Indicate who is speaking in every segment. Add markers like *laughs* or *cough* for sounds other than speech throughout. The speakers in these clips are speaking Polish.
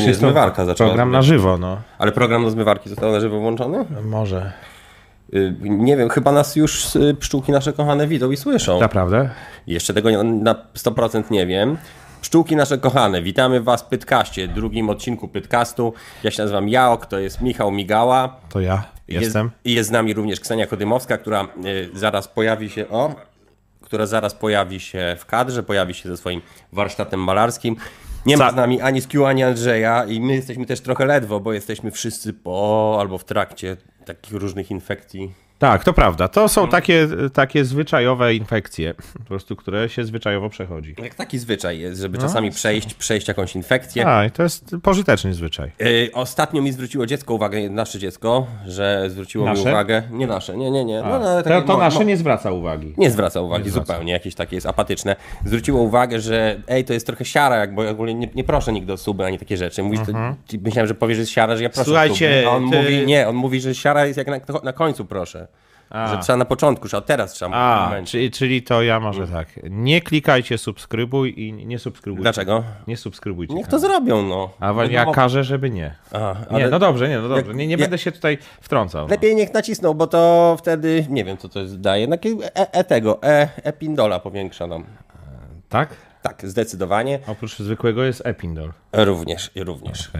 Speaker 1: Nie,
Speaker 2: czysto
Speaker 1: zmywarka zaczęła
Speaker 2: program na
Speaker 1: zmywać.
Speaker 2: żywo, no.
Speaker 1: Ale program do zmywarki został na żywo włączony?
Speaker 2: Może.
Speaker 1: Y, Nie wiem, chyba nas już y, pszczółki nasze kochane widzą i słyszą.
Speaker 2: Naprawdę?
Speaker 1: Jeszcze tego nie- na 100% nie wiem. Pszczółki nasze kochane, witamy Was w Pytkaście, drugim odcinku Pytkastu. Ja się nazywam Jaok, to jest Michał Migała.
Speaker 2: To ja jestem.
Speaker 1: Jest, i jest z nami również Ksenia Kodymowska, która y, zaraz pojawi się, o, która zaraz pojawi się w kadrze, pojawi się ze swoim warsztatem malarskim. Nie ma
Speaker 2: Ca-
Speaker 1: z nami ani Skiu, ani Andrzeja i my jesteśmy też trochę ledwo, bo jesteśmy wszyscy po albo w trakcie takich różnych infekcji.
Speaker 2: Tak, to prawda. To
Speaker 1: No.
Speaker 2: są takie, takie zwyczajowe infekcje, po prostu, które się zwyczajowo przechodzi.
Speaker 1: Jak taki zwyczaj jest,
Speaker 2: No.
Speaker 1: żeby czasami przejść, przejść jakąś infekcję.
Speaker 2: A, i to jest pożyteczny zwyczaj.
Speaker 1: Y, Ostatnio mi zwróciło dziecko uwagę, nasze dziecko, że zwróciło mi
Speaker 2: Nasze?
Speaker 1: uwagę. Nie nasze, nie, nie, nie. No, no, ale
Speaker 2: To,
Speaker 1: takie
Speaker 2: to
Speaker 1: mo- mo-
Speaker 2: nasze nie zwraca uwagi.
Speaker 1: Nie zwraca uwagi zupełnie, jakieś takie jest apatyczne. Zwróciło uwagę, że ej, to jest trochę siara, jak, bo ja ogólnie nie, nie proszę nigdy o suby ani takie rzeczy. Mówi, to, myślałem, że powie, że jest siara, że ja proszę
Speaker 2: Mhm. Słuchajcie,
Speaker 1: o suby. A on
Speaker 2: ty-
Speaker 1: mówi, nie, on mówi, że siara jest jak na, na końcu proszę. Że trzeba na początku, że teraz trzeba w tym
Speaker 2: A,
Speaker 1: momencie.
Speaker 2: czyli, czyli to ja może tak. Nie klikajcie subskrybuj i nie subskrybujcie.
Speaker 1: Dlaczego?
Speaker 2: Nie subskrybujcie.
Speaker 1: Niech to zrobią, no.
Speaker 2: A wa- ja każę, żeby nie.
Speaker 1: A, ale
Speaker 2: Nie, no dobrze, nie, no dobrze.
Speaker 1: Jak-
Speaker 2: Nie, nie
Speaker 1: jak-
Speaker 2: będę się tutaj wtrącał. no.
Speaker 1: Lepiej niech nacisną, bo to wtedy, nie wiem co to jest, daje, no, e, e tego, e, e pindola powiększa nam.
Speaker 2: Tak?
Speaker 1: Tak, zdecydowanie.
Speaker 2: Oprócz zwykłego jest Epindol.
Speaker 1: Również, również.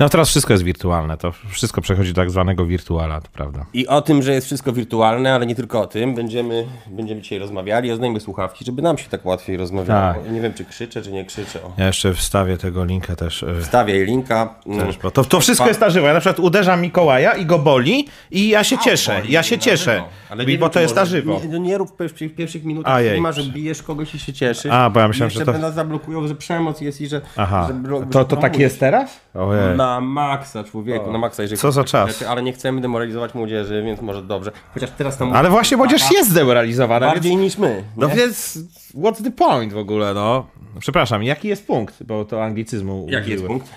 Speaker 2: No teraz wszystko jest wirtualne, to wszystko przechodzi do tak zwanego wirtuala, to prawda.
Speaker 1: I o tym, że jest wszystko wirtualne, ale nie tylko o tym, będziemy, będziemy dzisiaj rozmawiali. Oznajmy słuchawki, żeby nam się tak łatwiej rozmawiało.
Speaker 2: Tak.
Speaker 1: Nie wiem, czy krzyczę, czy nie krzyczę. O.
Speaker 2: Ja jeszcze wstawię tego linka też. e,
Speaker 1: Stawię linka. Mm.
Speaker 2: Bo to, to wszystko
Speaker 1: Pa-
Speaker 2: jest na żywo. Ja na przykład uderzam Mikołaja i go boli i ja się cieszę, ja się
Speaker 1: Na
Speaker 2: cieszę,
Speaker 1: żywo. no, nie
Speaker 2: bo
Speaker 1: wiem,
Speaker 2: to
Speaker 1: czy
Speaker 2: jest na
Speaker 1: może-
Speaker 2: żywo.
Speaker 1: Nie, no nie rób w pierwszych, pierwszych minutach
Speaker 2: A, jej.
Speaker 1: filma, że bijesz kogoś i się cieszysz.
Speaker 2: A, bo ja myślałem,
Speaker 1: I jeszcze
Speaker 2: że to-
Speaker 1: nas zablokują, że przemoc jest i że...
Speaker 2: Aha,
Speaker 1: że bro-
Speaker 2: to,
Speaker 1: że Mm.
Speaker 2: to tak
Speaker 1: promujesz.
Speaker 2: jest teraz? Ojej.
Speaker 1: Na maksa, człowieku, na maksa. Jeżeli
Speaker 2: Co za czas.
Speaker 1: Rzeczy, ale nie chcemy demoralizować młodzieży, więc może dobrze. Chociaż teraz tam...
Speaker 2: Ale właśnie młodzież jest zdemoralizowana, więc...
Speaker 1: Bardziej niż my.
Speaker 2: No
Speaker 1: nie?
Speaker 2: więc what's the point w ogóle, no? Przepraszam, jaki jest punkt, bo to anglicyzmu
Speaker 1: Jaki jest
Speaker 2: użyłem.
Speaker 1: punkt?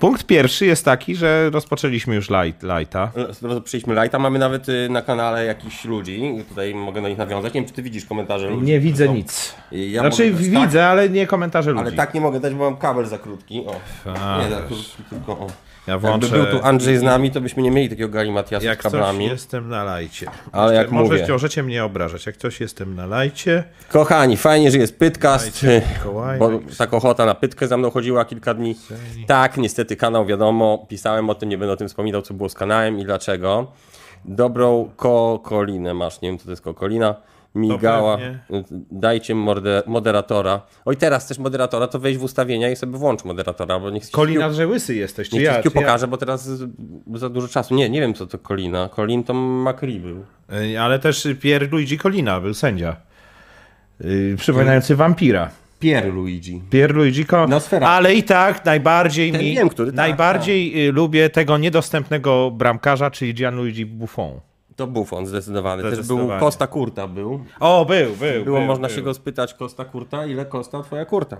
Speaker 2: Punkt pierwszy jest taki, że rozpoczęliśmy już light, lighta.
Speaker 1: Skoro przyjdźmy lajta, mamy nawet y, na kanale jakichś ludzi, tutaj mogę do nich nawiązać. Nie wiem, czy ty widzisz komentarze ludzi.
Speaker 2: Nie widzę nic.
Speaker 1: I Ja
Speaker 2: Znaczy
Speaker 1: mogę dać
Speaker 2: widzę,
Speaker 1: Tak,
Speaker 2: ale nie komentarze ludzi.
Speaker 1: ale tak nie mogę dać, bo mam kabel za krótki. O. Nie za krótki, tylko o.
Speaker 2: Ja
Speaker 1: Jakby
Speaker 2: włączę...
Speaker 1: był tu Andrzej z nami, to byśmy nie mieli takiego galimatiasu z
Speaker 2: Jak coś
Speaker 1: kablami.
Speaker 2: jestem na lajcie.
Speaker 1: Ale jak
Speaker 2: możecie,
Speaker 1: mówię.
Speaker 2: możecie mnie obrażać. Jak coś jestem na lajcie,
Speaker 1: Kochani, fajnie, że jest Pytcast,
Speaker 2: Dajcie
Speaker 1: y,
Speaker 2: Mikołaja.
Speaker 1: bo tak ochota na Pytkę za mną chodziła kilka dni. Tak, niestety kanał, wiadomo, pisałem o tym, nie będę o tym wspominał, co było z kanałem i dlaczego. Dobrą kokolinę masz, nie wiem co to jest kokolina, migała,
Speaker 2: pewnie.
Speaker 1: dajcie morde- moderatora. Oj, teraz też moderatora, to wejdź w ustawienia i sobie włącz moderatora, bo niech ci
Speaker 2: kolina, że łysy jesteś. Czy
Speaker 1: niech
Speaker 2: ja,
Speaker 1: ci
Speaker 2: czy
Speaker 1: Q pokaże, bo teraz z- za dużo czasu. Nie, nie wiem co to kolina. Kolin to Makri był.
Speaker 2: ja? Y, Ale też Pier Luigi Colina był sędzia. Y,
Speaker 1: Mm.
Speaker 2: przypominający wampira.
Speaker 1: Pier Luigi.
Speaker 2: Pier Luigi Co-
Speaker 1: Nosferatu.
Speaker 2: Ale i tak najbardziej mi,
Speaker 1: wiem, który, tak,
Speaker 2: najbardziej y, lubię tego niedostępnego bramkarza, czyli Gianluigi Buffon.
Speaker 1: To Buffon zdecydowany. Też był
Speaker 2: Zdecydowanie.
Speaker 1: Costa Curta był.
Speaker 2: O, był, był.
Speaker 1: Było
Speaker 2: był,
Speaker 1: można
Speaker 2: był.
Speaker 1: się go spytać, Kosta Kurta, ile Kosta twoja kurta?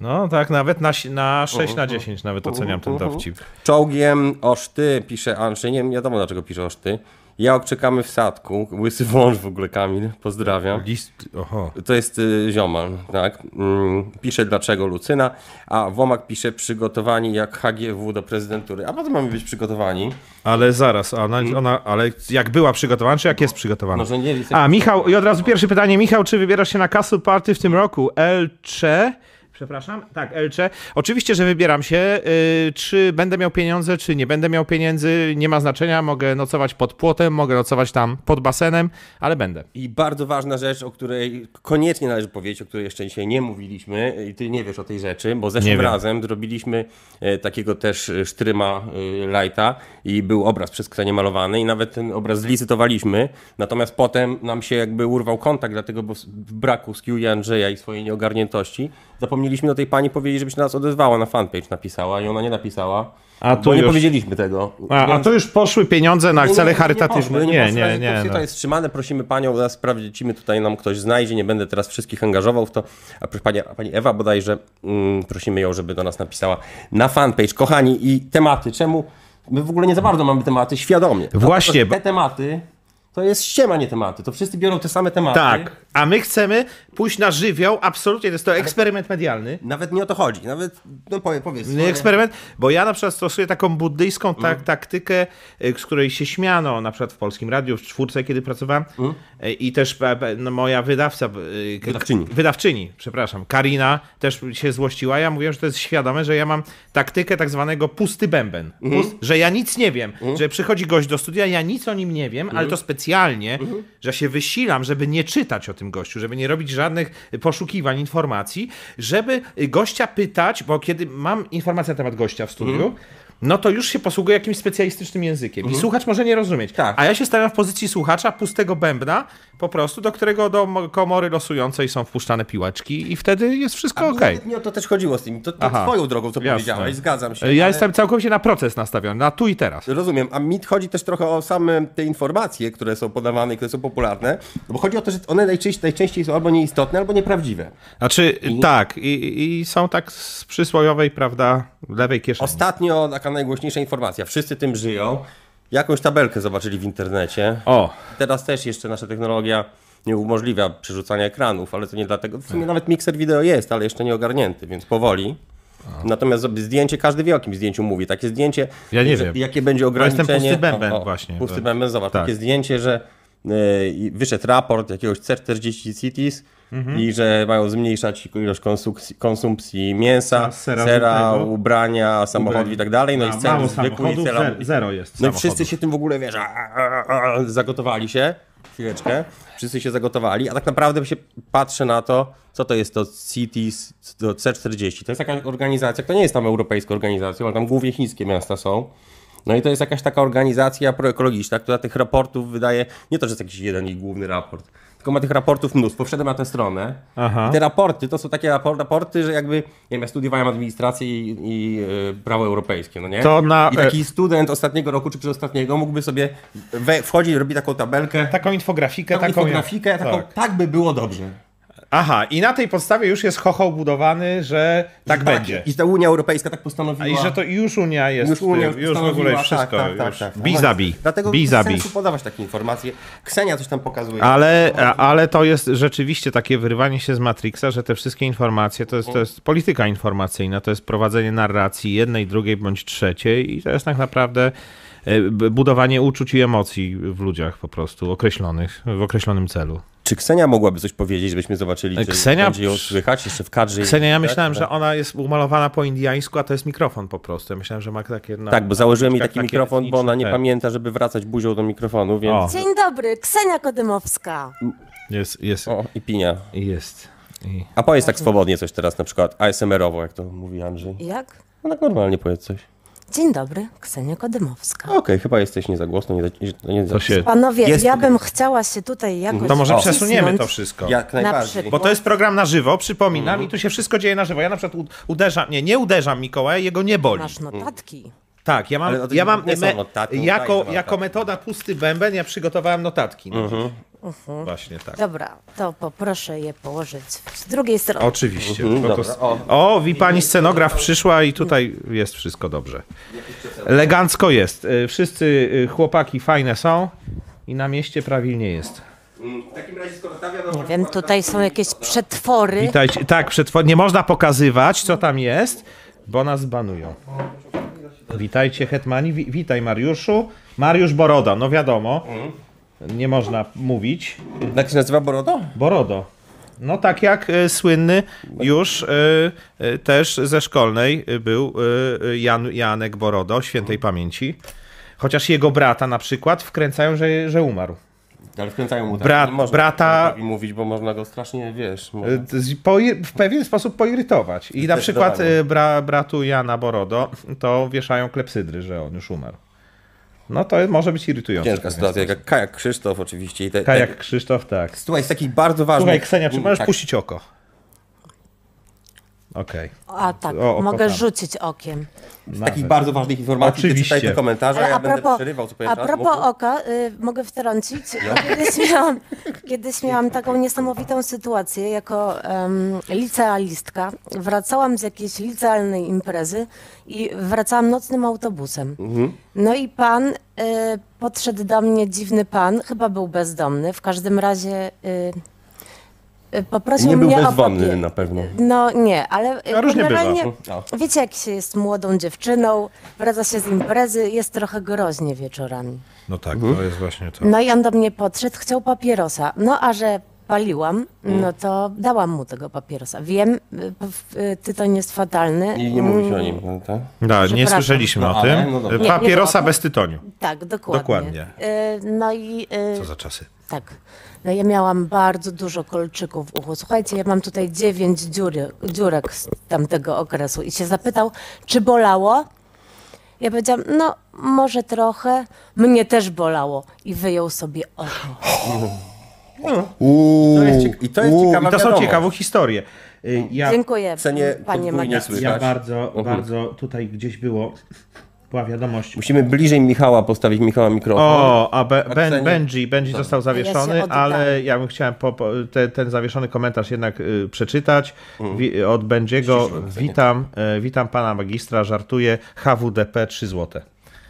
Speaker 2: No tak, nawet na, si- na
Speaker 1: Uh-huh,
Speaker 2: 6 na 10 nawet oceniam ten dowcip.
Speaker 1: Czołgiem oszty, pisze Andrzej, nie wiem, wiadomo dlaczego pisze oszty. Ja obczekamy w sadku, łysy wąż w ogóle Kamil, pozdrawiam.
Speaker 2: List, oho.
Speaker 1: To jest y, ziomal, tak? Mm, pisze dlaczego Lucyna, a Womak pisze przygotowani jak HGW do prezydentury. A po co mamy być przygotowani?
Speaker 2: Ale zaraz, ona, ona, ale jak była przygotowana, czy jak jest przygotowana?
Speaker 1: Hmm. Może nie jest-
Speaker 2: A, Michał, i od razu pierwsze pytanie. Michał, czy wybierasz się na Castle Party w tym roku? Elcze? Przepraszam? Tak, Elcze. Oczywiście, że wybieram się. Y, czy będę miał pieniądze, czy nie będę miał pieniędzy, nie ma znaczenia. Mogę nocować pod płotem, mogę nocować tam pod basenem, ale będę.
Speaker 1: I bardzo ważna rzecz, o której koniecznie należy powiedzieć, o której jeszcze dzisiaj nie mówiliśmy, i ty nie wiesz o tej rzeczy, bo
Speaker 2: Nie
Speaker 1: zeszłym
Speaker 2: wiem.
Speaker 1: razem zrobiliśmy e, takiego też e, sztryma e, Lighta i był obraz przez Ksenię malowany i nawet ten obraz zlicytowaliśmy, natomiast potem nam się jakby urwał kontakt, dlatego bo s- w braku skill i Andrzeja i swojej nieogarniętości zapomnieliśmy do tej pani powiedzieć, żeby się do nas odezwała na fanpage napisała i ona nie napisała,
Speaker 2: A tu
Speaker 1: bo nie
Speaker 2: już-
Speaker 1: powiedzieliśmy tego.
Speaker 2: A, a
Speaker 1: Więc-
Speaker 2: to już poszły pieniądze na cele charytatywne.
Speaker 1: poszły,
Speaker 2: Nie,
Speaker 1: poszły,
Speaker 2: nie,
Speaker 1: razie
Speaker 2: nie.
Speaker 1: Koksy
Speaker 2: no.
Speaker 1: To jest wstrzymane, prosimy panią, zaraz sprawdzimy, tutaj nam ktoś znajdzie, nie będę teraz wszystkich angażował w to. A proszę pani, pani Ewa bodajże, mm, prosimy ją, żeby do nas napisała na fanpage. Kochani i tematy, czemu my w ogóle nie za bardzo mamy tematy, świadomie.
Speaker 2: Właśnie,
Speaker 1: Te
Speaker 2: bo-
Speaker 1: tematy to jest ściema nie tematy. To wszyscy biorą te same tematy.
Speaker 2: Tak, a my chcemy pójść na żywioł, absolutnie, to jest to eksperyment medialny.
Speaker 1: Nawet nie o to chodzi. Nawet, no powiedz. powiedz
Speaker 2: Nie eksperyment, bo ja na przykład stosuję taką buddyjską tak, taktykę, y, z której się śmiano, na przykład w Polskim Radiu, w czwórce, kiedy pracowałem y, i też e, e, no, moja wydawca... y, k-
Speaker 1: Wydawczyni.
Speaker 2: Wydawczyni, przepraszam, Karina też się złościła, ja mówiłem, że to jest świadome, że ja mam taktykę tak zwanego pusty bęben, Pust, że ja nic nie wiem,
Speaker 1: Mhm.
Speaker 2: że przychodzi gość do studia, ja nic o nim nie wiem, ale to specjalnie,
Speaker 1: Mhm.
Speaker 2: że się wysilam, żeby nie czytać o tym gościu, żeby nie robić żadnych poszukiwań informacji, żeby gościa pytać, bo kiedy mam informację na temat gościa w studiu,
Speaker 1: Mhm.
Speaker 2: No to już się posługuję jakimś specjalistycznym językiem. I słuchacz może nie rozumieć.
Speaker 1: Tak.
Speaker 2: A ja się stawiam w pozycji słuchacza pustego bębna, po prostu, do którego do mo- komory losującej są wpuszczane piłeczki i wtedy jest wszystko okej.
Speaker 1: Nawet nie o to też chodziło z tym. To, to
Speaker 2: Aha.
Speaker 1: no, twoją drogą, co
Speaker 2: Jasne.
Speaker 1: powiedziałeś, zgadzam się.
Speaker 2: Ja
Speaker 1: ale-
Speaker 2: jestem całkowicie na proces nastawiony, na tu i teraz.
Speaker 1: Rozumiem, a mi chodzi też trochę o same te informacje, które są podawane i które są popularne, no bo chodzi o to, że one najczęściej, najczęściej są albo nieistotne, albo nieprawdziwe.
Speaker 2: Znaczy, tak, i, i są tak z przysłowiowej, prawda, lewej kieszeni.
Speaker 1: Ostatnio taka najgłośniejsza informacja, wszyscy tym żyją, jakąś tabelkę zobaczyli w internecie.
Speaker 2: O,
Speaker 1: Teraz też jeszcze nasza technologia nie umożliwia przerzucania ekranów, ale to nie dlatego, w sumie nawet mikser wideo jest, ale jeszcze nie ogarnięty, więc powoli. Natomiast sobie zdjęcie, każdy wie o kim zdjęciu mówi. Takie zdjęcie,
Speaker 2: Ja nie
Speaker 1: że,
Speaker 2: wiem.
Speaker 1: jakie będzie ograniczenie.
Speaker 2: jestem pusty bęben właśnie.
Speaker 1: Pusty
Speaker 2: Tak.
Speaker 1: bęben, zobacz,
Speaker 2: Tak.
Speaker 1: takie zdjęcie, że e, i wyszedł raport jakiegoś CER40 Cities
Speaker 2: Mhm.
Speaker 1: i że mają zmniejszać ilość konsumpcji, konsumpcji mięsa,
Speaker 2: A, sera
Speaker 1: sera,
Speaker 2: żółtego.
Speaker 1: ubrania, samochodów i tak dalej. No i cel zwykły i cel
Speaker 2: zero jest
Speaker 1: no i wszyscy się tym w ogóle, wiesz, a, a, a, a, zagotowali się, chwileczkę, wszyscy się zagotowali, a tak naprawdę się patrzy na to, co to jest to CITES, to C40. To jest jakaś organizacja, to nie jest tam europejska organizacja, ale tam głównie chińskie miasta są. No i to jest jakaś taka organizacja proekologiczna, która tych raportów wydaje, nie to, że jest jakiś jeden i główny raport, tylko ma tych raportów mnóstwo. Wszedłem na tę stronę
Speaker 2: Aha.
Speaker 1: i te raporty to są takie rapor- raporty, że jakby, nie wiem, ja studiowałem administrację i, i y, prawo europejskie, no nie?
Speaker 2: To na-
Speaker 1: I taki i student ostatniego roku czy przedostatniego mógłby sobie we, wchodzić, robić taką tabelkę, taką,
Speaker 2: Taką infografikę,
Speaker 1: taką
Speaker 2: Tak- taką
Speaker 1: infografikę, taką, tak. by było dobrze.
Speaker 2: Aha, i na tej podstawie już jest chochoł budowany, że tak będzie.
Speaker 1: I ta Unia Europejska tak postanowiła.
Speaker 2: A I że to już Unia jest,
Speaker 1: Już Unia
Speaker 2: już w ogóle
Speaker 1: postanowiła,
Speaker 2: wszystko.
Speaker 1: Tak, tak,
Speaker 2: już.
Speaker 1: tak, tak.
Speaker 2: Bij
Speaker 1: Właśnie.
Speaker 2: zabij.
Speaker 1: Dlatego
Speaker 2: Bij
Speaker 1: bez
Speaker 2: zabij.
Speaker 1: sensu podawać takie informacje. Ksenia coś tam pokazuje.
Speaker 2: Ale, a- ale to jest rzeczywiście takie wyrwanie się z Matrixa, że te wszystkie informacje to jest, to jest polityka informacyjna, to jest prowadzenie narracji jednej, drugiej bądź trzeciej i to jest tak naprawdę e, b- budowanie uczuć i emocji w ludziach po prostu określonych, w określonym celu.
Speaker 1: Czy Ksenia mogłaby coś powiedzieć, żebyśmy zobaczyli, czy
Speaker 2: Ksenia-
Speaker 1: będzie ją słychać jeszcze w kadrze?
Speaker 2: Ksenia, ja
Speaker 1: Tak,
Speaker 2: myślałem,
Speaker 1: tak.
Speaker 2: że ona jest umalowana po indiańsku, a to jest mikrofon po prostu. Ja myślałem, że ma takie... Na,
Speaker 1: Tak, bo założyłem jej
Speaker 2: na-
Speaker 1: taki
Speaker 2: takie
Speaker 1: mikrofon, bo ona nie
Speaker 2: etniczne-
Speaker 1: pamięta, żeby wracać buzią do mikrofonu, więc...
Speaker 2: O,
Speaker 1: O,
Speaker 3: Dzień dobry, Ksenia Kodymowska.
Speaker 2: jest, jest,
Speaker 1: i pinia.
Speaker 2: jest. I...
Speaker 1: A powiedz tak swobodnie coś teraz, na przykład ASMR-owo, jak to mówi Andrzej.
Speaker 3: Jak?
Speaker 1: No tak normalnie powiedz coś.
Speaker 3: Dzień dobry, Ksenia Kodymowska.
Speaker 1: Okej, chyba jesteś nie za głośno, nie, za- nie, nie za...
Speaker 2: To się...
Speaker 3: Panowie,
Speaker 1: Jest
Speaker 3: ja
Speaker 1: tutaj.
Speaker 3: bym chciała się tutaj jakoś
Speaker 2: To może
Speaker 1: O.
Speaker 2: przesuniemy to
Speaker 3: wcisnąć.
Speaker 2: wszystko.
Speaker 1: Jak najbardziej.
Speaker 3: przykład.
Speaker 2: Bo to jest program na żywo, przypominam, i tu się wszystko dzieje na żywo. Ja na przykład u- uderzam, nie, nie uderzam Mikołaja, jego nie boli.
Speaker 3: Masz notatki.
Speaker 2: Tak, ja mam,
Speaker 1: Ale o tym
Speaker 2: ja mam
Speaker 1: nie są
Speaker 2: me-
Speaker 1: notatki, no
Speaker 2: jako,
Speaker 1: notatki. Mhm.
Speaker 2: jako metoda pusty bęben, ja przygotowałem notatki. na dziś. Właśnie tak.
Speaker 3: Dobra, to poproszę je położyć z drugiej strony.
Speaker 2: Oczywiście. No to...
Speaker 1: Mhm, Dobra, o.
Speaker 2: O, wi pani scenograf przyszła i tutaj jest wszystko dobrze. Elegancko jest. Y, Wszyscy y, chłopaki fajne są i na mieście prawilnie jest.
Speaker 1: Mm, W takim razie, skoro Tawia no
Speaker 3: Nie wiem, tutaj są jakieś przetwory.
Speaker 2: Witajcie. Tak, przetwor- nie można pokazywać, co tam jest, bo nas banują. Witajcie, Hetmani. Wi- witaj, Mariuszu. Mariusz Boroda, no wiadomo. Nie można mówić.
Speaker 1: Jak Tak się nazywa Borodo?
Speaker 2: Borodo. No tak jak e, słynny już e, e, też ze szkolnej e, był e, e, Jan, Janek Borodo, świętej pamięci. Chociaż jego brata na przykład wkręcają, że, że umarł.
Speaker 1: Ale wkręcają mu tak.
Speaker 2: Brat-
Speaker 1: nie można
Speaker 2: brata-
Speaker 1: tak mówić, bo można go strasznie, wiesz... Można.
Speaker 2: E, z- poir- w pewien sposób poirytować. I na przykład
Speaker 1: Zdecydowanie.
Speaker 2: e, bra, bratu Jana Borodo to wieszają klepsydry, że on już umarł. No to może być irytujące.
Speaker 1: Ciężka
Speaker 2: w pewien
Speaker 1: sytuacja, jak Kajak Krzysztof oczywiście i te...
Speaker 2: sposób. Kajak Krzysztof, tak.
Speaker 1: Mm, Te... Słuchaj, z takich bardzo ważnych...
Speaker 2: Słuchaj Ksenia, czy możesz
Speaker 1: tak.
Speaker 2: puścić oko? Okej.
Speaker 3: A tak,
Speaker 2: O, o,
Speaker 3: mogę
Speaker 2: kocham.
Speaker 3: rzucić okiem.
Speaker 1: Z
Speaker 2: Nawet.
Speaker 1: takich bardzo ważnych informacji,
Speaker 2: Oczywiście.
Speaker 1: ty czytaj te komentarze, a ja będę przerywał, co
Speaker 3: a
Speaker 1: powiedziałeś.
Speaker 3: propos oka, y, mogę wtrącić. *laughs* Kiedyś miałam, kiedyś miałam taką niesamowitą sytuację jako em, licealistka. Wracałam z jakiejś licealnej imprezy i wracałam nocnym autobusem.
Speaker 1: Mhm.
Speaker 3: No i pan, y, podszedł do mnie dziwny pan, chyba był bezdomny, w każdym razie y, y, poprosił
Speaker 1: Nie był
Speaker 3: mnie o
Speaker 1: bezdomny
Speaker 3: papier-
Speaker 1: na pewno.
Speaker 3: No nie, ale y,
Speaker 2: A różnie
Speaker 3: generalnie
Speaker 1: bywa. O.
Speaker 3: wiecie jak się jest młodą dziewczyną, wraca się z imprezy, jest trochę groźnie wieczorami.
Speaker 2: No tak,
Speaker 1: Mhm.
Speaker 2: to jest właśnie to.
Speaker 3: No i on do mnie podszedł, chciał papierosa. No a że paliłam,
Speaker 1: Mm.
Speaker 3: no to dałam mu tego papierosa. Wiem, y, w- y, tytoń jest fatalny.
Speaker 1: I nie mówisz o nim, no, tak?
Speaker 2: No, nie
Speaker 3: Przepraszam.
Speaker 2: słyszeliśmy
Speaker 1: No,
Speaker 2: o
Speaker 1: ale-
Speaker 2: tym. E,
Speaker 1: no dobra.
Speaker 2: Papierosa
Speaker 3: Nie, nie
Speaker 2: bez tytoniu.
Speaker 3: Tak, dokładnie.
Speaker 2: Dokładnie.
Speaker 3: Y, No i y,
Speaker 2: Co za czasy.
Speaker 3: tak. No ja miałam bardzo dużo kolczyków w uchu. Słuchajcie, ja mam tutaj dziewięć dziury, dziurek z tamtego okresu. I się zapytał, czy bolało? Ja powiedziałam, no może trochę. Mnie też bolało. I wyjął sobie oko.
Speaker 1: To jest ciek- I to jest ciekawa
Speaker 2: I to są
Speaker 1: wiadomość.
Speaker 2: ciekawe historie. Y, Ja,
Speaker 3: Dziękuję,
Speaker 1: Cenię
Speaker 3: panie
Speaker 1: podwójnie
Speaker 3: Magda.
Speaker 1: słychać.
Speaker 2: ja bardzo, bardzo tutaj gdzieś było, była wiadomość.
Speaker 1: Musimy bliżej Michała postawić Michała mikrofon.
Speaker 2: O, a Be- ben,
Speaker 1: Ocenię.
Speaker 2: Benji, Benji został zawieszony,
Speaker 3: Ja się oddam.
Speaker 2: ale ja bym chciałem po, po, te, ten zawieszony komentarz jednak y, przeczytać. Wi, od Bendziego
Speaker 1: Ścisłe ocenię.
Speaker 2: witam, y, witam pana magistra, żartuję, HWDP 3 złote.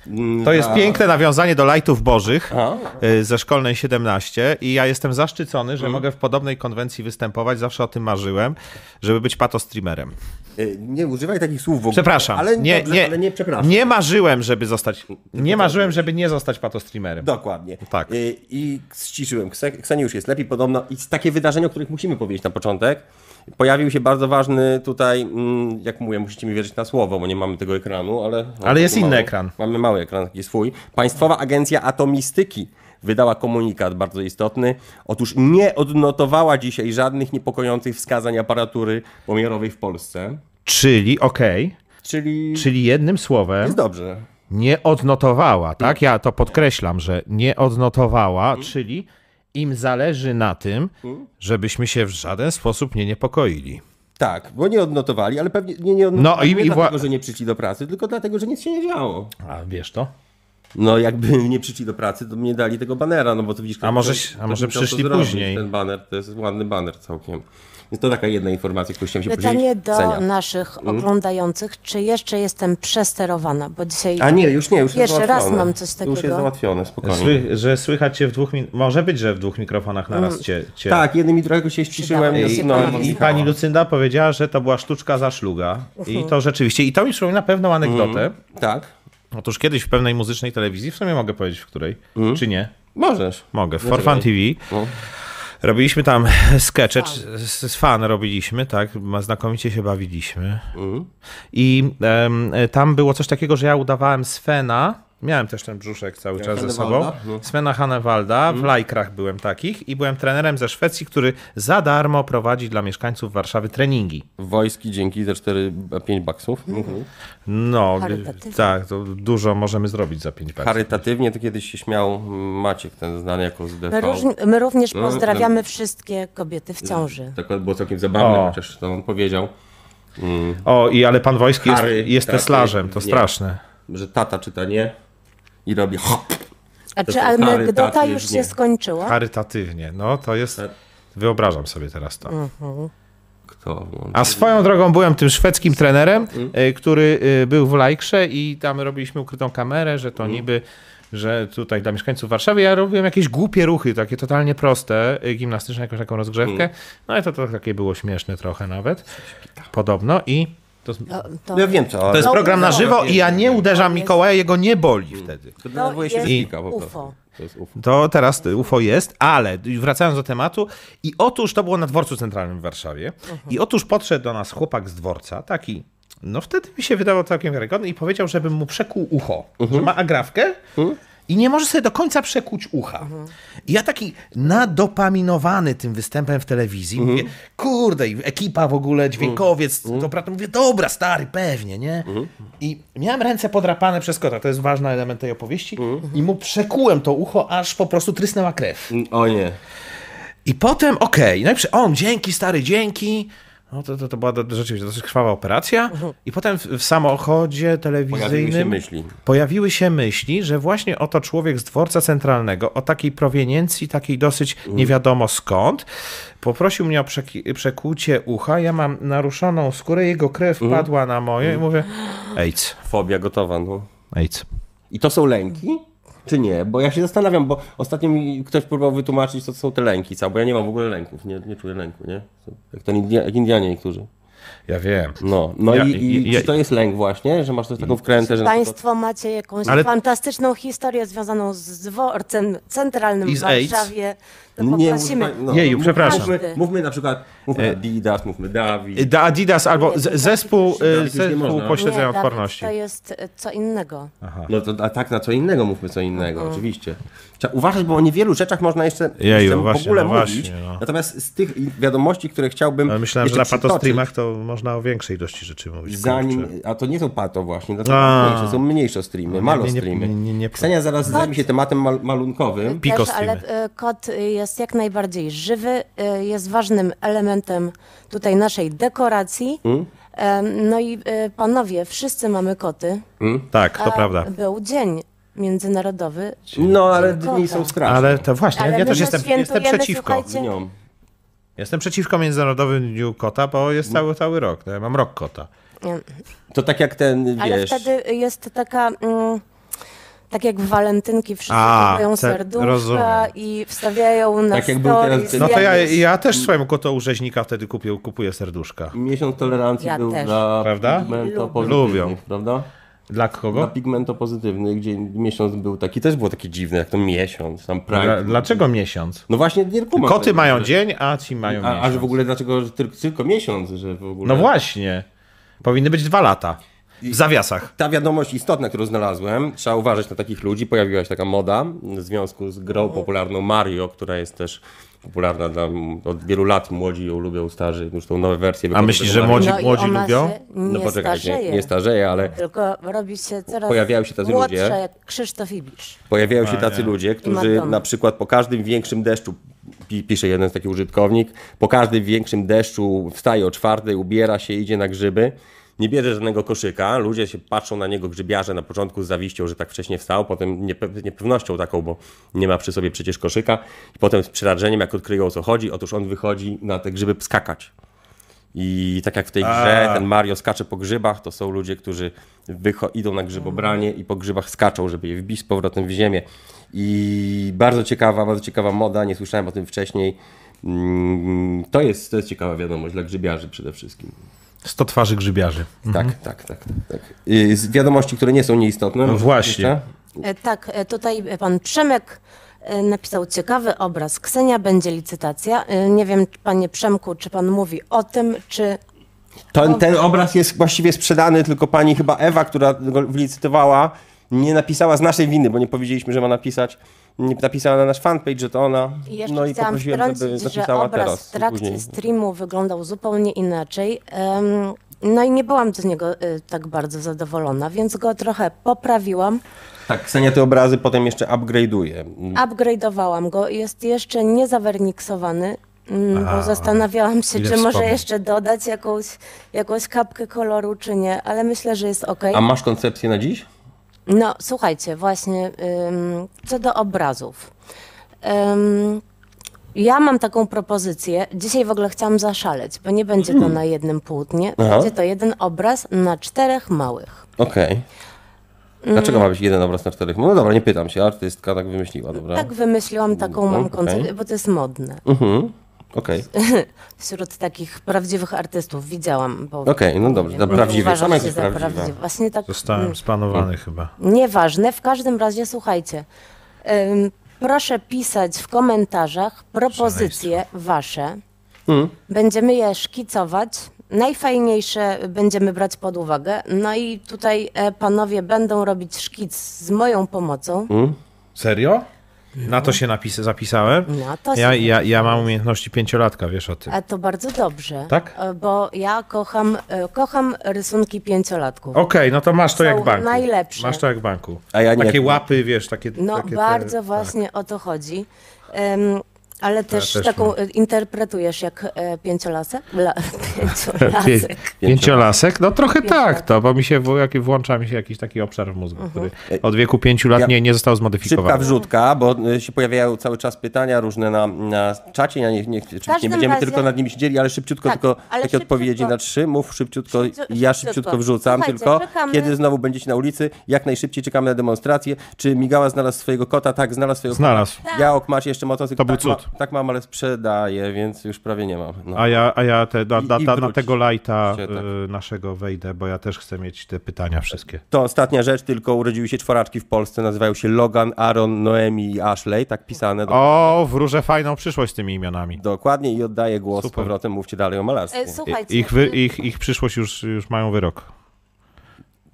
Speaker 1: Mm,
Speaker 2: To jest
Speaker 1: a-
Speaker 2: piękne nawiązanie do Lightów Bożych
Speaker 1: A?
Speaker 2: y, ze szkolnej 17 i ja jestem zaszczycony,
Speaker 1: Mm.
Speaker 2: że mogę w podobnej konwencji występować, zawsze o tym marzyłem, żeby być patostreamerem.
Speaker 1: Y, Nie używaj takich słów w ogóle.
Speaker 2: Przepraszam.
Speaker 1: Ale
Speaker 2: nie,
Speaker 1: dobrze,
Speaker 2: nie,
Speaker 1: ale nie przepraszam.
Speaker 2: Nie marzyłem, żeby zostać, nie marzyłem, żeby nie zostać patostreamerem.
Speaker 1: Dokładnie.
Speaker 2: Tak.
Speaker 1: Y, I ściszyłem. Kse- Ksenia już jest lepiej podobno. I takie wydarzenia, o których musimy powiedzieć na początek. Pojawił się bardzo ważny tutaj, mm, jak mówię, musicie mi wierzyć na słowo, bo nie mamy tego ekranu, ale... no,
Speaker 2: Ale jest
Speaker 1: mamy
Speaker 2: inny
Speaker 1: mały.
Speaker 2: ekran.
Speaker 1: Mamy mały ekran, taki swój. Państwowa Agencja Atomistyki wydała komunikat bardzo istotny. Otóż nie odnotowała dzisiaj żadnych niepokojących wskazań aparatury pomiarowej w Polsce.
Speaker 2: Czyli, okej,
Speaker 1: Czyli...
Speaker 2: czyli jednym słowem
Speaker 1: Jest dobrze.
Speaker 2: nie odnotowała, tak? Ja to podkreślam, że nie odnotowała, czyli im zależy na tym, żebyśmy się w żaden sposób nie niepokoili.
Speaker 1: Tak, bo nie odnotowali, ale pewnie nie, nie odnotowali
Speaker 2: No i-
Speaker 1: nie
Speaker 2: i wła-
Speaker 1: dlatego, że nie przyszli do pracy, tylko dlatego, że nic się nie działo.
Speaker 2: A wiesz to?
Speaker 1: No jakby *laughs* nie przyszli do pracy, to by nie dali tego banera, no bo to widzisz...
Speaker 2: A może
Speaker 1: ktoś-
Speaker 2: się- a
Speaker 1: ktoś
Speaker 2: może
Speaker 1: musiał to
Speaker 2: przyszli
Speaker 1: zrobić,
Speaker 2: później.
Speaker 1: Ten baner, to jest ładny baner całkiem. Więc to taka jedna informacja, którą chciałem się
Speaker 3: Pytanie
Speaker 1: podzielić.
Speaker 3: No do
Speaker 1: Cenia. Mm.
Speaker 3: naszych oglądających, czy jeszcze jestem przesterowana, bo dzisiaj
Speaker 1: A nie, już nie, już jest
Speaker 3: Pierwszy raz
Speaker 1: załatwione.
Speaker 3: mam coś
Speaker 1: To Już jest
Speaker 3: takiego.
Speaker 1: załatwione, spokojnie.
Speaker 2: Sły, że słychać cię w dwóch, min- może być, że w dwóch mikrofonach naraz cię... cię...
Speaker 1: Tak, jednym i drugim się ściszyłem.
Speaker 3: Przydało
Speaker 1: No, i
Speaker 3: się
Speaker 1: usunąłem
Speaker 3: panu.
Speaker 2: I
Speaker 1: Michała.
Speaker 2: pani Lucynda powiedziała, że to była sztuczka za szluga. I to rzeczywiście, i to mi przypomina pewną anegdotę.
Speaker 1: Tak,
Speaker 2: Otóż kiedyś w pewnej muzycznej telewizji, w sumie mogę powiedzieć w której,
Speaker 1: Mhm.
Speaker 2: czy nie?
Speaker 1: możesz.
Speaker 2: Mogę, w
Speaker 1: No
Speaker 2: For Fun TV.
Speaker 1: czekaj. No.
Speaker 2: Robiliśmy tam *laughs* skecze, czy- z, z fan robiliśmy, tak, ma- znakomicie się bawiliśmy.
Speaker 1: Mm.
Speaker 2: I em, e, tam było coś takiego, że ja udawałem Svena, miałem też ten brzuszek cały czas ze sobą,
Speaker 1: Hannewalda? No. Mm.
Speaker 2: Svena Hanewalda, w lajkrach byłem takich i byłem trenerem ze Szwecji, który za darmo prowadzi dla mieszkańców Warszawy treningi.
Speaker 1: Wojski dzięki za 4-5 baksów. Mhm.
Speaker 2: No,
Speaker 3: Charytatywnie.
Speaker 2: tak, to dużo możemy zrobić za 5 baksów.
Speaker 1: Charytatywnie to kiedyś się śmiał Maciek, ten znany jako z
Speaker 3: my,
Speaker 1: DV.
Speaker 3: różni- my również
Speaker 1: No,
Speaker 3: pozdrawiamy wszystkie kobiety w ciąży.
Speaker 1: To akurat było całkiem zabawne,
Speaker 2: O.
Speaker 1: chociaż to on powiedział,
Speaker 2: O, i ale pan Wojski jest,
Speaker 1: Chary-
Speaker 2: jest
Speaker 1: tak,
Speaker 2: teslarzem, to
Speaker 1: nie.
Speaker 2: straszne.
Speaker 1: że tata czyta nie i robi *laughs* hop.
Speaker 3: A
Speaker 1: To
Speaker 3: czy
Speaker 1: są
Speaker 3: anegdota
Speaker 1: charytatywnie.
Speaker 3: już się
Speaker 2: Tak?
Speaker 3: skończyła?
Speaker 2: Charytatywnie, no to jest... Wyobrażam sobie teraz to.
Speaker 1: Kto?
Speaker 2: A swoją drogą byłem tym szwedzkim trenerem, y, który y, był w Lajkrze i tam robiliśmy ukrytą kamerę, że to niby, że tutaj dla mieszkańców Warszawy ja robiłem jakieś głupie ruchy, takie totalnie proste, y, gimnastyczne, jakąś taką rozgrzewkę. No i to, to takie było śmieszne trochę nawet, podobno i... To,
Speaker 3: To, to,
Speaker 1: Ja wiem co,
Speaker 2: to jest
Speaker 3: No,
Speaker 2: program na
Speaker 3: no.
Speaker 2: żywo i ja nie uderzam Mikołaja, jego nie boli wtedy.
Speaker 1: To denerwuje się
Speaker 3: jest
Speaker 1: ze spika po
Speaker 3: UFO.
Speaker 1: prostu. To jest UFO.
Speaker 2: To teraz UFO jest, ale wracając do tematu, i otóż to było na dworcu centralnym w Warszawie. I otóż podszedł do nas chłopak z dworca, taki, no wtedy mi się wydało całkiem wiarygodny, i powiedział, żebym mu przekuł ucho, że ma agrawkę. I nie może sobie do końca przekuć ucha. I ja taki nadopaminowany tym występem w telewizji, mówię, kurde, i ekipa w ogóle, dźwiękowiec, to prawda, mówię, dobra, stary, pewnie, nie? I miałem ręce podrapane przez kota, to jest ważny element tej opowieści, i mu przekułem to ucho, aż po prostu trysnęła krew.
Speaker 1: Mm, O nie.
Speaker 2: no I potem, okej, okay, najpierw, o, dzięki, stary, dzięki. No to, to, to była do, rzeczywiście dosyć krwawa operacja. I potem w, w samochodzie telewizyjnym
Speaker 1: Pojawiły się myśli.
Speaker 2: pojawiły się myśli, że właśnie oto człowiek z dworca centralnego, o takiej proweniencji, takiej dosyć nie wiadomo skąd, poprosił mnie o przeki- przekłucie ucha. Ja mam naruszoną skórę, jego krew padła na moje i mówię: AIDS,
Speaker 1: Fobia gotowa. No.
Speaker 2: AIDS.
Speaker 1: I to są lęki? Czy nie? Bo ja się zastanawiam, bo ostatnio mi ktoś próbował wytłumaczyć, co to są te lęki całe, bo ja nie mam w ogóle lęków, nie, nie czuję lęku, nie? Jak, ten India, jak Indianie niektórzy.
Speaker 2: Ja wiem.
Speaker 1: No, no
Speaker 2: Ja-
Speaker 1: i, i
Speaker 2: ja-
Speaker 1: czy to jest lęk właśnie, że masz też taką wkrętę, że... na przykład-
Speaker 3: Państwo macie jakąś
Speaker 2: Ale-
Speaker 3: fantastyczną historię związaną z dworcem centralnym
Speaker 2: I
Speaker 3: w
Speaker 2: z AIDS?
Speaker 3: Warszawie. To
Speaker 1: Nie,
Speaker 3: poprosimy.
Speaker 1: no,
Speaker 2: Jeju,
Speaker 1: mów-
Speaker 2: przepraszam. E-
Speaker 1: Mówmy, mówmy na przykład, mówmy Adidas, mówmy Dawid.
Speaker 2: Da Adidas albo z- zespół,
Speaker 1: Dawid
Speaker 2: y,
Speaker 1: już nie
Speaker 2: zespół
Speaker 1: można.
Speaker 2: pośledzenia
Speaker 3: Dawid,
Speaker 2: odporności.
Speaker 3: To jest e, co innego.
Speaker 1: No to a tak na co innego mówmy co innego, oczywiście. Trzeba uważać, bo o niewielu rzeczach można jeszcze,
Speaker 2: Jeju,
Speaker 1: jeszcze
Speaker 2: właśnie,
Speaker 1: w ogóle
Speaker 2: no
Speaker 1: mówić.
Speaker 2: właśnie, no.
Speaker 1: Natomiast z tych wiadomości, które chciałbym.
Speaker 2: Ale myślałem, że
Speaker 1: jeszcze
Speaker 2: na
Speaker 1: przytoczyć,
Speaker 2: patostreamach to można o większej ilości rzeczy mówić.
Speaker 1: Zanim,
Speaker 2: kurczę.
Speaker 1: a to nie są pato właśnie, to są,
Speaker 2: A. No
Speaker 1: mniejsze, są mniejsze streamy, malo
Speaker 2: nie, nie,
Speaker 1: streamy.
Speaker 2: nie, nie, nie.
Speaker 1: Ksenia zaraz
Speaker 3: No
Speaker 1: zajmie się tematem mal, malunkowym.
Speaker 2: Piko
Speaker 3: Też,
Speaker 2: streamy.
Speaker 3: ale e, kot e, jest jak najbardziej żywy, e, jest ważnym elementem tutaj naszej dekoracji.
Speaker 2: Hmm?
Speaker 3: E, No i e, panowie, wszyscy mamy koty.
Speaker 2: Tak, to
Speaker 3: A
Speaker 2: prawda.
Speaker 3: Był Dzień Międzynarodowy.
Speaker 1: No ale dni są straszne.
Speaker 2: Ale to właśnie,
Speaker 3: Ale
Speaker 2: ja
Speaker 3: my
Speaker 2: też
Speaker 3: to
Speaker 2: jestem, jestem
Speaker 3: świętujemy,
Speaker 2: przeciwko.
Speaker 3: słuchajcie.
Speaker 1: Dniom.
Speaker 2: Jestem przeciwko Międzynarodowym Dniu Kota, bo jest cały, cały rok. No, ja mam rok kota.
Speaker 1: To tak jak ten,
Speaker 3: Ale
Speaker 1: wiesz...
Speaker 3: wtedy jest taka. Mm, tak jak w walentynki wszyscy
Speaker 2: A,
Speaker 3: mają
Speaker 2: te- rozumiem.
Speaker 3: serduszka i wstawiają na
Speaker 1: Tak jak był
Speaker 3: stories.
Speaker 1: teraz-
Speaker 2: No to ja,
Speaker 3: jak-
Speaker 2: ja też swojemu kotu u rzeźnika wtedy kupię, kupuję serduszka.
Speaker 1: Miesiąc tolerancji
Speaker 3: Ja
Speaker 1: był
Speaker 3: też.
Speaker 1: dla
Speaker 2: Prawda?
Speaker 1: pigmentopozytywnych,
Speaker 2: Lubią.
Speaker 1: prawda?
Speaker 2: Dla
Speaker 1: Dla
Speaker 2: kogo?
Speaker 1: pigmentopozytywnych, gdzie miesiąc był taki, też było taki dziwny, jak to miesiąc, tam
Speaker 2: Dla,
Speaker 1: pride.
Speaker 2: dlaczego miesiąc?
Speaker 1: No właśnie, nie kumam.
Speaker 2: Koty
Speaker 1: tego,
Speaker 2: mają
Speaker 1: że-
Speaker 2: dzień, a ci mają
Speaker 1: A, a że w
Speaker 2: miesiąc.
Speaker 1: ogóle dlaczego że tylko, tylko miesiąc, że w ogóle...
Speaker 2: No właśnie. Powinny być dwa lata. W zawiasach.
Speaker 1: Ta wiadomość istotna, którą znalazłem, trzeba uważać na takich ludzi. Pojawiła się taka moda w związku z grą
Speaker 3: Mhm.
Speaker 1: popularną Mario, która jest też popularna dla, od wielu lat. Młodzi ją lubią, starzy już tą nowe wersję.
Speaker 2: A myślisz, że
Speaker 1: wykonują.
Speaker 2: młodzi-
Speaker 3: no i
Speaker 2: młodzi
Speaker 3: ona
Speaker 2: lubią?
Speaker 3: Się
Speaker 1: No
Speaker 3: nie
Speaker 1: poczekajcie,
Speaker 3: starzeje,
Speaker 1: nie starzeje, ale
Speaker 3: Tylko robi się coraz
Speaker 1: Pojawiają się tacy
Speaker 3: młodsza,
Speaker 1: ludzie.
Speaker 3: jak Krzysztof Ibisz.
Speaker 1: Pojawiają się tacy
Speaker 2: nie.
Speaker 1: ludzie, którzy
Speaker 3: Madonna.
Speaker 1: na przykład po każdym większym deszczu, pi- pisze jeden taki użytkownik, po każdym większym deszczu wstaje o czwartej, ubiera się, idzie na grzyby, nie bierze żadnego koszyka, ludzie się patrzą na niego, grzybiarze na początku z zawiścią, że tak wcześnie wstał, potem niepe- niepewnością taką, bo nie ma przy sobie przecież koszyka i potem z przerażeniem, jak odkryją o co chodzi, otóż on wychodzi na te grzyby skakać. I tak jak w tej grze ten Mario skacze po grzybach, to są ludzie, którzy wycho- idą na grzybobranie i po grzybach skaczą, żeby je wbić z powrotem w ziemię. I bardzo ciekawa, bardzo ciekawa moda, nie słyszałem o tym wcześniej. Mm, To jest, to jest ciekawa wiadomość dla grzybiarzy przede wszystkim.
Speaker 2: 100 twarzy grzybiarzy.
Speaker 1: Tak, tak, tak, tak, tak. Y, Z wiadomości, które nie są nieistotne. może
Speaker 2: właśnie.
Speaker 1: jeszcze?
Speaker 3: E, Tak, e, tutaj pan Przemek e, napisał ciekawy obraz. Ksenia będzie licytacja. E, Nie wiem, czy panie Przemku, czy pan mówi o tym, czy
Speaker 1: Ten, ten obraz jest właściwie sprzedany, tylko pani chyba Ewa, która go wylicytowała, nie napisała z naszej winy, bo nie powiedzieliśmy, że ma napisać. Nie napisała na nasz fanpage, że to ona.
Speaker 3: I jeszcze
Speaker 1: no i
Speaker 3: chciałam
Speaker 1: poprosiłem, żeby
Speaker 3: wtrącić, że
Speaker 1: napisała
Speaker 3: obraz
Speaker 1: teraz.
Speaker 3: w trakcie
Speaker 1: później.
Speaker 3: streamu wyglądał zupełnie inaczej. Em, no i nie byłam z niego y, tak bardzo zadowolona, więc go trochę poprawiłam,
Speaker 1: Tak, Ksenia te obrazy potem jeszcze upgrade'uje.
Speaker 3: upgrade'owałam go. Jest jeszcze niezawerniksowany, mm, bo zastanawiałam się,
Speaker 2: ile
Speaker 3: czy może
Speaker 2: wspomnień.
Speaker 3: jeszcze dodać jakąś, jakąś kapkę koloru, czy nie, ale myślę, że jest ok.
Speaker 1: A masz koncepcję na dziś?
Speaker 3: No, słuchajcie, właśnie ym, co do obrazów. Ym, ja mam taką propozycję. Dzisiaj w ogóle chciałam zaszaleć, bo nie będzie to na jednym płótnie.
Speaker 1: Mm. Aha.
Speaker 3: Będzie to jeden obraz na czterech małych.
Speaker 1: Okej.
Speaker 3: Mm.
Speaker 1: Dlaczego ma być jeden obraz na czterech? No dobra, nie pytam się, artystka tak wymyśliła, dobra.
Speaker 3: Tak wymyśliłam taką mam
Speaker 1: okej.
Speaker 3: koncepcję, bo to jest modne.
Speaker 1: Mhm. Okej,
Speaker 3: *laughs* Wśród takich prawdziwych artystów widziałam. Bo
Speaker 1: okej, no dobrze, za
Speaker 3: nie
Speaker 1: prawdziwy,
Speaker 3: uważam
Speaker 1: sama
Speaker 3: się
Speaker 1: jesteś
Speaker 3: za
Speaker 1: prawdziwa.
Speaker 3: prawdziwy. Właśnie tak.
Speaker 2: Zostałem spanowany chyba.
Speaker 3: Nieważne, w każdym razie słuchajcie. Ym, proszę pisać w komentarzach propozycje wasze. Będziemy je szkicować. Najfajniejsze będziemy brać pod uwagę. No i tutaj e, panowie będą robić szkic z moją pomocą.
Speaker 2: Serio? Na to się napis zapisałem.
Speaker 3: Na to się
Speaker 2: ja, ja, ja mam umiejętności pięciolatka, wiesz o tym.
Speaker 3: A to bardzo dobrze.
Speaker 2: Tak?
Speaker 3: e, Bo ja kocham, e, kocham rysunki pięciolatków.
Speaker 2: Okej, no to masz to
Speaker 3: Są
Speaker 2: jak w banku.
Speaker 3: najlepsze.
Speaker 2: Masz to jak w banku.
Speaker 1: A ja nie.
Speaker 2: Takie łapy, wiesz, takie...
Speaker 1: tak.
Speaker 3: No
Speaker 2: takie te-
Speaker 3: bardzo właśnie o to chodzi. Em, ale też,
Speaker 2: też
Speaker 3: taką
Speaker 2: mam.
Speaker 3: e, interpretujesz jak e, pięciolasek.
Speaker 1: *laughs*
Speaker 3: La, pięciolasek.
Speaker 2: Pięciolasek? No trochę tak, to, bo mi się w- jak- włącza mi się jakiś taki obszar w mózgu, który od wieku pięciu lat
Speaker 1: Ja-
Speaker 2: nie, nie został
Speaker 1: Szybka
Speaker 2: zmodyfikowany.
Speaker 1: wrzutka, bo y, się pojawiają cały czas pytania różne na, na czacie. Ja nie, nie, oczywiście nie
Speaker 3: każdym
Speaker 1: będziemy
Speaker 3: razie-
Speaker 1: tylko nad nimi siedzieli, ale szybciutko
Speaker 3: Tak,
Speaker 1: tylko
Speaker 3: ale
Speaker 1: takie
Speaker 3: szybciutko.
Speaker 1: odpowiedzi na trzy. Mów szybciutko,
Speaker 3: Szybciu-
Speaker 1: ja
Speaker 3: szybciutko.
Speaker 1: szybciutko wrzucam
Speaker 3: Słuchajcie,
Speaker 1: tylko.
Speaker 3: czekamy.
Speaker 1: Kiedy znowu będziecie na ulicy? Jak najszybciej czekamy na demonstrację. Czy Migała znalazł swojego kota? Tak, znalazł swojego
Speaker 2: Znalazł.
Speaker 1: kota. Jałok masz jeszcze mocno.
Speaker 2: To był
Speaker 1: tak, ma-
Speaker 2: cud.
Speaker 1: tak mam, ale sprzedaję, więc już prawie nie mam. No.
Speaker 2: A ja, a ja te, da,
Speaker 1: I-
Speaker 2: da,
Speaker 1: i
Speaker 2: da, na
Speaker 1: wróć.
Speaker 2: tego lajta
Speaker 1: Się tak.
Speaker 2: y, naszego wejdę, bo ja też chcę mieć te pytania wszystkie.
Speaker 1: To ostatnia rzecz, tylko urodziły się czworaczki w Polsce, nazywają się Logan, Aaron, Noemi i Ashley, tak pisane. Do...
Speaker 2: O, wróżę fajną przyszłość z tymi imionami.
Speaker 1: Dokładnie i oddaję głos z
Speaker 2: Super.
Speaker 1: powrotem, mówcie dalej o malarstwie.
Speaker 3: E, Słuchajcie,
Speaker 2: Ich, wy, ich, ich przyszłość już, już mają wyrok.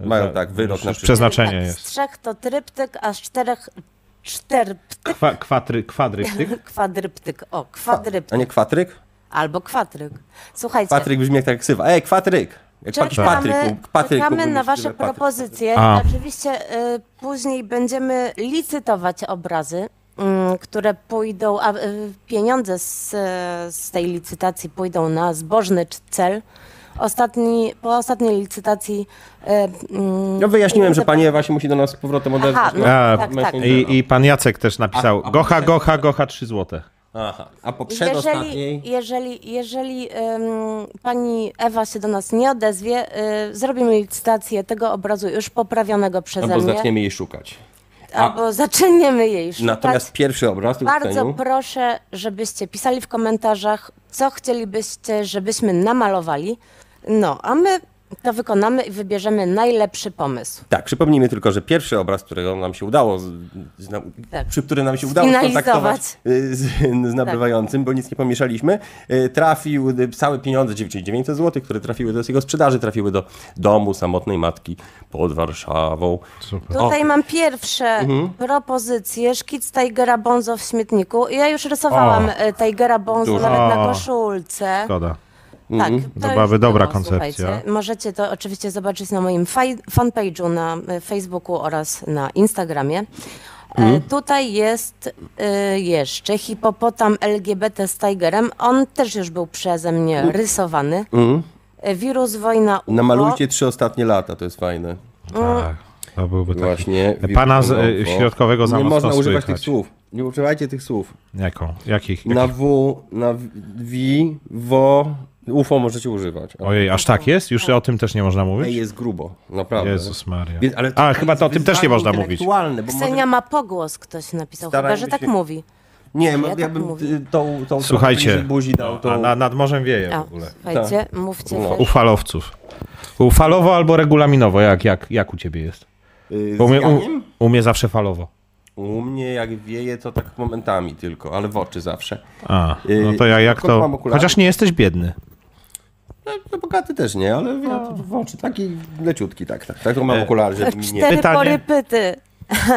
Speaker 1: Mają
Speaker 2: Za-
Speaker 1: tak, wyrok
Speaker 2: już-
Speaker 1: na
Speaker 2: już
Speaker 1: przyszłość.
Speaker 2: Przeznaczenie
Speaker 3: tak,
Speaker 2: jest.
Speaker 3: Z trzech to tryptyk, a z czterech czterptyk,
Speaker 2: Kwa, kwatry, kwadryktyk.
Speaker 3: *laughs* kwadryptyk. O, kwadryptyk
Speaker 1: A nie kwatryk?
Speaker 3: albo kwatryk. Słuchajcie,
Speaker 1: Kwatryk brzmi jak tak ksywa. Ej, kwatryk! Jak jakiś
Speaker 3: czekamy,
Speaker 1: Patryk, Patryk,
Speaker 3: czekamy
Speaker 1: mógłby
Speaker 3: na
Speaker 1: być
Speaker 3: wasze
Speaker 1: tyle Patryk.
Speaker 3: propozycje.
Speaker 2: A.
Speaker 3: Oczywiście y, później będziemy licytować obrazy, mm, które pójdą, a y, pieniądze z, e, z tej licytacji pójdą na zbożny c- cel. Ostatni, po ostatniej licytacji... y, mm,
Speaker 1: No wyjaśniłem, że pani Ewa się musi do nas z powrotem odezwać.
Speaker 3: Aha, no,
Speaker 1: na
Speaker 2: tak,
Speaker 3: tak.
Speaker 1: Messengera.
Speaker 2: I, I pan Jacek też napisał,
Speaker 1: A- a-
Speaker 2: gocha, gocha, gocha, trzy złote.
Speaker 1: Aha. A po przedostatniej...
Speaker 3: Jeżeli, jeżeli, jeżeli em, pani Ewa się do nas nie odezwie, y, zrobimy licytację tego obrazu już poprawionego przeze
Speaker 1: Albo
Speaker 3: mnie.
Speaker 1: zaczniemy jej szukać.
Speaker 3: albo zaczniemy jej szukać.
Speaker 1: Natomiast pierwszy obraz, który
Speaker 3: Tak. Bardzo
Speaker 1: ocenił-
Speaker 3: proszę, żebyście pisali w komentarzach, co chcielibyście, żebyśmy namalowali. No, a my to wykonamy i wybierzemy najlepszy pomysł.
Speaker 1: Tak, przypomnijmy tylko, że pierwszy obraz, którego nam się udało, z, z, na,
Speaker 3: Tak.
Speaker 1: przy którym nam się udało
Speaker 3: Sfinalizować.
Speaker 1: skontaktować y, z, z nabywającym, bo nic nie pomieszaliśmy, y, trafił y, całe pieniądze, dziewię- czyli 900 zł, które trafiły do jego sprzedaży, trafiły do domu samotnej matki pod Warszawą.
Speaker 3: Tutaj
Speaker 1: O. Mhm.
Speaker 3: mam pierwsze propozycje. Szkic Tigera Bonzo w śmietniku. Ja już rysowałam
Speaker 2: O.
Speaker 3: e, Tigera Bonzo
Speaker 1: Dużo.
Speaker 3: nawet na
Speaker 2: O.
Speaker 3: koszulce.
Speaker 2: Szkoda.
Speaker 3: Tak,
Speaker 1: Mhm.
Speaker 2: To byłaby
Speaker 3: już
Speaker 2: dobra
Speaker 3: było,
Speaker 2: koncepcja.
Speaker 3: słuchajcie. Możecie to oczywiście zobaczyć na moim faj- fanpage'u na e, Facebooku oraz na Instagramie. E,
Speaker 1: Mhm.
Speaker 3: Tutaj jest e, jeszcze hipopotam LGBT z Tigerem. On też już był przeze mnie
Speaker 1: Mhm.
Speaker 3: rysowany. E, Wirus Wojna UFO.
Speaker 1: Namalujcie trzy ostatnie lata, to jest fajne.
Speaker 2: Tak, to byłby taki...
Speaker 1: No. Właśnie.
Speaker 2: Pana z,
Speaker 1: wirtualnie.
Speaker 2: y, środkowego za
Speaker 1: Nie można
Speaker 2: mocno
Speaker 1: używać
Speaker 2: słychać.
Speaker 1: tych słów. Nie używajcie tych słów.
Speaker 2: Jaką? Jakich? jakich?
Speaker 1: Na W, na W, wi, wo, UFO możecie używać. A
Speaker 2: Ojej, aż tak jest? Już o tym też nie można
Speaker 1: Ej,
Speaker 2: mówić?
Speaker 1: jest grubo, naprawdę.
Speaker 2: Jezus Maria.
Speaker 1: Więc- ale
Speaker 2: A,
Speaker 1: jest
Speaker 2: chyba to o tym też nie
Speaker 1: wyzwanie
Speaker 2: można mówić.
Speaker 1: intelektualne, bo może-
Speaker 3: Ksenia ma pogłos, ktoś napisał, chyba,
Speaker 1: Starajmy
Speaker 3: że tak
Speaker 1: się-
Speaker 3: mówi.
Speaker 1: Nie, ja,
Speaker 3: tak
Speaker 1: ja bym
Speaker 3: mówię.
Speaker 1: y, tą, tą trochę
Speaker 2: Słuchajcie,
Speaker 1: bliżej buzi dał.
Speaker 2: a
Speaker 1: Tą...
Speaker 2: na, nad morzem wieje
Speaker 3: A,
Speaker 2: w ogóle.
Speaker 3: słuchajcie, mówcie
Speaker 1: No.
Speaker 3: też.
Speaker 2: U falowców. U falowo albo regulaminowo, jak, jak, jak u ciebie jest?
Speaker 1: y, z
Speaker 2: Bo u, mnie, u,
Speaker 1: Janiem?
Speaker 2: u mnie zawsze falowo.
Speaker 1: u mnie jak wieje, to tak momentami tylko, ale w oczy zawsze.
Speaker 2: A, no
Speaker 1: Yy,
Speaker 2: to ja jak
Speaker 1: skąd mam
Speaker 2: to...
Speaker 1: okulary?
Speaker 2: Chociaż nie jesteś biedny.
Speaker 1: No, no bogaty też nie, ale ja to w oczy taki leciutki, tak, tak. Tak to
Speaker 2: E,
Speaker 1: mam okulary, żeby mi nie...
Speaker 3: e, Cztery
Speaker 2: Pytanie.
Speaker 3: pory pyty.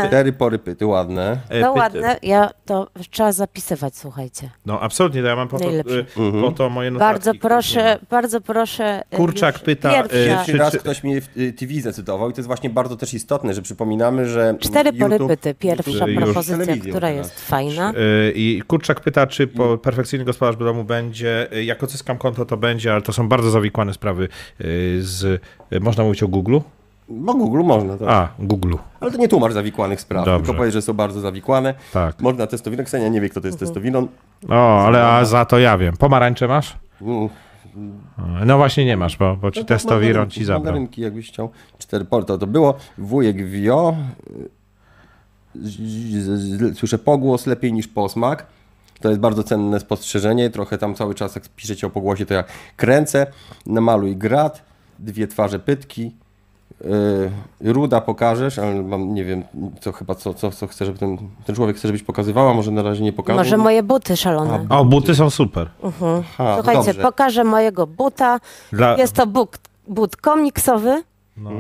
Speaker 1: Cztery pory pyty,
Speaker 2: E,
Speaker 1: ładne.
Speaker 3: No ładne, ja to trzeba zapisywać, słuchajcie.
Speaker 2: No absolutnie, to ja mam po to,
Speaker 3: Najlepsze.
Speaker 2: y, po to
Speaker 1: No
Speaker 2: moje notatki.
Speaker 1: tak,
Speaker 3: Bardzo proszę, bardzo proszę. e,
Speaker 2: Kurczak
Speaker 3: już
Speaker 2: pyta,
Speaker 3: Pierwsza.
Speaker 2: e,
Speaker 1: Pierwszy
Speaker 2: Czy-
Speaker 1: raz
Speaker 2: czy-
Speaker 1: ktoś mnie w y, TV zacytował i to jest właśnie bardzo też istotne, że przypominamy, że
Speaker 3: Cztery
Speaker 1: YouTube-
Speaker 3: porypyty, pierwsza
Speaker 1: YouTube-
Speaker 3: propozycja,
Speaker 1: telewizją
Speaker 3: która
Speaker 1: teraz.
Speaker 3: jest fajna.
Speaker 2: Y, I Kurczak pyta, czy po perfekcyjny gospodarz domu będzie, y, jak odzyskam konto, to będzie, ale to są bardzo zawikłane sprawy y, z, y, można mówić o Google?
Speaker 1: Bo Google można, tak.
Speaker 2: A, Google.
Speaker 1: Ale to nie tłumacz zawikłanych spraw,
Speaker 2: Dobrze.
Speaker 1: tylko powiedz, że są bardzo zawikłane.
Speaker 2: Tak.
Speaker 1: Można testowiną, Ksenia nie wie, kto to jest testowiną.
Speaker 2: O, ale a za to ja wiem. Pomarańcze masz?
Speaker 1: Mm.
Speaker 2: No właśnie nie masz, bo,
Speaker 1: No
Speaker 2: bo ci testowi rąd ci zabrał.
Speaker 1: Mandarynki, jakbyś chciał. Cztery porto to było. Wujek wio. Z- z- z- Słyszę pogłos lepiej niż posmak. To jest bardzo cenne spostrzeżenie. Trochę tam cały czas, jak piszecie o pogłosie, to ja kręcę. Namaluj grat. Dwie twarze pytki. Yy, ruda pokażesz, ale mam, nie wiem, co chyba, co, co, co chce, żeby ten, ten człowiek chce, żebyś pokazywała. Może na razie nie pokaże.
Speaker 3: Może moje buty szalone.
Speaker 2: O, buty są super.
Speaker 1: Aha,
Speaker 3: Słuchajcie,
Speaker 1: dobrze.
Speaker 3: pokażę mojego buta.
Speaker 2: Dla-
Speaker 3: Jest to but, but komiksowy.
Speaker 2: No.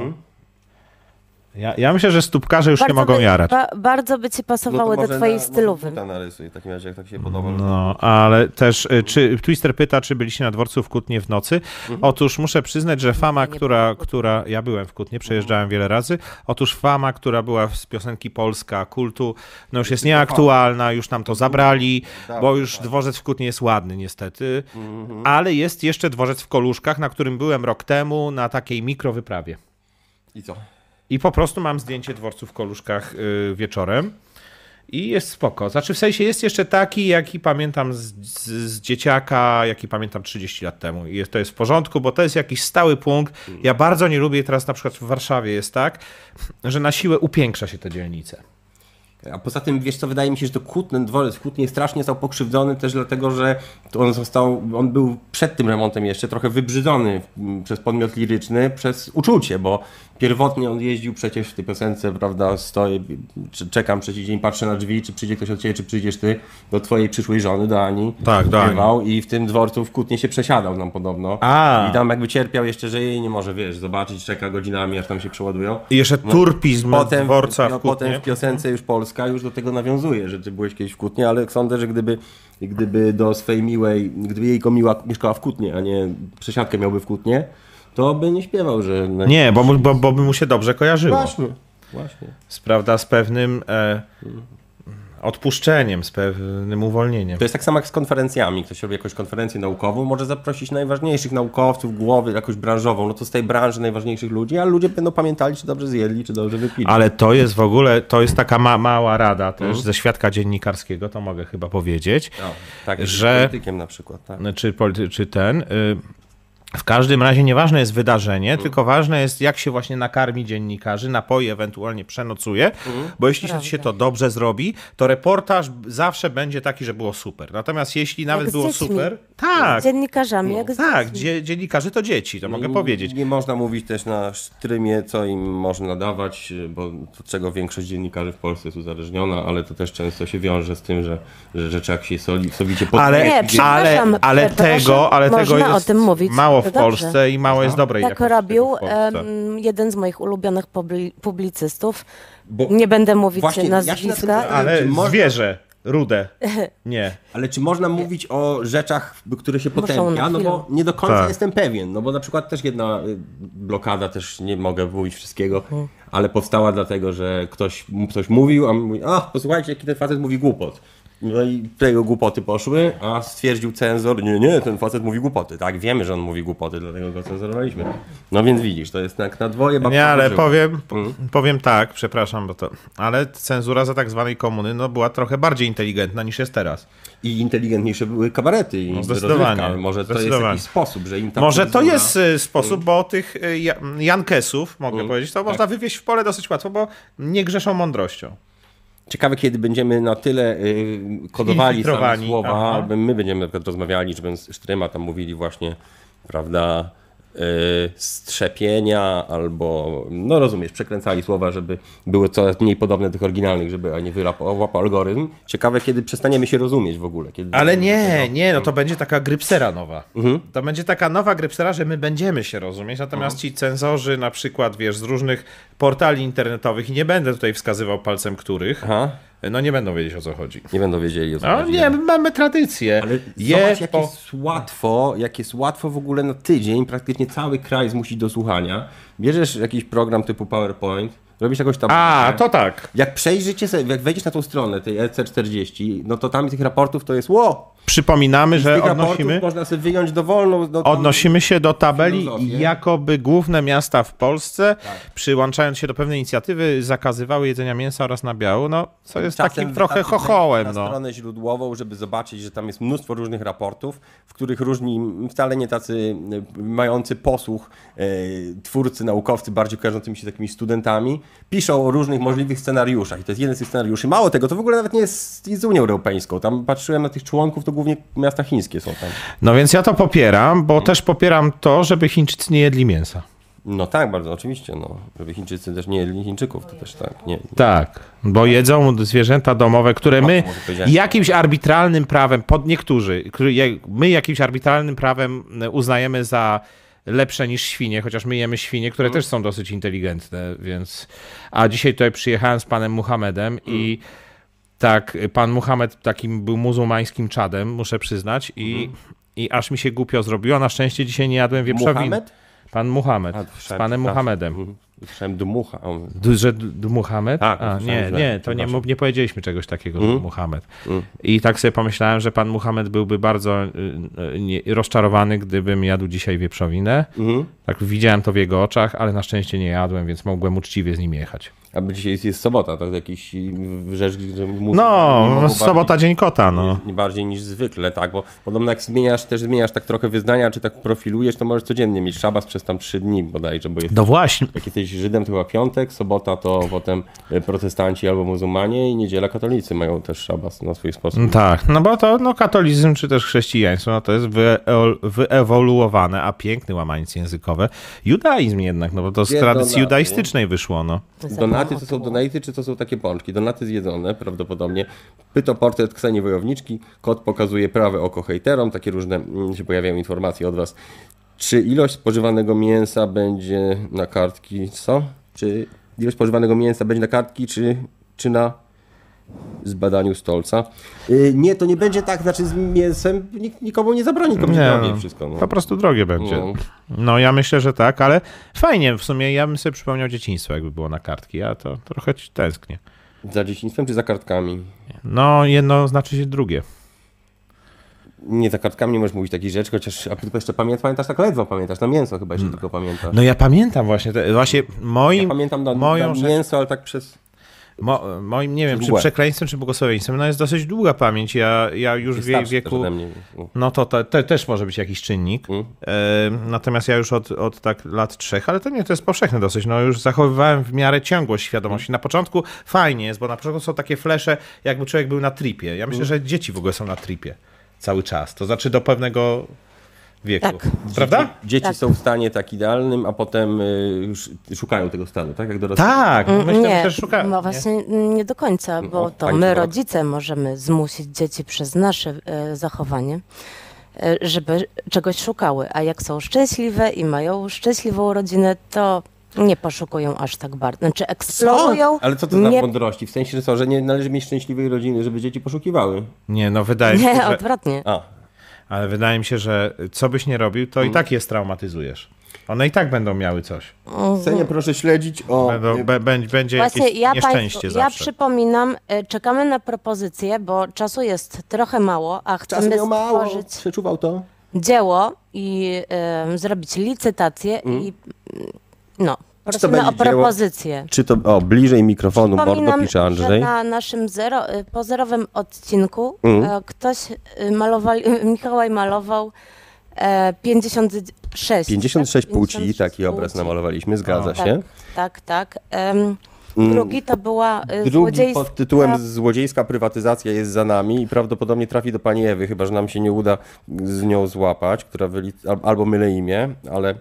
Speaker 2: Ja, ja myślę, że stópkarze już nie mogą
Speaker 3: by,
Speaker 2: jarać.
Speaker 3: Ba, bardzo by ci pasowały do twojej stylowy.
Speaker 1: No Na, narysuj, w takim razie, jak tak się podoba.
Speaker 2: No, ale też, y, czy Twister pyta, czy byliście na dworcu w Kutnie w nocy? Otóż muszę przyznać, że fama, która, która, ja byłem w Kutnie, przejeżdżałem wiele razy, otóż fama, która była z piosenki Polska, kultu, no już jest nieaktualna, już nam to zabrali, bo już dworzec w Kutnie jest ładny niestety, ale jest jeszcze dworzec w Koluszkach, na którym byłem rok temu na takiej mikrowyprawie.
Speaker 1: I co?
Speaker 2: I po prostu mam zdjęcie dworcu w Koluszkach y, wieczorem. I jest spoko. Znaczy, w sensie jest jeszcze taki, jaki pamiętam z, z, z dzieciaka, jaki pamiętam 30 lat temu. I jest, to jest w porządku, bo to jest jakiś stały punkt. Ja bardzo nie lubię teraz, na przykład w Warszawie jest tak, że na siłę upiększa się te dzielnice.
Speaker 1: A poza tym, wiesz co, wydaje mi się, że to Kutny, dworzec w Kutnie strasznie został pokrzywdzony też dlatego, że to on został, on był przed tym remontem jeszcze trochę wybrzydzony mm, przez podmiot liryczny, przez uczucie, bo pierwotnie on jeździł przecież w tej piosence, prawda, stoję, czy- czekam przeciw dzień, patrzę na drzwi, czy przyjdzie ktoś od Ciebie, czy przyjdziesz Ty do Twojej przyszłej żony, do Ani.
Speaker 2: Tak, do Ani.
Speaker 1: Śpiewał I w tym dworcu w Kutnie się przesiadał nam podobno.
Speaker 2: A.
Speaker 1: I tam jakby cierpiał jeszcze, że jej nie może, wiesz, zobaczyć, czeka godzinami, aż tam się przeładują
Speaker 2: I jeszcze turpizm
Speaker 1: No, potem,
Speaker 2: dworca
Speaker 1: no,
Speaker 2: w
Speaker 1: potem
Speaker 2: Kutnie.
Speaker 1: w piosence już Polska już do tego nawiązuje, że ty byłeś kiedyś w Kutnie, ale sądzę, że gdyby, gdyby do swej miłej, gdyby jej komiła mieszkała w Kutnie, a nie przesiadkę miałby w Kutnie, to by nie śpiewał, że...
Speaker 2: Nie, bo, mu- bo, bo by mu się dobrze kojarzyło.
Speaker 1: Właśnie, właśnie.
Speaker 2: Z, prawda, z pewnym e, odpuszczeniem, z pewnym uwolnieniem.
Speaker 1: To jest tak samo jak z konferencjami. Ktoś robi jakąś konferencję naukową, może zaprosić najważniejszych naukowców, głowy jakąś branżową, no to z tej branży najważniejszych ludzi, a ludzie będą pamiętali, czy dobrze zjedli, czy dobrze wypili.
Speaker 2: Ale to jest w ogóle, to jest taka ma, mała rada też ze świadka dziennikarskiego, to mogę chyba powiedzieć,
Speaker 1: No, tak,
Speaker 2: że-
Speaker 1: że... Politykiem na przykład, tak.
Speaker 2: czy, polity- czy ten. y, W każdym razie nieważne jest wydarzenie, tylko ważne jest, jak się właśnie nakarmi dziennikarzy, napoi, ewentualnie przenocuje, bo jeśli się- się to dobrze zrobi, to reportaż b- zawsze będzie taki, że było super. Natomiast jeśli nawet
Speaker 3: z
Speaker 2: było
Speaker 3: dziećmi.
Speaker 2: super, tak,
Speaker 1: No
Speaker 3: Dziennikarzami, jak z
Speaker 2: tak,
Speaker 3: dziećmi.
Speaker 2: dzie, dziennikarze to dzieci, to mogę
Speaker 1: I
Speaker 2: powiedzieć.
Speaker 1: Nie można mówić też na sztrymie, co im można dawać, bo od czego większość dziennikarzy w Polsce jest uzależniona, ale to też często się wiąże z tym, że, że rzeczy jak się soli, sowicie pod...
Speaker 2: Ale,
Speaker 3: Nie,
Speaker 2: ale,
Speaker 3: przepraszam,
Speaker 2: ale
Speaker 3: przepraszam,
Speaker 2: tego, ale tego
Speaker 3: można o
Speaker 2: jest
Speaker 3: tym mówić.
Speaker 2: mało w
Speaker 3: To dobrze.
Speaker 2: Polsce i mało jest dobrej
Speaker 3: Tak
Speaker 2: jakości
Speaker 3: robił
Speaker 2: tego w Polsce.
Speaker 3: em, jeden z moich ulubionych publi- publicystów.
Speaker 1: Bo-
Speaker 3: Nie będę mówić
Speaker 1: Właśnie, ja się na tym
Speaker 3: nazwiska.
Speaker 1: zastanawiam.
Speaker 2: Ale
Speaker 1: Czy można-
Speaker 2: zwierzę,
Speaker 3: *laughs*
Speaker 2: rude. Nie.
Speaker 1: Ale czy można mówić o rzeczach, które się potępia?
Speaker 3: na
Speaker 1: No bo nie do końca
Speaker 2: Tak.
Speaker 1: jestem pewien, no bo na przykład też jedna y, blokada, też nie mogę mówić wszystkiego, ale powstała dlatego, że ktoś, m- ktoś mówił, a mówi, a posłuchajcie, jaki ten facet mówi głupot. No i te jego głupoty poszły, a stwierdził cenzor, nie, nie, ten facet mówi głupoty. Tak, wiemy, że on mówi głupoty, dlatego go cenzurowaliśmy. No więc widzisz, to jest tak na dwoje. babka
Speaker 2: Nie, ale
Speaker 1: użyła.
Speaker 2: powiem,
Speaker 1: Mhm.
Speaker 2: powiem tak, przepraszam, bo to. Ale cenzura za tak zwanej komuny no, była trochę bardziej inteligentna niż jest teraz.
Speaker 1: I inteligentniejsze były kabarety i
Speaker 2: No, zdecydowanie,
Speaker 1: rozrywka. Może to jest
Speaker 2: zdecydowanie.
Speaker 1: jakiś sposób, że im ta
Speaker 2: Może to
Speaker 1: Tak, cenzura-
Speaker 2: jest y, sposób, bo tych y, ja- Jankesów, mogę
Speaker 1: Mhm.
Speaker 2: powiedzieć, to
Speaker 1: Tak.
Speaker 2: można wywieźć w pole dosyć łatwo, bo nie grzeszą mądrością.
Speaker 1: Ciekawe, kiedy będziemy na tyle y, kodowali same
Speaker 2: Zinfiltrowani,
Speaker 1: słowa,
Speaker 2: aha.
Speaker 1: albo my będziemy na przykład rozmawiali, czy będą z Sztryma tam mówili właśnie, prawda, y, strzepienia, albo, no rozumiesz, przekręcali słowa, żeby były coraz mniej podobne do tych oryginalnych, żeby a nie wyłapał algorytm. Ciekawe, kiedy przestaniemy się rozumieć w ogóle. Kiedy
Speaker 2: Ale nie, nie, no to będzie taka grypsera nowa.
Speaker 1: Mhm.
Speaker 2: To będzie taka nowa grypsera, że my będziemy się rozumieć, natomiast
Speaker 1: Mhm.
Speaker 2: ci cenzorzy na przykład, wiesz, z różnych portali internetowych i nie będę tutaj wskazywał palcem których,
Speaker 1: Aha,
Speaker 2: no nie będą wiedzieć o co chodzi.
Speaker 1: nie będą wiedzieli o co
Speaker 2: No
Speaker 1: chodzi.
Speaker 2: nie, my mamy tradycję.
Speaker 1: Ale
Speaker 2: Je
Speaker 1: zobacz, jak
Speaker 2: po-
Speaker 1: jest łatwo, jak jest łatwo w ogóle na tydzień praktycznie cały kraj zmusić do słuchania. Bierzesz jakiś program typu PowerPoint, robisz jakąś tabelkę.
Speaker 2: A, to tak.
Speaker 1: Jak przejrzycie sobie, jak wejdziesz na tą stronę tej EC40, no to tam tych raportów to jest ło!
Speaker 2: Przypominamy,
Speaker 1: Z
Speaker 2: że
Speaker 1: tych raportów
Speaker 2: odnosimy,
Speaker 1: można sobie wyjąć dowolną. No, tam-
Speaker 2: odnosimy się do tabeli
Speaker 1: Filozofię. Tak.
Speaker 2: jakoby główne miasta w Polsce, przyłączając się do pewnej inicjatywy, zakazywały jedzenia mięsa oraz nabiału, no co jest
Speaker 1: czasem
Speaker 2: takim trochę
Speaker 1: wystarczy wejść
Speaker 2: chochołem,
Speaker 1: Na
Speaker 2: no.
Speaker 1: stronę źródłową, żeby zobaczyć, że tam jest mnóstwo różnych raportów, w których różni, m, wcale nie tacy y, mający posłuch e, twórcy, naukowcy, bardziej kojarzącymi się z takimi studentami, piszą o różnych możliwych scenariuszach. I to jest jeden z tych scenariuszy. Mało tego, to w ogóle nawet nie jest z Unią Europejską. Tam patrzyłem na tych członków, to głównie miasta chińskie są tam.
Speaker 2: No więc ja to popieram, bo też popieram to, żeby Chińczycy nie jedli mięsa.
Speaker 1: No tak, bardzo oczywiście. No. Żeby Chińczycy też nie jedli Chińczyków, to też tak. Nie.
Speaker 2: Tak, bo jedzą zwierzęta domowe, które my
Speaker 1: może powiedziałem.
Speaker 2: jakimś arbitralnym prawem, pod niektórzy, który je- my jakimś arbitralnym prawem e, uznajemy za lepsze niż świnie, chociaż my jemy świnie, które też są dosyć inteligentne, więc... A dzisiaj tutaj przyjechałem z panem Muhammedem i tak, pan Muhammed takim był muzułmańskim czadem, muszę przyznać, i, i aż mi się głupio zrobiło. Na szczęście dzisiaj nie jadłem wieprzowiny.
Speaker 1: Muhammed?
Speaker 2: Pan Muhammed,
Speaker 1: A,
Speaker 2: z
Speaker 1: słyszałem,
Speaker 2: panem
Speaker 1: tak.
Speaker 2: Muhammedem.
Speaker 1: Mhm. Słyszałem dmucha. On...
Speaker 2: Du, że d- d- Muhammed?
Speaker 1: Tak,
Speaker 2: A,
Speaker 1: słyszałem,
Speaker 2: nie,
Speaker 1: że-
Speaker 2: nie, to nie,
Speaker 1: przepraszam. Mm.
Speaker 2: mów- nie powiedzieliśmy czegoś takiego, że Muhammed. I tak sobie pomyślałem, że pan Muhammed byłby bardzo y, y, nie, rozczarowany, gdybym jadł dzisiaj wieprzowinę.
Speaker 1: Mm.
Speaker 2: Tak widziałem to w jego oczach, ale na szczęście nie jadłem, więc mogłem uczciwie z nim jechać.
Speaker 1: A bo dzisiaj jest, jest sobota, tak? Jakiś y, rzecz, gdzie muzyka nie
Speaker 2: No,
Speaker 1: mogą
Speaker 2: sobota,
Speaker 1: bardziej-
Speaker 2: dzień kota, no.
Speaker 1: Nie bardziej niż zwykle, tak, bo podobno jak zmieniasz, też zmieniasz tak trochę wyznania, czy tak profilujesz, to możesz codziennie mieć szabas przez tam trzy dni bodajże, bo jest,
Speaker 2: No właśnie.
Speaker 1: jak jesteś Żydem, to chyba piątek, sobota to potem y, protestanci albo muzułmanie i niedziela katolicy mają też szabas na swój sposób.
Speaker 2: Tak, no bo to no, katolizm czy też chrześcijaństwo no, to jest wyeo- wyewoluowane, a piękny łamaniec językowy. Judaizm jednak, no bo to z
Speaker 1: Nie, to
Speaker 2: tradycji
Speaker 1: na-
Speaker 2: judaistycznej wyszło, no.
Speaker 1: Donaty to są donaty, czy to są takie pączki? Donaty zjedzone prawdopodobnie. Pyto portret Kseni Wojowniczki. Kot pokazuje prawe oko hejterom. Takie różne mm, się pojawiają informacje od was. Czy ilość spożywanego mięsa będzie na kartki, co? Czy ilość spożywanego mięsa będzie na kartki, czy, czy na zbadaniu stolca? Y, nie, to nie będzie tak, znaczy z mięsem nikt, nikomu nie zabroni, komuś
Speaker 2: Nie,
Speaker 1: drogie wszystko. No.
Speaker 2: po prostu drogie będzie.
Speaker 1: No.
Speaker 2: No ja myślę, że tak, ale fajnie, w sumie ja bym sobie przypomniał dzieciństwo, jakby było na kartki, a to trochę ci tęsknię.
Speaker 1: Za dzieciństwem, czy za kartkami?
Speaker 2: No jedno znaczy się drugie.
Speaker 1: Nie, za kartkami nie możesz mówić takich rzeczy, chociaż a ty jeszcze pamiętasz, pamiętasz tak ledwo pamiętasz, na mięso chyba jeszcze tylko pamiętasz.
Speaker 2: No ja pamiętam właśnie, te, właśnie moim,
Speaker 1: ja pamiętam na,
Speaker 2: moją
Speaker 1: na
Speaker 2: rzecz-
Speaker 1: mięso, ale tak przez...
Speaker 2: mo, moim, nie wiem, czy
Speaker 1: Mgłę.
Speaker 2: przekleństwem, czy błogosławieństwem, no jest dosyć długa pamięć, ja, ja już w jej
Speaker 1: starszy też
Speaker 2: wieku...
Speaker 1: ode mnie. No.
Speaker 2: No to, te- te- też może być jakiś czynnik. E, natomiast ja już od, od tak lat trzech, ale to nie, to jest powszechne dosyć. No już zachowywałem w miarę ciągłość świadomości. Na początku fajnie jest, bo na początku są takie flesze, jakby człowiek był na tripie. Ja myślę, że dzieci w ogóle są na tripie cały czas. To znaczy do pewnego wieku.
Speaker 3: Tak.
Speaker 2: Prawda?
Speaker 1: Dzieci
Speaker 3: Tak.
Speaker 1: są w stanie tak idealnym, a potem y, już szukają tego stanu, tak jak dorośli.
Speaker 2: Tak, no myślę, że
Speaker 3: nie,
Speaker 2: też szukałem.
Speaker 3: no
Speaker 2: nie?
Speaker 3: właśnie nie? do końca, bo
Speaker 1: No,
Speaker 3: to
Speaker 1: pani
Speaker 3: my
Speaker 1: Tomasz.
Speaker 3: rodzice możemy zmusić dzieci przez nasze e, zachowanie, e, żeby czegoś szukały, a jak są szczęśliwe i mają szczęśliwą rodzinę, to nie poszukują aż tak bardzo, znaczy eksplorują.
Speaker 1: Ale co to za
Speaker 3: nie,
Speaker 1: mądrości? W sensie, że co, że nie należy mieć szczęśliwej rodziny, żeby dzieci poszukiwały.
Speaker 2: Nie, no wydaje mi się,
Speaker 3: nie,
Speaker 2: że,
Speaker 3: odwrotnie.
Speaker 1: A,
Speaker 2: ale wydaje mi się, że co byś nie robił, to i tak je straumatyzujesz. One i tak będą miały coś.
Speaker 3: Mhm.
Speaker 1: cenię proszę śledzić o...
Speaker 2: Będą, be, będzie- będzie
Speaker 3: No. Właśnie
Speaker 2: jakieś
Speaker 3: ja,
Speaker 2: nieszczęście
Speaker 3: państwu, ja
Speaker 2: zawsze.
Speaker 3: przypominam, e, czekamy na propozycje, bo czasu jest trochę mało, a
Speaker 1: Czas
Speaker 3: chcemy
Speaker 1: miał mało,
Speaker 3: stworzyć
Speaker 1: przeczuwał to.
Speaker 3: dzieło i em, zrobić licytację i mm, no, prosimy
Speaker 1: będzie
Speaker 3: o
Speaker 1: dzieło?
Speaker 3: propozycje.
Speaker 1: Czy to... O, bliżej mikrofonu, mordo,
Speaker 3: Przypominam,
Speaker 1: pisze
Speaker 3: że
Speaker 1: Andrzej.
Speaker 3: na naszym zero, y, po zerowym odcinku
Speaker 1: Mhm.
Speaker 3: e, ktoś y, malował, Mikołaj malował e, 56.
Speaker 1: 56
Speaker 3: tak?
Speaker 1: płci,
Speaker 3: 56
Speaker 1: taki obraz
Speaker 3: płci.
Speaker 1: namalowaliśmy, zgadza
Speaker 3: Tak,
Speaker 1: się.
Speaker 3: tak, tak. Em,
Speaker 1: Mm.
Speaker 3: drugi to była y,
Speaker 1: Drugi
Speaker 3: złodziejska...
Speaker 1: pod tytułem Złodziejska prywatyzacja jest za nami i prawdopodobnie trafi do pani Ewy, chyba że nam się nie uda z nią złapać, która wylic- al- albo mylę imię, ale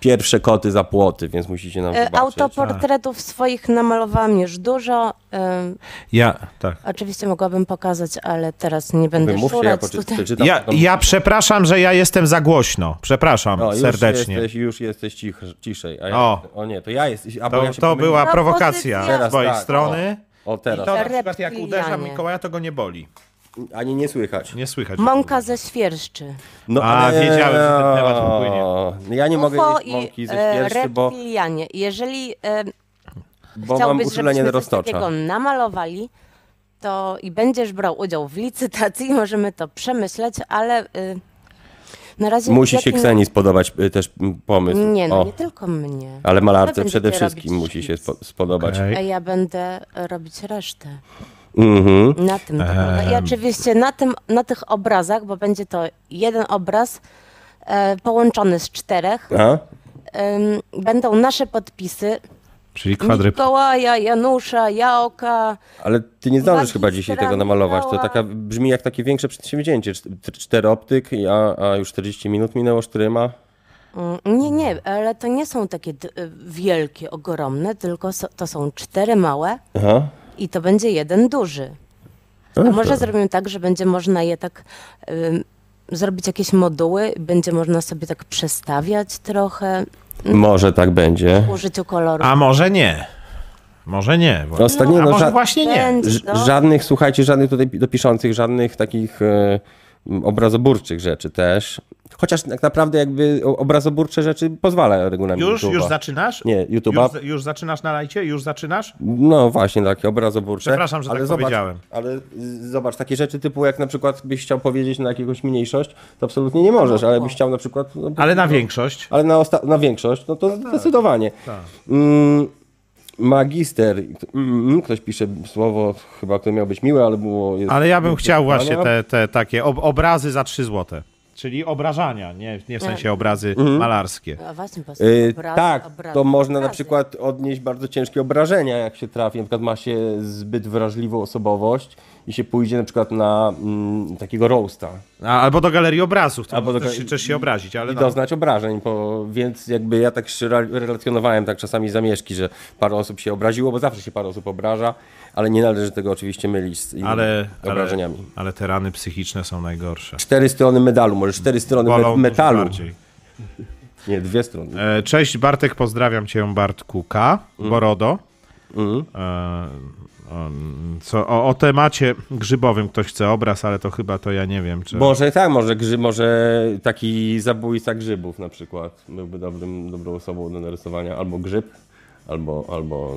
Speaker 1: pierwsze koty za płoty, więc musicie nam
Speaker 3: e,
Speaker 1: zobaczyć.
Speaker 3: Autoportretów swoich namalowałam już dużo. em,
Speaker 2: Ja, tak.
Speaker 3: Oczywiście mogłabym pokazać, ale teraz nie będę
Speaker 1: Wymówcie, ja
Speaker 3: szurać
Speaker 1: poczy-
Speaker 3: tutaj.
Speaker 1: przeczytam. No,
Speaker 2: Ja,
Speaker 1: potem-
Speaker 2: ja przepraszam, że ja jestem za głośno. Przepraszam
Speaker 1: o, już
Speaker 2: serdecznie.
Speaker 1: Jesteś, już jesteś cich, ciszej. A ja,
Speaker 2: O.
Speaker 1: o. nie, to ja jestem.
Speaker 2: To,
Speaker 1: ja się
Speaker 2: to
Speaker 1: pomyliłem.
Speaker 2: była
Speaker 3: Propozycja.
Speaker 2: prowokacja z
Speaker 1: Teraz
Speaker 2: mojej
Speaker 1: tak,
Speaker 2: strony.
Speaker 1: O,
Speaker 2: I
Speaker 1: teraz. tak.
Speaker 2: to na przykład jak
Speaker 3: Reptilianie.
Speaker 2: uderzam Mikołaja, to go nie boli.
Speaker 1: Ani nie słychać.
Speaker 2: Nie słychać.
Speaker 3: Mąka ze świerszczy.
Speaker 1: No,
Speaker 2: A, wiedziałem, że ten temat wpłynie.
Speaker 1: wpłynie. Ja nie mogę jeść mąki ze
Speaker 3: e,
Speaker 1: świerszczy, bo,
Speaker 3: reptilianie. Jeżeli e,
Speaker 1: bo mam
Speaker 3: chciałbyś,
Speaker 1: uczulenie
Speaker 3: żebyśmy
Speaker 1: do
Speaker 3: coś
Speaker 1: roztocza.
Speaker 3: takiego namalowali, to i będziesz brał udział w licytacji, *laughs* możemy to przemyśleć, ale e, na razie...
Speaker 1: Musi
Speaker 3: jak
Speaker 1: się
Speaker 3: nie-
Speaker 1: Kseni spodobać y, też mm, pomysł.
Speaker 3: Nie, no
Speaker 1: O,
Speaker 3: nie tylko mnie.
Speaker 1: ale
Speaker 3: Wy
Speaker 1: malarce
Speaker 3: będziecie
Speaker 1: przede
Speaker 3: robić
Speaker 1: wszystkim musi się
Speaker 3: szkic.
Speaker 1: spo- spodobać.
Speaker 3: A ja będę robić resztę.
Speaker 1: Mhm.
Speaker 3: Na tym to polega. I oczywiście na, tym, na tych obrazach, bo będzie to jeden obraz e, połączony z czterech,
Speaker 1: A?
Speaker 3: em, będą nasze podpisy
Speaker 2: Czyli kwadryp.
Speaker 3: Mikołaja, Janusza, Jaoka.
Speaker 1: Ale ty nie zdążysz
Speaker 3: Magistran
Speaker 1: chyba dzisiaj tego namalować. To
Speaker 3: Michała.
Speaker 1: taka brzmi jak takie większe przedsięwzięcie. Czt- Cztery optyk, i- a, a już 40 minut minęło sztryma.
Speaker 3: Mm, Nie, nie, ale to nie są takie d- y, wielkie, ogromne, tylko so, to są cztery małe
Speaker 1: Aha.
Speaker 3: i to tak, będzie jeden duży. A może zrobimy tak, że będzie można je tak em, zrobić jakieś moduły, będzie można sobie tak przestawiać trochę,
Speaker 1: Może tak będzie.
Speaker 3: użyciu kolorów.
Speaker 2: A może nie. Może nie. Właśnie.
Speaker 1: Ostatnio,
Speaker 2: A
Speaker 1: no,
Speaker 2: może
Speaker 1: ża-
Speaker 2: właśnie nie.
Speaker 3: Będzie, no.
Speaker 1: Ż- Żadnych, słuchajcie, żadnych tutaj dopiszących, żadnych takich e, m, obrazoburczych rzeczy też. Chociaż tak naprawdę jakby o- obrazoburcze rzeczy pozwala regulamin
Speaker 2: Już,
Speaker 1: YouTube'a.
Speaker 2: już zaczynasz?
Speaker 1: Nie, YouTube'a.
Speaker 2: Już, już zaczynasz na lajcie? Już zaczynasz?
Speaker 1: No właśnie, takie obrazoburcze.
Speaker 2: Przepraszam, że tak
Speaker 1: zobacz,
Speaker 2: powiedziałem.
Speaker 1: Ale y, zobacz, takie rzeczy typu jak na przykład byś chciał powiedzieć na jakąś mniejszość, to absolutnie nie możesz, ale byś chciał na przykład... No,
Speaker 2: Ale na większość.
Speaker 1: ale na, osta- na większość, no to
Speaker 2: tak,
Speaker 1: zdecydowanie. Mm, magister, mm, ktoś pisze słowo, chyba które miało być miłe, ale było... Jest,
Speaker 2: Ale ja bym chciał właśnie
Speaker 1: no.
Speaker 2: te, te takie ob obrazy za 3 złote. Czyli obrażania, nie, nie w sensie obrazy
Speaker 1: Mhm.
Speaker 2: malarskie.
Speaker 3: A właśnie, bo są
Speaker 1: Y,
Speaker 3: obrazy,
Speaker 1: tak,
Speaker 3: obrazy,
Speaker 1: to można na
Speaker 3: obrazy.
Speaker 1: przykład odnieść bardzo ciężkie obrażenia, jak się trafi, na przykład ma się zbyt wrażliwą osobowość i się pójdzie na przykład na mm, takiego roasta
Speaker 2: A, albo do galerii obrazów, to
Speaker 1: Albo do
Speaker 2: też,
Speaker 1: ga-
Speaker 2: się- też się obrazić, ale
Speaker 1: i
Speaker 2: no.
Speaker 1: doznać obrażeń, bo, więc jakby ja tak się re- relacjonowałem tak czasami zamieszki, że parę osób się obraziło, bo zawsze się parę osób obraża, ale nie należy tego oczywiście mylić z innymi
Speaker 2: Ale, ale,
Speaker 1: obrażeniami.
Speaker 2: ale te rany psychiczne są najgorsze.
Speaker 1: Cztery strony medalu, może cztery strony
Speaker 2: Bolą
Speaker 1: me-
Speaker 2: dużo
Speaker 1: metalu.
Speaker 2: bardziej.
Speaker 1: Nie, dwie strony.
Speaker 2: E, Cześć Bartek, pozdrawiam cię Bartku K,
Speaker 1: Mm.
Speaker 2: Borodo. E, o, co, o, o temacie grzybowym ktoś chce obraz, ale to chyba to ja nie wiem, czy...
Speaker 1: Może tak, może, grzy, może taki zabójca grzybów na przykład byłby dobrym, dobrą osobą do narysowania. Albo grzyb, albo... albo...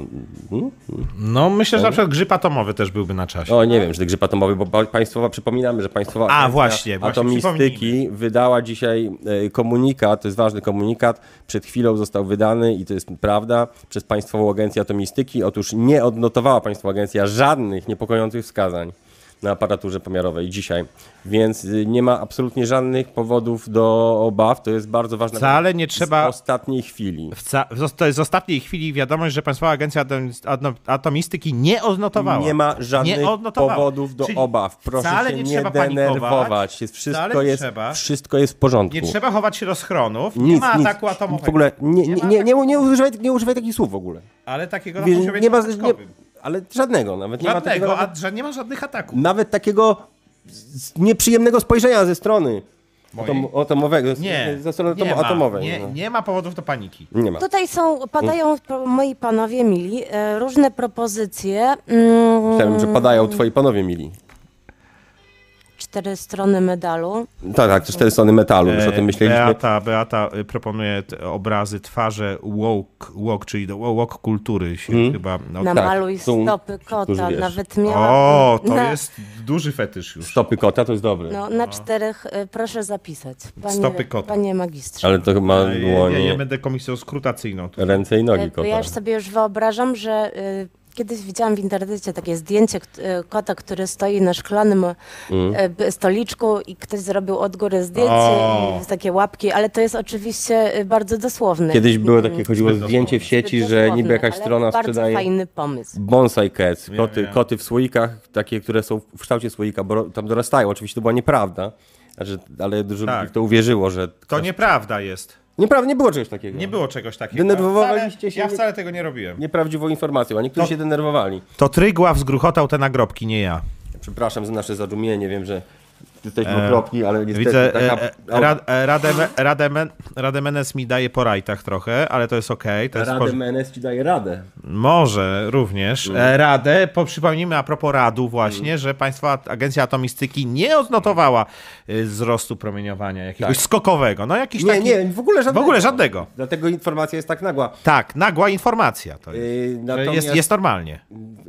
Speaker 1: Hmm?
Speaker 2: No myślę, że na przykład grzyb atomowy też byłby na czasie.
Speaker 1: O, No, nie wiem, czy to grzyb atomowy, bo ba- państwowa, przypominamy, że Państwowa
Speaker 2: A,
Speaker 1: Agencja
Speaker 2: właśnie, właśnie,
Speaker 1: Atomistyki wydała dzisiaj e, komunikat, to jest ważny komunikat, przed chwilą został wydany i to jest prawda, przez Państwową Agencję Atomistyki. Otóż nie odnotowała Państwowa Agencja żadnych niepokojących wskazań na aparaturze pomiarowej dzisiaj, więc y, nie ma absolutnie żadnych powodów do obaw, to jest bardzo ważne.
Speaker 2: Wcale nie trzeba-
Speaker 1: Z ostatniej chwili.
Speaker 2: Wca- w zos- To jest z ostatniej chwili wiadomość, że Państwowa Agencja Atom- Atom- Atomistyki nie odnotowała.
Speaker 1: Nie ma żadnych
Speaker 2: Nie odnotowała.
Speaker 1: powodów do
Speaker 2: Czyli
Speaker 1: obaw. Proszę
Speaker 2: wcale
Speaker 1: się
Speaker 2: nie
Speaker 1: nie,
Speaker 2: trzeba panikować,
Speaker 1: denerwować. Jest, wszystko,
Speaker 2: wcale nie
Speaker 1: jest,
Speaker 2: trzeba.
Speaker 1: wszystko jest w porządku.
Speaker 2: Nie trzeba chować się do schronów, nie
Speaker 1: Nic,
Speaker 2: ma
Speaker 1: nic.
Speaker 2: ataku atomowego.
Speaker 1: W ogóle nie, nie,
Speaker 2: ma
Speaker 1: nie, nie, nie, używaj, nie używaj takich słów w ogóle.
Speaker 2: Ale takiego na
Speaker 1: Wiesz,
Speaker 2: poziomie
Speaker 1: nie ma, nie,
Speaker 2: cząstkowym.
Speaker 1: ale żadnego nawet. Nie ma takiego,
Speaker 2: Żadnego,
Speaker 1: nawet,
Speaker 2: a, że nie ma żadnych ataków.
Speaker 1: nawet takiego z- nieprzyjemnego spojrzenia ze strony atom, atomowego. z-
Speaker 2: Nie,
Speaker 1: Ze strony
Speaker 2: nie,
Speaker 1: atomu-
Speaker 2: ma,
Speaker 1: atomowej.
Speaker 2: nie,
Speaker 1: no.
Speaker 2: nie ma powodów do paniki.
Speaker 1: nie ma.
Speaker 3: Tutaj są, padają pro- moi panowie mili, e, różne propozycje. Mm,
Speaker 1: Chciałem, że padają twoi panowie mili.
Speaker 3: cztery strony medalu.
Speaker 1: Tak, tak, te cztery strony metalu, już o
Speaker 2: E,
Speaker 1: tym myśleliśmy.
Speaker 2: Beata, Beata y, proponuje te obrazy, twarze woke, woke czyli do woke kultury się chyba... No,
Speaker 1: tak,
Speaker 3: Namaluj
Speaker 1: są
Speaker 3: stopy
Speaker 1: którzy
Speaker 3: kota,
Speaker 1: wiesz.
Speaker 3: nawet miałam...
Speaker 2: O, to
Speaker 3: na,
Speaker 2: jest duży fetysz już.
Speaker 1: Stopy kota to jest dobre.
Speaker 3: No, na czterech e, proszę zapisać. Panie,
Speaker 2: Stopy kota.
Speaker 3: Panie magistrze.
Speaker 1: Ale to ma
Speaker 2: Ja, ja, ja nie
Speaker 1: dłonie,
Speaker 2: będę komisją skrutacyjną. Tu.
Speaker 1: ręce i
Speaker 3: E,
Speaker 1: nogi
Speaker 3: bo
Speaker 1: kota.
Speaker 3: Ja już sobie już wyobrażam, że y, kiedyś widziałam w internecie takie zdjęcie kt- y, kota, który stoi na szklanym
Speaker 1: Mm.
Speaker 3: y, b- stoliczku i ktoś zrobił od góry zdjęcie
Speaker 2: O.
Speaker 3: i takie łapki, ale to jest oczywiście y, bardzo dosłowne.
Speaker 1: Kiedyś było takie, chodziło
Speaker 2: Zbyt
Speaker 1: zdjęcie w
Speaker 3: Zbyt
Speaker 1: sieci, że
Speaker 3: dosłowne,
Speaker 1: niby jakaś
Speaker 3: ale
Speaker 1: strona
Speaker 3: bardzo
Speaker 1: sprzedaje
Speaker 3: fajny pomysł.
Speaker 1: bonsai cats, koty,
Speaker 2: wiem.
Speaker 1: koty w słoikach, takie, które są w kształcie słoika, bo ro- tam dorastają. Oczywiście to była nieprawda, że, ale dużo
Speaker 2: Tak.
Speaker 1: ludzi w to uwierzyło, że...
Speaker 2: To nieprawda jest.
Speaker 1: Nieprawda, nie było czegoś takiego.
Speaker 2: Nie było czegoś takiego.
Speaker 1: No. Denerwowaliście
Speaker 2: Wcale-
Speaker 1: się,
Speaker 2: Ja
Speaker 1: nie-
Speaker 2: wcale tego nie robiłem.
Speaker 1: Nieprawdziwą informacją, a niektórzy się denerwowali.
Speaker 2: To Trygław zgruchotał te nagrobki, nie ja.
Speaker 1: Przepraszam za nasze zadumienie, wiem, że jesteśmy okropni, ale niestety
Speaker 2: E, Widzę,
Speaker 1: taka...
Speaker 2: e, e, Ra- e, Rademe- Rademen, Rademenes mi daje po rajtach trochę, ale to jest okej. to jest w
Speaker 1: Radę
Speaker 2: porządku.
Speaker 1: Menes ci daje radę.
Speaker 2: Może również.
Speaker 1: No.
Speaker 2: E, Radę, po, przypomnijmy a propos radu właśnie,
Speaker 1: Mm.
Speaker 2: że Państwa Agencja Atomistyki nie odnotowała y, wzrostu promieniowania jakiegoś skokowego. No jakiś
Speaker 1: Tak. Nie,
Speaker 2: taki...
Speaker 1: nie, w ogóle żadnego.
Speaker 2: ogóle żadnego.
Speaker 1: Dlatego informacja jest tak nagła.
Speaker 2: Tak, nagła informacja to jest.
Speaker 1: Yy,
Speaker 2: Że
Speaker 1: natomiast
Speaker 2: jest, jest normalnie.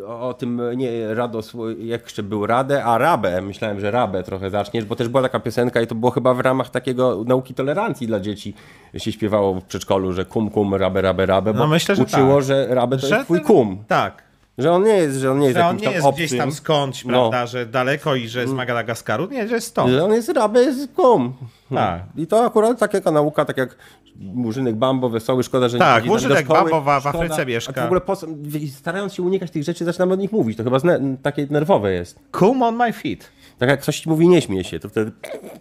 Speaker 1: O, o tym e, nie Rados, jak jeszcze był Radę, a Rabę. Myślałem, że Rabę trochę zaczniesz, bo też była taka piosenka i to było chyba w ramach takiego nauki tolerancji dla dzieci. Się śpiewało w przedszkolu, że kum kum, rabę, rabę, rabę, bo
Speaker 2: No, myślę, że
Speaker 1: uczyło,
Speaker 2: tak.
Speaker 1: że Rabę to
Speaker 2: Że
Speaker 1: jest twój
Speaker 2: ten-
Speaker 1: kum.
Speaker 2: Tak.
Speaker 1: Że on nie jest, że on nie jest
Speaker 2: Że on
Speaker 1: jakimś
Speaker 2: nie
Speaker 1: tam
Speaker 2: jest
Speaker 1: obcym.
Speaker 2: gdzieś tam skądś,
Speaker 1: No. Mm.
Speaker 2: prawda, że daleko i że z Madagaskaru. Nie, że jest stąd.
Speaker 1: Że on jest Rabę z kum.
Speaker 2: Tak.
Speaker 1: I to akurat tak jaka nauka, tak jak Murzynek Bambo, wesoły, szkoda, że
Speaker 2: Tak,
Speaker 1: nie chodzi do
Speaker 2: Murzynek
Speaker 1: szkoły,
Speaker 2: Bambo wa- w
Speaker 1: szkoda.
Speaker 2: Afryce
Speaker 1: A
Speaker 2: mieszka.
Speaker 1: W ogóle po, co- starając się unikać tych rzeczy, zaczynamy od nich mówić. To chyba zne, takie nerwowe jest.
Speaker 2: Come on my feet.
Speaker 1: Tak jak ktoś ci mówi nie śmiej się, to wtedy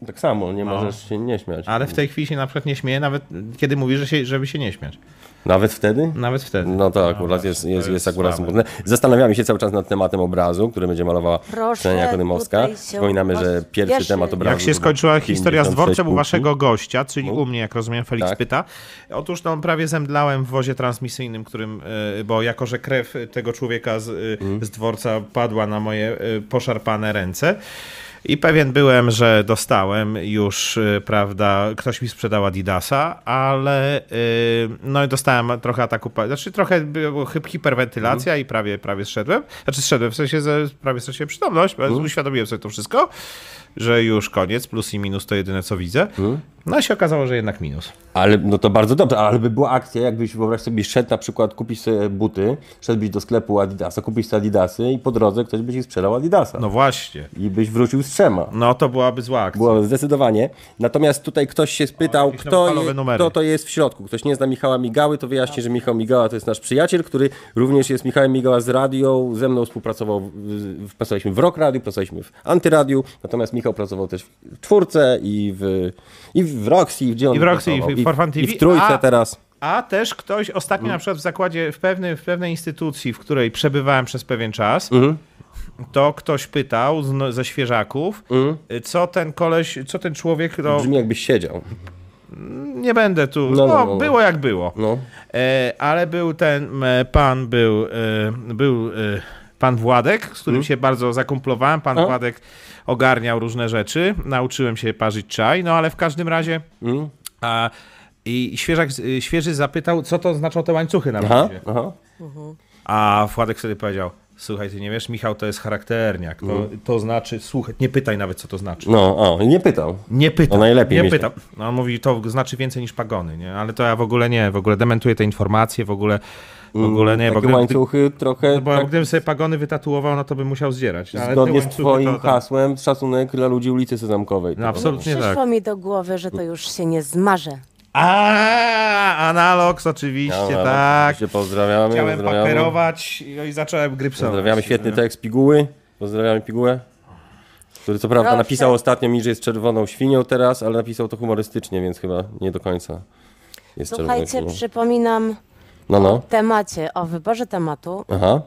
Speaker 1: tak samo, nie możesz się nie śmiać.
Speaker 2: Ale w tej chwili się na przykład nie śmieje, nawet kiedy mówi, że się, żeby się nie śmiać.
Speaker 1: Nawet wtedy?
Speaker 2: Nawet wtedy.
Speaker 1: No to akurat jest, jest, jest akurat smutne. Zastanawiamy się cały czas nad tematem obrazu, który będzie malowała
Speaker 3: Proszę,
Speaker 1: Ksenia Konymowska.
Speaker 3: tutaj się
Speaker 1: Przypominamy, że
Speaker 3: was
Speaker 1: pierwszy
Speaker 3: cieszy.
Speaker 1: temat obrazu...
Speaker 2: Jak się skończyła
Speaker 1: był
Speaker 2: historia z
Speaker 1: 56
Speaker 2: dworczem u
Speaker 1: pułku.
Speaker 2: waszego gościa, czyli u mnie, jak rozumiem, Felix
Speaker 1: Tak.
Speaker 2: pyta. Otóż no, prawie zemdlałem w wozie transmisyjnym, którym, y, bo jako, że krew tego człowieka z, y, z dworca padła na moje y, poszarpane ręce. I pewien byłem, że dostałem już, y, prawda, ktoś mi sprzedał Adidasa, ale y, no i dostałem trochę ataku, pa- znaczy trochę było hy- hiperwentylacja i prawie, prawie zszedłem. Znaczy zszedłem, w sensie, ze, prawie straciłem przytomność, bo uświadomiłem sobie to wszystko że już koniec, plus i minus to jedyne co widzę. No i się okazało, że jednak minus.
Speaker 1: Ale no to bardzo dobrze, ale by była akcja, jakbyś wyobraź sobie, szedł na przykład, kupić sobie buty, szedłbyś do sklepu Adidasa, kupić sobie Adidasy i po drodze ktoś by ci sprzedał Adidasa.
Speaker 2: No właśnie.
Speaker 1: I byś wrócił z trzema.
Speaker 2: No to byłaby zła akcja.
Speaker 1: Było zdecydowanie. Natomiast tutaj ktoś się spytał,
Speaker 2: jakieś
Speaker 1: kto,
Speaker 2: lokalowe
Speaker 1: je,
Speaker 2: numery.
Speaker 1: kto to jest w środku. Ktoś nie zna Michała Migały, to wyjaśni, że Michał Migała to jest nasz przyjaciel, który również jest Michałem Migała z radią. Ze mną współpracował, w- w- pracowaliśmy w Rock Radiu, pracowaliśmy w Antyradiu, natomiast Michał pracował też w Czwórce i w, i w Roxy. Gdzie on
Speaker 2: I w Roxy, i w-
Speaker 1: pracował?
Speaker 2: i w Forfun
Speaker 1: I
Speaker 2: TV,
Speaker 1: w Trójce
Speaker 2: a-
Speaker 1: teraz.
Speaker 2: A też ktoś ostatnio na przykład w zakładzie, w, pewny, w pewnej instytucji, w której przebywałem przez pewien czas, to ktoś pytał z, no, ze świeżaków, y, co ten koleś, co ten człowiek, no
Speaker 1: Brzmi jakbyś siedział.
Speaker 2: nie będę tu, no,
Speaker 1: No, no, no.
Speaker 2: było jak było.
Speaker 1: No.
Speaker 2: E, ale był ten e, pan, był, e, był e, pan Władek, z którym
Speaker 1: Hmm?
Speaker 2: się bardzo zakumplowałem. Pan
Speaker 1: O.
Speaker 2: Władek ogarniał różne rzeczy, nauczyłem się parzyć czaj, no ale w każdym razie.
Speaker 1: Hmm?
Speaker 2: A, i świeżak, z- y, świeży zapytał, co to znaczą te łańcuchy na
Speaker 1: Aha,
Speaker 2: razie.
Speaker 1: aha.
Speaker 2: A Władek wtedy powiedział: Słuchaj, ty nie wiesz, Michał to jest charakterniak. To, to znaczy, słuchaj, nie pytaj nawet, co to znaczy.
Speaker 1: No, o, nie pytał.
Speaker 2: Nie pytam.
Speaker 1: O, najlepiej
Speaker 2: Nie
Speaker 1: myślę.
Speaker 2: pytam. No, on mówi, to znaczy więcej niż pagony, nie? Ale to ja w ogóle nie, w ogóle dementuję te informacje, w ogóle, w ogóle nie. W
Speaker 1: Mm, Takie
Speaker 2: ogóle,
Speaker 1: łańcuchy trochę...
Speaker 2: No bo
Speaker 1: tak-
Speaker 2: gdybym sobie pagony wytatuował, no to bym musiał zdzierać. Ale te
Speaker 1: Zgodnie z
Speaker 2: łańcuchy
Speaker 1: twoim
Speaker 2: to tam-
Speaker 1: hasłem, szacunek dla ludzi ulicy Sezamkowej.
Speaker 2: No, absolutnie
Speaker 3: Przyszło
Speaker 2: tak.
Speaker 3: mi do głowy, że to już się nie zmarzę.
Speaker 2: A, analogs oczywiście,
Speaker 1: Dobra,
Speaker 2: tak.
Speaker 1: oczywiście Pozdrawiamy.
Speaker 2: Chciałem
Speaker 1: pozdrawiamy.
Speaker 2: paperować i, i zacząłem grypsować.
Speaker 1: Pozdrawiamy świetny tekst piguły. Pozdrawiamy pigułę. Który co prawda
Speaker 3: Proszę.
Speaker 1: napisał ostatnio mi, że jest czerwoną świnią teraz, ale napisał to humorystycznie, więc chyba nie do końca jest czerwoną
Speaker 3: Słuchajcie,
Speaker 1: świnią.
Speaker 3: przypominam
Speaker 1: No, no.
Speaker 3: temacie, o wyborze tematu.
Speaker 1: Aha.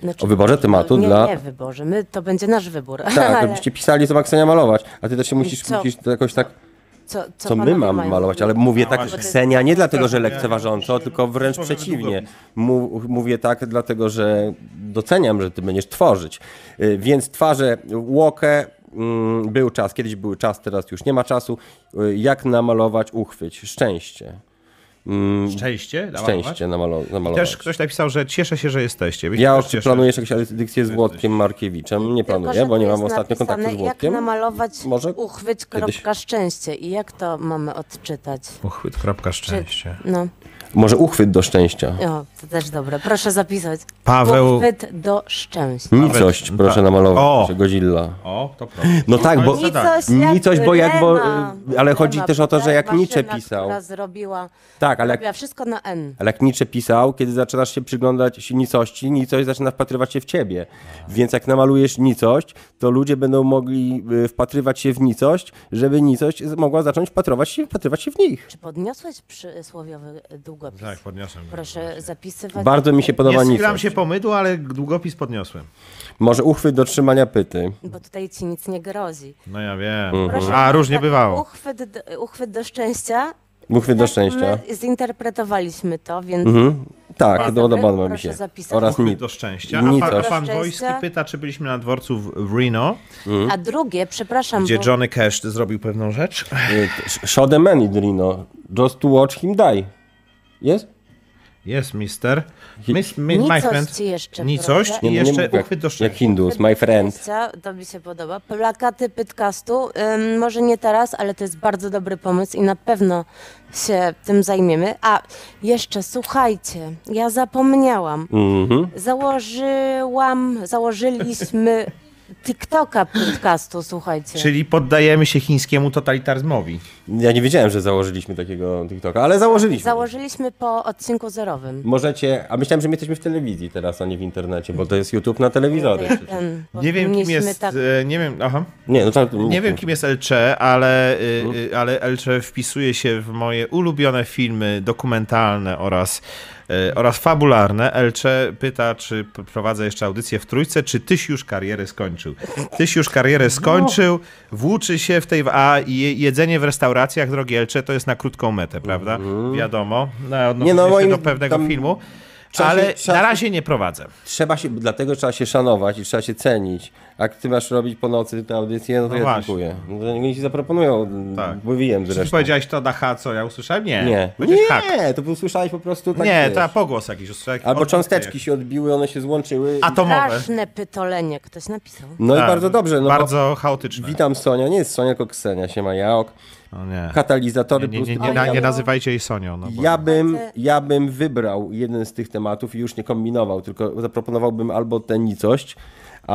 Speaker 3: Znaczy,
Speaker 1: O wyborze tematu
Speaker 3: nie,
Speaker 1: dla-
Speaker 3: Nie, wyborze, my, to będzie nasz wybór.
Speaker 1: Tak,
Speaker 3: *laughs* Ale
Speaker 1: żebyście pisali, co ma Ksenia malować. A ty też się musisz,
Speaker 3: Co?
Speaker 1: musisz to jakoś tak,
Speaker 3: co, co,
Speaker 1: co my
Speaker 3: panowie
Speaker 1: mamy
Speaker 3: mają?
Speaker 1: malować, ale mówię tak
Speaker 2: właśnie.
Speaker 1: Ksenia, nie dlatego, że
Speaker 2: Tak, ja-
Speaker 1: lekceważąco, tylko wręcz
Speaker 2: Tworzymy
Speaker 1: przeciwnie.
Speaker 2: długopis.
Speaker 1: Mu- Mówię tak dlatego, że doceniam, że ty będziesz tworzyć. Y, Więc twarze, łokę, mm, był czas, kiedyś był czas, teraz już nie ma czasu. Y, Jak namalować uchwyć? Szczęście. Mm,
Speaker 2: Szczęście? namalować?
Speaker 1: Szczęście namalo- namalować.
Speaker 2: Też ktoś napisał, że cieszę się, że jesteście. Wiecie,
Speaker 1: Ja
Speaker 2: też
Speaker 1: czy
Speaker 2: cieszę.
Speaker 1: planuję jeszcze jakieś dykcje z Włodkiem Markiewiczem? Nie
Speaker 3: Tylko,
Speaker 1: planuję,
Speaker 3: że
Speaker 1: bo
Speaker 3: tu
Speaker 1: nie mam
Speaker 3: jest
Speaker 1: ostatnio kontaktu z
Speaker 3: napisane,
Speaker 1: Włodkiem.
Speaker 3: Jak namalować
Speaker 1: Może
Speaker 3: uchwyć
Speaker 1: kiedyś.
Speaker 3: kropka szczęście i jak to mamy odczytać?
Speaker 2: Uchwyt, kropka, szczęście.
Speaker 3: No,
Speaker 1: Może uchwyt do szczęścia.
Speaker 3: o, to też dobre. Proszę zapisać.
Speaker 2: Paweł-
Speaker 3: Uchwyt do szczęścia.
Speaker 1: Nicość,
Speaker 2: Nawet-
Speaker 1: proszę
Speaker 2: tak. O!
Speaker 1: namalować. Godzilla.
Speaker 2: O, to proszę.
Speaker 1: No tak, bo
Speaker 3: Nicość,
Speaker 1: Mm,
Speaker 3: jak
Speaker 1: nicość, bo jak- bo,
Speaker 3: Rema.
Speaker 1: y, ale chodzi też o to, że jak
Speaker 3: Maszyna,
Speaker 1: Nietzsche pisał.
Speaker 3: Która zrobiła,
Speaker 1: tak, ale
Speaker 3: zrobiła
Speaker 1: jak,
Speaker 3: wszystko na N.
Speaker 1: ale jak Nietzsche pisał, kiedy zaczynasz się przyglądać się nicości, nicość zaczyna wpatrywać się w ciebie. Więc jak namalujesz nicość, to ludzie będą mogli y, wpatrywać się w nicość, żeby nicość z- mogła zacząć wpatrywać się, wpatrywać się w nich.
Speaker 3: Czy podniosłeś przysłowiowy długopis?
Speaker 2: Tak, podniosłem.
Speaker 3: Proszę zapisywać.
Speaker 1: Bardzo mi się podoba
Speaker 2: Nie schylam
Speaker 1: nicość.
Speaker 2: się po mydło, ale długopis podniosłem.
Speaker 1: Może uchwyt do trzymania pyty.
Speaker 3: Bo tutaj ci nic nie grozi.
Speaker 2: No ja wiem.
Speaker 1: Mhm.
Speaker 3: Proszę,
Speaker 2: A, różnie
Speaker 3: tak,
Speaker 2: bywało.
Speaker 3: Uchwyt do, uchwyt do szczęścia.
Speaker 1: Uchwyt do
Speaker 3: Tak
Speaker 1: szczęścia.
Speaker 3: My zinterpretowaliśmy to, więc
Speaker 1: Mhm. Tak,
Speaker 3: Bardzo
Speaker 1: do,
Speaker 3: dobry,
Speaker 1: podoba mi
Speaker 3: proszę
Speaker 1: się.
Speaker 3: zapisać.
Speaker 1: Oraz Y,
Speaker 2: Uchwyt
Speaker 1: nic.
Speaker 2: do szczęścia. A pan, a
Speaker 1: Nicość.
Speaker 2: pan
Speaker 3: Szczęścia.
Speaker 2: Wojski pyta, czy byliśmy na dworcu w- w Reno,
Speaker 3: a drugie, przepraszam,
Speaker 2: gdzie
Speaker 3: bo
Speaker 2: Johnny Cash zrobił pewną rzecz.
Speaker 1: Show the man in Reno. Just to watch him die. Jest?
Speaker 2: Jest mister. Miss, mi, my
Speaker 3: Nicość
Speaker 2: friend.
Speaker 3: ci jeszcze,
Speaker 2: Nicość i
Speaker 3: proszę.
Speaker 1: no
Speaker 2: jeszcze
Speaker 1: mów jak-
Speaker 2: uchwyt do
Speaker 1: Jak
Speaker 2: szczęścia.
Speaker 1: Hindus, my friend.
Speaker 3: Szczęścia, to mi się podoba. Plakaty Pytcastu, ym, może nie teraz, ale to jest bardzo dobry pomysł i na pewno się tym zajmiemy. A jeszcze, słuchajcie,
Speaker 1: Mhm. *laughs*
Speaker 3: ja zapomniałam. Założyłam, założyliśmy TikToka podcastu, słuchajcie.
Speaker 2: Czyli poddajemy się chińskiemu totalitaryzmowi.
Speaker 1: Ja nie wiedziałem, że założyliśmy takiego TikToka, ale założyliśmy.
Speaker 3: Założyliśmy po odcinku zerowym.
Speaker 1: Możecie, a myślałem, że my jesteśmy w telewizji teraz, a nie w internecie, bo to jest YouTube na telewizorze.
Speaker 3: Ten,
Speaker 2: Nie wiem, kim
Speaker 3: powinniśmy
Speaker 2: jest.
Speaker 3: Tak,
Speaker 2: e, Nie wiem, aha.
Speaker 1: Nie, no tak,
Speaker 2: Nie wiem, kim jest Elcze, ale, y,
Speaker 1: Mhm.
Speaker 2: y, ale Elcze wpisuje się w moje ulubione filmy dokumentalne oraz, y, oraz fabularne. Elcze pyta, czy p- prowadzę jeszcze audycję w Trójce, czy tyś już karierę skończył. Tyś już
Speaker 1: No.
Speaker 2: karierę skończył, włóczy się w tej... A je, jedzenie w restauracjach, drogi Elcze, to jest na krótką metę, prawda? Wiadomo, na
Speaker 1: Mhm. Nie, no,
Speaker 2: no,
Speaker 1: moim-
Speaker 2: do pewnego
Speaker 1: tam-
Speaker 2: filmu.
Speaker 1: Trzeba się-
Speaker 2: Ale
Speaker 1: trzeba
Speaker 2: na
Speaker 1: się-
Speaker 2: razie nie prowadzę.
Speaker 1: Trzeba się, dlatego trzeba się szanować i trzeba się cenić. A ty masz robić po nocy tę audycję, no to
Speaker 2: No
Speaker 1: ja
Speaker 2: właśnie.
Speaker 1: dziękuję. No to oni ci zaproponują,
Speaker 2: Tak.
Speaker 1: tak. mówiłem
Speaker 2: Czy ty
Speaker 1: zresztą.
Speaker 2: powiedziałeś to na H, co ja usłyszałem? Nie.
Speaker 1: Nie,
Speaker 2: Powiedziałeś hak.
Speaker 1: nie, to usłyszałeś po prostu tak,
Speaker 2: nie,
Speaker 1: wiesz.
Speaker 2: to pogłos jakiś. usłyszałem.
Speaker 1: Albo
Speaker 2: Od-
Speaker 1: cząsteczki się odbiły, one się złączyły. i-
Speaker 2: Atomowe.
Speaker 3: Straszne pytolenie, ktoś napisał.
Speaker 1: No i
Speaker 2: Tak,
Speaker 1: bardzo dobrze. No bo-
Speaker 2: bardzo chaotyczne.
Speaker 1: Witam Sonia, nie jest Sonia, tylko Ksenia się ma Jaok.
Speaker 2: O nie.
Speaker 1: Katalizatory
Speaker 2: Nie, nie, nie,
Speaker 1: plus...
Speaker 2: nie, na- nie
Speaker 3: Ojej.
Speaker 2: nazywajcie jej Sonią. No bo...
Speaker 1: Ja bym, ja bym wybrał jeden z tych tematów i już nie kombinował, tylko zaproponowałbym albo tę nicość,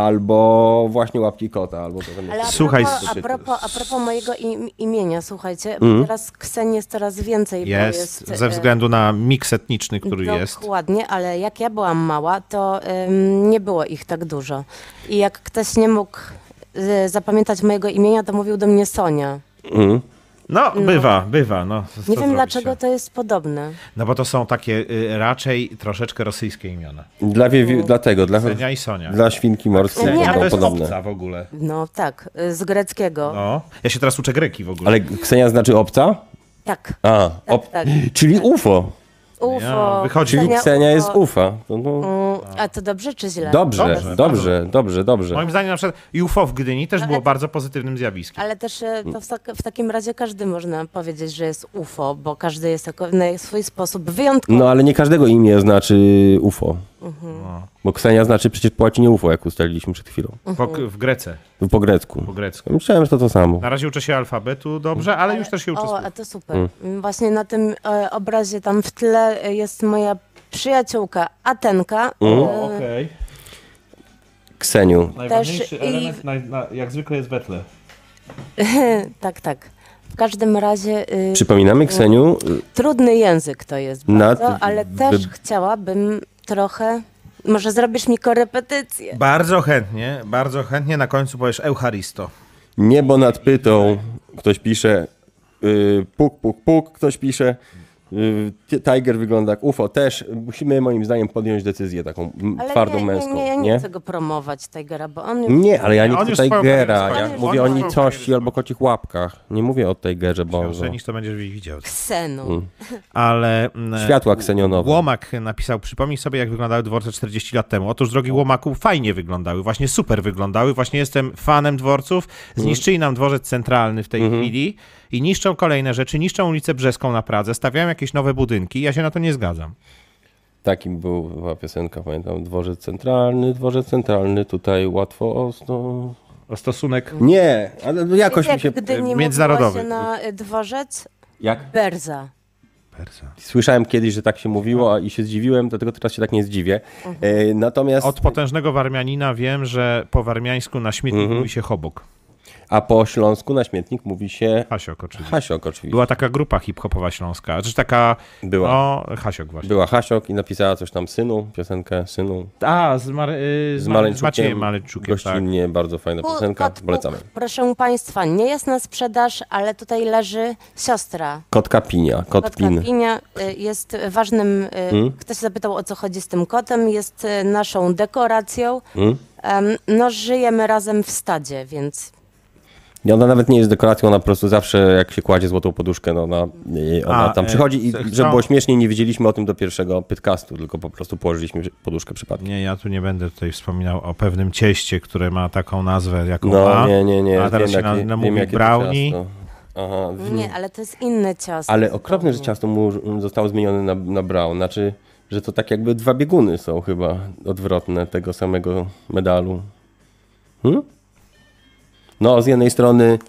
Speaker 1: albo właśnie łapki kota, albo to tam
Speaker 3: Ale a
Speaker 2: Słuchaj,
Speaker 3: propos,
Speaker 2: s-
Speaker 3: a propos, a propos mojego im, imienia, słuchajcie, bo teraz Ksen jest coraz więcej, bo
Speaker 2: Jest,
Speaker 3: jest
Speaker 2: ze
Speaker 3: e,
Speaker 2: względu na miks etniczny, który jest.
Speaker 3: Dokładnie, ale jak ja byłam mała, to em, nie było ich tak dużo. I jak ktoś nie mógł e, zapamiętać mojego imienia, to mówił do mnie Sonia.
Speaker 2: No, bywa, bywa. No, co
Speaker 3: Nie
Speaker 2: zrobić,
Speaker 3: wiem dlaczego
Speaker 2: no.
Speaker 3: to jest podobne.
Speaker 2: No bo to są takie y, raczej troszeczkę rosyjskie imiona.
Speaker 1: Dla wiewi... Dlatego, dla,
Speaker 2: Ksenia i Sonia.
Speaker 1: dla świnki morskiej
Speaker 3: Ksenia
Speaker 1: to
Speaker 2: to
Speaker 1: są
Speaker 2: jest
Speaker 1: podobne.
Speaker 2: obca w ogóle.
Speaker 3: No tak, e, z greckiego.
Speaker 2: No. Ja się teraz uczę greki w ogóle.
Speaker 1: Ale Ksenia znaczy obca?
Speaker 3: Tak.
Speaker 1: A,
Speaker 3: Tak,
Speaker 1: ob...
Speaker 3: tak.
Speaker 1: czyli UFO.
Speaker 3: UFO.
Speaker 2: Ja, wychodzi.
Speaker 1: Czyli Ksenia jest
Speaker 3: UFO.
Speaker 1: UFA. No, no.
Speaker 3: Mm, A to dobrze czy źle?
Speaker 1: Dobrze,
Speaker 2: Dobrze,
Speaker 1: dobrze, dobrze, dobrze.
Speaker 2: Moim zdaniem na przykład UFO w Gdyni
Speaker 3: No,
Speaker 2: też było bardzo pozytywnym zjawiskiem.
Speaker 3: Ale też e, to w, tak, w takim razie każdy można powiedzieć, że jest UFO, bo każdy jest jako, na swój sposób wyjątkowy.
Speaker 1: No ale nie każdego imię znaczy UFO.
Speaker 2: No.
Speaker 1: Bo Ksenia znaczy przecież po łacinie UFO, jak ustaliliśmy przed chwilą.
Speaker 3: Mhm.
Speaker 2: Po, w Grece,
Speaker 1: Po grecku.
Speaker 2: po grecku.
Speaker 1: Myślałem, że to to samo.
Speaker 2: Na razie uczę się alfabetu dobrze, ale już też się uczę
Speaker 3: O,
Speaker 2: słów.
Speaker 3: a to super.
Speaker 1: Mm.
Speaker 3: Właśnie na tym e, obrazie tam w tle e, jest moja przyjaciółka Atenka.
Speaker 1: Mm.
Speaker 2: O,
Speaker 3: E,
Speaker 2: okej.
Speaker 1: Kseniu,
Speaker 3: Najważniejszy Też i- element
Speaker 2: na, jak zwykle jest wetle.
Speaker 3: tak, tak. W każdym razie e,
Speaker 1: przypominamy Kseniu, y,
Speaker 3: trudny język to jest
Speaker 1: Nad-
Speaker 3: bardzo, ale też
Speaker 1: wy-
Speaker 3: chciałabym trochę, może zrobisz mi korepetycję.
Speaker 2: Bardzo chętnie, bardzo chętnie na końcu powiesz Eucharisto.
Speaker 1: niebo nad pytą, ktoś pisze, y, puk, puk, puk, ktoś pisze, y, Ti- Tiger wygląda jak UFO też. Musimy moim zdaniem podjąć decyzję taką m,
Speaker 3: Ale
Speaker 1: twardą
Speaker 3: nie,
Speaker 1: męską,
Speaker 3: Nie,
Speaker 1: nie?
Speaker 3: ja nie,
Speaker 1: Nie,
Speaker 3: chcę go promować, Tigera, bo on...
Speaker 1: ale ja nie
Speaker 2: Nie, on
Speaker 1: chcę
Speaker 2: już
Speaker 1: Tigera.
Speaker 2: swoją karierę
Speaker 1: Ja
Speaker 3: skończył.
Speaker 1: mówię o
Speaker 3: On już
Speaker 2: swoją
Speaker 1: nicości
Speaker 2: karierę
Speaker 1: albo kocich łapkach. Nie mówię o Tigerze Bonzo.
Speaker 2: Oszenisz to będziesz widział.
Speaker 3: Ksenu.
Speaker 1: Mm.
Speaker 2: Ale m,
Speaker 1: Światła ksenionowe.
Speaker 2: Łomak napisał, przypomnij sobie jak wyglądały dworce 40 lat temu. Otóż drogi Łomaku, fajnie wyglądały, właśnie super wyglądały, właśnie jestem fanem dworców. Zniszczyli nam dworzec centralny w tej chwili i niszczą kolejne rzeczy, niszczą ulicę Brzeską na Pradze, stawiają jakieś nowe budynki, ja się na to nie zgadzam.
Speaker 1: Takim był- była piosenka, pamiętam. Dworzec centralny, dworzec centralny, tutaj łatwo osno.
Speaker 2: O stosunek
Speaker 1: Nie, ale jakoś mi
Speaker 3: Jak
Speaker 1: się... e,
Speaker 3: gdy nie
Speaker 2: międzynarodowy.
Speaker 3: międzynarodowy. na y, dworzec,
Speaker 1: Jak?
Speaker 3: Berza.
Speaker 2: Persa.
Speaker 1: Słyszałem kiedyś, że tak się mówiło a- i się zdziwiłem, dlatego teraz się tak nie zdziwię. E, natomiast,
Speaker 2: Od potężnego warmianina wiem, że po warmiańsku na śmietnik mówi się hobok.
Speaker 1: a po śląsku na śmietnik mówi się
Speaker 2: Hasiok oczywiście.
Speaker 1: Hasiok oczywiście. Była,
Speaker 2: Była taka grupa hip-hopowa śląska, czy taka,
Speaker 1: Była.
Speaker 2: no, Hasiok właśnie.
Speaker 1: Hasiok i napisała coś tam synu, piosenkę synu
Speaker 2: A, z, Mar- y,
Speaker 1: z
Speaker 2: z, Mar- z
Speaker 1: Maleńczukiem.
Speaker 2: Maciejem Maleńczukiem, tak.
Speaker 1: Gościnnie, bardzo fajna
Speaker 3: Pu-
Speaker 1: piosenka,
Speaker 3: Kot Puk,
Speaker 1: polecamy.
Speaker 3: proszę Państwa, nie jest na sprzedaż, ale tutaj leży siostra.
Speaker 1: Kotka Pinia, kot
Speaker 3: Kotka
Speaker 1: Pin.
Speaker 3: Pinia y, jest ważnym. y,
Speaker 1: Hmm?
Speaker 3: Ktoś zapytał o co chodzi z tym kotem. Jest y, naszą dekoracją.
Speaker 1: Hmm?
Speaker 3: Em, No, żyjemy razem w stadzie, więc
Speaker 1: I ona nawet nie jest dekoracją, ona po prostu zawsze jak się kładzie złotą poduszkę, no ona, i ona
Speaker 2: A,
Speaker 1: tam
Speaker 2: e,
Speaker 1: przychodzi i
Speaker 2: chcę-
Speaker 1: żeby
Speaker 2: chcą-
Speaker 1: było śmiesznie, nie wiedzieliśmy o tym do pierwszego podcastu, tylko po prostu położyliśmy poduszkę przypadkiem.
Speaker 2: Nie, ja tu nie będę tutaj wspominał o pewnym cieście, które ma taką nazwę, jaką
Speaker 1: No
Speaker 2: ma.
Speaker 1: nie, nie, nie.
Speaker 2: A teraz się na,
Speaker 1: jakie-
Speaker 2: na
Speaker 1: wiem,
Speaker 2: mówi
Speaker 1: jakie to
Speaker 2: brownie.
Speaker 1: ciasto. Aha, w-
Speaker 3: nie, ale to jest inne ciasto.
Speaker 1: Hmm. Ale okropne, że
Speaker 3: zupełnie.
Speaker 1: ciasto mu zostało zmienione na, na brown. Znaczy, że to tak jakby dwa bieguny są chyba odwrotne tego samego medalu. Hmm? No, z jednej strony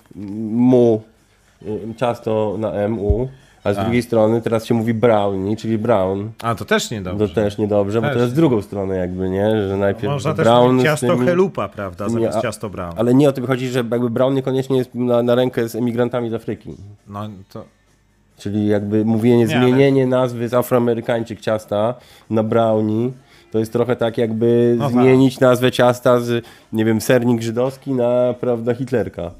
Speaker 1: mu y, ciasto na MU, A z drugiej strony teraz się mówi brownie, czyli brown.
Speaker 4: A to też niedobrze.
Speaker 1: To też niedobrze, bo to
Speaker 2: Też.
Speaker 1: jest drugą stronę jakby, nie? Że najpierw
Speaker 2: Można też
Speaker 1: brown
Speaker 2: mieć
Speaker 1: z
Speaker 2: ciasto
Speaker 1: tymi-
Speaker 2: helupa, prawda, zamiast
Speaker 1: Nie, a-
Speaker 2: ciasto brown.
Speaker 1: Ale nie o tym chodzi, że jakby brown niekoniecznie jest na, na rękę z emigrantami z Afryki.
Speaker 4: No, to...
Speaker 1: Czyli jakby mówienie,
Speaker 2: Nie, ale-
Speaker 1: zmienienie nazwy z afroamerykańczyk ciasta na brownie, to jest trochę tak jakby
Speaker 2: No tak.
Speaker 1: zmienić nazwę ciasta z, nie wiem, sernik żydowski na, prawda, Hitlerka.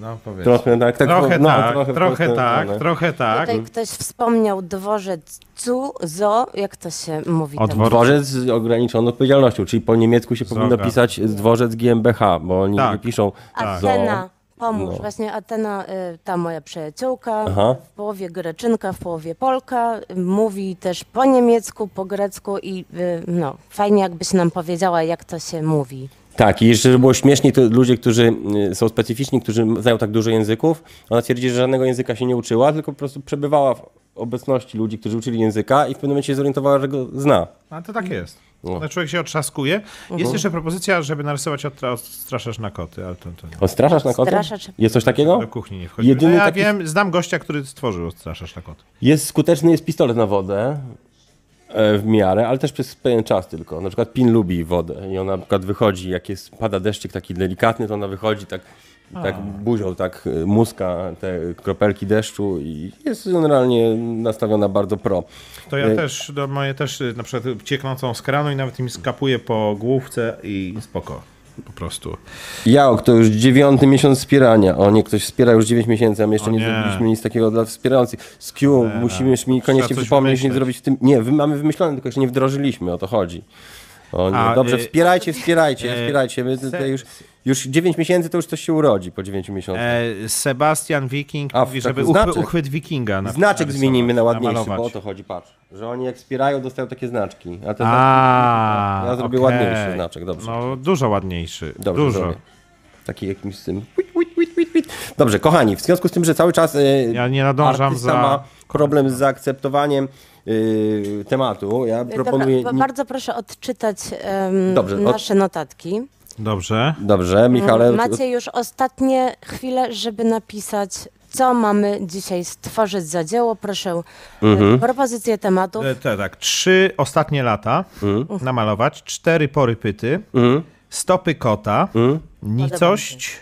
Speaker 4: No powiedz.
Speaker 1: Trochę tak, tak
Speaker 2: Trochę
Speaker 1: no,
Speaker 2: tak,
Speaker 1: trochę no, w
Speaker 2: trochę
Speaker 1: tę
Speaker 2: tak,
Speaker 1: stronę.
Speaker 2: trochę tak.
Speaker 3: Tutaj ktoś wspomniał dworzec Cu, Zo, jak to się mówi?
Speaker 2: O
Speaker 3: tam?
Speaker 2: dwor-
Speaker 1: Dworzec z ograniczoną odpowiedzialnością, czyli po niemiecku się powinno
Speaker 2: Zoga.
Speaker 1: pisać dworzec GmbH, bo oni
Speaker 2: Tak.
Speaker 1: nie piszą zo.
Speaker 3: Atena. Pomóż.
Speaker 1: No.
Speaker 3: Właśnie Atena, y, ta moja przyjaciółka,
Speaker 1: Aha.
Speaker 3: w połowie Greczynka, w połowie Polka, y, mówi też po niemiecku, po grecku i y, no, fajnie jakbyś nam powiedziała, jak to się mówi.
Speaker 1: Tak, i jeszcze żeby było śmiesznie, to ludzie, którzy y, są specyficzni, którzy znają tak dużo języków, ona twierdzi, że żadnego języka się nie uczyła, tylko po prostu przebywała w obecności ludzi, którzy uczyli języka i w pewnym momencie się zorientowała, że go zna.
Speaker 2: A to tak jest.
Speaker 1: No.
Speaker 2: No. Człowiek się otrzaskuje. Jest jeszcze propozycja, żeby narysować odtra- odstraszasz na koty, ale to, to nie.
Speaker 1: Odstraszasz na koty?
Speaker 3: Odstraszacz.
Speaker 1: Jest coś takiego?
Speaker 2: do kuchni nie wchodzi.
Speaker 1: Jedyny
Speaker 2: No ja
Speaker 1: taki-
Speaker 2: wiem, znam gościa, który stworzył odstraszasz na koty.
Speaker 1: Jest skuteczny, jest pistolet na wodę e, w miarę, ale też przez pewien czas tylko. Na przykład pin lubi wodę i ona na przykład wychodzi, jak jest, pada deszczyk taki delikatny, to ona wychodzi tak, tak buzią, tak e, muska te kropelki deszczu i jest generalnie nastawiona bardzo pro.
Speaker 2: To ja
Speaker 1: E,
Speaker 2: też, do moje też y, na przykład cieknącą z kranu i nawet im skapuję po główce i spoko. Po prostu.
Speaker 1: Jao, to już dziewiąty miesiąc wspierania. O nie, ktoś wspiera już 9 miesięcy, a my jeszcze
Speaker 2: O
Speaker 1: nie.
Speaker 2: nie.
Speaker 1: zrobiliśmy nic takiego dla wspierających. Z Q, musimy mi koniecznie
Speaker 2: coś
Speaker 1: przypomnieć, nie
Speaker 2: wymyśleć.
Speaker 1: zrobić w tym. Nie, wy mamy wymyślone, tylko jeszcze nie wdrożyliśmy, o to chodzi. O nie,
Speaker 2: A,
Speaker 1: dobrze,
Speaker 2: y-
Speaker 1: wspierajcie, wspierajcie,
Speaker 2: y,
Speaker 1: wspierajcie. My tutaj
Speaker 2: se-
Speaker 1: już, już 9 miesięcy to już coś się urodzi po 9 miesiącach.
Speaker 2: E, Sebastian Wiking
Speaker 1: A,
Speaker 2: mówi,
Speaker 1: tak,
Speaker 2: żeby uchwy,
Speaker 1: znaczek.
Speaker 2: uchwyt wikinga. na-
Speaker 1: Znaczek
Speaker 2: narysować,
Speaker 1: zmienimy na ładniejszy,
Speaker 2: E, namalować.
Speaker 1: bo o to chodzi, patrz. Że oni jak wspierają, dostają takie znaczki. A te
Speaker 2: A,
Speaker 1: Ja zrobię
Speaker 2: okej.
Speaker 1: ładniejszy znaczek, dobrze.
Speaker 2: No, dużo ładniejszy.
Speaker 1: Dobrze,
Speaker 2: dużo.
Speaker 1: zrobię. Taki jakimś z tym. Wit, wit, wit, wit, wit. Dobrze, kochani, w związku z tym, że cały czas. y,
Speaker 2: Ja nie nadążam
Speaker 1: artysta
Speaker 2: za-
Speaker 1: ma problem z zaakceptowaniem y, tematu. Ja proponuję.
Speaker 3: Dobra,
Speaker 1: nie-
Speaker 3: ba- bardzo proszę odczytać em,
Speaker 1: Dobrze, od- Tak,
Speaker 3: nasze notatki.
Speaker 2: Dobrze.
Speaker 1: Dobrze, Michale.
Speaker 3: Mm, Macie już ostatnie chwile, żeby napisać, co mamy dzisiaj stworzyć za dzieło. Proszę mhm. propozycję tematów.
Speaker 1: Y,
Speaker 2: E, te, tak, trzy ostatnie lata
Speaker 1: Mm.
Speaker 2: namalować, cztery pory pyty, stopy kota,
Speaker 1: Mm.
Speaker 2: nicość,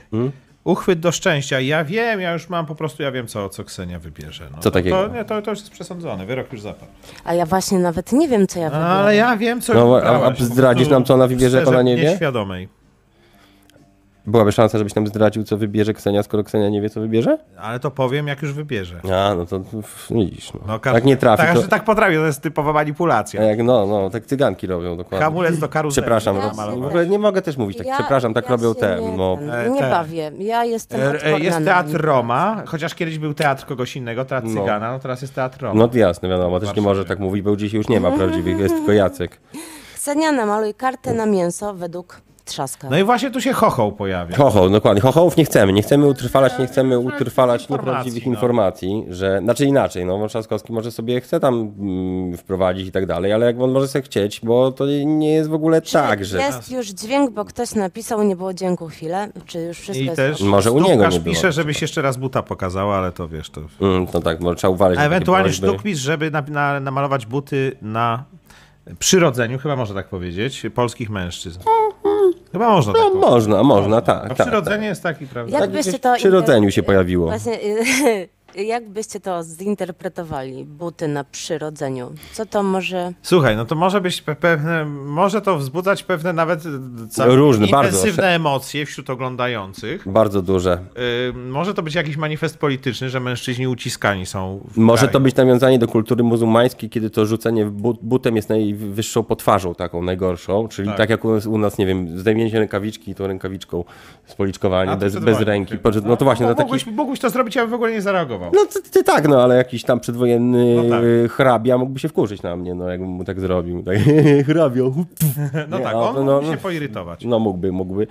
Speaker 2: uchwyt do szczęścia. Ja wiem, ja już mam po prostu, ja wiem, co, co Ksenia wybierze. No,
Speaker 1: Co takiego?
Speaker 2: To, nie, to, to już jest przesądzone, wyrok już zapadł.
Speaker 3: A ja właśnie nawet nie wiem, co ja
Speaker 2: No,
Speaker 3: wybrałam.
Speaker 2: ale ja wiem, co
Speaker 1: No,
Speaker 2: już
Speaker 1: a- a
Speaker 2: wybrałaś. Po
Speaker 1: zdradzisz
Speaker 2: prostu
Speaker 1: nam, co ona wybierze, jak
Speaker 2: szczerze,
Speaker 1: ona nie wie?
Speaker 2: Nieświadomej.
Speaker 1: Byłaby szansa, żebyś nam zdradził, co wybierze Ksenia, skoro Ksenia nie wie, co wybierze?
Speaker 2: Ale to powiem, jak już wybierze.
Speaker 1: A, no to f, widzisz. No.
Speaker 2: No, każdy-
Speaker 1: tak nie trafi.
Speaker 2: Tak,
Speaker 1: to,
Speaker 2: że tak potrafię, to jest typowa manipulacja.
Speaker 1: a jak, no, no, tak cyganki robią dokładnie.
Speaker 2: Hamulec do karuzeli.
Speaker 1: Przepraszam,
Speaker 3: Ja
Speaker 1: no,
Speaker 3: się
Speaker 1: w ogóle
Speaker 3: też-
Speaker 1: nie mogę też mówić tak.
Speaker 3: Ja-
Speaker 1: Przepraszam, tak
Speaker 3: ja
Speaker 1: robią
Speaker 3: się
Speaker 1: te.
Speaker 3: Nie,
Speaker 1: No,
Speaker 3: ten, nie
Speaker 2: E, te.
Speaker 3: bawię. Ja jestem
Speaker 2: E,
Speaker 3: odporna
Speaker 2: e, Jest
Speaker 3: na
Speaker 2: teatr
Speaker 3: nie.
Speaker 2: Roma, chociaż kiedyś był teatr kogoś innego, teatr
Speaker 1: No.
Speaker 2: Cygana, no teraz jest teatr Roma.
Speaker 1: no to jasne, wiadomo, też nie może tak mówić, bo dzisiaj już nie ma prawdziwych, jest tylko Jacek.
Speaker 3: Ksenia, namaluj kartę na mięso według trzaska.
Speaker 2: No i właśnie tu się chochoł pojawia.
Speaker 1: Chochoł, dokładnie. Chochołów nie chcemy. Nie chcemy utrwalać, nie chcemy utrwalać
Speaker 2: Informacji,
Speaker 1: nieprawdziwych
Speaker 2: no.
Speaker 1: informacji, że, znaczy inaczej, no, Trzaskowski może sobie chce tam mm, wprowadzić i tak dalej, ale jak on może sobie chcieć, bo to nie jest w ogóle tak, że...
Speaker 3: Jest już dźwięk, bo ktoś napisał, nie było dźwięku chwilę. Czy już wszystko
Speaker 2: I
Speaker 3: jest
Speaker 2: też
Speaker 1: Może u niego nie
Speaker 2: sztukkarz
Speaker 1: było.
Speaker 2: pisze, żebyś jeszcze raz buta pokazała, ale to wiesz, to...
Speaker 1: Mm, no tak, może trzeba uważać.
Speaker 2: A
Speaker 1: na takie
Speaker 2: ewentualnie
Speaker 1: prośby.
Speaker 2: sztukmistrz, żeby na, na, namalować buty na przyrodzeniu, chyba można tak powiedzieć, polskich mężczyzn. Chyba można tak
Speaker 1: No,
Speaker 2: powiedzieć.
Speaker 1: można, można, tak,
Speaker 2: A
Speaker 1: tak. tak.
Speaker 2: przyrodzenie jest taki, prawda?
Speaker 3: Jak
Speaker 1: Tak
Speaker 3: byście
Speaker 1: gdzieś
Speaker 3: to
Speaker 1: przy rodzeniu się
Speaker 3: inter-
Speaker 1: pojawiło.
Speaker 3: Właśnie, e, *laughs* jak byście to zinterpretowali? Buty na przyrodzeniu. Co to może...
Speaker 2: Słuchaj, no to może być pe- pewne, może to wzbudzać pewne nawet e, całkiem
Speaker 1: Różne, bardzo.
Speaker 2: intensywne emocje wśród oglądających.
Speaker 1: Bardzo duże.
Speaker 2: Y, może to być jakiś manifest polityczny, że mężczyźni uciskani są. W
Speaker 1: Może
Speaker 2: kraju.
Speaker 1: to być nawiązanie do kultury muzułmańskiej, kiedy to rzucenie bu- butem jest najwyższą potwarzą, taką najgorszą. Czyli tak, jak u nas, u nas, nie wiem, zdejmiecie rękawiczki i tą rękawiczką spoliczkowanie,
Speaker 2: A, to
Speaker 1: bez,
Speaker 2: przed
Speaker 1: bez
Speaker 2: wojną.
Speaker 1: ręki. Po- No to właśnie,
Speaker 2: No,
Speaker 1: na taki...
Speaker 2: mógłbyś, mógłbyś to zrobić, ja bym w ogóle nie zareagował.
Speaker 1: No ty, ty tak, no ale jakiś tam przedwojenny
Speaker 2: No tak.
Speaker 1: y, hrabia mógłby się wkurzyć na mnie, no jakbym mu tak zrobił. Tak, hrabio.
Speaker 2: No, *laughs*
Speaker 1: Nie,
Speaker 2: tak,
Speaker 1: no,
Speaker 2: on
Speaker 1: no,
Speaker 2: mógłby
Speaker 1: no.
Speaker 2: się poirytować.
Speaker 1: No mógłby, mógłby.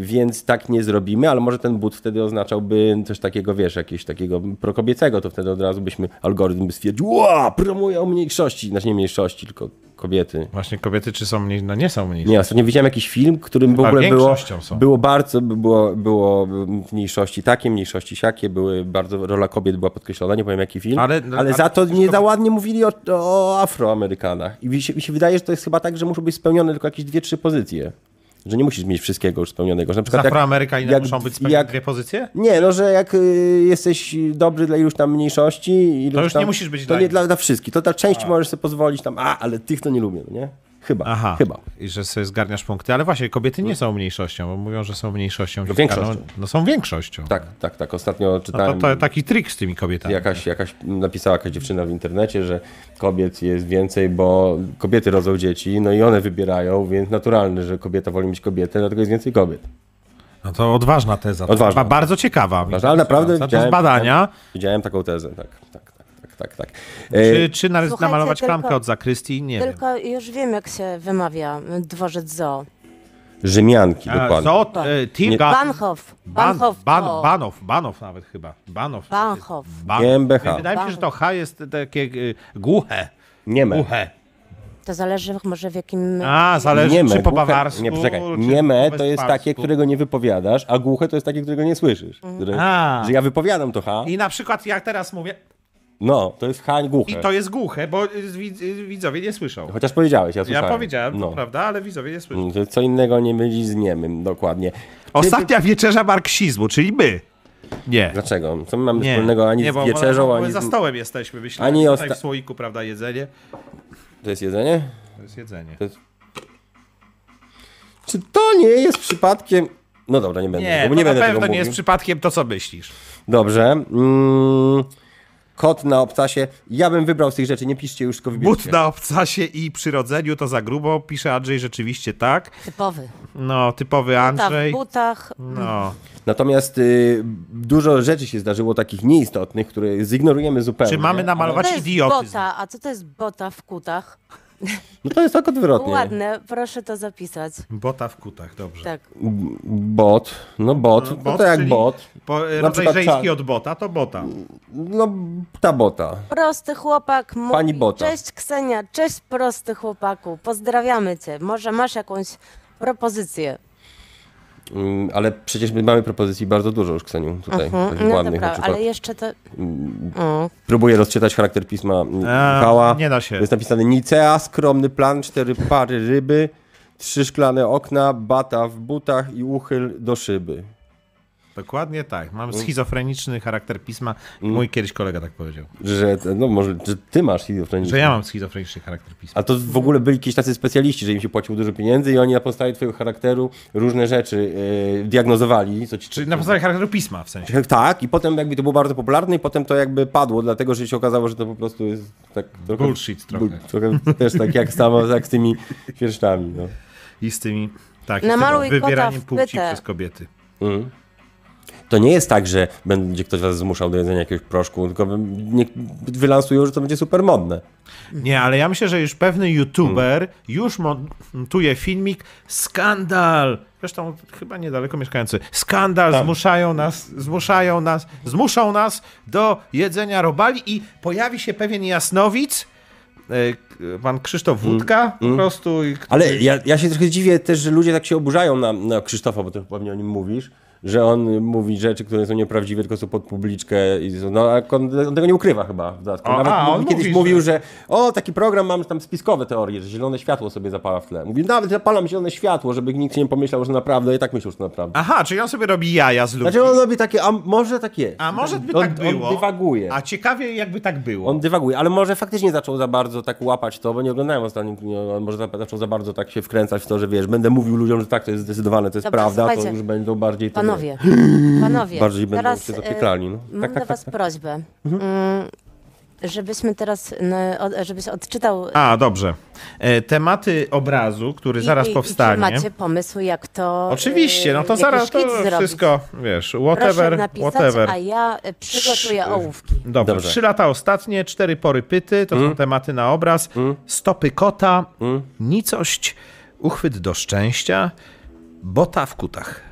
Speaker 1: Więc tak nie zrobimy, ale może ten but wtedy oznaczałby coś takiego, wiesz, jakiegoś takiego prokobiecego, to wtedy od razu byśmy, algorytm by stwierdził, ła, promują mniejszości, znaczy nie mniejszości, tylko kobiety.
Speaker 2: Właśnie kobiety czy są mniej, no nie są mniej.
Speaker 1: Nie, ostatnio widziałem jakiś film, którym w
Speaker 2: A
Speaker 1: ogóle było,
Speaker 2: większością są.
Speaker 1: było bardzo, było, było mniejszości takie, mniejszości siakie, były bardzo, rola kobiet była podkreślona, nie powiem jaki film, ale,
Speaker 2: Ale- ale-
Speaker 1: za to nie za ładnie mówili o, o Afroamerykanach. I mi się, mi się wydaje, że to jest chyba tak, że muszą być spełnione tylko jakieś dwie, trzy pozycje. Że nie musisz mieć wszystkiego już spełnionego. Że na przykład jak-
Speaker 2: Afroamerykanina
Speaker 1: jak-
Speaker 2: muszą być spełnione
Speaker 1: jak-
Speaker 2: dwie pozycje?
Speaker 1: nie, no że jak y, jesteś dobry dla iluś tam mniejszości... Iluś
Speaker 2: To już
Speaker 1: tam,
Speaker 2: nie musisz być
Speaker 1: To
Speaker 2: dla
Speaker 1: nie
Speaker 2: nich.
Speaker 1: dla, dla wszystkich. To dla części możesz sobie pozwolić tam, a, ale tych to nie lubię, no nie? Chyba,
Speaker 2: Aha.
Speaker 1: chyba.
Speaker 2: I że sobie zgarniasz punkty. Ale właśnie, kobiety nie są mniejszością, bo mówią, że są mniejszością. No,
Speaker 1: większością.
Speaker 2: no są większością.
Speaker 1: Tak, tak, tak. Ostatnio
Speaker 2: No to,
Speaker 1: czytałem...
Speaker 2: to taki trik z tymi kobietami.
Speaker 1: Jakaś, jakaś napisała jakaś dziewczyna w internecie, że kobiet jest więcej, bo kobiety rodzą dzieci, no i one wybierają, więc naturalne, że kobieta woli mieć kobietę, dlatego jest więcej kobiet.
Speaker 2: No to odważna teza.
Speaker 1: Odważna.
Speaker 2: Ba- Bardzo ciekawa.
Speaker 1: ale naprawdę
Speaker 2: Interesująca. To
Speaker 1: widziałem-
Speaker 2: z badania.
Speaker 1: Widziałem taką tezę, tak, tak, tak, tak, tak. tak.
Speaker 2: Czy, czy na-
Speaker 3: Słuchajcie,
Speaker 2: namalować
Speaker 3: tylko-
Speaker 2: klamkę od zakrystii? Nie wiem.
Speaker 3: Tylko już wiem, jak się wymawia y, dworzec zoo.
Speaker 1: Rzymianki,
Speaker 2: A,
Speaker 1: dokładnie.
Speaker 2: Co? e, Tilga.
Speaker 3: Banhof.
Speaker 2: Ban,
Speaker 3: Banhof.
Speaker 2: ban,
Speaker 3: to-
Speaker 2: banów, banów nawet chyba. Banów.
Speaker 3: Banhof.
Speaker 2: Ban.
Speaker 1: GmbH.
Speaker 2: Wydaje mi się, że to H jest takie y, głuche.
Speaker 1: Nieme.
Speaker 2: Głuche.
Speaker 3: To zależy może w jakim...
Speaker 2: A, zależy
Speaker 1: Nieme,
Speaker 2: czy po
Speaker 1: głuche-
Speaker 2: bawarsku.
Speaker 1: Nie, poczekaj.
Speaker 2: czy
Speaker 1: Nieme
Speaker 2: po
Speaker 1: to jest
Speaker 2: westfalsku.
Speaker 1: takie, którego nie wypowiadasz, a głuche to jest takie, którego nie słyszysz. Które,
Speaker 2: Mm. A.
Speaker 1: że ja wypowiadam to H,
Speaker 2: I na przykład jak teraz mówię,
Speaker 1: no, to jest H
Speaker 2: i
Speaker 1: głuche.
Speaker 2: to jest głuche, bo y, widz- y, widzowie nie słyszą.
Speaker 1: Chociaż powiedziałeś, ja
Speaker 2: Ja
Speaker 1: słyszałem.
Speaker 2: powiedziałem,
Speaker 1: no. Mm.
Speaker 2: to prawda, ale widzowie nie słyszą.
Speaker 1: To Co innego nie myli z niemym, dokładnie.
Speaker 2: Ostatnia wieczerza marksizmu, czyli my. Nie.
Speaker 1: Dlaczego? Co my mamy
Speaker 2: Nie,
Speaker 1: wspólnego ani
Speaker 2: nie,
Speaker 1: z
Speaker 2: bo-
Speaker 1: wieczerzą,
Speaker 2: bo
Speaker 1: ani
Speaker 2: za
Speaker 1: z...
Speaker 2: stołem jesteśmy, myślę.
Speaker 1: Ani
Speaker 2: Ani tutaj
Speaker 1: osta-
Speaker 2: w słoiku, prawda, jedzenie.
Speaker 1: To jest jedzenie?
Speaker 2: To jest jedzenie.
Speaker 1: To jest... Czy to nie jest przypadkiem... No dobra, nie będę
Speaker 2: Nie,
Speaker 1: tego,
Speaker 2: to
Speaker 1: nie
Speaker 2: na
Speaker 1: będę
Speaker 2: pewno
Speaker 1: tego
Speaker 2: nie
Speaker 1: mówił.
Speaker 2: jest przypadkiem to, co myślisz.
Speaker 1: Dobrze. Mm, kot na obcasie. Ja bym wybrał z tych rzeczy, nie piszcie już, tylko wybierzcie.
Speaker 2: But na obcasie i przyrodzeniu to za grubo, pisze Andrzej rzeczywiście tak.
Speaker 3: Typowy.
Speaker 2: No, typowy
Speaker 3: Ta w
Speaker 2: Andrzej.
Speaker 3: butach.
Speaker 2: No.
Speaker 1: Natomiast y, dużo rzeczy się zdarzyło takich nieistotnych, które zignorujemy zupełnie.
Speaker 2: Czy mamy
Speaker 3: Co
Speaker 2: namalować
Speaker 3: to jest
Speaker 2: idiotyzm?
Speaker 3: bota? A co to jest bota w kutach?
Speaker 1: No to jest tak odwrotnie.
Speaker 3: Ładne, proszę to zapisać.
Speaker 2: Bota w kutach, dobrze.
Speaker 3: Tak.
Speaker 1: Bot. No bot.
Speaker 2: No,
Speaker 1: no
Speaker 2: bot,
Speaker 1: to jak
Speaker 2: czyli-
Speaker 1: bot.
Speaker 2: Po, e,
Speaker 1: Na
Speaker 2: rodzaj
Speaker 1: przykład
Speaker 2: żeński
Speaker 1: czar-
Speaker 2: od bota to bota.
Speaker 1: No ta bota.
Speaker 3: Prosty chłopak mówi,
Speaker 1: Pani Bota.
Speaker 3: cześć Ksenia, cześć prosty chłopaku, pozdrawiamy cię. Może masz jakąś propozycję.
Speaker 1: Mm, ale przecież my mamy propozycji bardzo dużo już, Kseniu, tutaj.
Speaker 3: Hmm?
Speaker 1: takich
Speaker 3: No
Speaker 1: ładnych na
Speaker 3: dobra,
Speaker 1: przykład.
Speaker 3: ale jeszcze to...
Speaker 1: Próbuję rozczytać charakter pisma
Speaker 2: A,
Speaker 1: Kała.
Speaker 2: nie da się.
Speaker 1: Jest napisane Nicea, skromny plan, cztery pary ryby, trzy szklane okna, bata w butach i uchyl do szyby.
Speaker 2: Dokładnie tak. Mam
Speaker 1: Mm.
Speaker 2: schizofreniczny charakter pisma. Mój kiedyś kolega tak powiedział.
Speaker 1: Że, no może, że ty masz schizofrenię.
Speaker 2: Że ja mam schizofreniczny charakter pisma.
Speaker 1: A to w ogóle byli jakieś tacy specjaliści, że im się płaciło dużo pieniędzy i oni na podstawie twojego charakteru różne rzeczy yy, diagnozowali. Co ci...
Speaker 2: Czyli na podstawie charakteru pisma w sensie.
Speaker 1: Tak, i potem jakby to było bardzo popularne i potem to jakby padło, dlatego że się okazało, że to po prostu jest tak trochę...
Speaker 2: Bullshit trochę.
Speaker 1: trochę też tak jak samo jak z tymi pierśtami. No.
Speaker 2: I z tymi. Tak, i
Speaker 3: Namaluj
Speaker 2: z tym
Speaker 3: kota
Speaker 2: wybieraniem
Speaker 3: w
Speaker 2: płci
Speaker 3: pytę.
Speaker 2: przez kobiety.
Speaker 1: To nie jest tak, że będzie ktoś was zmuszał do jedzenia jakiegoś proszku, tylko wy- nie, wylansują, że to będzie super modne.
Speaker 2: Nie,
Speaker 1: Mhm.
Speaker 2: ale ja myślę, że już pewny youtuber już montuje filmik Skandal. Zresztą chyba niedaleko mieszkający. Skandal
Speaker 1: Tak.
Speaker 2: zmuszają nas, zmuszają nas, zmuszą nas do jedzenia robali i pojawi się pewien jasnowic, e, k- pan Krzysztof Wódka, po prostu. i-
Speaker 1: Mm, Ale ja, ja się trochę dziwię też, że ludzie tak się oburzają na, na Krzysztofa, bo ty pewnie o nim mówisz, że on mówi rzeczy, które są nieprawdziwe, tylko są pod publiczkę. I są, no, a on, on tego nie ukrywa chyba w dodatku.
Speaker 2: O,
Speaker 1: Nawet
Speaker 2: a, on
Speaker 1: mówi, kiedyś
Speaker 2: mówi,
Speaker 1: mówił, że o, taki program, mam tam spiskowe teorie, że zielone światło sobie zapala w tle. Mówi, nawet zapalam zielone światło, żeby nikt nie pomyślał, że naprawdę, i tak myślał, że to naprawdę.
Speaker 2: Aha, czyli on sobie robi jaja z ludzi.
Speaker 1: Znaczy on robi takie, a może tak jest.
Speaker 2: A może by
Speaker 1: on,
Speaker 2: tak było.
Speaker 1: On dywaguje.
Speaker 2: A ciekawie jakby tak było.
Speaker 1: On dywaguje, ale może faktycznie zaczął za bardzo tak łapać to, bo nie oglądałem ostatnio, nie, on może za- zaczął za bardzo tak się wkręcać w to, że wiesz, będę mówił ludziom, że tak, to jest zdecydowane, to jest
Speaker 3: Dobra,
Speaker 1: prawda, to
Speaker 3: słuchajcie.
Speaker 1: już będą bardziej... to- *clears throat*
Speaker 3: Panowie, panowie,
Speaker 1: Bardziej będą
Speaker 3: teraz
Speaker 1: się
Speaker 3: e,
Speaker 1: zapieklali, no. Tak,
Speaker 3: mam do
Speaker 1: tak, Mhm.
Speaker 3: was prośbę. Mm, Żebyśmy teraz, no, od- żebyś odczytał
Speaker 2: A, dobrze. E, tematy obrazu, który zaraz
Speaker 3: i, I,
Speaker 2: powstanie.
Speaker 3: czy macie pomysł, jak to. y,
Speaker 2: Oczywiście, no to
Speaker 3: jakiś
Speaker 2: zaraz
Speaker 3: kit
Speaker 2: to
Speaker 3: zrobić?
Speaker 2: wszystko, wiesz,
Speaker 3: Proszę
Speaker 2: whatever,
Speaker 3: napisać,
Speaker 2: whatever.
Speaker 3: a ja e, przygotuję ołówki.
Speaker 2: Dobrze.
Speaker 1: Dobrze. Mm.
Speaker 2: Trzy lata ostatnie, cztery pory pyty, to są tematy na obraz. Stopy kota, nicość, uchwyt do szczęścia, Bota w kutach.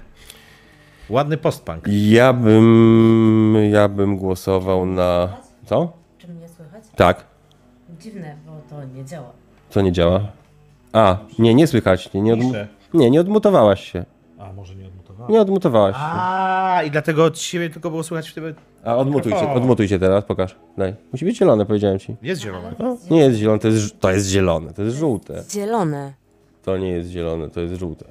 Speaker 2: Ładny postpunk.
Speaker 1: Ja bym, ja bym głosował na... Co?
Speaker 5: Czy mnie słychać?
Speaker 1: Tak.
Speaker 5: Dziwne, bo to nie działa.
Speaker 1: Co nie działa? A, nie, nie słychać. Nie, nie, odmu-
Speaker 2: Ciszę.
Speaker 1: nie, nie odmutowałaś się.
Speaker 2: A, może nie odmutowałem.
Speaker 1: Nie odmutowałaś się.
Speaker 2: A, i dlatego od siebie tylko było słychać w tym...
Speaker 1: A odmutuj się,
Speaker 2: Mikrofon.
Speaker 1: odmutuj się teraz, pokaż. Daj. Musi być zielone, powiedziałem ci.
Speaker 2: Jest zielone.
Speaker 1: No, nie jest zielone, to jest, żu- to jest zielone, to jest żółte.
Speaker 3: Zielone.
Speaker 1: To nie jest zielone, to jest żółte.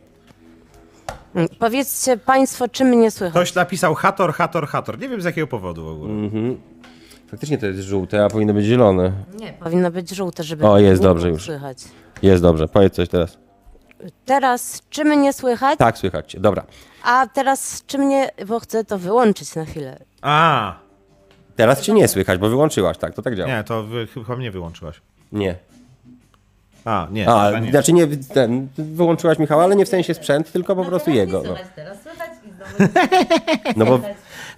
Speaker 3: Mm, Powiedzcie Państwo, czy mnie słychać?
Speaker 2: Ktoś napisał Hator, Hator, Hator. Nie wiem z jakiego powodu w ogóle.
Speaker 1: Mm. Faktycznie to jest żółte, a powinno być zielone.
Speaker 5: Nie, bo
Speaker 3: Powinno być żółte, żeby
Speaker 1: O, jest
Speaker 3: nie
Speaker 1: dobrze
Speaker 3: było
Speaker 1: już.
Speaker 3: słychać.
Speaker 1: Jest dobrze, powiedz coś teraz.
Speaker 3: Teraz, czy mnie słychać?
Speaker 1: Tak, słychać cię, dobra.
Speaker 3: A teraz, czy mnie, bo chcę to wyłączyć na chwilę.
Speaker 2: A,
Speaker 1: Teraz cię nie słychać, bo wyłączyłaś, tak, to tak działa. Nie.
Speaker 2: nie, to wy, chyba mnie wyłączyłaś.
Speaker 1: nie.
Speaker 2: A, nie.
Speaker 1: A,
Speaker 2: chyba nie.
Speaker 1: znaczy nie, ten, wyłączyłaś Michała, ale nie w sensie sprzęt, tylko po prostu jego. No,
Speaker 5: słychać teraz, słychać i znowu
Speaker 1: no bo...
Speaker 2: To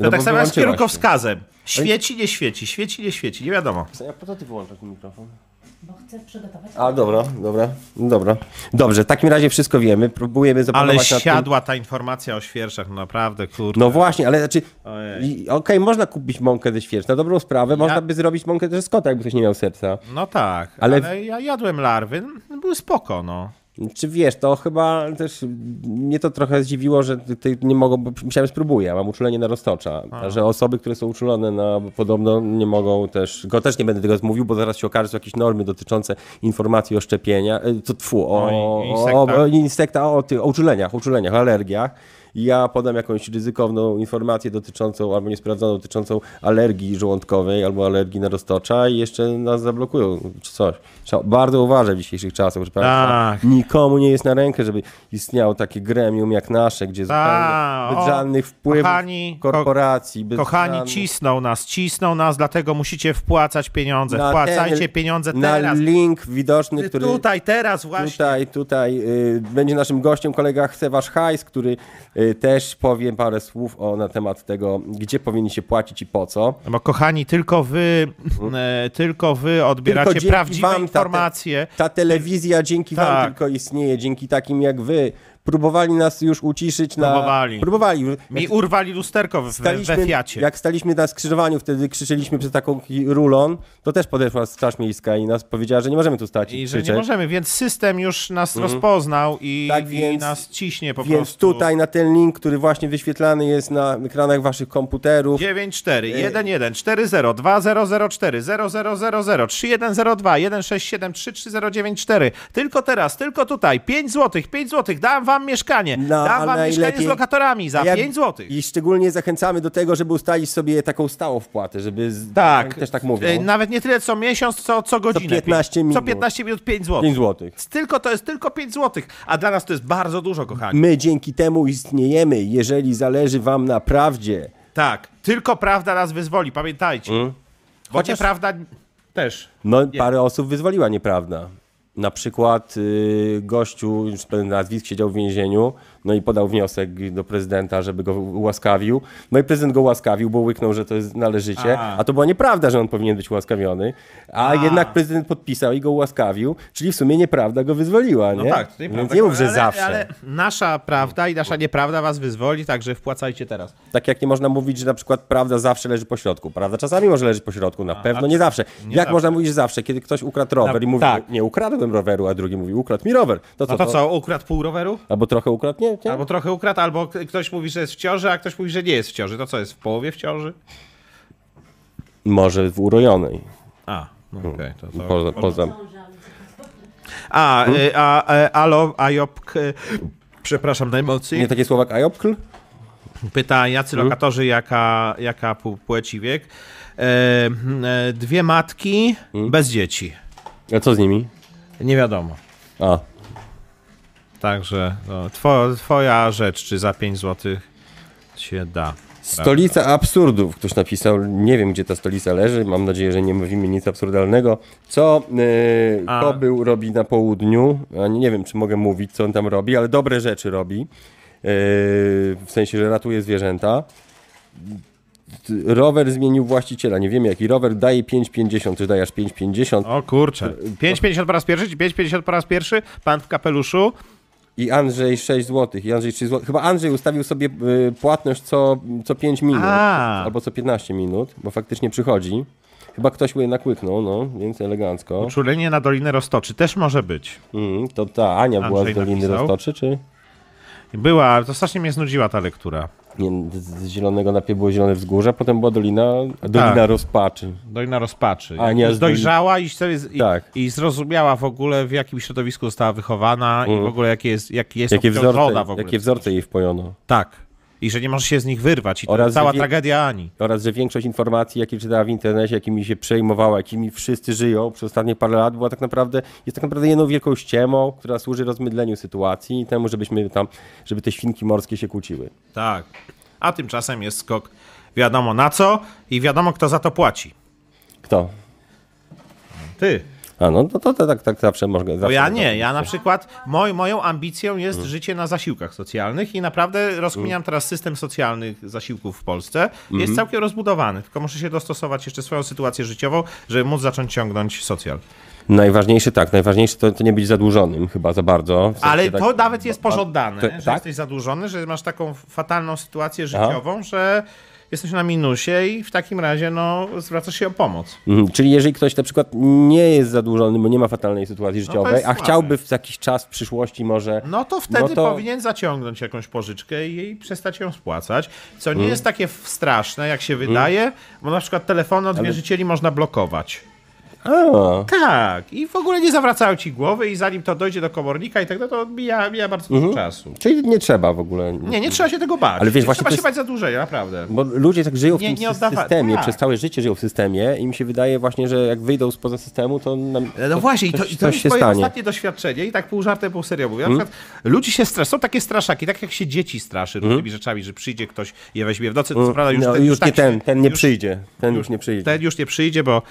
Speaker 1: No
Speaker 2: tak
Speaker 1: bo
Speaker 2: samo jak z
Speaker 1: wyłączyłaś
Speaker 2: kierunkowskazem. Świeci, nie świeci, świeci, nie świeci, nie wiadomo.
Speaker 1: się. A po co ty wyłączasz ten mikrofon?
Speaker 5: bo chcę przygotować.
Speaker 1: A, dobra, dobra, dobra. Dobrze, w takim razie wszystko wiemy, próbujemy zapanować
Speaker 2: Ale
Speaker 1: nad tym.
Speaker 2: siadła ta informacja o świerszach, no naprawdę, kurde.
Speaker 1: No właśnie, ale znaczy,
Speaker 2: Ojej.
Speaker 1: i- okej, można kupić mąkę ze świerszcza, na dobrą sprawę, można by zrobić mąkę ze skota, jakby ktoś nie miał serca.
Speaker 2: No tak,
Speaker 1: Ale-
Speaker 2: ale... ja jadłem larwy, no, były spoko, no.
Speaker 1: Czy wiesz, to chyba też mnie to trochę zdziwiło, że ty, ty nie mogą, bo myślałem spróbuję, mam uczulenie na roztocza, że osoby, które są uczulone na, podobno nie mogą też, go też nie będę tego mówił, bo zaraz się okaże, są jakieś normy dotyczące informacji o szczepienia, y, to tfu, o,
Speaker 2: O in-
Speaker 1: o,
Speaker 2: insektach.
Speaker 1: o insekta, o, ty, o uczuleniach, uczuleniach, alergiach. Ja podam jakąś ryzykowną informację dotyczącą, albo niesprawdzoną, dotyczącą alergii żołądkowej, albo alergii na roztocza i jeszcze nas zablokują, czy coś. Trzeba bardzo uważać w dzisiejszych czasach, proszę
Speaker 2: Tak.
Speaker 1: Państwa. Nikomu nie jest na rękę, żeby istniało takie gremium jak nasze, gdzie
Speaker 2: Tak,
Speaker 1: zupełnie bez
Speaker 2: o,
Speaker 1: żadnych wpływów
Speaker 2: kochani, ko-
Speaker 1: korporacji. Bez
Speaker 2: Kochani,
Speaker 1: żadnych-
Speaker 2: cisną nas, cisną nas, dlatego musicie wpłacać pieniądze.
Speaker 1: na
Speaker 2: Wpłacajcie
Speaker 1: ten-
Speaker 2: pieniądze
Speaker 1: Na
Speaker 2: teraz.
Speaker 1: link widoczny, który...
Speaker 2: Tutaj, teraz właśnie.
Speaker 1: Tutaj, tutaj y, będzie naszym gościem kolega Chcewasz Hajs, który y, też powie parę słów o, na temat tego, gdzie powinni się płacić i po co.
Speaker 2: No Bo kochani, tylko wy, e, tylko wy odbieracie
Speaker 1: Mhm. dzięki
Speaker 2: prawdziwe
Speaker 1: wam ta te-
Speaker 2: informacje.
Speaker 1: Ta telewizja dzięki wam
Speaker 2: Tak.
Speaker 1: tylko istnieje, dzięki takim jak wy. Próbowali nas już uciszyć na...
Speaker 2: Próbowali.
Speaker 1: Próbowali.
Speaker 2: Mi urwali lusterko w, we
Speaker 1: Staliśmy,
Speaker 2: Fiacie.
Speaker 1: jak staliśmy na skrzyżowaniu, wtedy krzyczeliśmy przez taką ki- rulon, to też podeszła Straż Miejska i nas powiedziała, że nie możemy tu stać i,
Speaker 2: I że
Speaker 1: krzyczeć.
Speaker 2: nie możemy, więc system już nas rozpoznał i,
Speaker 1: Tak
Speaker 2: i
Speaker 1: więc-
Speaker 2: nas ciśnie po
Speaker 1: Więc
Speaker 2: prostu.
Speaker 1: tutaj na ten link, który właśnie wyświetlany jest na ekranach waszych komputerów,
Speaker 2: 94
Speaker 1: E-
Speaker 2: 11 40 2004 0000 3102 1673 3094 Tylko teraz, tylko tutaj. 5 zł, 5 zł. Dam wam mieszkanie.
Speaker 1: No,
Speaker 2: Dam wam
Speaker 1: ale
Speaker 2: mieszkanie
Speaker 1: lepiej-
Speaker 2: z lokatorami za
Speaker 1: A jak-
Speaker 2: 5 zł.
Speaker 1: I szczególnie zachęcamy do tego, żeby ustalić sobie taką stałą wpłatę, żeby. Z...
Speaker 2: Tak.
Speaker 1: Też tak mówią.
Speaker 2: E, Nawet nie tyle co miesiąc, co, co godzinę.
Speaker 1: 15
Speaker 2: Co
Speaker 1: minut.
Speaker 2: 15 minut 5 zł.
Speaker 1: 5 zł.
Speaker 2: Tylko to jest tylko 5 zł, a dla nas to jest bardzo dużo, kochani.
Speaker 1: My dzięki temu istniejemy, jeżeli zależy Wam na prawdzie.
Speaker 2: Tak, tylko prawda nas wyzwoli, pamiętajcie.
Speaker 1: Mm.
Speaker 2: Chociaż
Speaker 1: Chociaż-
Speaker 2: prawda też.
Speaker 1: No, parę osób wyzwoliła nieprawda. Na przykład y, gościu, już bez nazwisk, siedział w więzieniu, no i podał wniosek do prezydenta, żeby go ułaskawił. No i prezydent go ułaskawił, bo łyknął, że to jest należycie, a,
Speaker 2: A.
Speaker 1: to była nieprawda, że on powinien być ułaskawiony, a, jednak prezydent podpisał i go ułaskawił, czyli w sumie nieprawda go wyzwoliła, nie?
Speaker 2: No tak, to nieprawda.
Speaker 1: Więc nie mów, że
Speaker 2: ale,
Speaker 1: zawsze.
Speaker 2: Ale nasza prawda i nasza nieprawda was wyzwoli, także wpłacajcie teraz.
Speaker 1: Tak jak nie można mówić, że na przykład prawda zawsze leży po środku. Prawda czasami może leżeć po środku, na pewno nie zawsze. jak
Speaker 2: nie zawsze.
Speaker 1: można mówić że zawsze, kiedy ktoś ukradł rower
Speaker 2: Na-
Speaker 1: i mówi,
Speaker 2: tak.
Speaker 1: nie ukradłem roweru, a drugi mówi, ukradł mi rower. To co,
Speaker 2: No to co, ukradł pół roweru?
Speaker 1: Albo trochę ukradł? Nie, nie?
Speaker 2: Albo trochę ukradł, albo k- ktoś mówi, że jest w ciąży, a ktoś mówi, że nie jest w ciąży. To co, jest w połowie w ciąży?
Speaker 1: Może w urojonej.
Speaker 2: A, no
Speaker 1: Mm.
Speaker 2: okej, to to...
Speaker 1: Poza, poza.
Speaker 2: A,
Speaker 1: Mm.
Speaker 2: y, a, a, alo, Ajopk, y, przepraszam na emocje.
Speaker 1: Nie takie słowa jak ajopkl?
Speaker 2: Pyta, jacy
Speaker 1: Mm.
Speaker 2: lokatorzy, jaka, jaka pł- płeć i wiek. E, m, e, dwie matki
Speaker 1: Mm.
Speaker 2: bez dzieci.
Speaker 1: A co z nimi?
Speaker 2: Nie wiadomo.
Speaker 1: A,
Speaker 2: Także no, two, twoja rzecz, czy za 5 zł się da.
Speaker 1: Stolica absurdów. Ktoś napisał, nie wiem gdzie ta stolica leży. Mam nadzieję, że nie mówimy nic absurdalnego. Co yy,
Speaker 2: A.
Speaker 1: Kobył robi na południu? A nie wiem, czy mogę mówić, co on tam robi, ale dobre rzeczy robi. Yy, w sensie, że ratuje zwierzęta. T- Rower zmienił właściciela. Nie wiemy jaki rower. Daje 5,50. Czy daje aż 5,50?
Speaker 2: O kurczę. 5,50 po raz pierwszy, czy 5,50 po raz pierwszy? Pan w kapeluszu.
Speaker 1: I Andrzej 6 zł. I Andrzej 3 zł. Chyba Andrzej ustawił sobie y, płatność co, co 5 minut.
Speaker 2: A.
Speaker 1: Albo co 15 minut, bo faktycznie przychodzi. Chyba ktoś mu jednak łyknął, no, więc elegancko.
Speaker 2: Czulenie na Dolinę Roztoczy też może być.
Speaker 1: Mm, to ta Ania była z
Speaker 2: Andrzej
Speaker 1: Doliny
Speaker 2: napisał.
Speaker 1: Roztoczy, czy?
Speaker 2: Była, ale to strasznie mnie znudziła ta lektura.
Speaker 1: Nie, z z Zielonego najpierw było Zielone Wzgórze, potem była Dolina, Dolina
Speaker 2: Tak.
Speaker 1: Rozpaczy.
Speaker 2: Dolina Rozpaczy.
Speaker 1: A, nie, z
Speaker 2: Dojrzała i, sobie z- i,
Speaker 1: Tak.
Speaker 2: i zrozumiała w ogóle, w jakim środowisku została wychowana i w ogóle jakie jest, jak jest
Speaker 1: Mhm. Jakie
Speaker 2: obciążona
Speaker 1: wzorce,
Speaker 2: w ogóle.
Speaker 1: jakie wzorce jej wpojono.
Speaker 2: Tak. I że nie może się z nich wyrwać. I to
Speaker 1: Oraz,
Speaker 2: jest cała
Speaker 1: że wie-
Speaker 2: tragedia Ani.
Speaker 1: Oraz, że większość informacji, jakie czytała w internecie, jakimi się przejmowała, jakimi wszyscy żyją przez ostatnie parę lat, była tak naprawdę, jest tak naprawdę jedną wielką ściemą, która służy rozmydleniu sytuacji i temu, żebyśmy tam, żeby te świnki morskie się kłóciły.
Speaker 2: Tak. A tymczasem jest skok wiadomo na co i wiadomo kto za to płaci.
Speaker 1: Kto?
Speaker 2: Ty.
Speaker 1: A no, to, to, to tak, tak zawsze można.
Speaker 2: Bo
Speaker 1: zawsze
Speaker 2: ja
Speaker 1: można.
Speaker 2: nie, ja na przykład, moj, moją ambicją jest życie na zasiłkach socjalnych i naprawdę rozkminiam teraz system socjalnych zasiłków w Polsce. Jest całkiem rozbudowany, tylko muszę się dostosować jeszcze swoją sytuację życiową, żeby móc zacząć ciągnąć socjal.
Speaker 1: Najważniejsze tak, najważniejsze to, to nie być zadłużonym chyba za bardzo. W sensie
Speaker 2: Ale
Speaker 1: tak-
Speaker 2: to nawet jest pożądane,
Speaker 1: to-
Speaker 2: że
Speaker 1: tak?
Speaker 2: jesteś zadłużony, że masz taką fatalną sytuację życiową, że jesteś na minusie i w takim razie no, zwracasz się o pomoc.
Speaker 1: Mhm, Czyli jeżeli ktoś na przykład nie jest zadłużony, bo nie ma fatalnej sytuacji życiowej, a
Speaker 2: No słabe.
Speaker 1: chciałby w jakiś czas w przyszłości może...
Speaker 2: No to wtedy
Speaker 1: No to-
Speaker 2: powinien zaciągnąć jakąś pożyczkę i jej przestać ją spłacać, co nie jest takie f- straszne, jak się wydaje, bo na przykład telefony od wierzycieli można blokować.
Speaker 1: A,
Speaker 2: Tak, i w ogóle nie zawracają ci głowy i zanim to dojdzie do komornika i tak, no to odbija, mija bardzo dużo czasu.
Speaker 1: czyli nie trzeba w ogóle...
Speaker 2: Nie, nie trzeba się tego bać.
Speaker 1: Ale wiesz,
Speaker 2: nie
Speaker 1: właśnie
Speaker 2: trzeba
Speaker 1: to
Speaker 2: się
Speaker 1: jest-
Speaker 2: bać zadłużenia, naprawdę.
Speaker 1: Bo ludzie tak żyją w
Speaker 2: Nie-
Speaker 1: tym
Speaker 2: nie
Speaker 1: sy-
Speaker 2: oddawa-
Speaker 1: systemie,
Speaker 2: tak.
Speaker 1: przez całe życie żyją w systemie i mi się wydaje właśnie, że jak wyjdą spoza systemu, to nam
Speaker 2: No
Speaker 1: to,
Speaker 2: właśnie, i to,
Speaker 1: coś,
Speaker 2: i to
Speaker 1: coś
Speaker 2: jest
Speaker 1: się
Speaker 2: moje
Speaker 1: stanie.
Speaker 2: ostatnie doświadczenie i tak pół żartem, pół serio mówię. Na przykład ludzie się stres, są takie straszaki, tak jak się dzieci straszy różnymi rzeczami, że przyjdzie ktoś, je weźmie w nocy, to co prawda już,
Speaker 1: no,
Speaker 2: ten,
Speaker 1: już
Speaker 2: tak
Speaker 1: nie ten,
Speaker 2: się-
Speaker 1: ten nie
Speaker 2: już-
Speaker 1: przyjdzie. Ten już, nie przyjdzie.
Speaker 2: Ten już nie przyjdzie, bo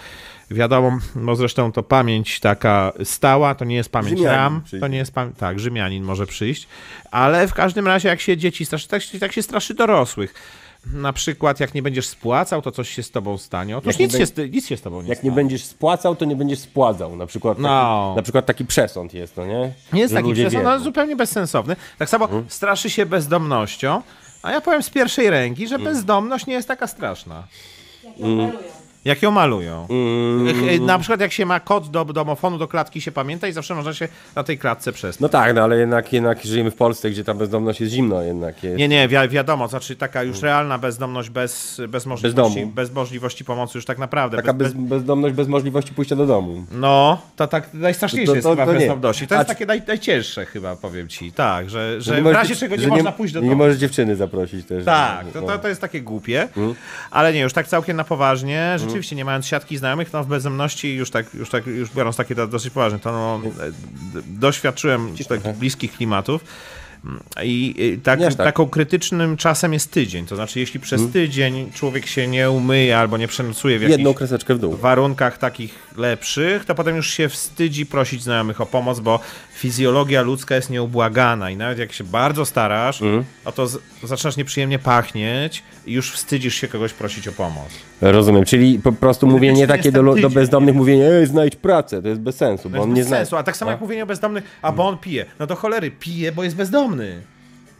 Speaker 2: wiadomo, bo zresztą to pamięć taka stała, to nie jest pamięć
Speaker 1: Rzymianin
Speaker 2: RAM,
Speaker 1: przyjdzie.
Speaker 2: to nie jest pamięć, tak, Rzymianin może przyjść, ale w każdym razie jak się dzieci straszy, tak, się- tak się straszy dorosłych. Na przykład jak nie będziesz spłacał, to coś się z tobą stanie. Otóż
Speaker 1: Jak nie
Speaker 2: nic, się,
Speaker 1: będ-
Speaker 2: z ty- nic się z tobą nie
Speaker 1: Jak
Speaker 2: stanie.
Speaker 1: nie będziesz spłacał, to nie będziesz spładzał. Na przykład taki,
Speaker 2: No.
Speaker 1: na przykład taki przesąd jest, no nie?
Speaker 2: Nie jest
Speaker 1: Że
Speaker 2: taki
Speaker 1: ludzie
Speaker 2: przesąd,
Speaker 1: wiedzą.
Speaker 2: ale
Speaker 1: Mhm.
Speaker 2: zupełnie bezsensowny. Tak samo straszy się bezdomnością, a ja powiem z pierwszej ręki, że
Speaker 1: Mhm.
Speaker 2: bezdomność nie jest taka straszna. Jak ją malują.
Speaker 1: Mhm.
Speaker 2: Ech, e, Na przykład jak się ma kod do domofonu, do klatki się pamięta i zawsze można się na tej klatce przestać.
Speaker 1: No tak, no ale jednak, jednak żyjemy w Polsce, gdzie ta bezdomność jest zimno jednak. Jest.
Speaker 2: Nie, nie, wi wiadomo, znaczy taka już realna bezdomność bez, bez, możliwości,
Speaker 1: Mhm. domu.
Speaker 2: bez, możliwości pomocy już tak naprawdę.
Speaker 1: Taka
Speaker 2: bez,
Speaker 1: bez, bezdomność bez możliwości pójścia do domu.
Speaker 2: No, to tak najstraszniejsze
Speaker 1: To- to-
Speaker 2: jest
Speaker 1: to
Speaker 2: chyba
Speaker 1: nie.
Speaker 2: w bezdomności. To
Speaker 1: A czy-
Speaker 2: jest
Speaker 1: No
Speaker 2: takie naj, najcięższe chyba, powiem ci. Tak, że, że,
Speaker 1: nie
Speaker 2: w
Speaker 1: możesz-
Speaker 2: razie czego nie
Speaker 1: że
Speaker 2: można pójść do
Speaker 1: że
Speaker 2: domu.
Speaker 1: Nie możesz dziewczyny zaprosić też.
Speaker 2: Tak,
Speaker 1: No.
Speaker 2: to, to, to jest takie głupie,
Speaker 1: Mm.
Speaker 2: ale nie, już tak całkiem na poważnie, rzeczywiście nie mając siatki znajomych, no w bezemności już tak, już tak, już biorąc takie do- dosyć poważnie, to no, e, d- doświadczyłem takich bliskich klimatów Mm, i i tak,
Speaker 1: Nie aż tak. Mm.
Speaker 2: taką krytycznym czasem jest tydzień, to znaczy jeśli przez tydzień człowiek się nie umyje albo nie przenocuje w jakichś
Speaker 1: Jedną kreseczkę w dół.
Speaker 2: warunkach takich lepszych, to potem już się wstydzi prosić znajomych o pomoc, bo fizjologia ludzka jest nieubłagana i nawet jak się bardzo starasz,
Speaker 1: Mhm.
Speaker 2: no to z- zaczynasz nieprzyjemnie pachnieć i już wstydzisz się kogoś prosić o pomoc.
Speaker 1: Rozumiem, czyli po prostu mówienie
Speaker 2: Jestem
Speaker 1: takie do, lu- do
Speaker 2: tydzień.
Speaker 1: bezdomnych, mówienie ej, znajdź pracę, to jest bez sensu,
Speaker 2: To
Speaker 1: bo
Speaker 2: jest
Speaker 1: on
Speaker 2: bez
Speaker 1: nie zna.
Speaker 2: sensu, a tak samo jak mówienie o bezdomnych, a bo on pije. No do cholery, pije, bo jest bezdomny.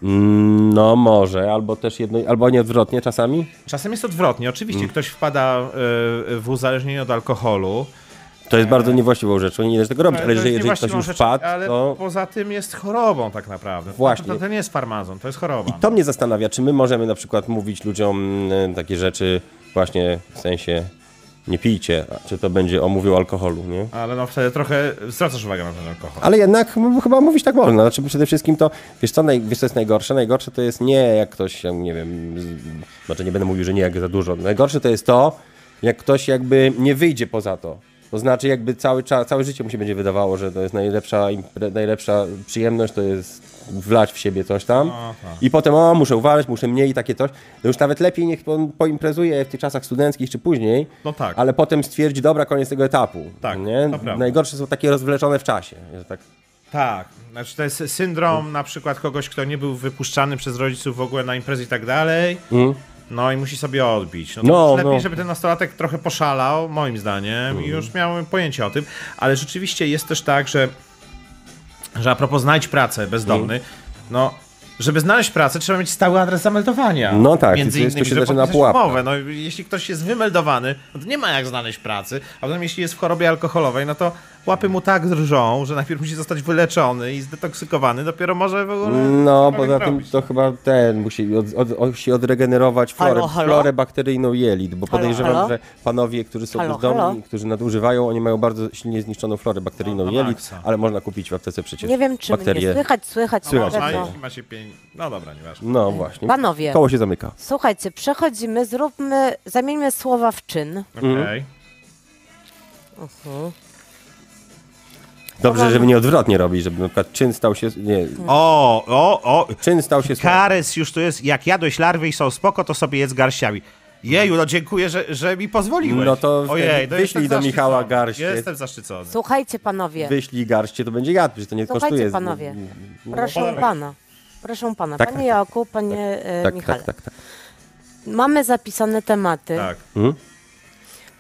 Speaker 1: Mm, No może, albo też jedno, albo nieodwrotnie czasami.
Speaker 2: Czasem jest odwrotnie, oczywiście
Speaker 1: Mhm.
Speaker 2: ktoś wpada y, y, w uzależnienie od alkoholu,
Speaker 1: To jest bardzo niewłaściwą rzeczą, nie należy tego robić, No, ale,
Speaker 2: Eee. to
Speaker 1: jeżeli,
Speaker 2: jest
Speaker 1: jeżeli ktoś
Speaker 2: niewłaściwą
Speaker 1: już
Speaker 2: rzecz,
Speaker 1: wpadł,
Speaker 2: ale
Speaker 1: to...
Speaker 2: poza tym jest chorobą tak naprawdę.
Speaker 1: Właśnie.
Speaker 2: To, to, to nie jest farmazon, to jest choroba.
Speaker 1: To mnie zastanawia, czy my możemy na przykład mówić ludziom mm, takie rzeczy właśnie w sensie nie pijcie, a czy to będzie o mówił alkoholu, nie?
Speaker 2: Ale no wtedy trochę zwracasz uwagę na ten alkohol.
Speaker 1: Ale jednak m- chyba mówić tak można. Znaczy przede wszystkim to, wiesz co, naj, wiesz co jest najgorsze? Najgorsze to jest nie jak ktoś, ja nie wiem, z, znaczy nie będę mówił, że nie jak za dużo. Najgorsze to jest to, jak ktoś jakby nie wyjdzie poza to. To znaczy jakby cały czas, całe życie mu się będzie wydawało, że to jest najlepsza, impre, najlepsza przyjemność, to jest wlać w siebie coś tam. I potem, o, muszę uważać, muszę mniej i takie coś. No już nawet lepiej niech on poimprezuje w tych czasach studenckich czy później.
Speaker 2: No tak.
Speaker 1: Ale potem stwierdzi, dobra, koniec tego etapu.
Speaker 2: Tak,
Speaker 1: nie?
Speaker 2: to prawda.
Speaker 1: Najgorsze są takie rozwleczone w czasie. Że tak
Speaker 2: Tak. Znaczy to jest syndrom na przykład kogoś, kto nie był wypuszczany przez rodziców w ogóle na imprezy i tak dalej. No i musi sobie odbić. No, to
Speaker 1: Mm. No,
Speaker 2: już lepiej,
Speaker 1: no. Mm.
Speaker 2: żeby ten nastolatek trochę poszalał, moim zdaniem, i już miał pojęcie o tym. Ale rzeczywiście jest też tak, że że a propos znajdź pracę bezdomny,
Speaker 1: Mm.
Speaker 2: no żeby znaleźć pracę, trzeba mieć stały adres zameldowania.
Speaker 1: No tak,
Speaker 2: między
Speaker 1: i to jest- to
Speaker 2: innymi,
Speaker 1: się
Speaker 2: żeby
Speaker 1: zaczyna
Speaker 2: podpisać
Speaker 1: pułapka.
Speaker 2: umowę. No, jeśli ktoś jest wymeldowany, no to nie ma jak znaleźć pracy, a potem jeśli jest w chorobie alkoholowej, no to łapy mu tak drżą, że najpierw musi zostać wyleczony i zdetoksykowany, dopiero może w ogóle...
Speaker 1: No,
Speaker 2: cokolwiek
Speaker 1: poza tym
Speaker 2: robić.
Speaker 1: to chyba ten musi od, od, od, się odregenerować florę,
Speaker 6: Halo, halo?
Speaker 1: florę bakteryjną jelit, bo
Speaker 6: Halo,
Speaker 1: podejrzewam,
Speaker 6: halo?
Speaker 1: że panowie, którzy są
Speaker 6: Halo,
Speaker 1: bezdomni,
Speaker 6: halo?
Speaker 1: którzy nadużywają, oni mają bardzo silnie zniszczoną florę bakteryjną
Speaker 2: No, na
Speaker 1: jelit,
Speaker 2: maksa.
Speaker 1: ale można kupić w aptece przecież
Speaker 3: Nie wiem, czy
Speaker 1: bakterie.
Speaker 3: mnie słychać, słychać.
Speaker 1: Słychać.
Speaker 3: na
Speaker 2: Można,
Speaker 3: pewno.
Speaker 2: jeśli ma się pień... No dobra, nieważne.
Speaker 1: No właśnie.
Speaker 3: Panowie.
Speaker 1: Koło się zamyka.
Speaker 3: Słuchajcie, przechodzimy, zróbmy, zamieńmy słowa w czyn.
Speaker 2: Okej.
Speaker 5: Mhm.
Speaker 1: Dobrze, żeby nie odwrotnie robić, żeby na przykład czyn stał się... Nie,
Speaker 2: O, o, o,
Speaker 1: czyn stał się... słowem.
Speaker 2: Kares już tu jest, jak jadłeś larwy i są spoko, to sobie jedz garściami. Jeju, no dziękuję, że, że mi pozwoliłeś.
Speaker 1: No to wtedy wyślij
Speaker 2: jestem
Speaker 1: do
Speaker 2: zaszczycony.
Speaker 1: Michała garście.
Speaker 2: Jestem zaszczycony.
Speaker 3: Słuchajcie, panowie,
Speaker 1: Wyślij garście, to będzie jadł, przecież to nie kosztuje. no,
Speaker 3: słuchajcie, panowie, proszę
Speaker 2: Podarek.
Speaker 3: pana, proszę pana,
Speaker 1: Tak,
Speaker 3: panie
Speaker 1: tak,
Speaker 3: Jaku, panie e,
Speaker 1: Tak,
Speaker 3: Michale,
Speaker 1: tak, tak, tak.
Speaker 3: mamy zapisane tematy,
Speaker 2: Tak.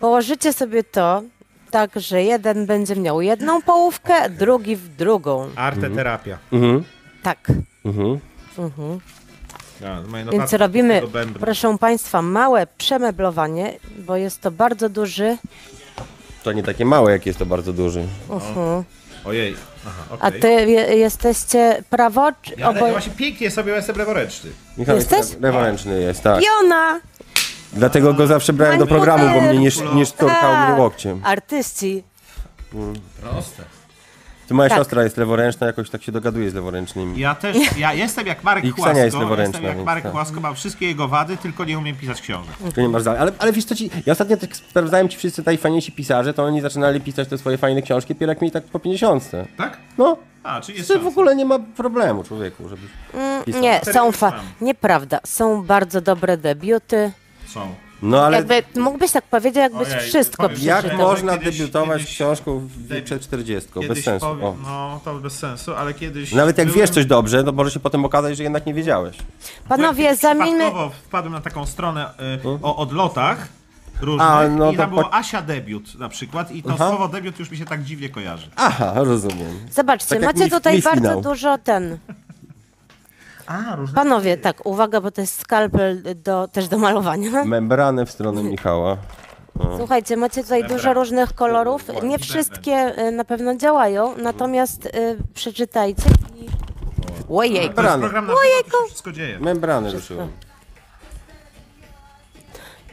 Speaker 3: położycie sobie to tak, że jeden będzie miał jedną połówkę,
Speaker 2: Tak.
Speaker 3: drugi w drugą,
Speaker 2: Arteterapia.
Speaker 3: tak.
Speaker 1: Mhm.
Speaker 2: Ja, moje
Speaker 3: Więc
Speaker 2: notatki
Speaker 3: robimy,
Speaker 2: do bębna.
Speaker 3: proszę państwa, małe przemeblowanie, bo jest to bardzo duży,
Speaker 1: To nie takie małe, jak jest to bardzo duży.
Speaker 3: uhu.
Speaker 2: Ojej. Aha,
Speaker 3: a
Speaker 2: okej.
Speaker 3: ty je, jesteście prawo, czy
Speaker 2: Ja, ja
Speaker 3: obo...
Speaker 2: właśnie pięknie sobie jestem leworęczny.
Speaker 1: Michał
Speaker 3: Jesteś?
Speaker 1: jest leworęczny jest, tak.
Speaker 3: Piona!
Speaker 1: Dlatego go zawsze brałem do programu, bo mnie nie, nie szturkał
Speaker 3: Tak.
Speaker 1: mnie łokciem.
Speaker 3: Artyści.
Speaker 2: Proste.
Speaker 1: To moja
Speaker 3: Tak. Mhm.
Speaker 1: siostra jest leworęczna, jakoś tak się dogaduje z leworęcznymi.
Speaker 2: Ja też, ja jestem jak Marek
Speaker 1: I Ksenia
Speaker 2: Kłasko.
Speaker 1: jest leworęczna,
Speaker 2: Jestem jak
Speaker 1: więc
Speaker 2: Marek
Speaker 1: tak.
Speaker 2: Kłasko, mam wszystkie jego wady, tylko nie umiem pisać książek.
Speaker 1: To nie masz za... ale, ale wiesz co ci, ja ostatnio tak sprawdzałem ci wszyscy tajfajniejsi pisarze, to oni zaczynali pisać te swoje fajne książki, pierak mi tak po 50.
Speaker 2: Tak?
Speaker 1: No,
Speaker 2: A, czyli jest
Speaker 1: że w
Speaker 2: szansa.
Speaker 1: ogóle nie ma problemu człowieku, żebyś pisał.
Speaker 3: Mm, Nie, są
Speaker 2: już
Speaker 3: fa-
Speaker 2: mam.
Speaker 3: nieprawda, są bardzo dobre debiuty.
Speaker 2: Są.
Speaker 1: No ale
Speaker 3: Jakby, mógłbyś tak powiedzieć, jakbyś
Speaker 2: Ojej,
Speaker 3: wszystko
Speaker 2: powiem,
Speaker 3: przeczytał.
Speaker 1: jak
Speaker 2: Kiedyś-
Speaker 1: można
Speaker 2: kiedyś-
Speaker 1: debiutować
Speaker 2: kiedyś-
Speaker 1: książką w,
Speaker 2: debi-
Speaker 1: przed 40, bez
Speaker 2: Kiedyś
Speaker 1: sensu.
Speaker 2: powiem,
Speaker 1: o.
Speaker 2: no to bez sensu, ale kiedyś...
Speaker 1: Nawet jak
Speaker 2: byłem-
Speaker 1: wiesz coś dobrze, to może się potem okazać, że jednak nie wiedziałeś.
Speaker 3: Panowie,
Speaker 2: Byłem
Speaker 3: zamieńmy...
Speaker 2: przypadkowo wpadłem na taką stronę y, o odlotach różnych
Speaker 1: A, no
Speaker 2: i
Speaker 1: to
Speaker 2: tam było
Speaker 1: po-
Speaker 2: Asia debiut na przykład i to
Speaker 1: Aha.
Speaker 2: słowo debiut już mi się tak dziwnie kojarzy.
Speaker 1: Aha, rozumiem.
Speaker 3: Zobaczcie,
Speaker 1: Tak jak
Speaker 3: macie
Speaker 1: mi-
Speaker 3: tutaj
Speaker 1: mi
Speaker 3: bardzo
Speaker 1: finał.
Speaker 3: dużo ten...
Speaker 2: A, różne...
Speaker 3: Panowie, tak, uwaga, bo to jest skalpel do, też do
Speaker 1: No.
Speaker 3: malowania.
Speaker 1: Membranę w stronę Michała.
Speaker 3: Słuchajcie, macie tutaj dużo różnych kolorów. Nie wszystkie y, na pewno działają, natomiast y, przeczytajcie i... Ojej,
Speaker 2: To jest
Speaker 1: Rano. No.
Speaker 2: program na Ojejku. się wszystko dzieje.
Speaker 1: Membrany ruszyłem.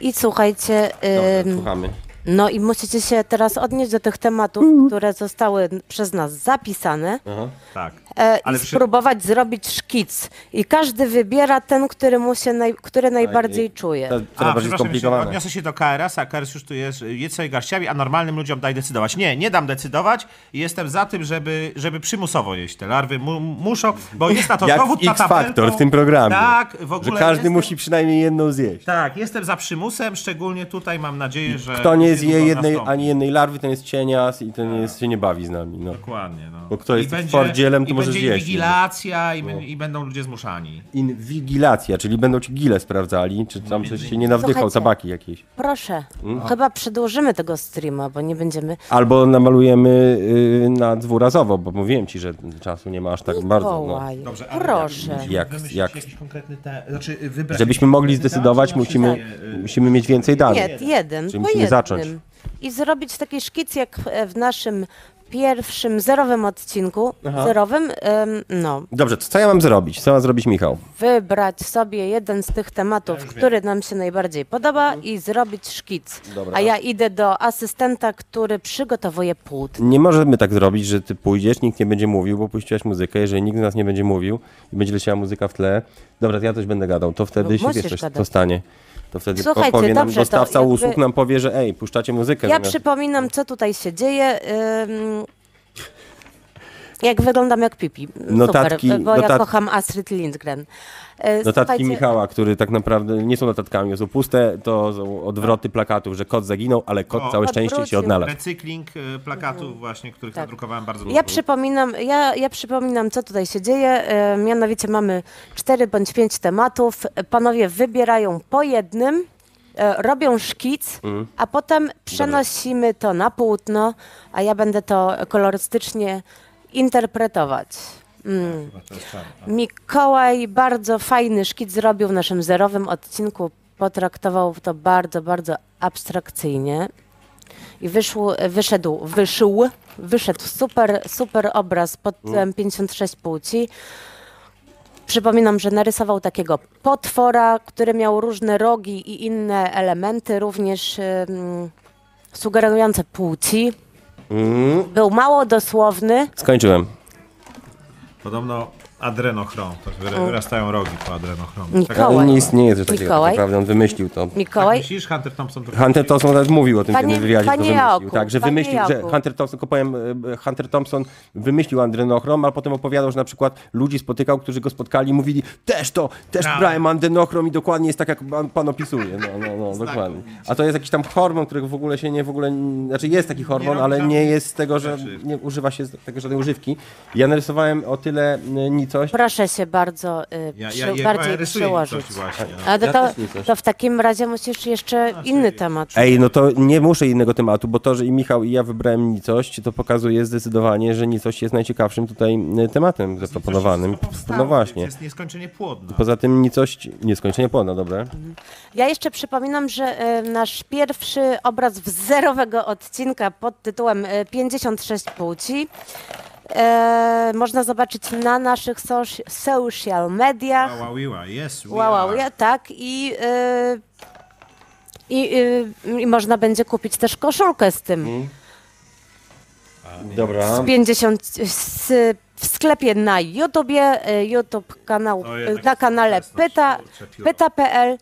Speaker 3: I słuchajcie,
Speaker 1: Dobrze,
Speaker 3: ym,
Speaker 1: słuchamy.
Speaker 3: no i musicie się teraz odnieść do tych tematów,
Speaker 1: Mm.
Speaker 3: które zostały przez nas zapisane
Speaker 1: No.
Speaker 2: Tak.
Speaker 3: e,
Speaker 2: Ale
Speaker 3: i
Speaker 2: przy-
Speaker 3: spróbować zrobić szkic. I każdy wybiera ten, który mu się naj, który najbardziej czuje.
Speaker 1: To
Speaker 2: A,
Speaker 1: coraz bardziej
Speaker 2: przepraszam, jeszcze
Speaker 1: skomplikowane.
Speaker 2: odniosę się do KRS, a KRS już tu jest, y, jedz sobie garściami, a normalnym ludziom daj decydować. Nie, nie dam decydować i jestem za tym, żeby, żeby przymusowo jeść te larwy. Mu, muszą, bo jest na
Speaker 1: *laughs*
Speaker 2: to
Speaker 1: Jak
Speaker 2: dowód
Speaker 1: w
Speaker 2: na
Speaker 1: X-Factor
Speaker 2: tabelką.
Speaker 1: w tym programie.
Speaker 2: Tak, w ogóle
Speaker 1: Że każdy
Speaker 2: jestem-
Speaker 1: musi przynajmniej jedną zjeść.
Speaker 2: Tak, jestem za przymusem, szczególnie tutaj mam nadzieję, że...
Speaker 1: Kto nie zje
Speaker 2: niedługo
Speaker 1: jednej,
Speaker 2: nastąpi.
Speaker 1: ani jednej larwy, ten jest cienias i ten jest, się nie bawi z nami. No.
Speaker 2: Dokładnie, no.
Speaker 1: Bo kto
Speaker 2: I
Speaker 1: jest
Speaker 2: będzie-
Speaker 1: twardzielem, to
Speaker 2: i
Speaker 1: może
Speaker 2: będzie
Speaker 1: zjeść, no.
Speaker 2: inwigilacja i, i będą ludzie zmuszani.
Speaker 1: Inwigilacja, czyli będą ci gile sprawdzali, czy tam coś się nie nawdychał,
Speaker 3: Słuchajcie.
Speaker 1: tabaki jakieś.
Speaker 3: Proszę,
Speaker 1: Mhm.
Speaker 3: chyba przedłużymy tego streama, bo nie będziemy...
Speaker 1: Albo namalujemy yy, na dwurazowo, bo mówiłem ci, że czasu nie ma aż tak bardzo. No.
Speaker 3: Kołaj,
Speaker 2: Dobrze, ale
Speaker 3: proszę.
Speaker 2: musimy
Speaker 1: Jak-
Speaker 2: wymyślić
Speaker 1: jak-
Speaker 2: jakiś konkretny te... znaczy, wybrać
Speaker 1: Żebyśmy
Speaker 2: jakiś
Speaker 1: mogli
Speaker 2: konkretny
Speaker 1: zdecydować,
Speaker 2: temat, czy
Speaker 1: musimy,
Speaker 2: nasze zdanie, y,
Speaker 1: musimy mieć więcej danych.
Speaker 3: Nie, jeden,
Speaker 1: Czyli
Speaker 3: po
Speaker 1: musimy
Speaker 3: jednym.
Speaker 1: zacząć.
Speaker 3: I zrobić taki szkic jak e, w naszym pierwszym zerowym odcinku, zerowym, em, no,
Speaker 1: Dobrze, to co ja mam zrobić? Co ma zrobić Michał?
Speaker 3: wybrać sobie jeden z tych tematów, który nam się najbardziej podoba
Speaker 2: Mhm.
Speaker 3: i zrobić szkic.
Speaker 1: Dobra.
Speaker 3: A ja idę do asystenta, który przygotowuje płótno.
Speaker 1: Nie możemy tak zrobić, że ty pójdziesz, nikt nie będzie mówił, bo puściłaś muzykę. Jeżeli nikt z nas nie będzie mówił i będzie leciała muzyka w tle, dobra, to ja coś będę gadał, to wtedy
Speaker 3: No,
Speaker 1: się
Speaker 3: musisz
Speaker 1: wiesz, coś,
Speaker 3: gadać.
Speaker 1: co stanie. To wtedy
Speaker 3: Słuchajcie,
Speaker 1: powie nam
Speaker 3: dobrze, to
Speaker 1: dostawca
Speaker 3: jakby-
Speaker 1: usług, nam powie, że ej, puszczacie muzykę.
Speaker 3: Ja
Speaker 1: zamiast-
Speaker 3: przypominam, co tutaj się dzieje. ym, jak wyglądam jak pipi.
Speaker 1: Notatki-
Speaker 3: Super, bo ja
Speaker 1: notat-
Speaker 3: kocham Astrid Lindgren. E,
Speaker 1: Notatki
Speaker 3: słuchajcie-
Speaker 1: Michała, który tak naprawdę nie są notatkami, są puste, to są odwroty plakatów, że kot zaginął, ale kot
Speaker 2: O.
Speaker 1: całe szczęście się
Speaker 3: Odwrócił.
Speaker 1: odnalazł.
Speaker 2: Recykling y, plakatów właśnie, których nadrukowałem bardzo dużo.
Speaker 3: Mhm. Tak. Ja przypominam, ja, ja przypominam, co tutaj się dzieje. E, mianowicie mamy cztery bądź pięć tematów. E, Panowie wybierają po jednym, e, robią szkic,
Speaker 1: Mhm.
Speaker 3: a potem przenosimy to na płótno, a ja będę to kolorystycznie interpretować. Mm. Mikołaj bardzo fajny szkic zrobił w naszym zerowym odcinku. Potraktował to bardzo, bardzo abstrakcyjnie. I wyszło, wyszedł, wyszył, wyszedł super, super obraz pod tytułem 56 płci. Przypominam, że narysował takiego potwora, który miał różne rogi i inne elementy, również ym, sugerujące płci. Był mało dosłowny.
Speaker 1: Skończyłem.
Speaker 2: Podobno adrenochrom, tak wyra- wyrastają rogi po adrenochromie. Tak,
Speaker 3: Mikołaj.
Speaker 1: Nie istnieje coś takiego,
Speaker 3: Mikołaj?
Speaker 1: tak naprawdę on wymyślił to.
Speaker 2: tak
Speaker 3: Mikołaj,
Speaker 2: myślisz? Hunter Thompson to...
Speaker 1: Hunter Thompson nawet mówił o tym
Speaker 3: Panie-
Speaker 1: w jednym wywiadzie, że
Speaker 3: panie
Speaker 1: to wymyślił.
Speaker 3: Jaku,
Speaker 1: tak, że
Speaker 3: panie
Speaker 1: wymyślił, że
Speaker 3: Jaku.
Speaker 1: Hunter Thompson, tylko powiem, e, Hunter Thompson wymyślił adrenochrom, a potem opowiadał, że na przykład ludzi spotykał, którzy go spotkali i mówili, też to, też
Speaker 2: Brawo.
Speaker 1: brałem adrenochrom i dokładnie jest tak, jak pan, pan opisuje. No, no,
Speaker 2: *laughs*
Speaker 1: no, dokładnie. A to jest jakiś tam hormon, którego w ogóle się nie, w ogóle, znaczy jest taki hormon,
Speaker 2: robi
Speaker 1: ale
Speaker 2: tam
Speaker 1: nie jest z tego, że
Speaker 2: rzeczy.
Speaker 1: nie używa się z tego żadnej używki. Ja narysowałem o tyle y, nicość,
Speaker 3: proszę się bardzo y,
Speaker 2: Ja,
Speaker 3: przy,
Speaker 2: ja, ja,
Speaker 3: bardziej
Speaker 2: ja rysuję
Speaker 3: przyłożyć.
Speaker 2: coś właśnie. no.
Speaker 3: A to,
Speaker 1: Ja
Speaker 3: to,
Speaker 1: też nie też.
Speaker 3: to w takim razie musisz jeszcze inny temat.
Speaker 1: Ej, no to nie muszę innego tematu, bo to, że i Michał i ja wybrałem nicość, to pokazuje zdecydowanie, że nicość jest najciekawszym tutaj y, tematem zaproponowanym. No właśnie.
Speaker 2: Jest nieskończenie płodna.
Speaker 1: Poza tym nicość nieskończenie płodna, dobra?
Speaker 3: Ja jeszcze przypominam, że y, nasz pierwszy obraz w zerowego odcinka pod tytułem y, 56 płci e, można zobaczyć na naszych soci- social mediach.
Speaker 2: Wawawiła, yes, we
Speaker 3: Wow, wow,
Speaker 2: are.
Speaker 3: ja tak i, y, i, y, i można będzie kupić też koszulkę z tym.
Speaker 1: Mm. Dobra.
Speaker 3: 50 z, w sklepie na YouTubie, y, YouTube kanał,
Speaker 2: To
Speaker 3: y,
Speaker 2: No jednak
Speaker 3: na kanale
Speaker 2: wczesność
Speaker 3: pyta,
Speaker 2: się odczepiło.
Speaker 3: pyta.pl.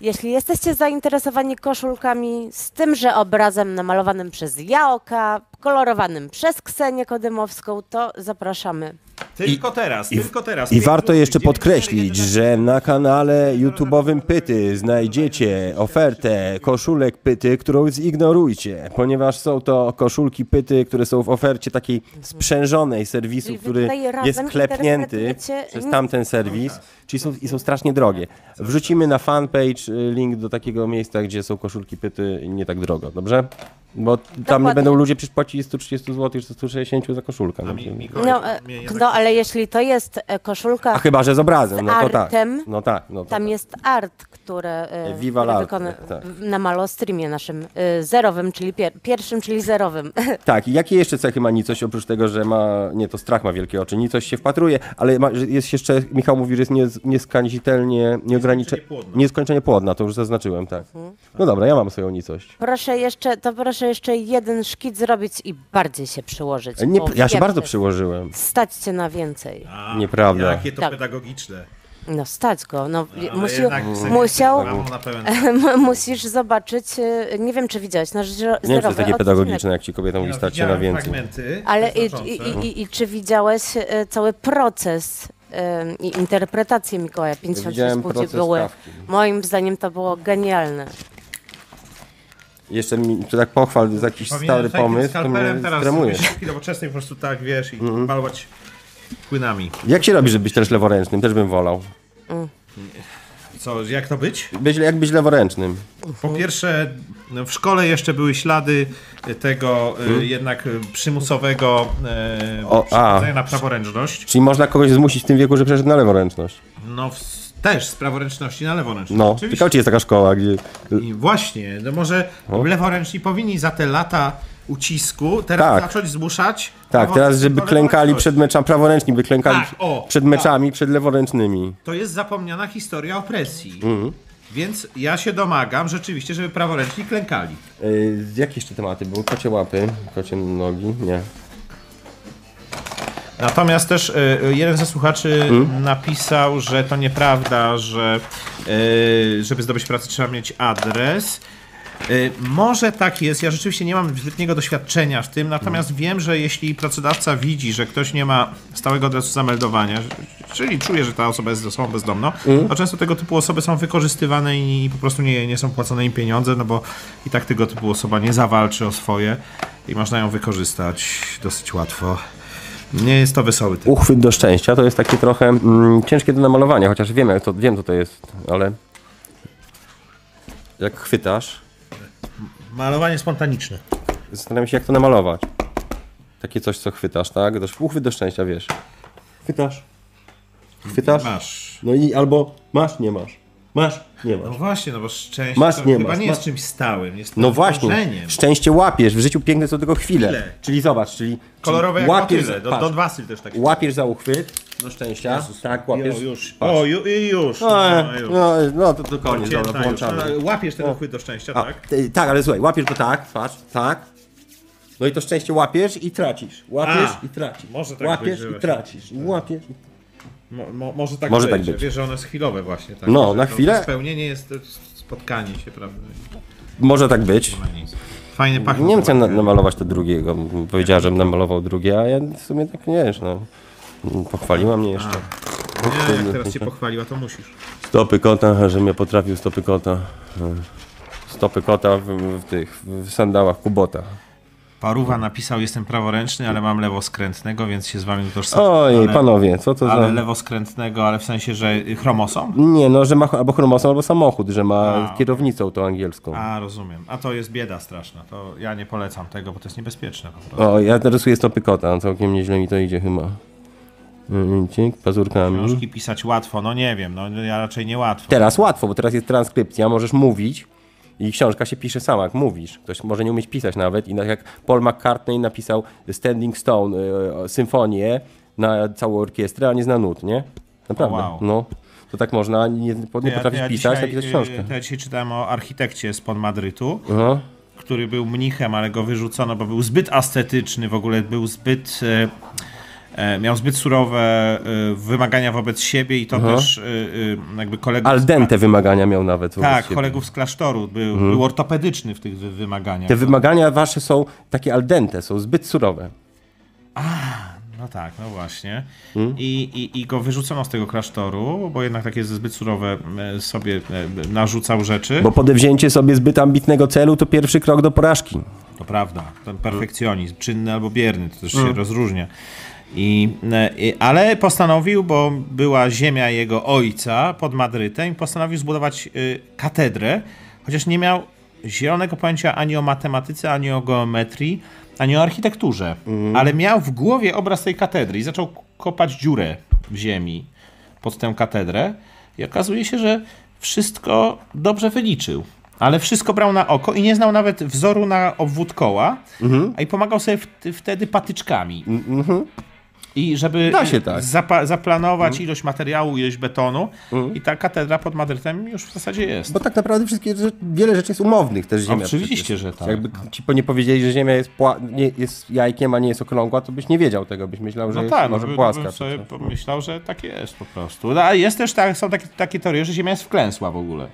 Speaker 3: Jeśli jesteście zainteresowani koszulkami z tymże obrazem namalowanym przez Jaoka, kolorowanym przez Ksenię Kodymowską, to zapraszamy.
Speaker 2: Tylko teraz, tylko teraz.
Speaker 1: I
Speaker 2: Pięć
Speaker 1: warto
Speaker 2: minut,
Speaker 1: jeszcze
Speaker 2: dziewięć,
Speaker 1: podkreślić,
Speaker 2: cztery,
Speaker 1: że na kanale YouTube'owym Pyty znajdziecie ofertę koszulek Pyty, którą zignorujcie, ponieważ są to koszulki Pyty, które są w ofercie takiej sprzężonej serwisu,
Speaker 3: Czyli wy
Speaker 1: który
Speaker 3: tutaj razem
Speaker 1: jest klepnięty
Speaker 3: interpretujecie-
Speaker 1: przez tamten serwis, czyli są, i są strasznie drogie. Wrzucimy na fanpage y, link do takiego miejsca, gdzie są koszulki Pyty nie tak drogo, dobrze? Bo tam nie
Speaker 3: Dokładnie.
Speaker 1: będą ludzie przecież płacili 130 zł czy 160 za koszulkę.
Speaker 2: jeden. Mi- Mikołaj,
Speaker 3: No,
Speaker 2: mnie
Speaker 3: e,
Speaker 2: tak- jednak-
Speaker 3: no ale jeśli to jest e, koszulka,
Speaker 1: A chyba, że z obrazem, no to tak.
Speaker 3: artem.
Speaker 1: No tak, no to tak.
Speaker 3: tam jest art, który, e,
Speaker 1: Viva
Speaker 3: który
Speaker 1: l'arte,
Speaker 3: wykona
Speaker 1: tak.
Speaker 3: w- na malostreamie naszym e, zerowym, czyli pier- pierwszym, czyli zerowym. *laughs*
Speaker 1: Tak, i jakie jeszcze cechy ma nicość, oprócz tego, że ma, nie, to strach ma wielkie oczy, nicość się wpatruje, ale ma, że jest jeszcze, Michał mówi, że jest nie, nieskazitelnie, nieograniczenie,
Speaker 2: płodna.
Speaker 1: nieskończenie płodna, to już zaznaczyłem, tak.
Speaker 3: Mhm.
Speaker 1: No dobra, ja mam swoją nicość.
Speaker 3: Proszę jeszcze, to proszę jeszcze jeden szkic zrobić i bardziej się przyłożyć.
Speaker 1: E, Nie,
Speaker 3: bo
Speaker 1: ja się
Speaker 3: wiem,
Speaker 1: bardzo
Speaker 3: że
Speaker 1: przyłożyłem.
Speaker 3: Stać cię na więcej.
Speaker 2: A,
Speaker 1: Nieprawda.
Speaker 2: Jakie to
Speaker 3: Tak.
Speaker 2: pedagogiczne.
Speaker 3: No stać go. No,
Speaker 2: Ale
Speaker 3: musi,
Speaker 2: jednak Ksenia
Speaker 3: musiał,
Speaker 2: była mu na pełen
Speaker 3: *laughs* musisz zobaczyć, y, nie wiem czy widziałeś, nasz zero,
Speaker 1: Nie wiem, czy to jest takie
Speaker 3: odcinek.
Speaker 1: pedagogiczne, jak ci kobieta mówi,
Speaker 2: No,
Speaker 1: stać się na
Speaker 2: widziałem
Speaker 1: więcej.
Speaker 2: fragmenty
Speaker 3: Ale i,
Speaker 2: znaczące.
Speaker 3: i, i, i czy widziałeś y, cały proces y, i interpretację Mikołaja 56
Speaker 1: Widziałem
Speaker 3: płci
Speaker 1: proces
Speaker 3: były?
Speaker 1: stawki.
Speaker 3: Moim zdaniem to było genialne.
Speaker 1: Jeszcze mi, czy tak pochwal za jakiś
Speaker 2: Powinienem
Speaker 1: stary
Speaker 2: takim
Speaker 1: pomysł, to mnie
Speaker 2: skalpelem teraz
Speaker 1: stremuje.
Speaker 2: zrobić sztuki nowoczesnej po prostu tak, wiesz, i
Speaker 1: Mhm.
Speaker 2: malować płynami.
Speaker 1: Jak się robi, żeby być też leworęcznym? Też bym wolał.
Speaker 2: Co, jak to być?
Speaker 1: Być, jak być leworęcznym?
Speaker 2: Po pierwsze, no, w szkole jeszcze były ślady tego y, jednak y, przymusowego y,
Speaker 1: Mhm. O, a.
Speaker 2: przechodzenia na praworęczność.
Speaker 1: Czyli można kogoś zmusić w tym wieku, że przeszedł na leworęczność.
Speaker 2: No w, też z praworęczności na leworęczność.
Speaker 1: No,
Speaker 2: Oczywiście.
Speaker 1: ciekawe, czy jest taka szkoła, gdzie...
Speaker 2: I Właśnie, no może leworęczni powinni za te lata ucisku teraz
Speaker 1: Tak.
Speaker 2: zacząć zmuszać.
Speaker 1: Tak, teraz
Speaker 2: praworęcznych
Speaker 1: żeby
Speaker 2: do
Speaker 1: klękali
Speaker 2: leworęczności.
Speaker 1: przed meczami, praworęczni by klękali
Speaker 2: Tak, o,
Speaker 1: przed
Speaker 2: tak.
Speaker 1: meczami, przed leworęcznymi.
Speaker 2: To jest zapomniana historia opresji. Więc ja się domagam rzeczywiście, żeby praworęczni klękali.
Speaker 1: Yy, jakie jeszcze tematy były? Kocie łapy, kocie nogi? Nie.
Speaker 2: Natomiast też y, jeden ze słuchaczy napisał, że to nieprawda, że y, żeby zdobyć pracę trzeba mieć adres. Y, Może tak jest, ja rzeczywiście nie mam zbytniego doświadczenia w tym, natomiast
Speaker 1: Mm.
Speaker 2: wiem, że jeśli pracodawca widzi, że ktoś nie ma stałego adresu zameldowania, że- czyli czuje, że ta osoba jest osobą bezdomną,
Speaker 1: Mm.
Speaker 2: to często tego typu osoby są wykorzystywane i po prostu nie, nie są płacone im pieniądze, no bo i tak tego typu osoba nie zawalczy o swoje i można ją wykorzystać dosyć łatwo. Nie jest to wesoły typ.
Speaker 1: Uchwyt do szczęścia to jest takie trochę mm, ciężkie do namalowania, chociaż wiem, jak to, wiem co to jest, ale... Jak chwytasz,
Speaker 2: Malowanie spontaniczne.
Speaker 1: zastanawiam się, jak to namalować. Takie coś, co chwytasz, tak? Do, uchwyt do szczęścia, wiesz. Chwytasz. Chwytasz.
Speaker 2: Masz.
Speaker 1: No i albo masz, nie masz. Masz, nie
Speaker 2: No
Speaker 1: masz.
Speaker 2: właśnie, no bo szczęście
Speaker 1: Masz,
Speaker 2: to
Speaker 1: nie
Speaker 2: chyba
Speaker 1: masz,
Speaker 2: nie jest
Speaker 1: masz.
Speaker 2: czymś stałym. Jest
Speaker 1: No
Speaker 2: stałym
Speaker 1: właśnie,
Speaker 2: dążeniem.
Speaker 1: szczęście łapiesz, w życiu piękne są tylko chwile.
Speaker 2: Chwile.
Speaker 1: Czyli zobacz, czyli
Speaker 2: Kolorowe
Speaker 1: czyli
Speaker 2: jak łapiesz, motyle, do,
Speaker 1: patrz,
Speaker 2: do dwasyl też takie.
Speaker 1: łapiesz za uchwyt, do szczęścia, tak, łapiesz.
Speaker 2: O, już. O, ju, i już.
Speaker 1: No,
Speaker 2: No, już.
Speaker 1: no, no to, to koniec,
Speaker 2: Cięta
Speaker 1: dobra,
Speaker 2: już.
Speaker 1: włączamy.
Speaker 2: No, Łapiesz ten uchwyt do szczęścia,
Speaker 1: A,
Speaker 2: tak?
Speaker 1: ty- tak, ale słuchaj, łapiesz go tak, patrz, tak. No i to szczęście łapiesz i tracisz. Łapiesz
Speaker 2: A,
Speaker 1: i tracisz.
Speaker 2: może tak być,
Speaker 1: łapiesz
Speaker 2: że
Speaker 1: i
Speaker 2: właśnie- tak.
Speaker 1: tracisz. Łapiesz. i-
Speaker 2: Mo, mo, może tak
Speaker 1: Może
Speaker 2: być.
Speaker 1: tak być.
Speaker 2: Wiesz, że ono jest chwilowe właśnie. Tak?
Speaker 1: No,
Speaker 2: Że
Speaker 1: na
Speaker 2: to
Speaker 1: chwilę.
Speaker 2: Spełnienie jest to spotkanie się, prawda?
Speaker 1: Może tak być.
Speaker 2: Na nic. Fajnie pachnie.
Speaker 1: Nie wiem, co ja na- namalować to drugiego. Powiedziała, żebym namalował drugie, a ja w sumie tak nie wiesz, no. Pochwaliła mnie jeszcze.
Speaker 2: Nie, jak teraz
Speaker 1: *laughs*
Speaker 2: cię pochwaliła, to musisz.
Speaker 1: Stopy kota, że mnie potrafił stopy kota. Stopy kota w, w tych w sandałach Kubota.
Speaker 2: Paruwa napisał, jestem praworęczny, ale mam lewoskrętnego, więc się z wami utożsamiam.
Speaker 1: Oj, no.
Speaker 2: ale,
Speaker 1: panowie, co to
Speaker 2: Ale
Speaker 1: za.
Speaker 2: lewoskrętnego, ale w sensie, że y, chromosom?
Speaker 1: Nie, no, że ma albo chromosom, albo samochód, że ma
Speaker 2: A.
Speaker 1: kierownicą tą angielską.
Speaker 2: A, rozumiem. A to jest bieda straszna. To ja nie polecam tego, bo to jest niebezpieczne po prostu.
Speaker 1: O, ja rysuję stopy kota, całkiem nieźle mi to idzie chyba. Mm, Cik, pazurkami.
Speaker 2: Książki pisać łatwo, no nie wiem, no ja raczej nie łatwo.
Speaker 1: Teraz łatwo, bo teraz jest transkrypcja, możesz mówić i książka się pisze sama, jak mówisz. Ktoś może nie umieć pisać nawet i tak jak Paul McCartney napisał Standing Stone, y, symfonię na całą orkiestrę, a nie zna nut, nie? Naprawdę,
Speaker 2: O, wow.
Speaker 1: no. To tak można, nie, nie potrafisz pisać,
Speaker 2: dzisiaj,
Speaker 1: napisać
Speaker 2: y,
Speaker 1: książkę.
Speaker 2: to Ja dzisiaj czytałem o architekcie z pod Madrytu,
Speaker 1: No.
Speaker 2: który był mnichem, ale go wyrzucono, bo był zbyt estetyczny, w ogóle był zbyt. e, E, miał zbyt surowe e, wymagania wobec siebie i to
Speaker 1: Mhm.
Speaker 2: też e, e, jakby kolegów.
Speaker 1: Al dente wymagania miał nawet. wobec
Speaker 2: Tak,
Speaker 1: siebie. Mhm.
Speaker 2: kolegów z klasztoru. Był, był ortopedyczny w tych wy- wymaganiach.
Speaker 1: Te wymagania wasze są takie al dente, są zbyt surowe.
Speaker 2: No tak, no właśnie.
Speaker 1: Mhm.
Speaker 2: I, i, I go wyrzucono z tego klasztoru, bo jednak takie zbyt surowe e, sobie e, narzucał rzeczy.
Speaker 1: Bo podewzięcie sobie zbyt ambitnego celu to pierwszy krok do porażki.
Speaker 2: To prawda, ten perfekcjonizm, czynny albo bierny, to też się rozróżnia. I, e, i- ale postanowił, bo była ziemia jego ojca pod Madrytem, i postanowił zbudować y, katedrę, chociaż nie miał zielonego pojęcia ani o matematyce, ani o geometrii, ani o architekturze. Ale miał w głowie obraz tej katedry i zaczął k- kopać dziurę w ziemi pod tę katedrę. I okazuje się, że wszystko dobrze wyliczył. Ale wszystko brał na oko i nie znał nawet wzoru na obwód koła,
Speaker 1: Mhm.
Speaker 2: a i pomagał sobie w, wtedy patyczkami. I żeby
Speaker 1: Mm, Da się tak. Mhm.
Speaker 2: zapa- zaplanować ilość materiału, ilość betonu, i ta katedra pod Madrytem już w zasadzie jest.
Speaker 1: Bo tak naprawdę wszystkie rzeczy, wiele rzeczy jest umownych też Ziemia.
Speaker 2: Oczywiście,
Speaker 1: przecież.
Speaker 2: że tak.
Speaker 1: Jakby ci po nie powiedzieli, że Ziemia jest, pła- nie, jest jajkiem, a nie jest okrągła, to byś nie wiedział tego, byś myślał, że
Speaker 2: No
Speaker 1: jest
Speaker 2: tak, no,
Speaker 1: może
Speaker 2: by-
Speaker 1: płaska.
Speaker 2: bym
Speaker 1: czy
Speaker 2: sobie
Speaker 1: coś.
Speaker 2: pomyślał, że tak jest po prostu. No, a jest też tak, są takie, takie teorie, że Ziemia jest wklęsła w ogóle.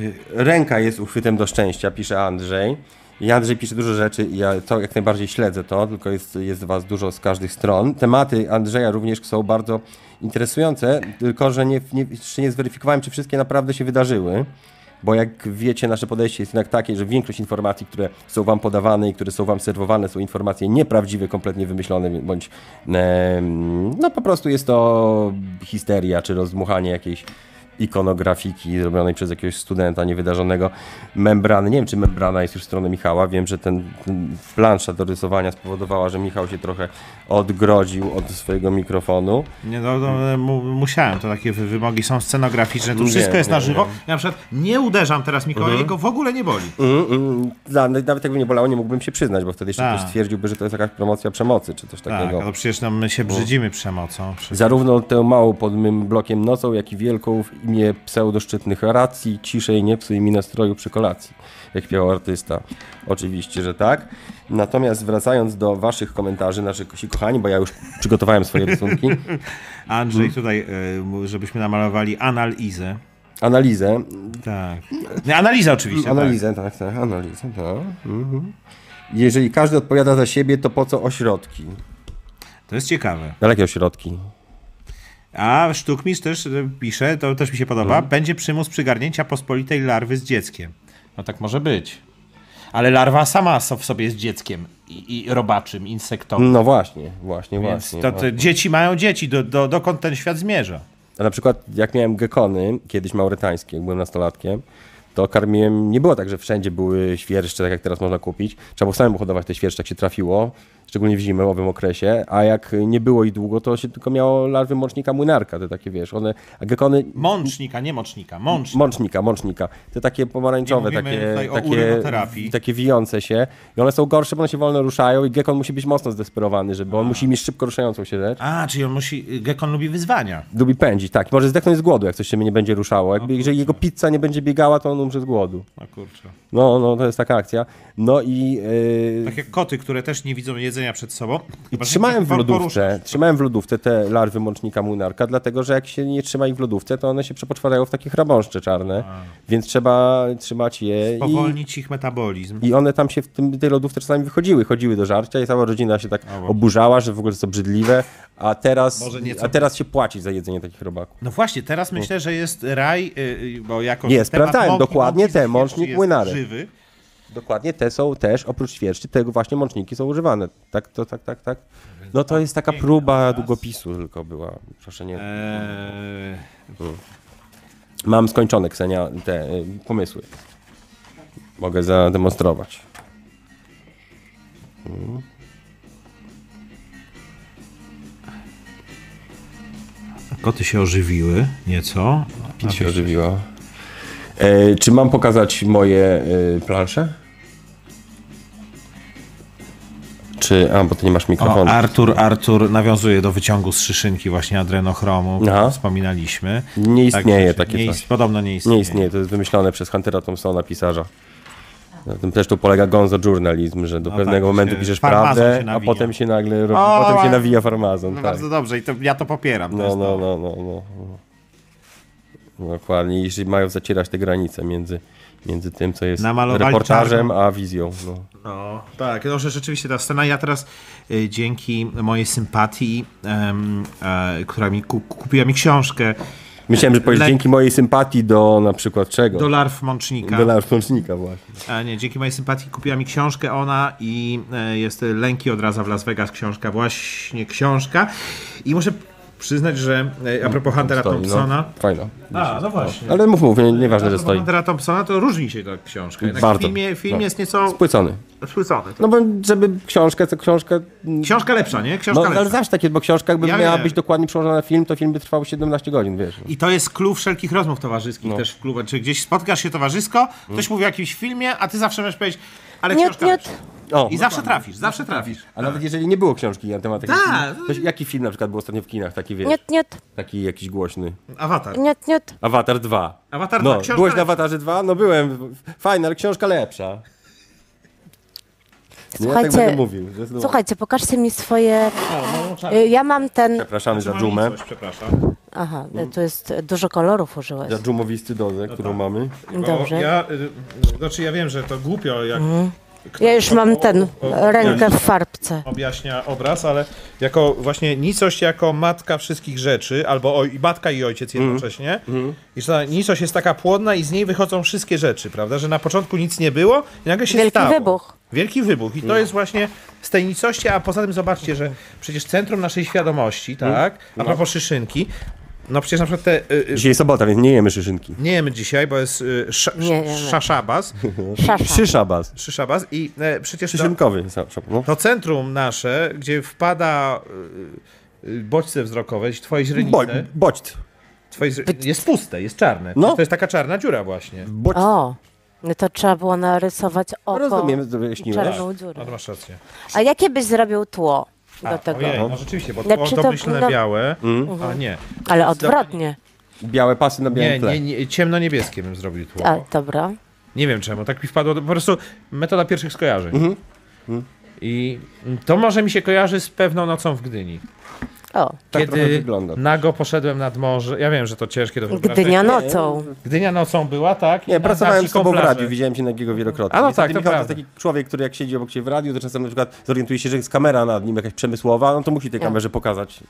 Speaker 1: Yy, ręka jest uchwytem do szczęścia, pisze Andrzej. I Andrzej pisze dużo rzeczy i ja to jak najbardziej śledzę to, tylko jest, jest was dużo z każdych stron. Tematy Andrzeja również są bardzo interesujące, tylko że nie, nie, jeszcze nie zweryfikowałem, czy wszystkie naprawdę się wydarzyły. Bo jak wiecie, nasze podejście jest jednak takie, że większość informacji, które są wam podawane i które są wam serwowane, są informacje nieprawdziwe, kompletnie wymyślone, bądź em, no po prostu jest to histeria czy rozmuchanie jakiejś ikonografiki zrobionej przez jakiegoś studenta niewydarzonego. Membrany, nie wiem czy membrana jest już w stronę Michała, wiem, że ten, ten plansza do rysowania spowodowała, że Michał się trochę odgrodził od swojego mikrofonu.
Speaker 2: Nie, no, no, mu, musiałem, to takie wy- wymogi są scenograficzne, tu
Speaker 1: Nie,
Speaker 2: wszystko jest
Speaker 1: nie,
Speaker 2: na żywo. Ja na przykład nie Mhm. uderzam teraz Mikołaja, jego w ogóle nie boli.
Speaker 1: Mm, mm, za- nawet jakby nie bolało, nie mógłbym się przyznać, bo wtedy jeszcze
Speaker 2: Tak.
Speaker 1: ktoś stwierdziłby, że to jest jakaś promocja przemocy czy coś
Speaker 2: Tak,
Speaker 1: takiego.
Speaker 2: no przecież no, my się brzydzimy przemocą. Przecież.
Speaker 1: Zarówno tę małą pod mym blokiem nocą, jak i wielką w imię pseudoszczytnych racji, ciszej nie psuj mi nastroju przy kolacji, jak śpiewał artysta. Oczywiście, że tak. Natomiast wracając do waszych komentarzy, naszych kosi kochani, bo ja już przygotowałem swoje
Speaker 2: *laughs*
Speaker 1: rysunki,
Speaker 2: Andrzej tutaj, y, żebyśmy namalowali analizę.
Speaker 1: analizę,
Speaker 2: Tak. Nie, Analiza oczywiście.
Speaker 1: Analizę, tak, tak, analizę, tak. Mhm. Jeżeli każdy odpowiada za siebie, to po co ośrodki?
Speaker 2: Tak. To jest ciekawe.
Speaker 1: Ale jakie ośrodki?
Speaker 2: A Sztukmistrz też y, pisze, to też mi się podoba, będzie przymus przygarnięcia pospolitej larwy z dzieckiem. No tak może być. Ale larwa sama so- w sobie jest dzieckiem i, i robaczym, insektowym.
Speaker 1: No właśnie, właśnie,
Speaker 2: Więc
Speaker 1: właśnie.
Speaker 2: to,
Speaker 1: właśnie.
Speaker 2: to dzieci mają dzieci, do, do, dokąd ten świat zmierza.
Speaker 1: A na przykład jak miałem gekony, kiedyś maurytańskie, jak byłem nastolatkiem, to karmiłem, nie było tak, że wszędzie były świerszcze, tak jak teraz można kupić. Trzeba było samemu hodować te świerszcze, jak się trafiło, szczególnie w zimowym okresie, a jak nie było ich długo, to się tylko miało larwy mącznika młynarka, te takie, wiesz, one, a gekony...
Speaker 2: Mącznika, nie mącznika, mącznika.
Speaker 1: Mącznika, mącznika. Te takie pomarańczowe,
Speaker 2: Nie mówimy
Speaker 1: takie,
Speaker 2: tutaj o
Speaker 1: takie,
Speaker 2: urynoterapii.
Speaker 1: takie wijące się. I one są gorsze, bo one się wolno ruszają i gekon musi być mocno zdesperowany, żeby on musi mieć szybko ruszającą się rzecz.
Speaker 2: A, czyli on musi, y, Gekon lubi wyzwania.
Speaker 1: Lubi pędzić, tak. Może zdechnąć z głodu, jak coś się mnie nie będzie ruszało. Jakby, jeżeli jego pizza nie będzie biegała, to on umrze z głodu.
Speaker 2: No kurczę.
Speaker 1: No, no, to jest taka akcja. No i... Yy,
Speaker 2: Tak jak koty, które też nie widzą jedzenia przed sobą.
Speaker 1: I
Speaker 2: Chyba, że
Speaker 1: trzymałem w
Speaker 2: por-
Speaker 1: lodówce,
Speaker 2: poruszasz.
Speaker 1: trzymałem w lodówce te larwy mącznika młynarka, dlatego że jak się nie trzyma ich w lodówce, to one się przepoczwarają w takie chrabąszcze czarne, więc trzeba trzymać je i,
Speaker 2: Powolnić ich metabolizm.
Speaker 1: i one tam się w tym, tej lodówce czasami wychodziły, chodziły do żarcia i cała rodzina się tak oburzała, że w ogóle jest obrzydliwe, a teraz,
Speaker 2: Może nieco-
Speaker 1: a teraz się płaci za jedzenie takich robaków.
Speaker 2: No właśnie, teraz myślę, że jest raj, y, y, bo jako...
Speaker 1: Nie,
Speaker 2: temat
Speaker 1: sprawdzałem
Speaker 2: mąki-
Speaker 1: dokładnie
Speaker 2: mąki
Speaker 1: te,
Speaker 2: z świerczy
Speaker 1: mącznik
Speaker 2: jest
Speaker 1: młynarek.
Speaker 2: Żywy.
Speaker 1: Dokładnie, te są też, oprócz świerszczy, tego właśnie mączniki są używane. Tak, to, tak, tak, tak. No to jest taka próba długopisu tylko była, proszę nie...
Speaker 2: E, Eee,
Speaker 1: Mam skończone, Ksenia, te y, pomysły. Mogę zademonstrować. Mm.
Speaker 2: koty się ożywiły nieco.
Speaker 1: Pit się ożywiła. E, czy mam pokazać moje y, plansze? Czy... A, bo ty nie masz
Speaker 2: O,
Speaker 1: mikrofonu.
Speaker 2: Artur, Artur nawiązuje do wyciągu z szyszynki właśnie adrenochromu, o
Speaker 1: Aha.
Speaker 2: którym wspominaliśmy.
Speaker 1: Nie istnieje takie
Speaker 2: nie
Speaker 1: coś.
Speaker 2: ist- Podobno nie istnieje.
Speaker 1: Nie istnieje, to jest wymyślone przez Huntera Thompsona, pisarza. Na tym też tu polega gonzo journalism, że do
Speaker 2: No
Speaker 1: pewnego
Speaker 2: tak,
Speaker 1: momentu
Speaker 2: się-
Speaker 1: piszesz
Speaker 2: farmazon się
Speaker 1: prawdę, a
Speaker 2: nawija.
Speaker 1: potem się nagle robi,
Speaker 2: O,
Speaker 1: potem się
Speaker 2: a-
Speaker 1: nawija farmazon.
Speaker 2: No
Speaker 1: tak.
Speaker 2: bardzo dobrze i to, ja to popieram. to
Speaker 1: No,
Speaker 2: jest
Speaker 1: no,
Speaker 2: dobre.
Speaker 1: no, no, no, no. Dokładnie, i że mają zacierać te granice między, między tym, co jest
Speaker 2: Namalowali
Speaker 1: reportażem, a wizją. No.
Speaker 2: No, tak, no, że rzeczywiście ta scena. Ja teraz y, dzięki mojej sympatii, em, e, która mi ku, kupiła mi książkę
Speaker 1: Myślałem, że powiesz
Speaker 2: Le-
Speaker 1: dzięki mojej sympatii do na przykład czego? Do,
Speaker 2: Dolar w Mącznika.
Speaker 1: Larw Łącznika właśnie.
Speaker 2: A nie, dzięki mojej sympatii kupiła mi książkę ona i e, jest Lęki od razu w Las Vegas książka, właśnie książka. I muszę przyznać, że e, a propos Huntera
Speaker 1: Stoi,
Speaker 2: Thompsona.
Speaker 1: No. Fajna.
Speaker 2: A, no właśnie.
Speaker 1: Ale mów, mów, nie- nieważne, że
Speaker 2: A propos
Speaker 1: stoi.
Speaker 2: Huntera Thompsona to różni się ta książka. Jednak
Speaker 1: Bardzo.
Speaker 2: W filmie, film
Speaker 1: No.
Speaker 2: jest nieco
Speaker 1: Spłycony.
Speaker 2: spłycony.
Speaker 1: No bo żeby książkę, to książkę...
Speaker 2: Książka lepsza, nie?
Speaker 1: No,
Speaker 2: Książka
Speaker 1: ale
Speaker 2: lepsza.
Speaker 1: zawsze takie, bo książka jakby
Speaker 2: Ja
Speaker 1: miała
Speaker 2: wiem.
Speaker 1: być dokładnie przełożona na film, to film by trwał 17 godzin, wiesz.
Speaker 2: I to jest klucz wszelkich rozmów towarzyskich
Speaker 1: No.
Speaker 2: też w klubie. Czy gdzieś spotkasz się towarzysko, ktoś mówi o jakimś filmie, a ty zawsze możesz powiedzieć, ale
Speaker 3: Miot,
Speaker 2: książka
Speaker 3: miot.
Speaker 2: lepsza.
Speaker 1: O,
Speaker 2: I zawsze trafisz, zawsze trafisz.
Speaker 1: a nawet jeżeli nie było książki na temat jakiego
Speaker 2: Tak.
Speaker 1: filmu, Coś- Jaki film na przykład był ostatnio w kinach, taki wiesz,
Speaker 3: Niot, niot,
Speaker 1: taki jakiś głośny?
Speaker 2: Awatar.
Speaker 3: niot, niot.
Speaker 1: Awatar 2.
Speaker 2: Awatar
Speaker 1: no,
Speaker 2: 2, książka
Speaker 1: Byłeś na
Speaker 2: lepsza.
Speaker 1: Awatarze 2? No byłem. Fajna, ale książka lepsza. Nie, ja tak
Speaker 3: Słuchajcie,
Speaker 1: będę mówił. Że znowu-
Speaker 3: Słuchajcie, pokażcie mi swoje...
Speaker 2: no, Tak.
Speaker 3: Y, Ja mam ten...
Speaker 1: Przepraszamy za dżumę,
Speaker 2: Znaczy, Coś, przepraszam.
Speaker 3: Aha,
Speaker 2: Mm.
Speaker 3: tu jest y, dużo kolorów użyłeś.
Speaker 1: za dżumowisty dozę,
Speaker 2: No tak.
Speaker 1: którą mamy.
Speaker 2: Bo
Speaker 3: Dobrze.
Speaker 2: ja, y, znaczy ja wiem, że to głupio, jak
Speaker 3: Ja już mam ten,
Speaker 2: o,
Speaker 3: rękę w farbce.
Speaker 2: objaśnia obraz, ale jako właśnie nicość jako matka wszystkich rzeczy, albo oj, i matka i ojciec jednocześnie. I że ta nicość jest taka płodna i z niej wychodzą wszystkie rzeczy, prawda? Że na początku nic nie było i nagle się
Speaker 3: Wielki
Speaker 2: stało.
Speaker 3: wybuch.
Speaker 2: Wielki wybuch. I to jest właśnie z tej nicości, a poza tym zobaczcie, że przecież centrum naszej świadomości, tak? A propos szyszynki, no przecież na przykład te... Y, y,
Speaker 1: Dzisiaj sobota, więc nie jemy szyszynki.
Speaker 2: nie jemy dzisiaj, bo jest y, sz,
Speaker 3: Nie jemy.
Speaker 2: szaszabas. *laughs*
Speaker 3: Szasza.
Speaker 1: Przyszabas.
Speaker 2: Szyszabas i e, przecież to,
Speaker 1: Szyszynkowy. sa- szab- No.
Speaker 2: to centrum nasze, gdzie wpada y, y, bodźce wzrokowe, twoje
Speaker 1: Bo,
Speaker 2: źrenice,
Speaker 1: bodźc.
Speaker 2: twoje, źre- jest puste, jest czarne.
Speaker 1: No.
Speaker 2: To jest taka czarna dziura właśnie.
Speaker 1: Bodźc.
Speaker 3: O, no to trzeba było narysować oko
Speaker 1: Rozumiem,
Speaker 3: i
Speaker 1: wyjaśniłeś.
Speaker 3: czarną
Speaker 2: No
Speaker 3: dziurę.
Speaker 2: to masz rację.
Speaker 3: A jakie byś zrobił tło do tego?
Speaker 2: Ojej, no rzeczywiście, bo to
Speaker 3: Znaczy to
Speaker 2: domyślne
Speaker 3: no-
Speaker 2: białe,
Speaker 1: Mm.
Speaker 2: a nie.
Speaker 3: Ale odwrotnie.
Speaker 1: Białe pasy na białym
Speaker 2: Nie,
Speaker 1: tle.
Speaker 2: nie, nie, ciemno-niebieskie bym zrobił tło.
Speaker 3: A, dobra.
Speaker 2: Nie wiem czemu, tak mi wpadło, po prostu metoda pierwszych skojarzeń.
Speaker 1: Mhm. Mm.
Speaker 2: I to może mi się kojarzy z pewną nocą w Gdyni.
Speaker 3: O,
Speaker 1: Tak trochę
Speaker 2: kiedy
Speaker 1: wygląda.
Speaker 2: nago poszedłem nad morze. Ja wiem, że to ciężkie do
Speaker 3: Gdynia
Speaker 2: wyobrażenia.
Speaker 3: nocą.
Speaker 2: Gdynia nocą była, tak? I
Speaker 1: Nie,
Speaker 2: na-
Speaker 1: pracowałem
Speaker 2: na
Speaker 1: z tobą w
Speaker 2: dziką plażę.
Speaker 1: radiu, widziałem cię nagiego wielokrotnie.
Speaker 2: A no
Speaker 1: Niestety
Speaker 2: tak, to
Speaker 1: Michał jest
Speaker 2: prawda.
Speaker 1: taki człowiek, który jak siedzi obok ciebie w radiu, to czasem na przykład zorientuje się, że jest kamera nad nim jakaś przemysłowa, no to musi tej kamerze pokazać.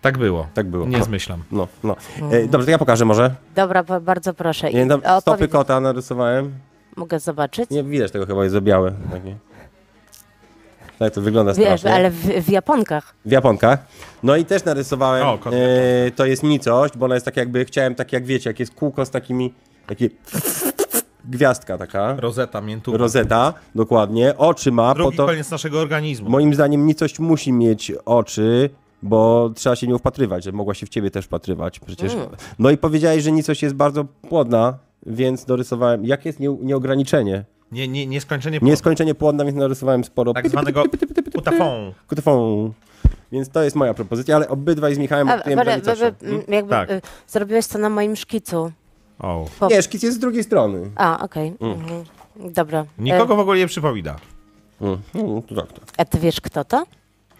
Speaker 2: Tak było.
Speaker 1: Tak było.
Speaker 2: Nie zmyślam.
Speaker 1: No, no.
Speaker 3: Mm.
Speaker 1: E, dobrze, to ja pokażę może.
Speaker 3: *laughs* Dobra, ba- bardzo proszę. I
Speaker 1: Nie, tam stopy
Speaker 3: opowiedz-
Speaker 1: kota narysowałem.
Speaker 3: Mogę zobaczyć?
Speaker 1: Nie widać tego chyba, jest za białe. Takie. Tak to wygląda
Speaker 3: Wiesz,
Speaker 1: strasznie.
Speaker 3: ale w, w Japonkach.
Speaker 1: W Japonkach. No i też narysowałem,
Speaker 2: O, kot w
Speaker 1: e, to jest nicość, bo ona jest tak jakby, chciałem tak jak wiecie, jak jest kółko z takimi, takie gwiazdka taka,
Speaker 2: Rozeta miętuwa.
Speaker 1: rozeta, dokładnie, oczy ma, po
Speaker 2: Drugi
Speaker 1: to,
Speaker 2: koniec naszego organizmu.
Speaker 1: moim zdaniem nicość musi mieć oczy, bo trzeba się nią wpatrywać, że mogła się w ciebie też wpatrywać przecież.
Speaker 3: Mm.
Speaker 1: No i powiedziałeś, że nicość jest bardzo płodna, więc dorysowałem, jak jest nie, nieograniczenie?
Speaker 2: Nie, nie, nieskończenie płodu.
Speaker 1: Nieskończenie płodna, więc narysowałem sporo.
Speaker 2: tak zwanego utafą.
Speaker 1: Kutwą. Więc to jest moja propozycja, ale obydwaj z Michałem
Speaker 3: A,
Speaker 1: optujemy
Speaker 3: ale,
Speaker 1: za nicością.
Speaker 3: ale, mm, jakby,
Speaker 2: Tak.
Speaker 3: y, Zrobiłeś to na moim szkicu.
Speaker 2: O.
Speaker 3: po-
Speaker 1: Nie, szkic jest z drugiej strony.
Speaker 3: A, okej. Mhm. Dobra. E,
Speaker 2: Mm. Nikogo w ogóle nie przypomina.
Speaker 1: Mm, No, to tak, tak.
Speaker 3: A ty wiesz, kto to?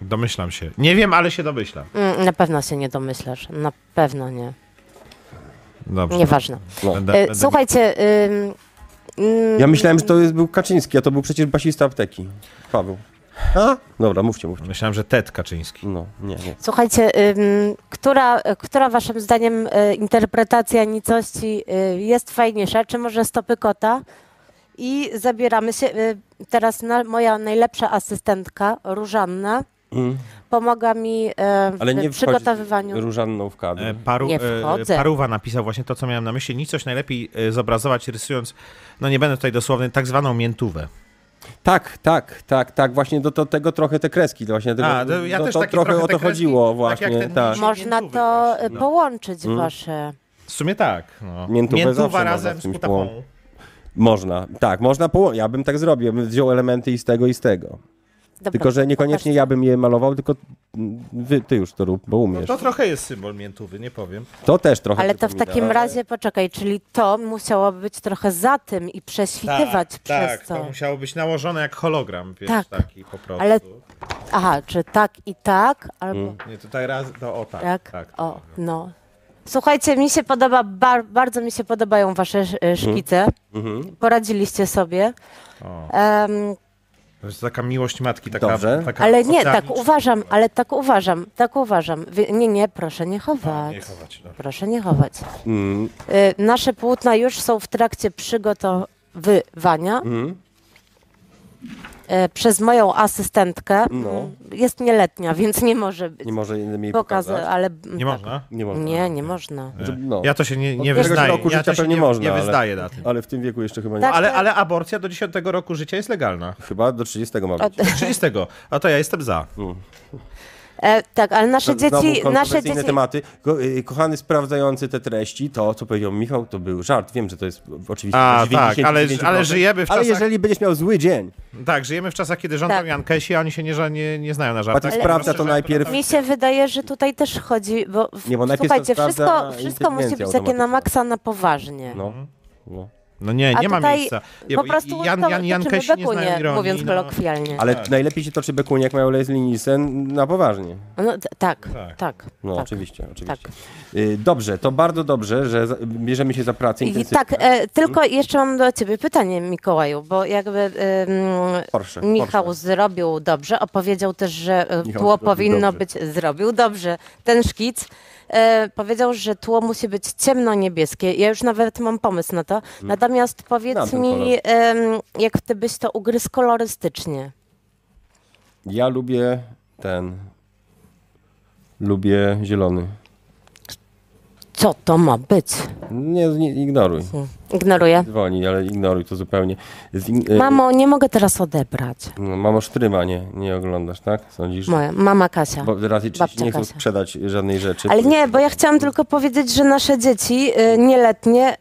Speaker 2: Domyślam się. Nie wiem, ale się domyślam.
Speaker 3: Mm, Na pewno się nie domyślasz. Na pewno nie.
Speaker 2: Dobrze.
Speaker 3: Nieważne.
Speaker 2: Będę,
Speaker 3: E,
Speaker 2: będę...
Speaker 3: Słuchajcie, ym, mm, ym,
Speaker 1: no. Ja myślałem, że to jest, był Kaczyński, a to był przecież basista apteki. Paweł. A? Dobra, mówcie, mówcie.
Speaker 2: Myślałem, że Ted Kaczyński.
Speaker 1: No, nie, nie.
Speaker 3: słuchajcie ym, która, która waszym zdaniem e, interpretacja nicości e, jest fajniejsza, czy może stopy kota? I zabieramy się, e, teraz na, moja najlepsza asystentka, Różanna, pomaga mi e, w
Speaker 1: Mm. Ale nie wchodź
Speaker 3: przygotowywaniu.
Speaker 1: różanną w kadr.
Speaker 2: E, Paru,
Speaker 3: Nie
Speaker 2: e,
Speaker 3: wchodzę.
Speaker 2: Paruwa napisał właśnie to, co miałem na myśli. Nicoś najlepiej e, zobrazować rysując, no nie będę tutaj dosłowny, tak zwaną miętówę.
Speaker 1: Tak, tak, tak, tak, właśnie do, do tego trochę te kreski, to właśnie tego,
Speaker 2: A, to ja
Speaker 1: no
Speaker 2: też
Speaker 1: to
Speaker 2: takie
Speaker 1: trochę
Speaker 2: trochę
Speaker 1: o
Speaker 2: te
Speaker 1: to
Speaker 2: kreski,
Speaker 1: chodziło
Speaker 2: tak
Speaker 1: właśnie,
Speaker 2: jak ten
Speaker 1: tak.
Speaker 2: niż-
Speaker 3: Można
Speaker 2: miętuwy
Speaker 3: to
Speaker 2: właśnie,
Speaker 3: e,
Speaker 2: no.
Speaker 3: połączyć
Speaker 1: Mm.
Speaker 3: wasze.
Speaker 2: W sumie tak. No.
Speaker 1: Miętówę zawsze
Speaker 2: Miętuwa
Speaker 1: można
Speaker 2: razem
Speaker 1: z
Speaker 2: z
Speaker 1: czymś
Speaker 2: kutafą.
Speaker 1: połączyć. Można, tak, można połączyć, ja bym tak zrobił, ja bym wziął elementy i z tego, i z tego.
Speaker 3: Dobra,
Speaker 1: Tylko, że niekoniecznie ja bym je malował, tylko mm, wy, ty już to rób, bo
Speaker 2: No
Speaker 1: umiesz.
Speaker 2: to trochę jest symbol miętówy, nie powiem.
Speaker 1: To też trochę
Speaker 3: Ale to w
Speaker 1: przypomina,
Speaker 3: takim
Speaker 1: ale-
Speaker 3: razie, poczekaj, czyli to musiało być trochę za tym i prześwitywać przez
Speaker 2: tak,
Speaker 3: to.
Speaker 2: to musiało być nałożone jak hologram, wiesz,
Speaker 3: Tak.
Speaker 2: taki po prostu.
Speaker 3: Ale- Aha, czy tak i tak, albo
Speaker 2: Nie, tutaj raz, to o tak,
Speaker 3: tak,
Speaker 2: tak. Hmm. tak.
Speaker 3: o, no. Słuchajcie, mi się podoba, bar, bardzo mi się podobają wasze sz-
Speaker 2: Hmm.
Speaker 3: e, szkice.
Speaker 2: Mhm.
Speaker 3: Poradziliście sobie. Em,
Speaker 2: To jest taka miłość matki, taka...
Speaker 1: Dobrze.
Speaker 2: taka
Speaker 3: ale nie, tak
Speaker 2: oceaniczna.
Speaker 3: uważam, ale tak uważam, tak uważam. Wy, nie, nie, proszę nie chować.
Speaker 2: Nie chować, no. dobra.
Speaker 3: Proszę nie chować.
Speaker 1: Mm,
Speaker 3: Y, nasze płótna już są w trakcie przygotowywania.
Speaker 1: Mm.
Speaker 3: E, przez moją asystentkę.
Speaker 1: No.
Speaker 3: Jest nieletnia, więc nie może być
Speaker 1: nie może jej
Speaker 3: pokazu,
Speaker 1: pokazać.
Speaker 3: ale.
Speaker 2: Nie można?
Speaker 1: Nie można.
Speaker 3: Nie, nie można.
Speaker 1: Żeby- No.
Speaker 2: Ja to się nie, nie
Speaker 1: Od któregoś
Speaker 2: wyznaję.
Speaker 1: roku
Speaker 2: ja
Speaker 1: życia
Speaker 2: to się
Speaker 1: pewnie
Speaker 2: nie,
Speaker 1: można,
Speaker 2: nie
Speaker 1: ale-
Speaker 2: wyznaję na tym.
Speaker 1: Ale w tym wieku jeszcze chyba nie.
Speaker 3: Tak.
Speaker 2: Ale, ale aborcja do 10 roku życia jest legalna.
Speaker 3: *laughs*
Speaker 1: Chyba do 30 ma być.
Speaker 2: 30. A to ja jestem za.
Speaker 3: E, tak, ale nasze
Speaker 1: Znowu
Speaker 3: dzieci. Nasze
Speaker 1: kontrowersyjne
Speaker 3: dzieci.
Speaker 1: tematy. Ko y, kochany sprawdzający te treści, to co powiedział Michał, to był żart. Wiem, że to jest oczywiście
Speaker 2: A,
Speaker 1: 99%,
Speaker 2: tak, ale- ale żyjemy w
Speaker 1: Ale
Speaker 2: czasach-
Speaker 1: jeżeli będziesz miał zły dzień,
Speaker 2: Tak, żyjemy w czasach, kiedy rządzą
Speaker 3: Tak.
Speaker 2: Jankesi, a oni się nie, ża- nie, nie znają na
Speaker 1: Patryk
Speaker 2: żartach.
Speaker 1: sprawdza to
Speaker 2: Rozszerzają
Speaker 1: najpierw.
Speaker 3: Mi się wydaje, że tutaj też chodzi, bo w,
Speaker 1: Nie, bo najpierw
Speaker 3: słuchajcie,
Speaker 1: to sprawdza
Speaker 3: wszystko, wszystko musi
Speaker 1: inteligencja
Speaker 3: być takie na
Speaker 1: automatyczna.
Speaker 3: maksa na poważnie.
Speaker 1: No.
Speaker 2: Mhm.
Speaker 1: no.
Speaker 2: No nie,
Speaker 3: A
Speaker 2: nie ma
Speaker 3: tutaj
Speaker 2: miejsca. Nie,
Speaker 3: po
Speaker 2: bo
Speaker 3: prostu
Speaker 2: Jan,
Speaker 3: to
Speaker 2: Jan, Jankesi
Speaker 3: dotyczy
Speaker 2: nie znają ironii.
Speaker 3: mówiąc
Speaker 2: no.
Speaker 3: kolokwialnie.
Speaker 1: Ale najlepiej się toczy bekunie, jak mają Leslie Nielsen na poważnie.
Speaker 3: No, t- tak,
Speaker 2: Tak.
Speaker 3: tak.
Speaker 1: No
Speaker 3: tak.
Speaker 1: oczywiście, oczywiście. Y, Dobrze, to bardzo dobrze, że za- bierzemy się za pracę
Speaker 3: I
Speaker 1: intensywnie.
Speaker 3: tak, e, tylko jeszcze mam do ciebie pytanie, Mikołaju, bo jakby em,
Speaker 1: Porsche,
Speaker 3: Michał
Speaker 1: Porsche.
Speaker 3: zrobił dobrze, opowiedział też, że e,
Speaker 1: Michał
Speaker 3: tło
Speaker 1: zrobił
Speaker 3: powinno
Speaker 1: dobrze.
Speaker 3: być, zrobił dobrze ten szkic. E, powiedział, że tło musi być ciemno-niebieskie. Ja już nawet mam pomysł na to. Natomiast
Speaker 1: Na
Speaker 3: powiedz
Speaker 1: Mhm. ten
Speaker 3: mi,
Speaker 1: kolor.
Speaker 3: em, jak ty byś to ugryzł kolorystycznie.
Speaker 1: Ja lubię ten. Lubię zielony.
Speaker 3: Co to ma być?
Speaker 1: Nie, nie ignoruj.
Speaker 3: Ignoruję.
Speaker 1: Dzwoni, ale ignoruj to zupełnie. Zig- e,
Speaker 3: Mamo, nie mogę teraz odebrać.
Speaker 1: No, mamo Sztryma nie, nie oglądasz, tak? Sądzisz?
Speaker 3: Moja mama Kasia.
Speaker 1: Bo raczej ci
Speaker 3: Babcia
Speaker 1: nie chcą
Speaker 3: Kasia.
Speaker 1: sprzedać żadnej rzeczy.
Speaker 3: Ale nie, bo ja chciałam tylko powiedzieć, że nasze dzieci y, nieletnie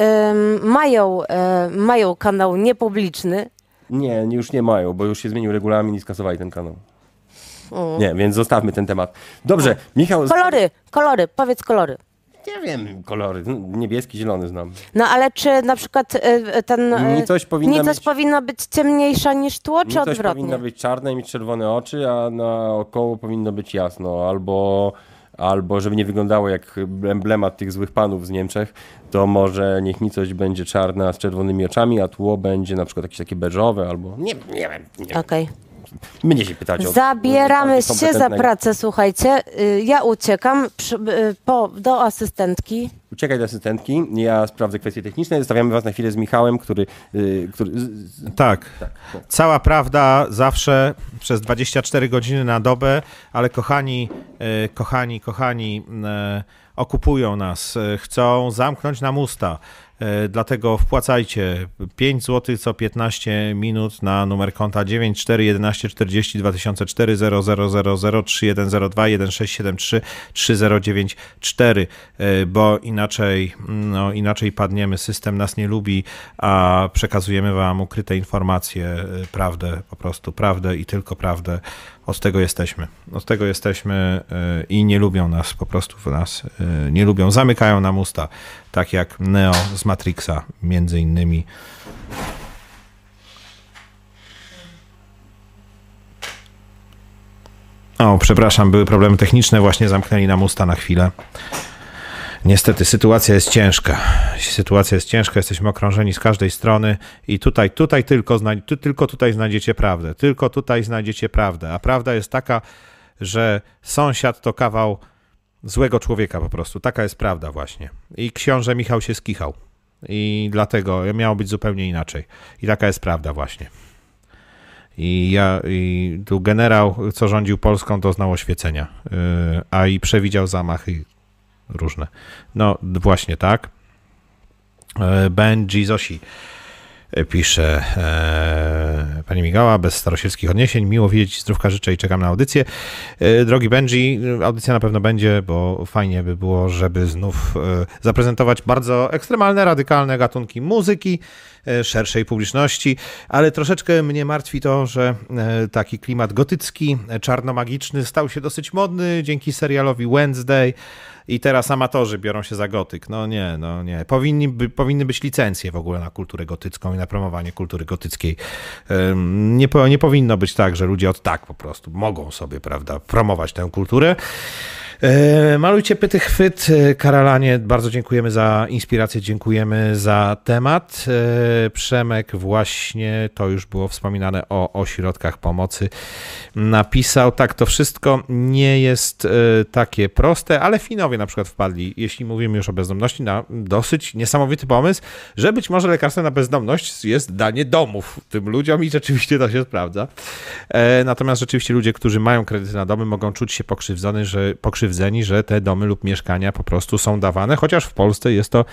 Speaker 3: ym, mają, y, mają kanał niepubliczny.
Speaker 1: Nie, już nie mają, bo już się zmienił regulamin i skasowali ten kanał.
Speaker 3: Mm.
Speaker 1: Nie, więc zostawmy ten temat. Dobrze, Michał. z-
Speaker 3: Kolory, kolory, powiedz kolory.
Speaker 1: Nie wiem, kolory. No, Niebieski, zielony znam.
Speaker 3: No ale czy na przykład y, y, ten... y,
Speaker 1: Nicość powinna
Speaker 3: nicość
Speaker 1: mieć-
Speaker 3: powinna być ciemniejsza niż tło, czy
Speaker 1: Coś
Speaker 3: odwrotnie?
Speaker 1: powinno być czarne i mieć czerwone oczy, a naokoło powinno być jasno. Albo, albo żeby nie wyglądało jak emblemat tych złych panów z Niemczech, to może niech nicość będzie czarna z czerwonymi oczami, a tło będzie na przykład jakieś takie beżowe albo... Nie, nie wiem. Nie wiem.
Speaker 3: Okej.
Speaker 1: Mnie się pytacie. o-
Speaker 3: Tak. Zabieramy
Speaker 1: o-
Speaker 3: się za pracę, słuchajcie. Y, Ja uciekam przy, y, po, do asystentki.
Speaker 1: Uciekaj do asystentki, ja sprawdzę kwestie techniczne. Zostawiamy was na chwilę z Michałem, który... Yy, który z, z,
Speaker 2: Tak. Cała prawda zawsze przez 24 godziny na dobę, ale kochani, e, kochani, kochani, e, okupują nas, e, chcą zamknąć nam usta. E, Dlatego wpłacajcie 5 zł co 15 minut na numer konta 9411 40 2004 0000 3102 1673 3094, e, bo inaczej, no, inaczej padniemy. System nas nie lubi, a przekazujemy wam ukryte informacje, e, prawdę, po prostu prawdę i tylko prawdę. Od tego jesteśmy. Od tego jesteśmy e, i nie lubią nas, po prostu w nas e, nie lubią. Zamykają nam usta, tak jak Neo z Matrixa, między innymi. O, przepraszam, były problemy techniczne, właśnie zamknęli nam usta na chwilę. Niestety, sytuacja jest ciężka. Sytuacja jest ciężka, jesteśmy okrążeni z każdej strony i tutaj, tutaj tylko, zna, tu, tylko tutaj znajdziecie prawdę. Tylko tutaj znajdziecie prawdę. A prawda jest taka, że sąsiad to kawał złego człowieka po prostu. Taka jest prawda właśnie. I książę Michał się skichał. I dlatego miało być zupełnie inaczej. I taka jest prawda właśnie. I ja, i tu generał, co rządził Polską, doznał oświecenia, yy, a i przewidział zamachy różne. No d- właśnie tak. E, Benji Zosi e, pisze e, Pani Migała, bez starosielskich odniesień, miło widzieć, zdrówka życzę i czekam na audycję. E, Drogi Benji, e, audycja na pewno będzie, bo fajnie by było, żeby znów e, zaprezentować bardzo ekstremalne, radykalne gatunki muzyki e, szerszej publiczności, ale troszeczkę mnie martwi to, że e, taki klimat gotycki, e, czarnomagiczny stał się dosyć modny dzięki serialowi Wednesday. I teraz amatorzy biorą się za gotyk. No nie, no nie. Powinni by, powinny być licencje w ogóle na kulturę gotycką i na promowanie kultury gotyckiej. Ym, Nie, po, nie powinno być tak, że ludzie od tak po prostu mogą sobie, prawda, promować tę kulturę. E, Malujcie pyty chwyt. E, Karalanie, bardzo dziękujemy za inspirację, dziękujemy za temat. E, Przemek właśnie, to już było wspominane o ośrodkach pomocy, napisał, tak, to wszystko nie jest e, takie proste, ale Finowie na przykład wpadli, jeśli mówimy już o bezdomności, na dosyć niesamowity pomysł, że być może lekarstwem na bezdomność jest danie domów tym ludziom i rzeczywiście to się sprawdza. E, Natomiast rzeczywiście ludzie, którzy mają kredyty na domy, mogą czuć się pokrzywdzony, że, pokrzywdzeni, że te domy lub mieszkania po prostu są dawane, chociaż w Polsce jest to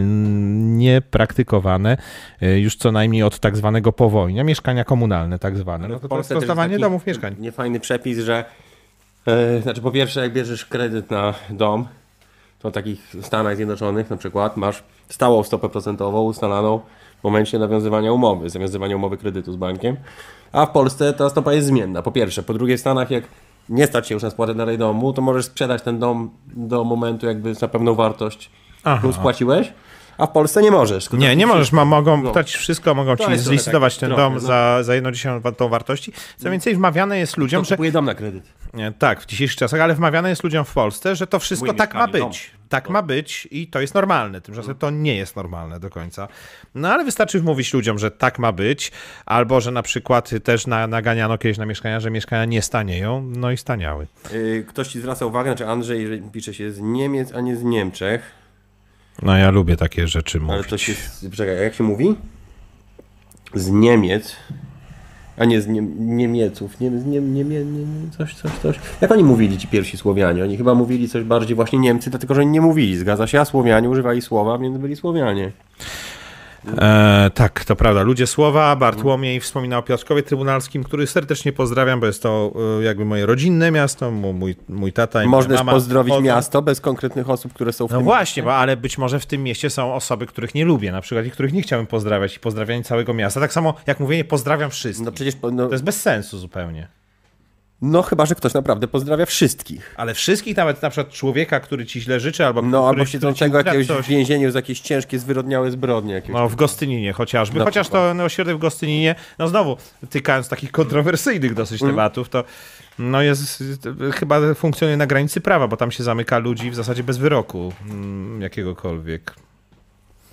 Speaker 2: normalnie praktykowane e, już co najmniej od tak zwanego powojnia, mieszkania komunalne tak zwane. No to,
Speaker 1: W
Speaker 2: to jest
Speaker 1: Polsce też
Speaker 2: rozdawanie
Speaker 1: taki
Speaker 2: domów, mieszkań.
Speaker 1: Niefajny przepis, że e, znaczy po pierwsze, jak bierzesz kredyt na dom, to w takich Stanach Zjednoczonych na przykład masz stałą stopę procentową ustalaną w momencie nawiązywania umowy, zawiązywania umowy kredytu z bankiem, a w Polsce ta stopa jest zmienna. Po pierwsze, po drugie, w Stanach jak nie stać się już na spłatę dalej domu, to możesz sprzedać ten dom do momentu jakby za pewną wartość, którą spłaciłeś, a w Polsce nie możesz.
Speaker 2: Nie, nie możesz, ma, mogą no.
Speaker 1: No.
Speaker 2: dać wszystko, mogą
Speaker 1: To
Speaker 2: ci
Speaker 1: jest trochę
Speaker 2: zlicytować
Speaker 1: tak,
Speaker 2: ten
Speaker 1: trochę,
Speaker 2: dom
Speaker 1: no.
Speaker 2: za, za jedną dziesiątą wa- tą wartości. Co więcej, wmawiane jest ludziom, że...
Speaker 1: Kupuję dom na kredyt.
Speaker 2: Nie, tak, w dzisiejszych czasach, ale wmawiane jest ludziom w Polsce, że to wszystko
Speaker 1: Moje
Speaker 2: tak ma
Speaker 1: mieszkanie,
Speaker 2: być. Tak ma być i to jest normalne. Tymczasem to nie jest normalne do końca. No ale wystarczy wmówić ludziom, że tak ma być, albo że na przykład też na, naganiano kiedyś na mieszkania, że mieszkania nie stanieją, no i staniały.
Speaker 1: Y, Ktoś ci zwraca uwagę, znaczy Andrzej że pisze się z Niemiec, a nie z Niemczech.
Speaker 2: No ja lubię takie rzeczy
Speaker 1: Ale
Speaker 2: mówić.
Speaker 1: to się. Czekaj, a jak się mówi? Z Niemiec. A nie z nie, Niemieców. Nie, nie, nie, nie, nie, coś, coś, coś. Jak oni mówili ci pierwsi Słowianie? Oni chyba mówili coś bardziej właśnie Niemcy, dlatego że oni nie mówili. Zgadza się, a Słowianie używali słowa, więc byli Słowianie.
Speaker 2: E, tak, to prawda. Ludzie Słowa, Bartłomiej wspomina o Piotrkowie Trybunalskim, który serdecznie pozdrawiam, bo jest to e, jakby moje rodzinne miasto, mu- mój, mój tata i
Speaker 1: Można
Speaker 2: moja mama.
Speaker 1: pozdrowić
Speaker 2: chodzą-
Speaker 1: miasto bez konkretnych osób, które są w
Speaker 2: No
Speaker 1: tym
Speaker 2: właśnie, bo, ale być może w tym mieście są osoby, których nie lubię na przykład i których nie chciałbym pozdrawiać i pozdrawianie całego miasta. Tak samo jak mówienie pozdrawiam wszystkich.
Speaker 1: No przecież. po- No,
Speaker 2: To jest bez sensu zupełnie.
Speaker 1: no chyba, że ktoś naprawdę pozdrawia wszystkich.
Speaker 2: Ale wszystkich, nawet na przykład człowieka, który ci źle życzy albo
Speaker 1: No
Speaker 2: który,
Speaker 1: albo
Speaker 2: który ci
Speaker 1: siedzącego
Speaker 2: zdradza
Speaker 1: jakiegoś
Speaker 2: coś.
Speaker 1: w więzieniu za jakieś ciężkie, zwyrodniałe zbrodnie. Jakieś.
Speaker 2: No, w Gostyninie chociażby.
Speaker 1: Na
Speaker 2: Chociaż to no, ośrodek w Gostyninie, no znowu, tykając takich kontrowersyjnych dosyć
Speaker 1: Mm.
Speaker 2: tematów, to no jest, y, chyba funkcjonuje na granicy prawa, bo tam się zamyka ludzi w zasadzie bez wyroku mm, jakiegokolwiek.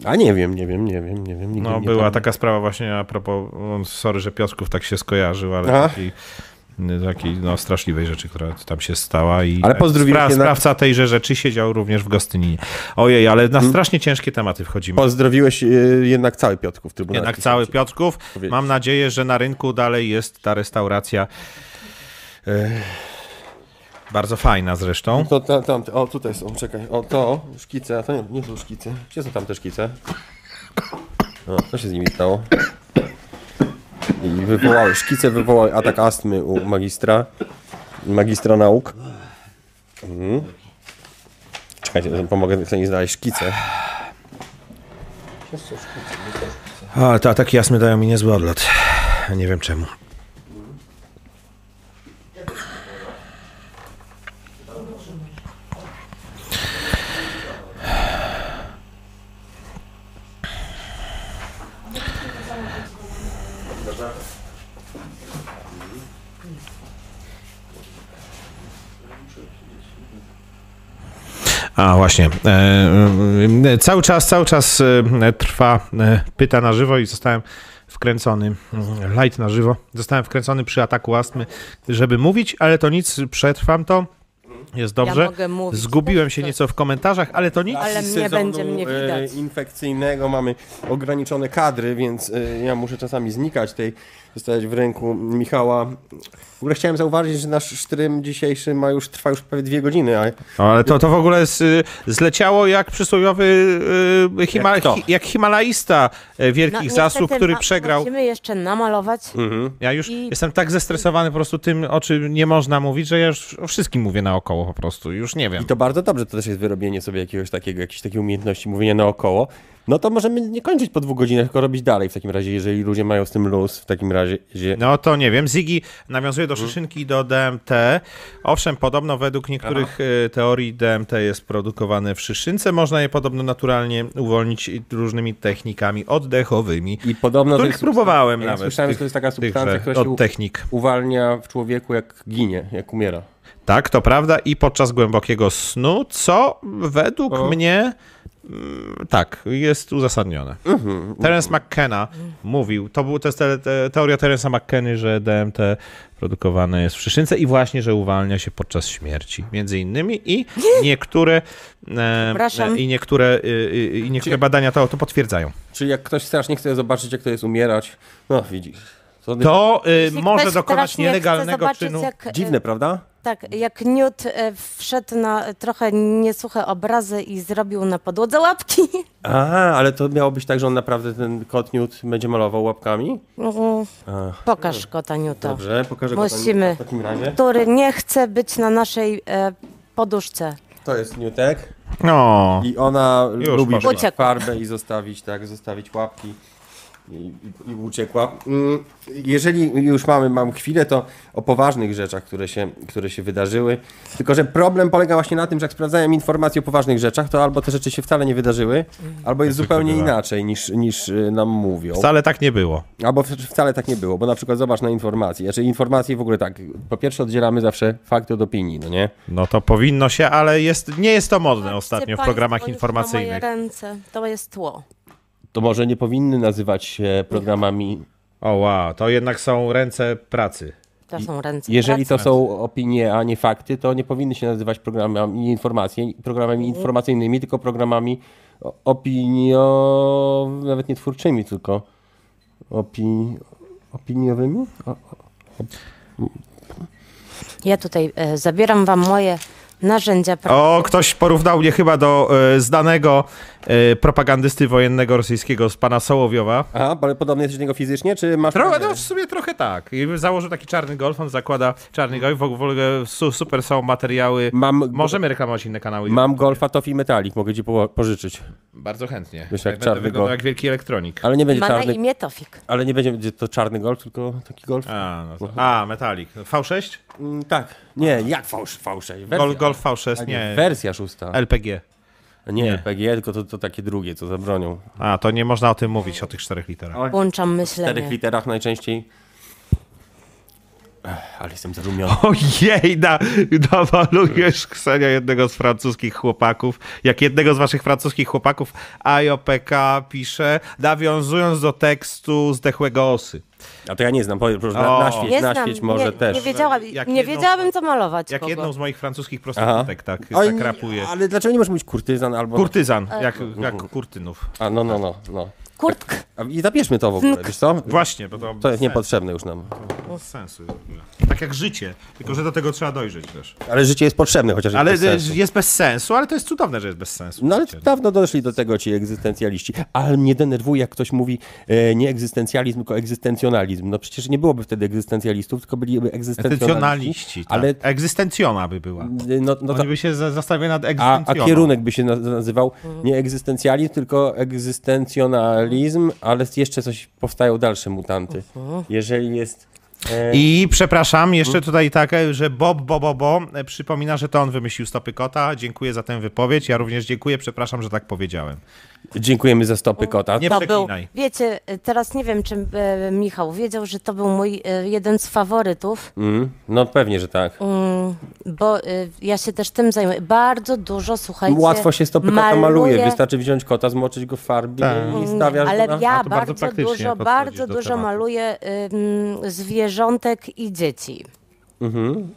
Speaker 1: A nie wiem, nie wiem, nie wiem, nie wiem. nigdy
Speaker 2: No
Speaker 1: nie
Speaker 2: była
Speaker 1: pamiętam.
Speaker 2: taka sprawa właśnie a propos, no, sorry, że Piotrków tak się skojarzył, ale
Speaker 1: Aha.
Speaker 2: takiej, nie, takiej no, straszliwej rzeczy, która tam się stała i
Speaker 1: Ale pozdrowiłeś
Speaker 2: spra-
Speaker 1: jednak-
Speaker 2: sprawca tejże rzeczy siedział również w Gostyninie. Ojej, ale na strasznie ciężkie tematy wchodzimy.
Speaker 1: Pozdrowiłeś y, jednak cały Piotrków Trybunał.
Speaker 2: Jednak cały Piotrków.
Speaker 1: Powiedzieć.
Speaker 2: Mam nadzieję, że na rynku dalej jest ta restauracja. e, Bardzo fajna zresztą.
Speaker 1: To tam, tam, o tutaj są, czekaj, o to, szkice, a to nie, nie są szkice. Gdzie są tam te szkice? O, co się z nimi stało? I wywołały, szkice wywołały atak astmy u magistra, magistra nauk. Mhm. Czekajcie, pomogę sobie znaleźć szkice.
Speaker 2: Ale te ataki jasne dają mi niezły odlot. Nie wiem czemu. A właśnie. E, e, cały czas, cały czas e, trwa e, pyta na żywo i zostałem wkręcony. e, Light na żywo. Zostałem wkręcony przy ataku astmy, żeby mówić, ale to nic, przetrwam to. Jest dobrze.
Speaker 3: mogę mówić.
Speaker 2: Zgubiłem się nieco w komentarzach, ale to nic.
Speaker 3: Ale
Speaker 1: Z
Speaker 3: mnie
Speaker 1: sezonu,
Speaker 3: będzie mnie
Speaker 1: e,
Speaker 3: widać.
Speaker 1: infekcyjnego mamy ograniczone kadry, więc e, ja muszę czasami znikać tej, zostać w ręku Michała. W ogóle chciałem zauważyć, że nasz sztrym dzisiejszy ma już, trwa już prawie dwie godziny, a
Speaker 2: No, ale to, to w ogóle z, zleciało jak przysłowiowy y, Hima,
Speaker 1: Jak kto?
Speaker 2: hi, jak Himalaista e,
Speaker 3: No,
Speaker 2: wielkich zasług,
Speaker 3: niestety
Speaker 2: który
Speaker 3: ma-
Speaker 2: przegrał.
Speaker 3: Musimy jeszcze namalować.
Speaker 2: Ja już
Speaker 3: I-
Speaker 2: jestem tak zestresowany po prostu tym, o czym nie można mówić, że ja już o wszystkim mówię naokoło po prostu. Już nie wiem.
Speaker 1: I to bardzo dobrze, to też jest wyrobienie sobie jakiegoś takiego, jakiejś takiej umiejętności mówienia naokoło. No to możemy nie kończyć po dwóch godzinach, tylko robić dalej w takim razie, jeżeli ludzie mają z tym luz, w takim razie... Że...
Speaker 2: No to nie wiem. Ziggy nawiązuje do Szyszynki i do DMT. Owszem, podobno według niektórych y, teorii DMT jest produkowane w Szyszynce. Można je podobno naturalnie uwolnić i różnymi technikami oddechowymi.
Speaker 1: I podobno
Speaker 2: których próbowałem
Speaker 1: No ja
Speaker 2: nawet.
Speaker 1: Słyszałem,
Speaker 2: tych-
Speaker 1: że to jest taka substancja,
Speaker 2: tychże
Speaker 1: która się
Speaker 2: od technik.
Speaker 1: u- uwalnia w człowieku jak ginie, jak umiera.
Speaker 2: Tak, to prawda. I podczas głębokiego snu, co według mnie mm, tak, jest uzasadnione.
Speaker 3: Mhm,
Speaker 2: Terence McKenna mówił, to, był, to jest te, te, teoria Terensa McKenny, że DMT produkowane jest w szyszynce i właśnie, że uwalnia się podczas śmierci, między innymi i niektóre e,
Speaker 3: Przepraszam.
Speaker 2: e, i niektóre, y, y, i niektóre badania to, to potwierdzają.
Speaker 1: Czyli jak ktoś strasznie chce zobaczyć, jak to jest umierać, no widzisz. To
Speaker 2: To y,
Speaker 3: Jeśli
Speaker 2: może
Speaker 3: ktoś
Speaker 2: dokonać
Speaker 3: strasznie chce
Speaker 2: nielegalnego
Speaker 3: zobaczyć,
Speaker 2: czynu.
Speaker 3: Jak, e,
Speaker 1: dziwne, prawda?
Speaker 3: Tak, jak Newt e, wszedł na e, trochę niesuche obrazy i zrobił na podłodze łapki. *laughs*
Speaker 1: A, ale to miało być tak, że on naprawdę ten kot Newt będzie malował łapkami?
Speaker 3: Mm, Pokaż kota Newta.
Speaker 1: Dobrze, pokażę go tam
Speaker 3: Musimy.
Speaker 1: w takim razie.
Speaker 3: Który nie chce być na naszej e, poduszce.
Speaker 1: To jest Newtek.
Speaker 2: No.
Speaker 1: I ona
Speaker 2: Już
Speaker 1: lubi
Speaker 2: poszła.
Speaker 1: wziąć
Speaker 3: Uciekł.
Speaker 1: farbę i zostawić, tak, zostawić łapki. I, i, I uciekła. Mm, Jeżeli już mamy, mam chwilę, to o poważnych rzeczach, które się, które się wydarzyły. Tylko, że problem polega właśnie na tym, że jak sprawdzałem informacje o poważnych rzeczach, to albo te rzeczy się wcale nie wydarzyły, albo jest zupełnie
Speaker 2: bywa.
Speaker 1: inaczej niż, niż y, nam mówią.
Speaker 2: Wcale tak nie było.
Speaker 1: Albo w- wcale tak nie było, bo na przykład zobacz na informacje. Znaczy informacje w ogóle tak, po pierwsze oddzielamy zawsze fakty od opinii, no nie?
Speaker 2: No to powinno się, ale jest, nie jest to modne ostatnio w
Speaker 3: Patrzcie
Speaker 2: programach
Speaker 3: państwo już Na
Speaker 2: informacyjnych.
Speaker 3: moje ręce. To jest tło.
Speaker 1: To może nie powinny nazywać się programami
Speaker 2: O wow, to jednak są ręce pracy.
Speaker 3: To są ręce.
Speaker 1: Jeżeli to
Speaker 3: pracy.
Speaker 1: są opinie, a nie fakty, to nie powinny się nazywać programami informacji, programami informacyjnymi, tylko programami o- opinio... nawet nie twórczymi, tylko opi... opiniowymi? O- o-
Speaker 3: Ja tutaj e, zabieram wam moje narzędzia pracy.
Speaker 2: O, ktoś porównał mnie chyba do e, znanego e, propagandysty wojennego rosyjskiego z pana Sołowiowa.
Speaker 1: Aha, ale podobny jesteś do niego fizycznie, czy masz...
Speaker 2: Trochę, no w sumie trochę tak. I założył taki czarny golf, on zakłada czarny golf, w ogóle su, super są materiały.
Speaker 1: Mam,
Speaker 2: Możemy reklamować inne kanały.
Speaker 1: mam Golfa Tofi Metalik, mogę ci po- pożyczyć.
Speaker 2: Bardzo chętnie.
Speaker 1: Wiesz, jak
Speaker 2: Będę
Speaker 1: czarny
Speaker 2: wyglądał
Speaker 1: golf.
Speaker 2: jak wielki elektronik.
Speaker 1: Ale nie będzie
Speaker 3: Ma na
Speaker 1: czarny,
Speaker 3: imię Tofik.
Speaker 1: ale nie będzie to czarny golf, tylko taki golf.
Speaker 2: A, no to. A, metalik. V6?
Speaker 1: Mm, tak. Nie, jak fałsz, fałszej. Wersja,
Speaker 2: Gol, golf V6,
Speaker 1: A nie,
Speaker 2: nie.
Speaker 1: Wersja szósta.
Speaker 2: LPG.
Speaker 1: Nie, PG, tylko to, to takie drugie, co zabronią.
Speaker 2: A, to nie można o tym mówić, o tych czterech literach.
Speaker 3: Włączam
Speaker 1: W czterech
Speaker 3: myślenie.
Speaker 1: literach najczęściej. Ech, ale jestem zarumiony.
Speaker 2: Ojej, na, nawalujesz Ksenia jednego z francuskich chłopaków, jak jednego z waszych francuskich chłopaków, IOPK pisze, nawiązując do tekstu Zdechłego Osy.
Speaker 1: A to ja nie znam, po- proszę, na,
Speaker 2: O.
Speaker 1: naświeć,
Speaker 3: Nie znam,
Speaker 1: naświeć może
Speaker 3: nie,
Speaker 1: też.
Speaker 3: Nie, wiedziałam,
Speaker 2: Jak
Speaker 3: nie
Speaker 2: jedną-
Speaker 3: wiedziałabym, co malować.
Speaker 2: Jak
Speaker 3: kogo.
Speaker 2: jedną z moich francuskich prostytutek, tak,
Speaker 1: Oj,
Speaker 2: tak
Speaker 1: nie,
Speaker 2: rapuje.
Speaker 1: Ale dlaczego nie możesz mówić kurtyzan albo...
Speaker 2: Mhm. Kurtyzan, jak, jak kurtynów.
Speaker 1: A, no, no, no, no.
Speaker 3: kurtk.
Speaker 1: A- I zabierzmy to w
Speaker 3: No.
Speaker 1: ogóle, wiesz co?
Speaker 2: Właśnie, bo to,
Speaker 1: To jest niepotrzebne już nam.
Speaker 2: bez sensu. jest w ogóle. Tak jak życie, tylko że do tego trzeba dojrzeć też.
Speaker 1: Ale życie jest potrzebne, chociaż
Speaker 2: Ale
Speaker 1: bez sensu.
Speaker 2: jest bez sensu, ale to jest cudowne, że jest bez sensu.
Speaker 1: No ale
Speaker 2: Życie.
Speaker 1: dawno doszli do tego ci egzystencjaliści. Ale mnie denerwuje, jak ktoś mówi e, nie egzystencjalizm, tylko egzystencjonalizm. No przecież nie byłoby wtedy egzystencjalistów, tylko byliby egzystencjonaliści.
Speaker 2: Egzystencjonaliści, tak.
Speaker 1: Ale
Speaker 2: Egzystencjona by była.
Speaker 1: y, no, no, ta,
Speaker 2: Oni by się za- zastanawiali nad
Speaker 1: a, a
Speaker 2: egzystencjoną.
Speaker 1: kierunek by się na- nazywał nie egzystencjalizm, tylko egzystencjonalizm, ale jeszcze coś powstają dalsze mutanty. Jeżeli jest...
Speaker 3: No.
Speaker 1: E,
Speaker 2: Mhm. I przepraszam, jeszcze tutaj takie, że Bob Bobo Bo e, przypomina, że to on wymyślił stopy kota. Dziękuję za tę wypowiedź. Ja również dziękuję, przepraszam, że tak powiedziałem.
Speaker 1: Dziękujemy za stopy kota.
Speaker 2: Nie
Speaker 3: To był,
Speaker 2: przeklinaj.
Speaker 3: wiecie, teraz nie wiem, czy e, Michał wiedział, że to był mój e, jeden z faworytów,
Speaker 1: Mm, no pewnie, że tak.
Speaker 3: bo e, ja się też tym zajmuję. Bardzo dużo, słuchajcie,
Speaker 1: Łatwo się stopy kota maluje.
Speaker 3: maluję.
Speaker 1: Wystarczy wziąć kota, zmoczyć go w farbie
Speaker 2: Tak.
Speaker 1: i stawiasz
Speaker 3: Mm, Ale
Speaker 1: go na...
Speaker 3: ja
Speaker 2: A to bardzo
Speaker 3: bardzo,
Speaker 2: praktycznie
Speaker 3: dużo,
Speaker 2: podchodzisz
Speaker 3: bardzo
Speaker 2: do
Speaker 3: dużo
Speaker 2: tematu.
Speaker 3: maluję ym, zwierzątek i dzieci.
Speaker 1: Mhm.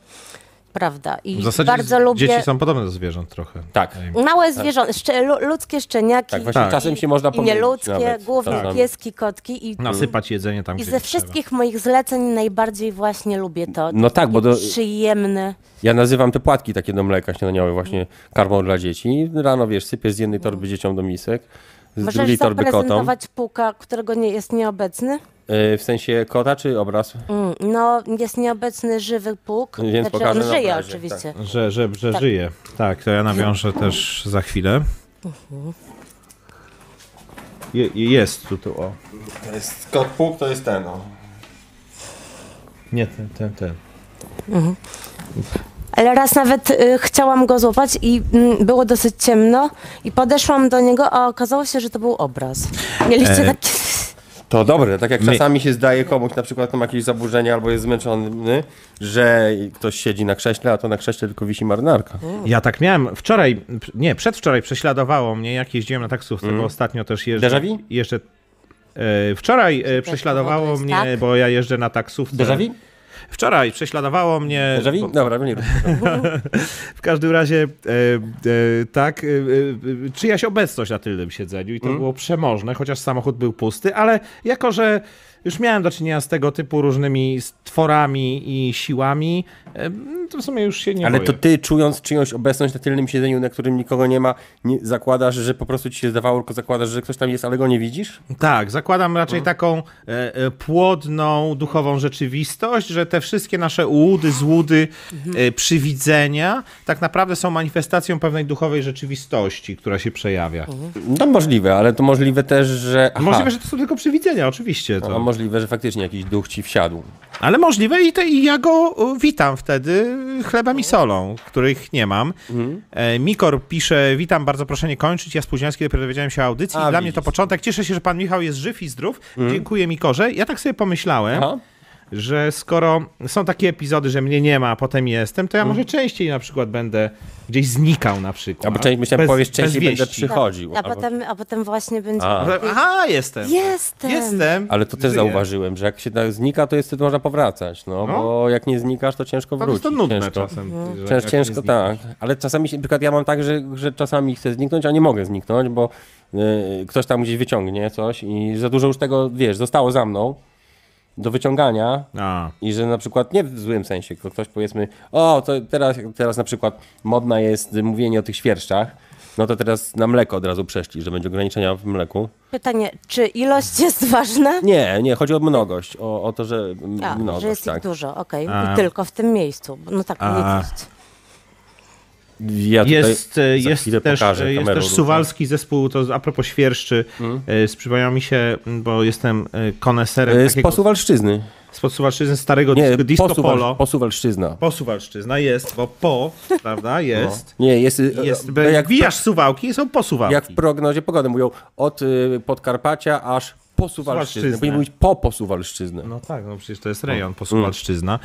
Speaker 3: Prawda. I
Speaker 2: W zasadzie
Speaker 3: bardzo lubię
Speaker 2: dzieci są podobne do zwierząt trochę. E,
Speaker 1: Tak.
Speaker 3: małe zwierzęta, szcze, lu- ludzkie szczeniaki.
Speaker 1: Tak, właśnie
Speaker 3: i-
Speaker 1: czasem się można
Speaker 3: I
Speaker 1: pomylić
Speaker 3: nieludzkie,
Speaker 1: nawet. Tak.
Speaker 3: głównie
Speaker 1: Czasami.
Speaker 3: pieski, kotki. I,
Speaker 2: Nasypać jedzenie tam,
Speaker 3: i
Speaker 2: gdzie
Speaker 3: ze
Speaker 2: nie trzeba.
Speaker 3: wszystkich moich zleceń najbardziej właśnie lubię to.
Speaker 1: No tak, bo
Speaker 3: Takie
Speaker 1: do-
Speaker 3: Przyjemne.
Speaker 1: Ja nazywam te płatki takie do mleka śniadaniowe właśnie karmą dla dzieci. Rano, wiesz, sypiesz z jednej torby dzieciom do misek, z drugiej
Speaker 3: Mm. Możesz
Speaker 1: torby kotom.
Speaker 3: zaprezentować puka, którego nie jest nieobecny?
Speaker 1: E, W sensie kota czy obraz?
Speaker 3: Mm, No, jest nieobecny żywy puk.
Speaker 1: Więc
Speaker 3: znaczy,
Speaker 1: pokażę
Speaker 3: on
Speaker 1: na
Speaker 3: żyje
Speaker 1: obrazie, tak.
Speaker 3: oczywiście.
Speaker 2: Że, że, że żyje. Tak, to ja nawiążę
Speaker 3: Mhm.
Speaker 2: też za chwilę. Je, jest tu, tu, o.
Speaker 1: To jest kot puk, to jest ten. no. O.
Speaker 2: Nie, ten, ten, ten.
Speaker 3: Ale raz nawet y, chciałam go złapać i mm, było dosyć ciemno i podeszłam do niego, a okazało się, że to był obraz.
Speaker 1: E,
Speaker 3: Mieliście taki...
Speaker 1: To dobre, tak jak
Speaker 2: My-
Speaker 1: czasami się zdaje komuś, na przykład ma jakieś zaburzenie albo jest zmęczony, że ktoś siedzi na krześle, a to na krześle tylko wisi marynarka.
Speaker 2: Ja tak miałem wczoraj, nie, przedwczoraj prześladowało mnie, jak jeździłem na taksówce, bo ostatnio też jeżdżę.
Speaker 1: Mhm. Déjà vu?
Speaker 2: Jeszcze, e, wczoraj e,
Speaker 3: to
Speaker 2: prześladowało
Speaker 3: jest
Speaker 2: mnie,
Speaker 3: tak?
Speaker 2: bo ja jeżdżę na taksówce.
Speaker 1: Déjà vu?
Speaker 2: Wczoraj prześladowało mnie.
Speaker 1: Déjà vu? Dobra, nie rób tego.
Speaker 2: W każdym razie, e, e, tak, e, e, e, czyjaś obecność na tylnym siedzeniu i to
Speaker 1: Mhm.
Speaker 2: było przemożne, chociaż samochód był pusty, ale jako, że już miałem do czynienia z tego typu różnymi stworami i siłami, e, to w sumie już się nie
Speaker 1: Ale
Speaker 2: boję.
Speaker 1: to ty, czując czyjąś obecność na tylnym siedzeniu, na którym nikogo nie ma, nie, zakładasz, że po prostu ci się zdawało, tylko zakładasz, że ktoś tam jest, ale go nie widzisz?
Speaker 2: Tak, zakładam raczej
Speaker 1: Mhm.
Speaker 2: taką e, e, płodną, duchową rzeczywistość, że te wszystkie nasze ułudy, złudy,
Speaker 1: Mhm.
Speaker 2: e, przywidzenia tak naprawdę są manifestacją pewnej duchowej rzeczywistości, która się przejawia.
Speaker 1: No możliwe, ale to możliwe też, że... Aha, Mhm.
Speaker 2: Możliwe, że to są tylko przywidzenia, oczywiście.
Speaker 1: A
Speaker 2: To.
Speaker 1: możliwe, że faktycznie jakiś duch ci wsiadł.
Speaker 2: Ale możliwe i, te, i ja go e, witam wtedy
Speaker 1: Mhm.
Speaker 2: chlebem i solą, których nie mam. E, Mikor pisze, witam, bardzo proszę nie kończyć, ja spóźniałem się, kiedy dowiedziałem się o audycji.
Speaker 1: A,
Speaker 2: Dla mnie to
Speaker 1: widzisz. Mhm.
Speaker 2: początek. Cieszę się, że pan Michał jest żyw i zdrów. Dziękuję Mikorze. Ja tak sobie pomyślałem,
Speaker 1: Aha.
Speaker 2: że skoro są takie epizody, że mnie nie ma, a potem jestem, to ja
Speaker 1: Mhm.
Speaker 2: może częściej na przykład będę gdzieś znikał na przykład.
Speaker 1: Albo częściej, myślałem,
Speaker 2: Bez-
Speaker 1: powiesz,
Speaker 2: bez
Speaker 1: częściej będę
Speaker 2: wieści.
Speaker 1: przychodził.
Speaker 3: A,
Speaker 1: albo-
Speaker 3: potem, a potem właśnie będzie...
Speaker 1: A.
Speaker 2: Aha, jestem.
Speaker 3: Jestem.
Speaker 2: Jestem.
Speaker 1: Ale to też
Speaker 2: Żyję.
Speaker 1: zauważyłem, że jak się tak znika, to jest wtedy można powracać, no, bo jak nie znikasz, to ciężko
Speaker 2: Po
Speaker 1: wrócić.
Speaker 2: prostu nudne
Speaker 1: ciężko.
Speaker 2: czasem. że jak
Speaker 1: Cięż,
Speaker 2: nie
Speaker 1: ciężko,
Speaker 2: znikam.
Speaker 1: tak. Ale czasami, się, na przykład ja mam tak, że, że czasami chcę zniknąć, a nie mogę zniknąć, bo y, ktoś tam gdzieś wyciągnie coś i za dużo już tego, wiesz, zostało za mną do wyciągania
Speaker 2: A.
Speaker 1: i że na przykład nie w złym sensie, tylko ktoś powiedzmy, o, to teraz, teraz na przykład modna jest mówienie o tych świerszczach, no to teraz na mleko od razu przeszli, że będzie ograniczenia w mleku.
Speaker 3: Pytanie, czy ilość jest ważna?
Speaker 1: Nie, nie, chodzi o mnogość, o, o to, że m-
Speaker 3: A,
Speaker 1: mnogość,
Speaker 3: że jest
Speaker 1: tak.
Speaker 3: ich dużo, okej.
Speaker 2: A.
Speaker 3: I tylko w tym miejscu. No tak,
Speaker 2: A.
Speaker 3: nie dziś.
Speaker 1: Ja tutaj
Speaker 2: Jest, e,
Speaker 1: za
Speaker 2: jest,
Speaker 1: chwilę
Speaker 2: też,
Speaker 1: pokażę
Speaker 2: e, jest
Speaker 1: kamerą
Speaker 2: też
Speaker 1: różne.
Speaker 2: suwalski zespół, to z- a propos świerszczy, mm. przypomniał mi się, m, bo jestem e, koneserem
Speaker 1: Mhm. E, Z
Speaker 2: takiego,
Speaker 1: posuwalszczyzny.
Speaker 2: spod Suwalszczyzny, starego
Speaker 1: Nie,
Speaker 2: disco, disco polo.
Speaker 1: posuwal, posuwalszczyzna.
Speaker 2: Posuwalszczyzna jest, bo po,
Speaker 1: No.
Speaker 2: prawda, jest.
Speaker 1: Nie, jest,
Speaker 2: Jest,
Speaker 1: jest
Speaker 2: bo
Speaker 1: jak,
Speaker 2: No jak wijasz suwałki, są posuwałki.
Speaker 1: jak w prognozie pogody mówią od y, Podkarpacia aż po Suwalszczyznę.
Speaker 2: Suwalszczyznę.
Speaker 1: Powinien mówić po Posuwalszczyznę.
Speaker 2: No tak, no przecież to jest rejon posuwalszczyzna.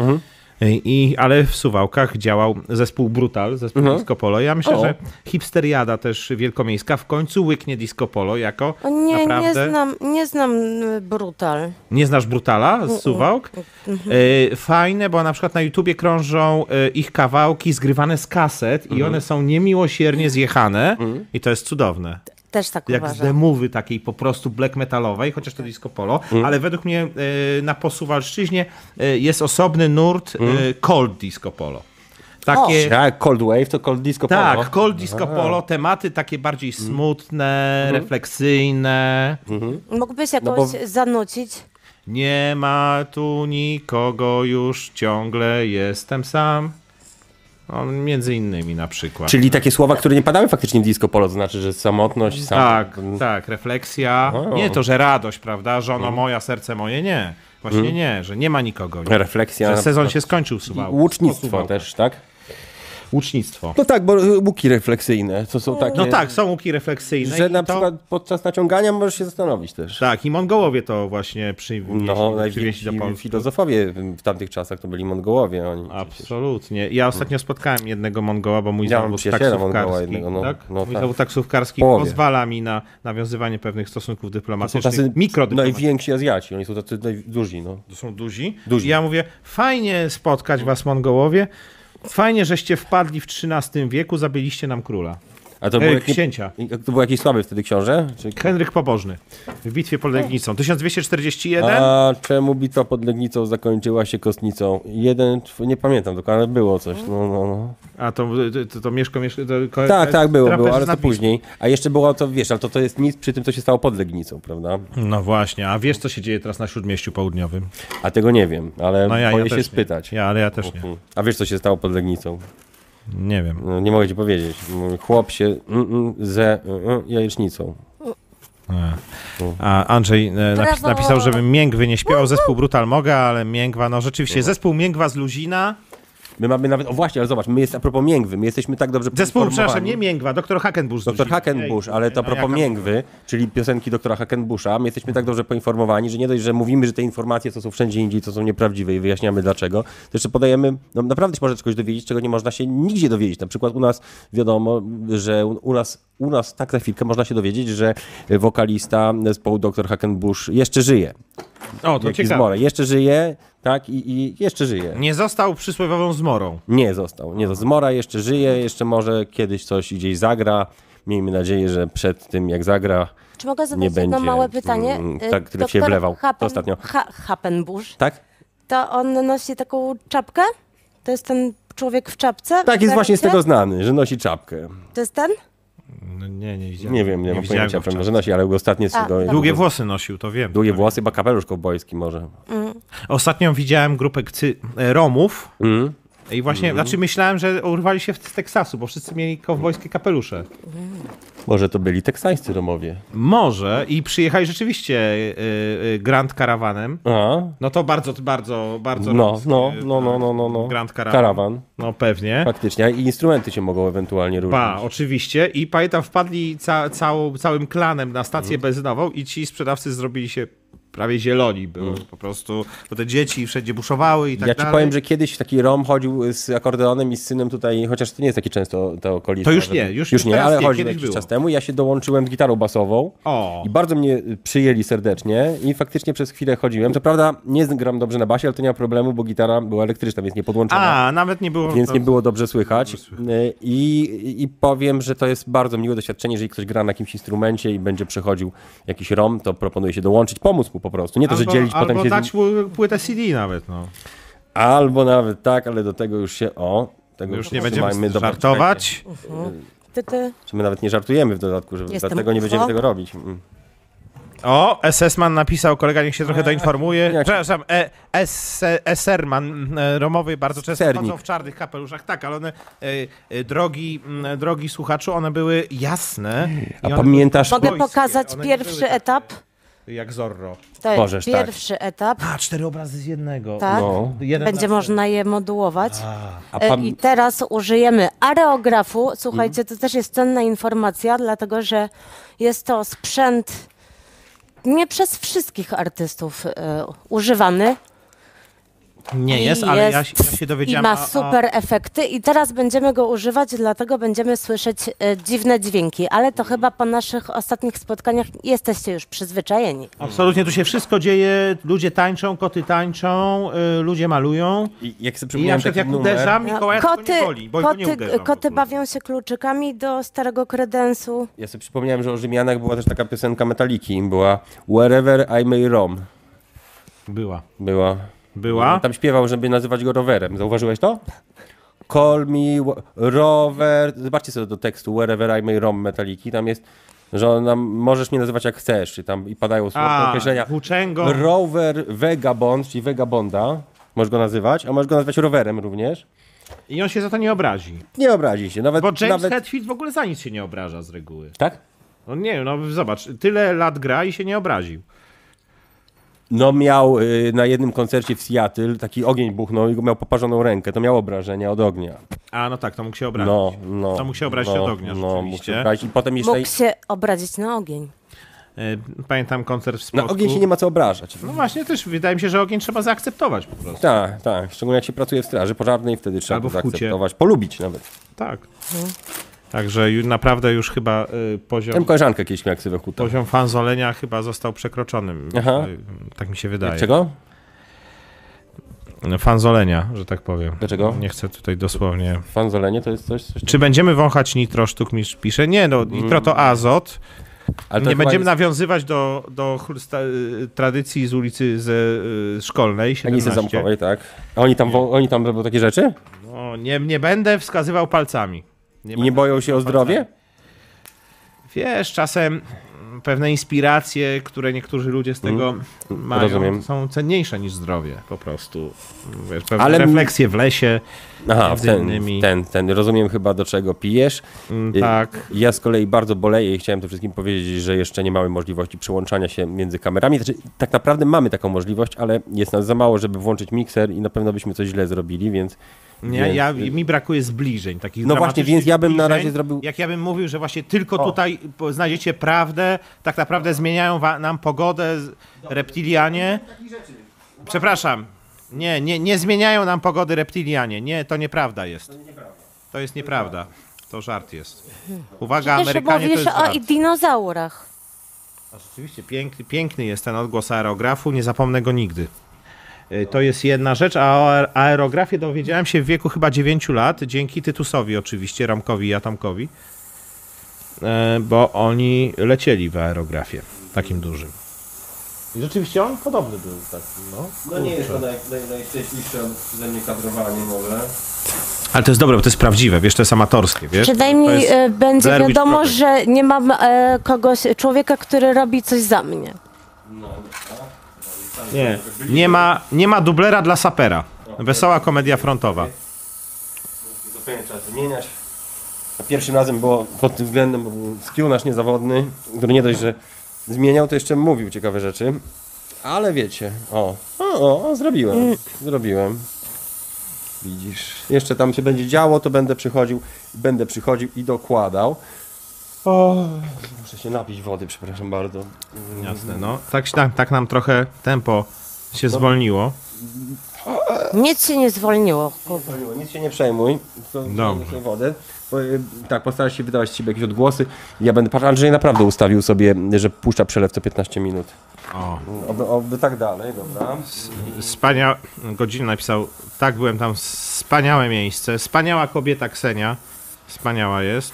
Speaker 2: I, ale w Suwałkach działał zespół Brutal, zespół Disco Polo. Ja myślę,
Speaker 1: O.
Speaker 2: że hipsteriada też wielkomiejska w końcu łyknie Disco Polo jako
Speaker 3: O nie,
Speaker 2: naprawdę...
Speaker 3: nie znam, nie znam y, brutal.
Speaker 2: Nie znasz Brutala z Suwałk? E, Fajne, bo na przykład na YouTubie krążą e, ich kawałki zgrywane z kaset i one są niemiłosiernie zjechane i to jest cudowne.
Speaker 3: Też tak
Speaker 2: jak z
Speaker 3: uważam.
Speaker 2: demowy takiej po prostu black metalowej, chociaż to disco polo, ale według mnie e, na posuwalszczyźnie e, jest osobny nurt e, cold disco polo. Takie,
Speaker 1: Tak, Cold Wave to Cold Disco
Speaker 2: tak,
Speaker 1: Polo.
Speaker 2: cold disco polo, tematy takie bardziej smutne, refleksyjne.
Speaker 1: No
Speaker 3: Mógłbyś jakoś zanucić?
Speaker 2: Nie ma tu nikogo już, ciągle jestem sam. On między innymi na przykład.
Speaker 1: Czyli takie słowa, które nie padały faktycznie w disco polo, to znaczy, że samotność, sam...
Speaker 2: Tak, tak, refleksja.
Speaker 1: O. Mm.
Speaker 2: Nie to, że radość, prawda? Żono moja, serce moje, nie. Właśnie nie, że nie ma nikogo. Nie.
Speaker 1: refleksja.
Speaker 2: Że sezon się skończył, suwał.
Speaker 1: Łucznictwo też, tak?
Speaker 2: Łucznictwo.
Speaker 1: No tak, bo łuki refleksyjne, to są takie,
Speaker 2: No tak, są łuki refleksyjne.
Speaker 1: że
Speaker 2: i
Speaker 1: na
Speaker 2: to,
Speaker 1: przykład podczas naciągania możesz się zastanowić też.
Speaker 2: Tak, i Mongołowie to właśnie przywieźli,
Speaker 1: No,
Speaker 2: przywieźli
Speaker 1: najwięksi
Speaker 2: do Polski.
Speaker 1: filozofowie w tamtych czasach to byli Mongołowie. Oni przecież. Mm.
Speaker 2: Absolutnie. Ja ostatnio spotkałem jednego Mongoła, bo mój
Speaker 1: Ja mam
Speaker 2: zawód
Speaker 1: przyjaciela
Speaker 2: taksówkarski,
Speaker 1: Mongoła jednego, no.
Speaker 2: tak?
Speaker 1: No
Speaker 2: mój
Speaker 1: tak.
Speaker 2: zawód taksówkarski
Speaker 1: Połowie.
Speaker 2: pozwala mi na nawiązywanie pewnych stosunków
Speaker 1: są
Speaker 2: dyplomatycznych,
Speaker 1: tacy no
Speaker 2: mikrodyplomatycznych.
Speaker 1: najwięksi Azjaci, oni są tacy naj- duzi, no.
Speaker 2: to są duzi.
Speaker 1: Duzi.
Speaker 2: I ja mówię, fajnie spotkać was Mongołowie, fajnie, żeście wpadli w XIII wieku, zabiliście nam króla.
Speaker 1: A to,
Speaker 2: Ej,
Speaker 1: był jaki-
Speaker 2: księcia.
Speaker 1: to był jakiś słaby wtedy książę? Czy...
Speaker 2: Henryk Pobożny w bitwie pod Legnicą, 1241.
Speaker 1: A czemu bitwa pod Legnicą zakończyła się kostnicą? Jeden, czw- nie pamiętam dokładnie, ale było coś, no, no, no.
Speaker 2: A to, to, to mieszko, mieszko to, ko-
Speaker 1: Tak, tak, było,
Speaker 2: traperz
Speaker 1: było, ale
Speaker 2: z
Speaker 1: to
Speaker 2: nadpisem.
Speaker 1: później. A jeszcze było to, wiesz, ale to, to jest nic przy tym, co się stało pod Legnicą, prawda?
Speaker 2: No właśnie, a wiesz co się dzieje teraz na Śródmieściu Południowym?
Speaker 1: A tego nie wiem, ale
Speaker 2: No
Speaker 1: boję się
Speaker 2: też nie.
Speaker 1: spytać.
Speaker 2: Ja, ale ja też nie.
Speaker 1: Mm. A wiesz, co się stało pod Legnicą?
Speaker 2: Nie wiem.
Speaker 1: No, nie mogę ci powiedzieć. Mm, Chłop się mm, mm, ze mm, mm, jajecznicą. Mhm.
Speaker 2: A Andrzej e, napis,
Speaker 3: Brawo!
Speaker 2: napisał, żeby Mięgwy nie śpiewał zespół Brutal Moga, ale Mięgwa, no rzeczywiście, zespół Mięgwa z Luzina.
Speaker 1: My mamy nawet, o właśnie, ale zobacz, my jest a propos Mięgwy, my jesteśmy tak dobrze
Speaker 2: Zespół,
Speaker 1: poinformowani.
Speaker 2: przepraszam, nie Mięgwa, doktor Hakenbusz z
Speaker 1: Doktor
Speaker 2: Luzina.
Speaker 1: Hakenbusz,
Speaker 2: Ej,
Speaker 1: ale to a
Speaker 2: no
Speaker 1: propos
Speaker 2: jaka-
Speaker 1: Mięgwy, czyli piosenki doktora Hakenbusza, my jesteśmy tak dobrze poinformowani, że nie dość, że mówimy, że te informacje, co są wszędzie indziej, to są nieprawdziwe i wyjaśniamy dlaczego, to jeszcze podajemy, no naprawdę się można czegoś dowiedzieć, czego nie można się nigdzie dowiedzieć. Na przykład u nas wiadomo, że u u nas, u nas tak za chwilkę można się dowiedzieć, że wokalista zespołu doktor Hakenbusz jeszcze żyje.
Speaker 2: O, to
Speaker 1: Jaki
Speaker 2: ciekawe.
Speaker 1: zmorę. Jeszcze żyje, tak, i, i jeszcze żyje.
Speaker 2: Nie został przysłowiową zmorą.
Speaker 1: Nie został, nie został. Zmora jeszcze żyje, jeszcze może kiedyś coś gdzieś zagra. Miejmy nadzieję, że przed tym jak zagra,
Speaker 3: Czy mogę zadać
Speaker 1: Nie
Speaker 3: jedno
Speaker 1: będzie,
Speaker 3: małe pytanie?
Speaker 1: mm,
Speaker 3: Y,
Speaker 1: tak, który się
Speaker 3: doktor
Speaker 1: wlewał
Speaker 3: Happen-
Speaker 1: ostatnio.
Speaker 3: Ha, Happenbush,
Speaker 1: tak?
Speaker 3: to on nosi taką czapkę? To jest ten człowiek w czapce?
Speaker 1: Tak jest
Speaker 3: Na
Speaker 1: właśnie z
Speaker 3: ręce?
Speaker 1: tego znany, że nosi czapkę.
Speaker 3: To jest ten?
Speaker 2: No, nie, nie widziałem.
Speaker 1: Nie wiem, nie, mam
Speaker 2: widziałem
Speaker 1: pojęcia, pewnie,
Speaker 2: go wcześniej.
Speaker 1: że nosi, ale ostatnie z
Speaker 3: A,
Speaker 1: tego...
Speaker 3: dobra.
Speaker 2: Długie włosy nosił, to wiem.
Speaker 1: Długie włosy, chyba kapelusz kowbojski może.
Speaker 2: Ostatnio widziałem grupę cy- e, Romów.
Speaker 1: Mm.
Speaker 2: I właśnie, znaczy myślałem, że urwali się w- z Teksasu, bo wszyscy mieli kowbojskie kapelusze.
Speaker 1: Może to byli teksańscy Romowie.
Speaker 2: Może i przyjechali rzeczywiście y, y, Grand Caravanem.
Speaker 1: A,
Speaker 2: No to bardzo, bardzo, bardzo.
Speaker 1: no,
Speaker 2: romski,
Speaker 1: no,
Speaker 2: y,
Speaker 1: no, no, no, no, no.
Speaker 2: Grand Caravan.
Speaker 1: Karawan,
Speaker 2: No pewnie.
Speaker 1: faktycznie. I instrumenty się mogą ewentualnie
Speaker 2: Pa,
Speaker 1: różnić.
Speaker 2: oczywiście. I pamiętam, wpadli ca- całą, całym klanem na stację
Speaker 1: Mhm.
Speaker 2: benzynową i ci sprzedawcy zrobili się prawie zieloni. Było po prostu, bo te dzieci wszędzie buszowały i tak
Speaker 1: Mhm. Ja ci
Speaker 2: dalej.
Speaker 1: powiem, że kiedyś taki Rom chodził z akordeonem i z synem tutaj, chociaż to nie jest taki często ta okolica.
Speaker 2: To już
Speaker 1: że-
Speaker 2: nie, już-
Speaker 1: już nie,
Speaker 2: teraz
Speaker 1: ale
Speaker 2: nie,
Speaker 1: chodził
Speaker 2: kiedyś
Speaker 1: jakiś
Speaker 2: było.
Speaker 1: czas temu. Ja się dołączyłem z gitarą basową
Speaker 2: O.
Speaker 1: i bardzo mnie y, przyjęli serdecznie i faktycznie przez chwilę chodziłem. Co prawda nie gram dobrze na basie, ale to nie ma problemu, bo gitara była elektryczna, więc nie podłączona.
Speaker 2: A, nawet nie było.
Speaker 1: Więc
Speaker 2: to-
Speaker 1: nie było dobrze słychać. Y, I, I powiem, że to jest bardzo miłe doświadczenie, jeżeli ktoś gra na jakimś instrumencie i będzie przechodził jakiś rom, to proponuję się dołączyć, pomóc mu po prostu. Nie to, że dzielić,
Speaker 2: albo
Speaker 1: potem się z nim
Speaker 2: dać mu płytę CD nawet, no.
Speaker 1: Albo nawet tak, ale do tego już się o. Tego
Speaker 2: Już nie
Speaker 1: powstrzymajmy.
Speaker 2: będziemy
Speaker 1: Dobra,
Speaker 2: żartować.
Speaker 3: Ty, ty.
Speaker 1: czekajcie. Czy my nawet nie żartujemy w dodatku, że
Speaker 3: Jestem
Speaker 1: dlatego nie będziemy
Speaker 3: ucho.
Speaker 1: tego robić. Mm.
Speaker 2: O, SS-man napisał, kolega niech się trochę doinformuje.
Speaker 1: E, jak-
Speaker 2: Przepraszam, e, S- SR-man e, Romowy bardzo często
Speaker 1: Sernik.
Speaker 2: chodzą w czarnych kapeluszach. Tak, ale one, e, e, drogi, m, drogi słuchaczu, one były jasne.
Speaker 1: A
Speaker 2: I one
Speaker 1: pamiętasz,
Speaker 3: Mogę
Speaker 2: wojskie,
Speaker 3: pokazać
Speaker 2: one nie były
Speaker 3: pierwszy
Speaker 2: takie-
Speaker 3: etap?
Speaker 2: były jak Zorro.
Speaker 3: To jest
Speaker 1: Możesz, tak.
Speaker 3: pierwszy etap,
Speaker 2: A, cztery obrazy z jednego.
Speaker 3: tak?
Speaker 1: No.
Speaker 2: Jeden
Speaker 3: Będzie
Speaker 2: na-
Speaker 3: można je modułować.
Speaker 1: a
Speaker 3: E,
Speaker 1: pam-
Speaker 3: I teraz użyjemy areografu. Słuchajcie, to też jest cenna informacja, dlatego że jest to sprzęt nie przez wszystkich artystów e, używany.
Speaker 2: Nie
Speaker 3: I
Speaker 2: jest, ale ja,
Speaker 3: jest.
Speaker 2: ja się
Speaker 3: I
Speaker 2: dowiedziałem.
Speaker 3: ma
Speaker 2: a- a-
Speaker 3: super efekty i teraz będziemy go używać, dlatego będziemy słyszeć e, dziwne dźwięki, ale to chyba po naszych ostatnich spotkaniach jesteście już przyzwyczajeni.
Speaker 2: Absolutnie, tu się wszystko dzieje, ludzie tańczą, koty tańczą, y, ludzie malują.
Speaker 1: I jak sobie
Speaker 2: I na
Speaker 1: przypomniałem
Speaker 2: przykład
Speaker 1: taki
Speaker 2: jak
Speaker 1: numer...
Speaker 2: uderzam, Mikołaja koty, to
Speaker 3: koty
Speaker 2: nie boli, bo koty, nie
Speaker 3: koty,
Speaker 2: uderzam.
Speaker 3: koty bawią się kluczykami do starego kredensu.
Speaker 1: Ja sobie przypomniałem, że o Rzymianach była też taka piosenka Metaliki. Była Wherever I May Roam.
Speaker 2: Była.
Speaker 1: Była.
Speaker 2: Była.
Speaker 1: Tam śpiewał, żeby nazywać go rowerem. Zauważyłeś to? Call me wa- rower. Zobaczcie sobie do tekstu Wherever I May Roam Metaliki. Tam jest, że on nam, możesz mnie nazywać jak chcesz. I tam i padają słowa
Speaker 2: A,
Speaker 1: określenia.
Speaker 2: włóczęgo.
Speaker 1: Rower Vagabond, czyli Vagabonda. Możesz go nazywać, a możesz go nazywać rowerem również.
Speaker 2: I on się za to nie obrazi.
Speaker 1: Nie obrazi się. Nawet,
Speaker 2: Bo James
Speaker 1: nawet...
Speaker 2: Hetfield w ogóle za nic się nie obraża z reguły.
Speaker 1: Tak?
Speaker 2: No nie wiem, no zobacz, tyle lat gra i się nie obraził.
Speaker 1: No miał y, na jednym koncercie w Seattle taki ogień buchnął i go miał poparzoną rękę. To miał obrażenia od ognia.
Speaker 2: A no tak, to mógł się obrazić.
Speaker 1: No, no.
Speaker 2: To mógł się obrazić
Speaker 1: no,
Speaker 2: od ognia
Speaker 1: No, mógł
Speaker 2: rzeczywiście.
Speaker 1: się obrazić. I potem jeszcze...
Speaker 3: Mógł się obrazić na ogień.
Speaker 2: Y, Pamiętam koncert w
Speaker 1: Na
Speaker 2: Spodku.
Speaker 1: ogień się nie ma co obrażać.
Speaker 2: No właśnie, też wydaje mi się, że ogień trzeba zaakceptować po prostu.
Speaker 1: Tak, tak. Szczególnie jak się pracuje w straży pożarnej, wtedy trzeba
Speaker 2: Albo
Speaker 1: go
Speaker 2: w hucie.
Speaker 1: zaakceptować, polubić nawet.
Speaker 2: Tak.
Speaker 1: No.
Speaker 2: Także ju- naprawdę już chyba y, poziom,
Speaker 1: Miałem koleżankę kiedyś miała ksywę huta.
Speaker 2: poziom fanzolenia chyba został przekroczony.
Speaker 1: Aha.
Speaker 2: Y, Tak mi się wydaje. No,
Speaker 1: Czego?
Speaker 2: Fanzolenia, że tak powiem.
Speaker 1: Dlaczego?
Speaker 2: Nie chcę tutaj dosłownie.
Speaker 1: Fanzolenie to jest coś... coś...
Speaker 2: Czy będziemy wąchać nitro sztuk mistrz pisze? Nie, no
Speaker 1: Mm.
Speaker 2: nitro to azot.
Speaker 1: Ale to
Speaker 2: Nie
Speaker 1: chyba
Speaker 2: będziemy
Speaker 1: jest-
Speaker 2: nawiązywać do, do chrusta, y, tradycji z ulicy ze, y, szkolnej
Speaker 1: Granicy
Speaker 2: 17.
Speaker 1: zamkowej, tak. A oni tam, wo- oni tam robią takie rzeczy?
Speaker 2: No, nie, nie będę wskazywał palcami. Nie
Speaker 1: I nie boją się o zdrowie?
Speaker 2: Wiesz, czasem mm, pewne inspiracje, które niektórzy ludzie z tego mają,
Speaker 1: Mm. rozumiem.
Speaker 2: są cenniejsze niż zdrowie po prostu. Wiesz, pewne
Speaker 1: Ale
Speaker 2: Ale
Speaker 1: m-
Speaker 2: refleksje w lesie.
Speaker 1: Aha, w
Speaker 2: Między
Speaker 1: ten,
Speaker 2: innymi.
Speaker 1: w ten, ten. Rozumiem chyba do czego pijesz.
Speaker 2: Mm,
Speaker 1: Y,
Speaker 2: Tak.
Speaker 1: Ja z kolei bardzo boleję i chciałem to wszystkim powiedzieć, że jeszcze nie mamy możliwości przyłączania się między kamerami. Znaczy, tak naprawdę mamy taką możliwość, ale jest nas za mało, żeby włączyć mikser i na pewno byśmy coś źle zrobili, więc...
Speaker 2: Nie,
Speaker 1: więc-
Speaker 2: ja, mi brakuje zbliżeń takich
Speaker 1: No właśnie,
Speaker 2: dramatycznych
Speaker 1: więc ja bym na
Speaker 2: zbliżeń.
Speaker 1: razie zrobił-
Speaker 2: Jak ja bym mówił, że właśnie tylko tutaj po- znajdziecie prawdę, tak naprawdę zmieniają wa- nam pogodę z- reptilianie. Przepraszam. Nie, nie, nie zmieniają nam pogody reptilianie. Nie, to nieprawda jest. To jest nieprawda. To żart jest. Uwaga,
Speaker 3: Też
Speaker 2: Amerykanie to
Speaker 3: mówisz
Speaker 2: jest
Speaker 3: o
Speaker 2: żart.
Speaker 3: i dinozaurach.
Speaker 2: A Rzeczywiście, piękny, piękny jest ten odgłos aerografu, nie zapomnę go nigdy. Y, To jest jedna rzecz, a o aer- aerografie dowiedziałem się w wieku chyba 9 lat, dzięki Tytusowi oczywiście, Romkowi i Atomkowi, E, bo oni lecieli w aerografie, takim dużym. I rzeczywiście on podobny był, tak, no.
Speaker 1: naj, najszczęśliwsze ze mnie kadrowanie może.
Speaker 2: Ale to jest dobre, bo to jest prawdziwe, wiesz, to jest amatorskie, wiesz? to
Speaker 3: Przynajmniej
Speaker 2: jest
Speaker 3: e, będzie
Speaker 2: derby
Speaker 3: wiadomo,
Speaker 2: człowiek.
Speaker 3: że nie mam e, kogoś, człowieka, który robi coś za mnie.
Speaker 2: Nie, nie ma, nie ma dublera dla sapera. Wesoła komedia frontowa.
Speaker 1: Zupełnie trzeba zmieniać. A pierwszym razem było pod tym względem, bo był skionasz niezawodny, który nie dość, że zmieniał, to jeszcze mówił ciekawe rzeczy. Ale wiecie, o, o, o, o zrobiłem, zrobiłem. Widzisz, jeszcze tam się będzie działo, to będę przychodził, będę przychodził i dokładał. O, muszę się napić wody, przepraszam bardzo.
Speaker 2: Jasne, no. Tak, się- tak, tak nam trochę tempo się zwolniło.
Speaker 3: Nic się nie zwolniło. Kuba.
Speaker 1: Paliło, Nic się nie przejmuj. To
Speaker 2: Dobrze.
Speaker 1: to wodę. Po- y, Tak, postaraj się wydawać z siebie jakieś odgłosy. Ja będę, pan Andrzej naprawdę ustawił sobie, że puszcza przelew co 15 minut.
Speaker 2: O,
Speaker 1: Oby, oby tak dalej, dobra.
Speaker 2: wspania... Godzina napisał, tak byłem tam, wspaniałe miejsce, wspaniała kobieta Ksenia, wspaniała jest.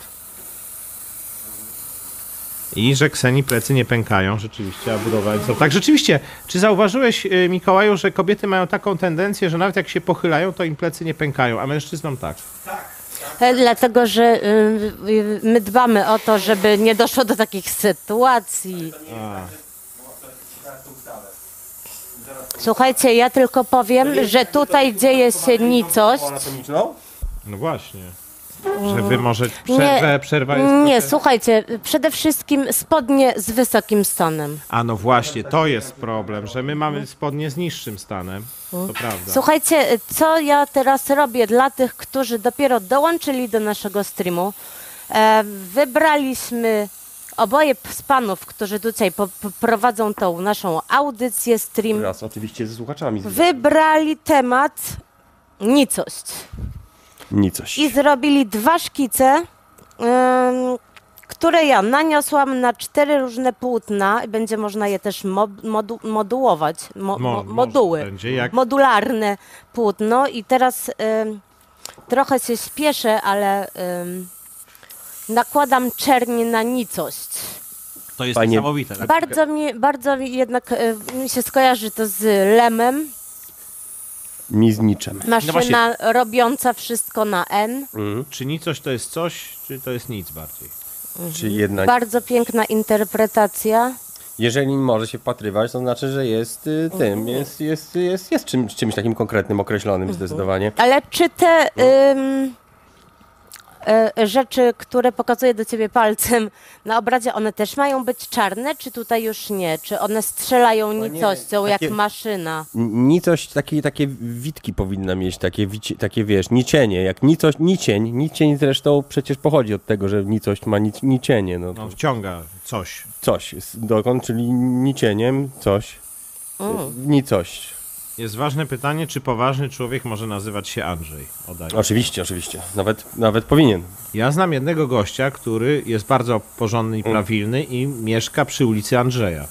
Speaker 2: I że Kseni plecy nie pękają, rzeczywiście, a budowań są. Tak, rzeczywiście, czy zauważyłeś, y, Mikołaju, że kobiety mają taką tendencję, że nawet jak się pochylają, to im plecy nie pękają, a mężczyznom tak.
Speaker 3: E, Dlatego, że y, y, my dbamy o to, żeby nie doszło do takich sytuacji. Słuchajcie, ja tylko powiem, że tutaj dzieje się nicość.
Speaker 1: Anatomiczną?
Speaker 2: No właśnie. Że wy może
Speaker 3: Nie,
Speaker 2: przerwa, przerwa jest...
Speaker 3: Nie, słuchajcie, przede wszystkim spodnie z wysokim stonem.
Speaker 2: A no właśnie, to jest problem, że my mamy spodnie z niższym stanem. To prawda.
Speaker 3: Słuchajcie, co ja teraz robię dla tych, którzy dopiero dołączyli do naszego streamu? E, wybraliśmy Oboje p- z panów, którzy tutaj po- p- prowadzą tą naszą audycję, stream,
Speaker 1: Raz, oczywiście ze słuchaczami.
Speaker 3: wybrali temat nicość
Speaker 1: Nicość.
Speaker 3: i zrobili dwa szkice, ym, które ja naniosłam na cztery różne płótna i będzie można je też mo- modu- modułować, mo-
Speaker 2: Mo-
Speaker 3: mo-
Speaker 2: może
Speaker 3: moduły,
Speaker 2: będzie, jak-
Speaker 3: modularne płótno i teraz ym, trochę się śpieszę, ale ym, nakładam czerni na nicość.
Speaker 2: To jest
Speaker 1: Fajnie.
Speaker 2: niesamowite.
Speaker 3: Bardzo mi, bardzo mi jednak y, mi się skojarzy to z lemem,
Speaker 1: Mi z niczem.
Speaker 2: No
Speaker 3: maszyna robiąca wszystko na N.
Speaker 2: Czy nicość to jest coś, czy to jest nic bardziej?
Speaker 1: Czy jednak.
Speaker 3: Bardzo piękna interpretacja.
Speaker 1: Jeżeli może się wpatrywać, to znaczy, że jest y, tym, jest, jest, jest, jest czymś, czymś takim konkretnym,
Speaker 3: Mhm.
Speaker 1: określonym zdecydowanie.
Speaker 3: Ale czy te ym, y, rzeczy, które pokazuje do ciebie palcem na obrazie, one też mają być czarne, czy tutaj już nie? Czy one strzelają nicością jak
Speaker 1: takie-
Speaker 3: maszyna?
Speaker 1: N- Nicość, takie, takie witki powinna mieć, takie, wici, takie wiesz, nicienie, jak nicość, nicień, nicień zresztą przecież pochodzi od tego, że nicość ma nic, nicienie, no to
Speaker 2: No, wciąga coś.
Speaker 1: coś, jest dokąd, czyli nicieniem coś,
Speaker 3: Mm.
Speaker 1: nicość.
Speaker 2: Jest ważne pytanie, czy poważny człowiek może nazywać się Andrzej. Oddaję.
Speaker 1: Oczywiście, oczywiście, nawet, nawet powinien.
Speaker 2: Ja znam jednego gościa, który jest bardzo porządny i prawilny i mieszka przy ulicy Andrzeja.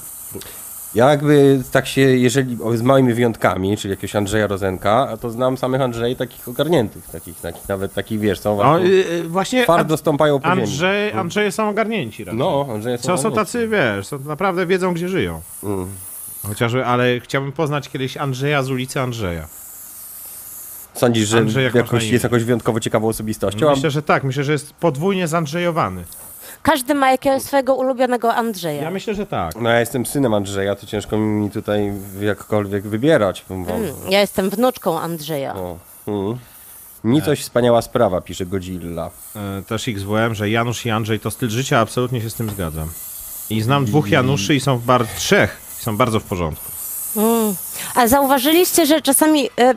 Speaker 1: Ja jakby tak się, jeżeli o, z małymi wyjątkami, czyli jakiegoś Andrzeja Rozenka, a to znam samych Andrzej takich ogarniętych, takich, takich nawet takich, wiesz, są
Speaker 2: No,
Speaker 1: właśnie-
Speaker 2: y, y, właśnie
Speaker 1: twardo
Speaker 2: An-
Speaker 1: stąpają po ziemi.
Speaker 2: Andrzej, Andrzeje są ogarnięci raczej.
Speaker 1: No, Mm. Andrzeje są
Speaker 2: Co są
Speaker 1: ogarnięci.
Speaker 2: tacy, wiesz, są, naprawdę wiedzą, gdzie żyją. Chociażby, ale chciałbym poznać kiedyś Andrzeja z ulicy Andrzeja.
Speaker 1: Sądzisz, że
Speaker 2: Andrzej, jak masz na
Speaker 1: jakoś,
Speaker 2: imię?
Speaker 1: jest jakąś wyjątkowo ciekawą osobistością?
Speaker 2: Myślę, że tak, myślę, że jest podwójnie zandrzejowany.
Speaker 3: Każdy ma jakiegoś swojego ulubionego
Speaker 2: Ja
Speaker 3: Andrzeja.
Speaker 2: myślę, że tak.
Speaker 1: No ja jestem synem Andrzeja, to ciężko mi tutaj jakkolwiek wybierać. powiem wam.
Speaker 3: Mm, Ja jestem wnuczką Andrzeja.
Speaker 1: O, mm. Nicość wspaniała sprawa, pisze Godzilla.
Speaker 2: E, Też XWM, że Janusz i Andrzej to styl życia, absolutnie się z tym zgadzam. I znam
Speaker 1: Mm.
Speaker 2: dwóch Januszy i są w bar... trzech, i są bardzo w porządku.
Speaker 3: A zauważyliście, że czasami e,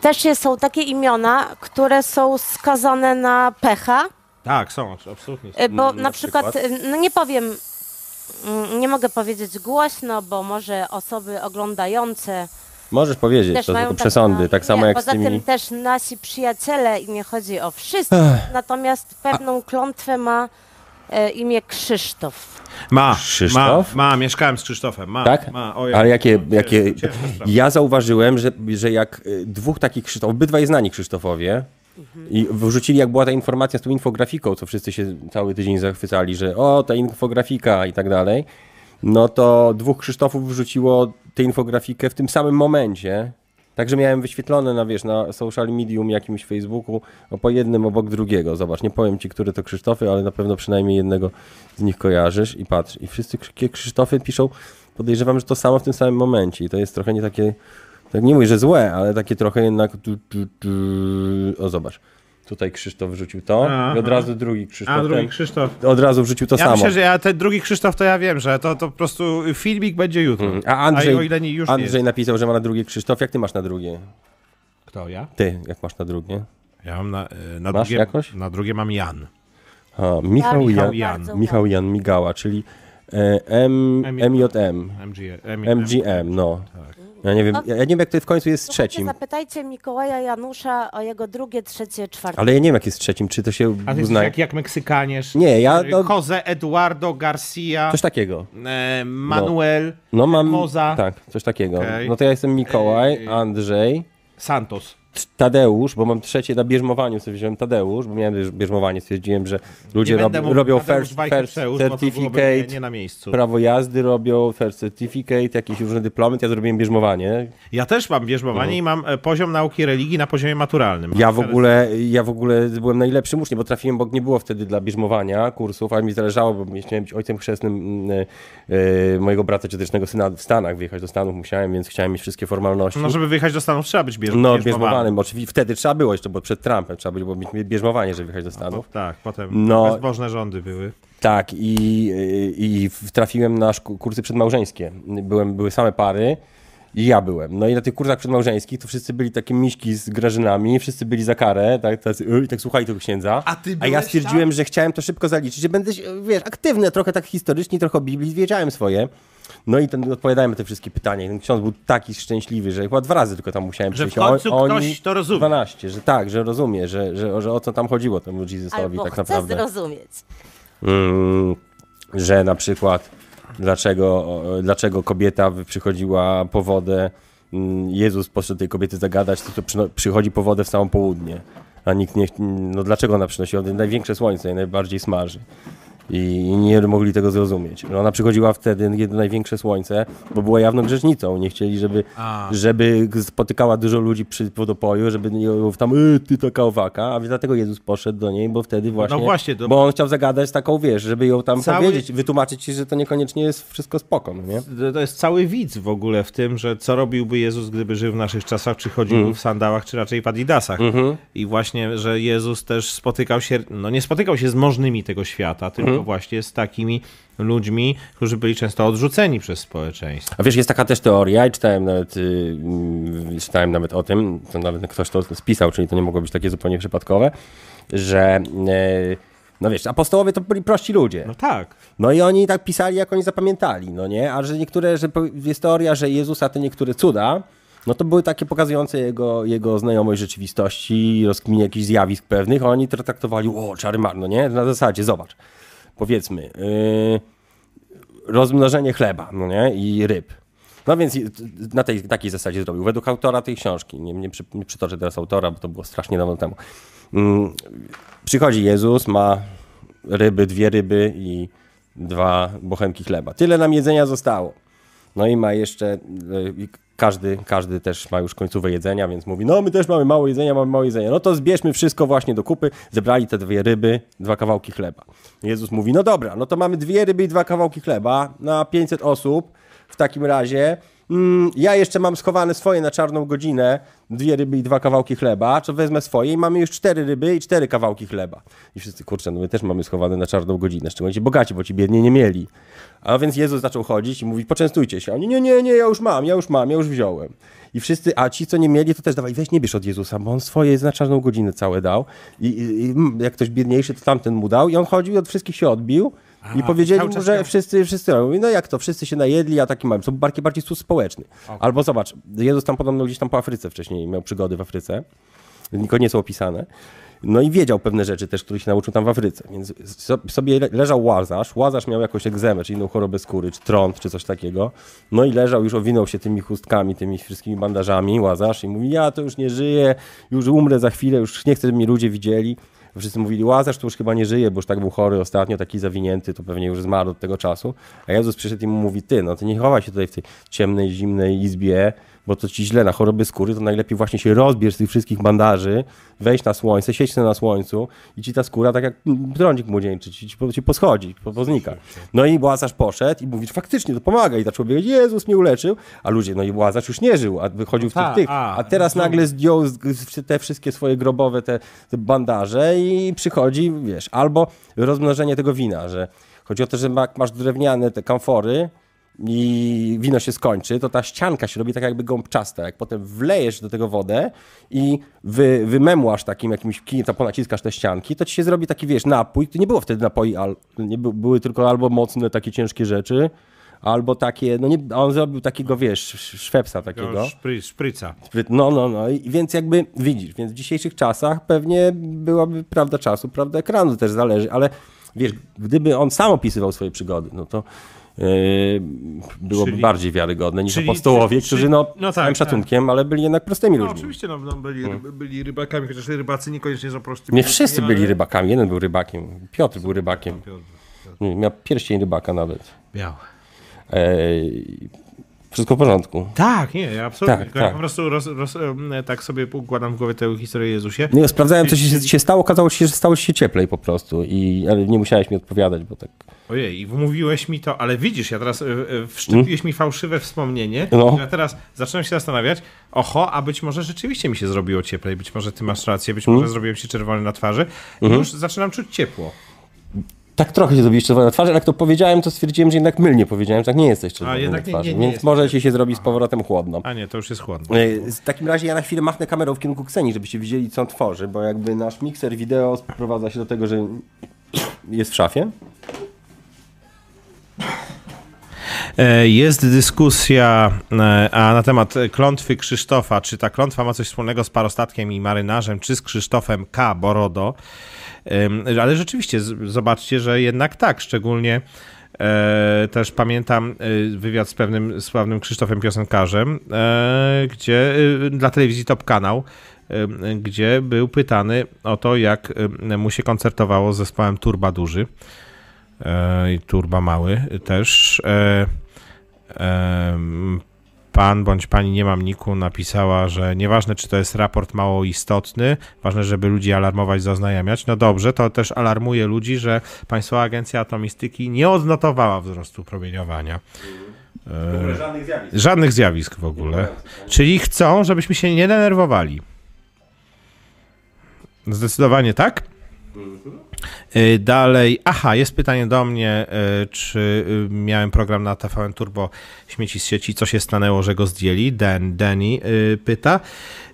Speaker 3: też jest, są takie imiona, które są skazane na pecha?
Speaker 2: Tak, są, absolutnie.
Speaker 3: E, bo
Speaker 1: Mm, Na
Speaker 3: na, przykład,
Speaker 1: przykład?
Speaker 3: e, no nie powiem, mm, nie mogę powiedzieć głośno, bo może osoby oglądające
Speaker 1: Możesz powiedzieć,
Speaker 3: też
Speaker 1: to
Speaker 3: mają no,
Speaker 1: tylko przesądy, tak samo
Speaker 3: nie,
Speaker 1: jak z
Speaker 3: Poza
Speaker 1: tymi...
Speaker 3: tym też nasi przyjaciele, i nie chodzi o wszystkich, natomiast pewną klątwę ma e, imię Krzysztof.
Speaker 2: Ma,
Speaker 1: Krzysztof?
Speaker 2: ma, ma, mieszkałem z Krzysztofem, ma,
Speaker 1: Tak?
Speaker 2: ma,
Speaker 1: Ale jakie,
Speaker 2: to
Speaker 1: jakie...
Speaker 2: ciężka sprawa.
Speaker 1: Ja zauważyłem, że, że jak y, dwóch takich Krzysztofów, obydwaj znani Krzysztofowie, i wrzucili, jak była ta informacja z tą infografiką, co wszyscy się cały tydzień zachwycali, że o, ta infografika i tak dalej, no to dwóch Krzysztofów wrzuciło tę infografikę w tym samym momencie. Także miałem wyświetlone na, wiesz, na social medium jakimś Facebooku, o, po jednym obok drugiego. Zobacz, nie powiem ci, które to Krzysztofy, ale na pewno przynajmniej jednego z nich kojarzysz i patrz. I wszyscy Krzy- Krzysztofy piszą, podejrzewam, że to samo w tym samym momencie. I to jest trochę nie takie, tak nie mówię, że złe, ale takie trochę jednak... tu, tu, tu. O, zobacz. Tutaj Krzysztof wrzucił to i od
Speaker 2: Aha.
Speaker 1: razu drugi Krzysztof.
Speaker 2: A drugi
Speaker 1: ten-
Speaker 2: Krzysztof.
Speaker 1: Od razu wrzucił to
Speaker 2: Ja
Speaker 1: samo.
Speaker 2: myślę, że ja, ten drugi Krzysztof to ja wiem, że to, to po prostu filmik będzie jutro.
Speaker 1: Hmm. A Andrzej,
Speaker 2: A o ile nie, już nie
Speaker 1: Andrzej
Speaker 2: jest.
Speaker 1: napisał, że ma na drugie Krzysztof. Jak ty masz na drugie?
Speaker 2: Kto, ja?
Speaker 1: Ty, jak masz na drugie?
Speaker 2: Ja mam na, e, na,
Speaker 1: Masz
Speaker 2: drugie,
Speaker 1: jakoś?
Speaker 2: na drugie mam Jan.
Speaker 1: A, Michał,
Speaker 3: Ja
Speaker 1: Jan,
Speaker 2: Michał Jan.
Speaker 3: bardzo
Speaker 1: Michał Jan Migała, czyli e, M, MJM.
Speaker 2: MG, M, Tak.
Speaker 1: MGM, no. Ja nie wiem, ja ja nie wiem jak to w końcu jest z
Speaker 3: Słuchajcie,
Speaker 1: trzecim.
Speaker 3: Zapytajcie Mikołaja Janusza o jego drugie, trzecie, czwarte.
Speaker 1: Ale ja nie wiem jak jest z trzecim, czy to się
Speaker 2: A ty jesteś
Speaker 1: uznaje.
Speaker 2: jak, jak Meksykaniesz.
Speaker 1: Nie, ja...
Speaker 2: E,
Speaker 1: No,
Speaker 2: Jose Eduardo Garcia,
Speaker 1: coś takiego.
Speaker 2: e, Manuel
Speaker 1: No mam...
Speaker 2: Moza.
Speaker 1: Tak, coś takiego.
Speaker 2: Okej. Yy,
Speaker 1: No to ja jestem Mikołaj, Andrzej,
Speaker 2: Santos.
Speaker 1: Tadeusz, bo mam trzecie na bierzmowaniu, sobie wziąłem Tadeusz, bo miałem bierz- bierzmowanie, stwierdziłem, że ludzie rob,
Speaker 2: będę mówił
Speaker 1: robią
Speaker 2: Tadeusz
Speaker 1: first,
Speaker 2: Wajcher
Speaker 1: first
Speaker 2: Przełóż, bo to byłoby
Speaker 1: certificate,
Speaker 2: nie- nie na miejscu.
Speaker 1: prawo jazdy robią, first certificate, jakieś różne dyplomy, ja zrobiłem bierzmowanie.
Speaker 2: Ja też mam wierzbowanie i mam e, poziom nauki religii na poziomie maturalnym.
Speaker 1: No. Ja w ogóle, ja w ogóle byłem najlepszym uczniem, bo trafiłem, bo nie było wtedy dla bierzmowania kursów, ale mi zależało, bo chciałem być ojcem chrzestnym mm, e, mojego brata ciotecznego syna w Stanach, wyjechać do Stanów musiałem, więc chciałem mieć wszystkie formalności.
Speaker 2: No, żeby wyjechać do Stanów trzeba być
Speaker 1: No,
Speaker 2: bierz- bierzmowanym.
Speaker 1: bierzmowanym, oczywiście wtedy trzeba było jeszcze, bo przed Trumpem trzeba było mieć bierzmowanie, żeby wjechać do Stanów.
Speaker 2: Tak, potem
Speaker 1: No.
Speaker 2: bezbożne rządy były.
Speaker 1: Tak, i, i, i trafiłem na szk- kursy przedmałżeńskie. Byłem, były same pary. I ja byłem. No i na tych kursach przedmałżeńskich to wszyscy byli takie miśki z grażynami, wszyscy byli za karę, tak, tacy, "Ej", tak słuchali tego księdza.
Speaker 7: A ty
Speaker 1: A ja
Speaker 7: byłeś
Speaker 1: stwierdziłem, że chciałem to szybko zaliczyć, że będę, się, wiesz, aktywny, trochę tak historycznie, trochę o Biblii, wiedziałem swoje. No i ten, odpowiadałem na te wszystkie pytania. I ten ksiądz był taki szczęśliwy, że chyba dwa razy tylko tam musiałem
Speaker 7: Że w
Speaker 1: przyjść. A on-
Speaker 7: końcu
Speaker 1: oni-
Speaker 7: ktoś to rozumie.
Speaker 1: 12, że tak, że rozumie, że, że, że o co tam chodziło temu Jezusowi
Speaker 6: Albo
Speaker 1: tak
Speaker 6: chce
Speaker 1: naprawdę.
Speaker 6: zrozumieć.
Speaker 1: Mm, że na przykład dlaczego, e, dlaczego kobieta wy- przychodziła po wodę, mm, Jezus poszedł tej kobiety zagadać, to, to przyno- przychodzi po wodę w samo południe, a nikt nie, no dlaczego ona przynosi ona największe słońce i najbardziej smaży. I nie mogli tego zrozumieć. No Ona przychodziła wtedy, kiedy największe słońce, bo była jawną grzesznicą. Nie chcieli, żeby, żeby spotykała dużo ludzi przy wodopoju, żeby nie było tam, y, ty taka owaka, a dlatego Jezus poszedł do niej, bo wtedy właśnie,
Speaker 2: No właśnie, to-
Speaker 1: bo on chciał zagadać taką, wiesz, żeby ją tam
Speaker 2: Cały-
Speaker 1: powiedzieć, wytłumaczyć ci, że to niekoniecznie jest wszystko spoko, no nie?
Speaker 2: To- To jest cały widz w ogóle w tym, że co robiłby Jezus, gdyby żył w naszych czasach, czy chodziłby
Speaker 1: Mhm.
Speaker 2: w sandałach, czy raczej w adidasach. I właśnie, że Jezus też spotykał się, no nie spotykał się z możnymi tego świata, tylko
Speaker 1: Mhm.
Speaker 2: właśnie z takimi ludźmi, którzy byli często odrzuceni przez społeczeństwo.
Speaker 1: A wiesz, jest taka też teoria, i czytałem nawet, y, mm, czytałem nawet o tym, to nawet ktoś to spisał, czyli to nie mogło być takie zupełnie przypadkowe, że, y, no wiesz, apostołowie to byli prości ludzie.
Speaker 2: No tak.
Speaker 1: No i oni tak pisali, jak oni zapamiętali, no nie? A że niektóre, że po- jest teoria, że Jezusa te niektóre cuda, no to były takie pokazujące jego, jego znajomość rzeczywistości, rozkminie jakichś zjawisk pewnych, a oni to traktowali, o, czary mar, no nie? Na zasadzie, zobacz, powiedzmy, yy, rozmnożenie chleba, no nie? I ryb. No więc i- t- na tej takiej zasadzie zrobił. Według autora tej książki, nie, nie, przy, nie przytoczę teraz autora, bo to było strasznie dawno temu. Mm, przychodzi Jezus, ma ryby, dwie ryby i dwa bochenki chleba. Tyle nam jedzenia zostało. No i ma jeszcze, y, i każdy, każdy też ma już końcówę jedzenia, więc mówi, no my też mamy mało jedzenia, mamy mało jedzenia. No to zbierzmy wszystko właśnie do kupy. Zebrali te dwie ryby, dwa kawałki chleba. Jezus mówi, no dobra, no to mamy dwie ryby i dwa kawałki chleba na 500 osób. W takim razie mm, ja jeszcze mam schowane swoje na czarną godzinę, dwie ryby i dwa kawałki chleba, to wezmę swoje i mamy już cztery ryby i cztery kawałki chleba. I wszyscy, kurczę, no my też mamy schowane na czarną godzinę, szczególnie ci bogaci, bo ci biedni nie mieli. A więc Jezus zaczął chodzić i mówi, poczęstujcie się. A Oni, nie, nie, nie, ja już mam, ja już mam, ja już wziąłem. I wszyscy, a ci, co nie mieli, to też dawaj, weź nie bierz od Jezusa, bo on swoje na czarną godzinę całe dał. I, i, i mm, jak ktoś biedniejszy, to tamten mu dał. I on chodził i od wszystkich się odbił. I powiedzieli mu, że wszyscy, wszyscy robią. Mówi, No jak to, wszyscy się najedli, a taki mają. To był bardziej, bardziej sus społeczny. Albo zobacz, Jezus tam podobno gdzieś tam po Afryce wcześniej miał przygody w Afryce. Tylko nie są opisane. No i wiedział pewne rzeczy też, których się nauczył tam w Afryce. Więc so- sobie le- leżał łazarz. Łazarz miał jakąś egzemę, czy inną chorobę skóry, czy trąd, czy coś takiego. No i leżał, już owinął się tymi chustkami, tymi wszystkimi bandażami, łazarz. I mówi, ja to już nie żyję, już umrę za chwilę, już nie chcę, żeby mnie ludzie widzieli. Wszyscy mówili, Łazarz to już chyba nie żyje, bo już tak był chory ostatnio, taki zawinięty, to pewnie już zmarł od tego czasu. A Jezus przyszedł i mu mówi, ty, no ty nie chowaj się tutaj w tej ciemnej, zimnej izbie, bo to ci źle na choroby skóry, to najlepiej właśnie się rozbierz z tych wszystkich bandaży, wejdź na słońce, siedź sobie na słońcu i ci ta skóra, tak jak mm, trądzik młodzieńczy, ci, ci, po- ci poschodzi, po, poznika. No i Łazarz poszedł i mówi, faktycznie, to pomaga. I zaczął biegać, Jezus mnie uleczył, a ludzie, no i Łazarz już nie żył, a wychodził w tych,
Speaker 2: tak,
Speaker 1: tych.
Speaker 2: a,
Speaker 1: A teraz nagle zdjął z- z- te wszystkie swoje grobowe te, te bandaże i przychodzi, wiesz, albo rozmnożenie tego wina, że chodzi o to, że ma- masz drewniane te kamfory i wino się skończy, to ta ścianka się robi tak jakby gąbczasta, jak potem wlejesz do tego wodę i wy, wymemłasz takim jakimś kijem, tam ponaciskasz te ścianki, to ci się zrobi taki, wiesz, napój, to nie było wtedy napoi, al, nie by, były tylko albo mocne takie ciężkie rzeczy, albo takie, no nie, a on zrobił takiego, wiesz, szwepsa takiego.
Speaker 2: Szpry, szpryca.
Speaker 1: Spryt- No, no, no. I więc jakby widzisz, więc w dzisiejszych czasach pewnie byłaby prawda czasu, prawda ekranu też zależy, ale wiesz, gdyby on sam opisywał swoje przygody, no to yy, byłoby
Speaker 2: Czyli-
Speaker 1: bardziej wiarygodne niż
Speaker 2: czyli-
Speaker 1: apostołowie,
Speaker 2: czy-
Speaker 1: którzy no,
Speaker 2: no tak,
Speaker 1: z całym
Speaker 2: tak.
Speaker 1: szacunkiem, ale byli jednak prostymi
Speaker 2: No
Speaker 1: ludźmi.
Speaker 2: oczywiście, no, no byli, ryb, byli rybakami, chociaż rybacy niekoniecznie są prostymi.
Speaker 1: Mhm. Nie wszyscy
Speaker 2: ludźmi,
Speaker 1: byli
Speaker 2: ale-
Speaker 1: rybakami, jeden był rybakiem, Piotr był rybakiem,
Speaker 2: Piotr
Speaker 1: Nie, miał pierścień rybaka nawet.
Speaker 2: Biały.
Speaker 1: Ej, wszystko w porządku.
Speaker 2: Tak, nie, absolutnie.
Speaker 1: Tak,
Speaker 2: Tylko ja
Speaker 1: tak.
Speaker 2: po prostu roz, roz, em, tak sobie układam w głowie tę historię Jezusie.
Speaker 1: Nie, no, sprawdzałem, co się, się stało, okazało się, że stało się cieplej po prostu, i, ale nie musiałeś mi odpowiadać, bo tak...
Speaker 2: Ojej, i wmówiłeś mi to, ale widzisz, ja teraz y, y, wszczepiłeś mi fałszywe wspomnienie.
Speaker 1: No.
Speaker 2: No. Ja teraz zacząłem się zastanawiać, oho, a być może rzeczywiście mi się zrobiło cieplej, być może ty masz rację, być może zrobiłem się czerwony na twarzy. I już zaczynam czuć ciepło.
Speaker 1: Tak trochę się zrobiliście na twarzy, ale jak to powiedziałem, to stwierdziłem, że jednak mylnie powiedziałem, że tak nie jesteś czerwony na
Speaker 2: jednak nie-
Speaker 1: twarzy,
Speaker 2: nie- nie
Speaker 1: więc
Speaker 2: jest.
Speaker 1: może ci się zrobi z powrotem chłodno.
Speaker 2: A nie, to już jest chłodno.
Speaker 1: E, W takim razie ja na chwilę machnę kamerą w kierunku Kseni, żebyście widzieli, co tworzy, bo jakby nasz mikser wideo sprowadza się do tego, że jest w szafie.
Speaker 2: E, Jest dyskusja e, a na temat e, klątwy Krzysztofa. Czy ta klątwa ma coś wspólnego z parostatkiem i marynarzem, czy z Krzysztofem K. Borodo? Em, Ale rzeczywiście, z- zobaczcie, że jednak tak, szczególnie e, też pamiętam e, wywiad z pewnym sławnym Krzysztofem Piosenkarzem, e, gdzie e, dla telewizji Top Kanał, e, gdzie był pytany o to, jak e, mu się koncertowało z zespołem Turba Duży e, i Turba Mały też. E, em, Pan bądź pani nie mam niku napisała, że nieważne czy to jest raport mało istotny, ważne żeby ludzi alarmować, zaznajamiać. No dobrze, to też alarmuje ludzi, że Państwowa Agencja Atomistyki nie odnotowała wzrostu promieniowania. E,
Speaker 1: Żadnych zjawisk.
Speaker 2: żadnych zjawisk w ogóle. Czyli chcą, żebyśmy się nie denerwowali. Zdecydowanie tak. Y, Dalej, aha, jest pytanie do mnie, y, czy y, miałem program na TVN Turbo Śmieci z sieci, co się stanęło, że go zdjęli? Dan, Danny y, pyta.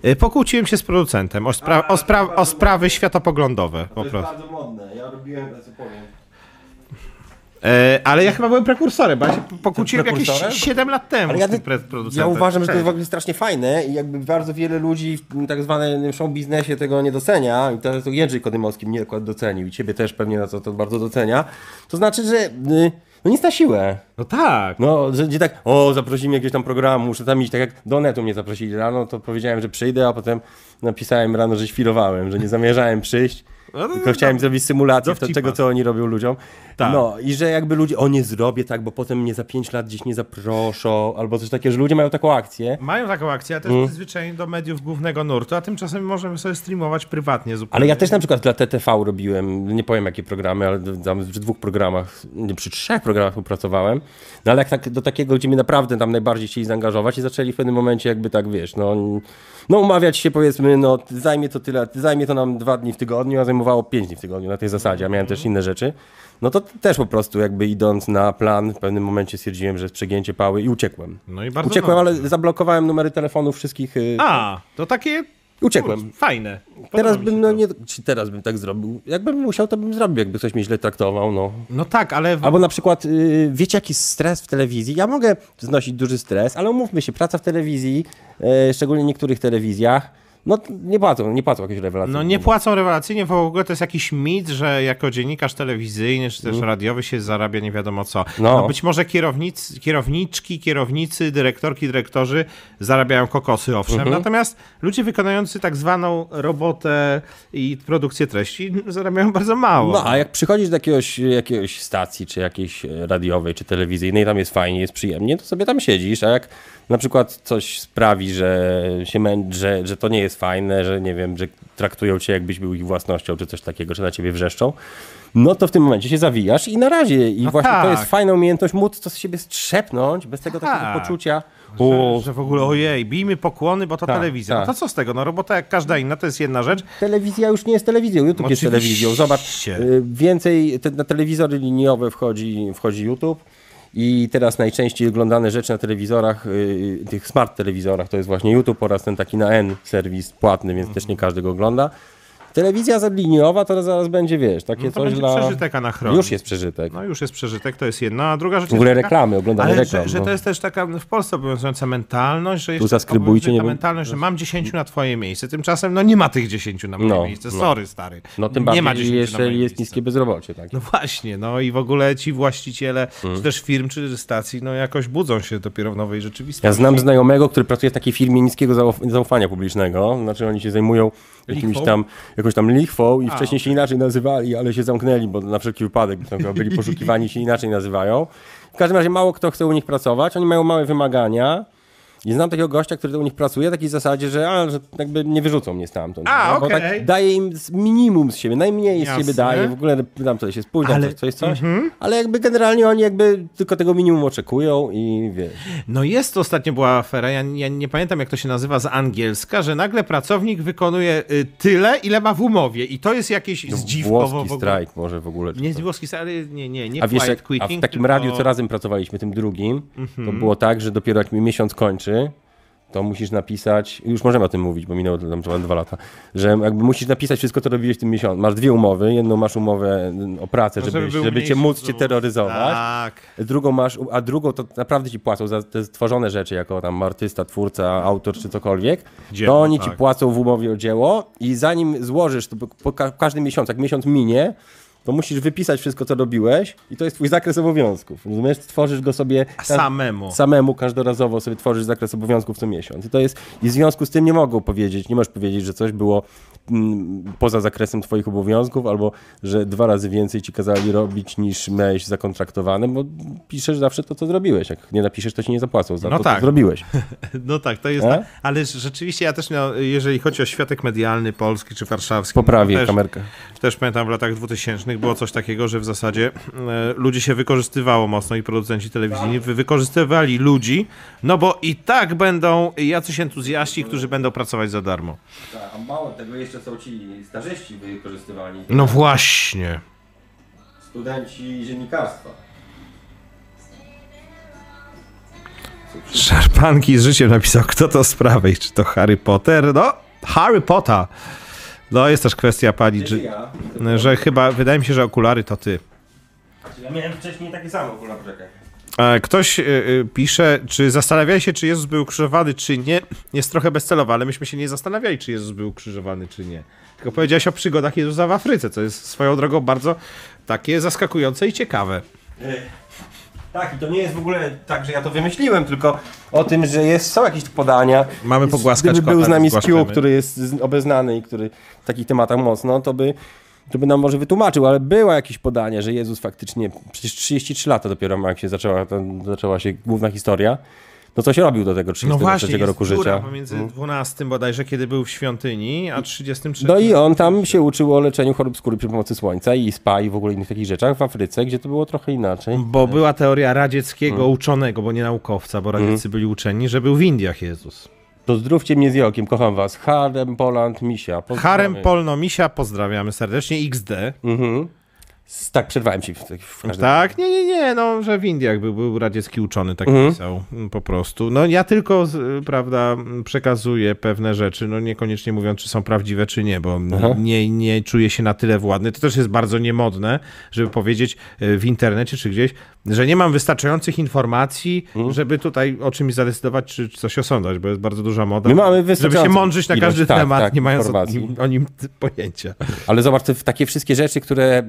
Speaker 2: Y, Pokłóciłem się z producentem o, spra- o, spra- o sprawy światopoglądowe po prostu.
Speaker 1: bardzo modne, ja robiłem, co powiem.
Speaker 2: Y, Ale ja chyba byłem prekursorem, bo ja się pokłóciłem jakieś
Speaker 1: prekursorem?
Speaker 2: 7 lat temu
Speaker 1: Ale ja,
Speaker 2: z tym pre-
Speaker 1: ja
Speaker 2: producentem.
Speaker 1: uważam, że to jest w ogóle strasznie fajne i jakby bardzo wiele ludzi w tym tak zwanym show biznesie tego nie docenia i teraz to Jędrzej Kodymowski mnie akurat docenił i ciebie też pewnie na to, to bardzo docenia. To znaczy, że y, no nic na siłę.
Speaker 2: No tak.
Speaker 1: No, że gdzie tak, o, zaprosili mnie jakiegoś tam programu, muszę tam iść, tak jak do netu mnie zaprosili rano, to powiedziałem, że przyjdę, a potem napisałem rano, że świrowałem, że nie zamierzałem przyjść.
Speaker 2: no,
Speaker 1: tylko chciałem zrobić symulację to,
Speaker 2: dowcipa.
Speaker 1: tego, co oni robią ludziom.
Speaker 2: Tak.
Speaker 1: No i że jakby ludzie, o nie zrobię tak, bo potem mnie za pięć lat gdzieś nie zaproszą, albo coś takiego, że ludzie mają taką akcję.
Speaker 2: Mają taką akcję, a też
Speaker 1: Mm.
Speaker 2: przyzwyczajeni do mediów głównego nurtu, a tymczasem możemy sobie streamować prywatnie zupełnie.
Speaker 1: Ale ja też na przykład dla TTV robiłem, nie powiem jakie programy, ale tam przy dwóch programach, nie, przy trzech programach opracowałem. No ale jak tak, do takiego, gdzie mnie naprawdę tam najbardziej chcieli zaangażować i zaczęli w pewnym momencie jakby tak, wiesz, no, no umawiać się powiedzmy, no zajmie to tyle, zajmie to nam dwa dni w tygodniu, a zajmowało pięć dni w tygodniu na tej zasadzie, a miałem też inne rzeczy. No to też po prostu jakby idąc na plan, w pewnym momencie stwierdziłem, że jest przegięcie pały i uciekłem.
Speaker 2: No i bardzo
Speaker 1: Uciekłem,
Speaker 2: dobrze.
Speaker 1: ale zablokowałem numery telefonów wszystkich. y,
Speaker 2: A, to takie...
Speaker 1: Uciekłem.
Speaker 2: Kurczę, Fajne. Podoba
Speaker 1: Teraz
Speaker 2: mi
Speaker 1: bym,
Speaker 2: się
Speaker 1: no
Speaker 2: to.
Speaker 1: nie, czy teraz bym tak zrobił? Jakbym musiał, to bym zrobił, jakby ktoś mnie źle traktował, no.
Speaker 2: No tak, ale...
Speaker 1: Albo na przykład, y, wiecie jaki jest stres w telewizji? Ja mogę znosić duży stres, ale umówmy się, praca w telewizji, y, szczególnie w niektórych telewizjach, no t- nie płacą, nie płacą jakieś rewelacje.
Speaker 2: No nie płacą rewelacyjnie, w ogóle to jest jakiś mit, że jako dziennikarz telewizyjny czy też radiowy się zarabia nie wiadomo co.
Speaker 1: Mm. No.
Speaker 2: No, być może kierownic, kierowniczki, kierownicy, dyrektorki, dyrektorzy zarabiają kokosy, owszem.
Speaker 1: Mhm.
Speaker 2: Natomiast ludzie wykonujący tak zwaną robotę i produkcję treści zarabiają bardzo mało.
Speaker 1: No, a jak przychodzisz do jakiegoś, jakiegoś stacji, czy jakiejś e, radiowej, czy telewizyjnej, tam jest fajnie, jest przyjemnie, to sobie tam siedzisz, a jak na przykład coś sprawi, że się mę- że, że to nie jest fajne, że nie wiem, że traktują cię jakbyś był ich własnością, czy coś takiego, czy na ciebie wrzeszczą, no to w tym momencie się zawijasz i na razie. I
Speaker 2: No
Speaker 1: właśnie to
Speaker 2: tak.
Speaker 1: jest fajna umiejętność móc to z siebie strzepnąć, bez tego takiego
Speaker 2: Tak.
Speaker 1: poczucia,
Speaker 2: Że,
Speaker 1: o,
Speaker 2: że w ogóle ojej, bijmy pokłony, bo to
Speaker 1: Tak,
Speaker 2: telewizja.
Speaker 1: tak.
Speaker 2: No to co z tego? No robota jak każda inna, to jest jedna rzecz.
Speaker 1: telewizja już nie jest telewizją, YouTube jest
Speaker 2: Oczywiście.
Speaker 1: telewizją. Zobacz, y, więcej te, na telewizory liniowe wchodzi, wchodzi YouTube. I teraz najczęściej oglądane rzeczy na telewizorach, y, tych smart telewizorach, to jest właśnie YouTube oraz ten taki na N serwis płatny, więc też nie każdy go ogląda. Telewizja za- liniowa to zaraz będzie, wiesz, takie
Speaker 2: No to
Speaker 1: coś
Speaker 2: będzie
Speaker 1: dla...
Speaker 2: przeżytek anachroniczny.
Speaker 1: Już jest przeżytek.
Speaker 2: No już jest przeżytek, to jest jedna, a druga rzecz
Speaker 1: W ogóle
Speaker 2: jest taka,
Speaker 1: reklamy, oglądanie
Speaker 2: ale
Speaker 1: reklam,
Speaker 2: Że, że
Speaker 1: no.
Speaker 2: to jest też taka w Polsce obowiązująca mentalność, że jeszcze
Speaker 1: zaskrybujcie,
Speaker 2: obowiązuje
Speaker 1: nie
Speaker 2: ta
Speaker 1: wiem.
Speaker 2: mentalność, że mam 10 na twoje miejsce, tymczasem no nie ma tych 10 na moje
Speaker 1: No,
Speaker 2: miejsce,
Speaker 1: no.
Speaker 2: sorry stary.
Speaker 1: No tym
Speaker 2: nie ma
Speaker 1: bardziej,
Speaker 2: 10 na moje
Speaker 1: jeżeli jest
Speaker 2: miejsce.
Speaker 1: niskie bezrobocie. Tak?
Speaker 2: No właśnie, no i w ogóle ci właściciele,
Speaker 1: Mm.
Speaker 2: czy też firm, czy stacji, no jakoś budzą się dopiero w nowej rzeczywistości.
Speaker 1: Ja znam znajomego, który pracuje w takiej firmie niskiego zauf- zaufania publicznego. Znaczy oni się zajmują jakimś
Speaker 2: Lichwą?
Speaker 1: tam, jakąś tam lichwą i
Speaker 2: A,
Speaker 1: wcześniej się inaczej nazywali, ale się zamknęli, bo na wszelki wypadek tam chyba byli poszukiwani, się inaczej nazywają. W każdym razie mało kto chce u nich pracować. Oni mają małe wymagania I znam takiego gościa, który u nich pracuje, takiej zasadzie, że, a, że jakby nie wyrzucą mnie stamtąd.
Speaker 2: A,
Speaker 1: No, bo
Speaker 2: okej.
Speaker 1: tak daje im z minimum z siebie, najmniej z
Speaker 2: Jasne.
Speaker 1: siebie daje, w ogóle tam coś jest później,
Speaker 2: Ale- Mhm.
Speaker 1: coś, coś, coś. Ale jakby generalnie oni jakby tylko tego minimum oczekują i wiesz.
Speaker 2: No jest to ostatnio była afera, ja, ja nie pamiętam jak to się nazywa z angielska, że nagle pracownik wykonuje y, tyle, ile ma w umowie i to jest jakieś zdziwko.
Speaker 1: No, Włoski
Speaker 2: w ogóle.
Speaker 1: strajk może w ogóle. czy
Speaker 2: Nie
Speaker 1: coś.
Speaker 2: włoski strajk, ale nie, nie, nie
Speaker 1: A wiesz,
Speaker 2: quiet
Speaker 1: jak, a
Speaker 2: quitting,
Speaker 1: w takim
Speaker 2: tylko- Mhm.
Speaker 1: radiu, co razem pracowaliśmy, tym drugim, to było tak, że dopiero jak mi miesiąc kończy, to musisz napisać, już możemy o tym mówić, bo minęło tam chyba dwa lata, że jakby musisz napisać wszystko, co robiłeś w tym miesiącu. Masz dwie umowy, jedną masz umowę mm, o pracę, żeby,
Speaker 2: No, żeby był
Speaker 1: żeby, cię
Speaker 2: mniejszy
Speaker 1: móc cię
Speaker 2: wzrost.
Speaker 1: terroryzować,
Speaker 2: Tak.
Speaker 1: drugą masz, a drugą to naprawdę ci płacą za te stworzone rzeczy, jako tam artysta, twórca, autor czy cokolwiek,
Speaker 2: Dzieło,
Speaker 1: to oni
Speaker 2: tak.
Speaker 1: ci płacą w umowie o dzieło i zanim złożysz, to po- po ka- każdy miesiąc, jak miesiąc minie, to musisz wypisać wszystko, co robiłeś i to jest twój zakres obowiązków, rozumiesz? Tworzysz go sobie...
Speaker 2: Samemu.
Speaker 1: Samemu każdorazowo sobie tworzysz zakres obowiązków co miesiąc. I to jest i w związku z tym nie mogą powiedzieć, nie możesz powiedzieć, że coś było mm, poza zakresem twoich obowiązków, albo że dwa razy więcej ci kazali robić niż miałeś zakontraktowane, bo piszesz zawsze to, co zrobiłeś. Jak nie napiszesz, to ci nie zapłacą za
Speaker 2: No
Speaker 1: to,
Speaker 2: tak.
Speaker 1: co
Speaker 2: *laughs*
Speaker 1: zrobiłeś.
Speaker 2: *laughs* No tak, to jest.
Speaker 1: E?
Speaker 2: tak. Ale rzeczywiście ja też, no, jeżeli chodzi o światek medialny polski czy warszawski.
Speaker 1: Poprawię
Speaker 2: no, też,
Speaker 1: kamerkę.
Speaker 2: Też pamiętam w latach 2000 było coś takiego, że w zasadzie e, ludzi się wykorzystywało mocno i producenci telewizyjni wy- wykorzystywali ludzi, no bo i tak będą jacyś entuzjaści, którzy będą pracować za darmo.
Speaker 1: Tak, A mało tego, jeszcze są ci starzyści wykorzystywani,
Speaker 2: No właśnie.
Speaker 1: studenci dziennikarstwa.
Speaker 2: Szarpanki z życiem napisał, kto to z prawej, czy to Harry Potter? No, Harry Potter. No, jest też kwestia pani, że, że chyba, wydaje mi się, że okulary to ty.
Speaker 1: Ja miałem wcześniej takie samo w ogóle rzekę.
Speaker 2: E, Ktoś y, y, pisze, czy zastanawiali się, czy Jezus był ukrzyżowany, czy nie. Jest trochę bezcelowe, ale myśmy się nie zastanawiali, czy Jezus był ukrzyżowany, czy nie. Tylko powiedziałeś o przygodach Jezusa w Afryce, co jest swoją drogą bardzo takie zaskakujące i ciekawe.
Speaker 1: E, Tak, i to nie jest w ogóle tak, że ja to wymyśliłem, tylko o tym, że jest, są jakieś podania.
Speaker 2: Mamy
Speaker 1: Jest-
Speaker 2: pogłaskać
Speaker 1: Gdyby był
Speaker 2: kota,
Speaker 1: z nami z
Speaker 2: zgłaszamy.
Speaker 1: Q, który jest z- obeznany i który w takich tematach mocno, to by, to by nam może wytłumaczył, ale było jakieś podanie, że Jezus faktycznie, przecież 33 lata dopiero ma, jak się zaczęła, ten- zaczęła się główna historia, no coś robił do tego 33
Speaker 2: No
Speaker 1: roku życia.
Speaker 2: pomiędzy 12 bodajże, kiedy był w świątyni, a 33.
Speaker 1: No i on tam się uczył o leczeniu chorób skóry przy pomocy słońca i spa i w ogóle innych takich rzeczach w Afryce, gdzie to było trochę inaczej.
Speaker 2: Bo była teoria radzieckiego
Speaker 1: Mhm.
Speaker 2: uczonego, bo nie naukowca, bo radzieccy byli uczeni, że był w Indiach Jezus.
Speaker 1: To zdrówcie mnie z jokiem, kocham was. Harem, Poland, Misia. Pozdrawiamy.
Speaker 2: Harem Polnomisia, pozdrawiamy serdecznie, XD.
Speaker 1: Mhm. S- Tak, przerwałem ci w, w każdym
Speaker 2: Tak, nie, nie, nie, no, że w Indiach był, był radziecki uczony, tak
Speaker 1: Mhm.
Speaker 2: pisał mm, po prostu. No ja tylko, z- prawda, m, przekazuję pewne rzeczy, no niekoniecznie mówiąc, czy są prawdziwe, czy nie, bo m, nie, nie czuję się na tyle władny. To też jest bardzo niemodne, żeby powiedzieć y, w internecie czy gdzieś, że nie mam wystarczających informacji,
Speaker 1: Mhm.
Speaker 2: żeby tutaj o czymś zadecydować, czy czy coś osądzać, bo jest bardzo duża moda.
Speaker 1: My mamy
Speaker 2: żeby się
Speaker 1: wystarczającą
Speaker 2: mądrzyć na
Speaker 1: ilość,
Speaker 2: każdy
Speaker 1: tak,
Speaker 2: temat,
Speaker 1: tak,
Speaker 2: nie mając o
Speaker 1: informacji.
Speaker 2: nim, o nim t- pojęcia.
Speaker 1: Ale zobacz, te, takie wszystkie rzeczy, które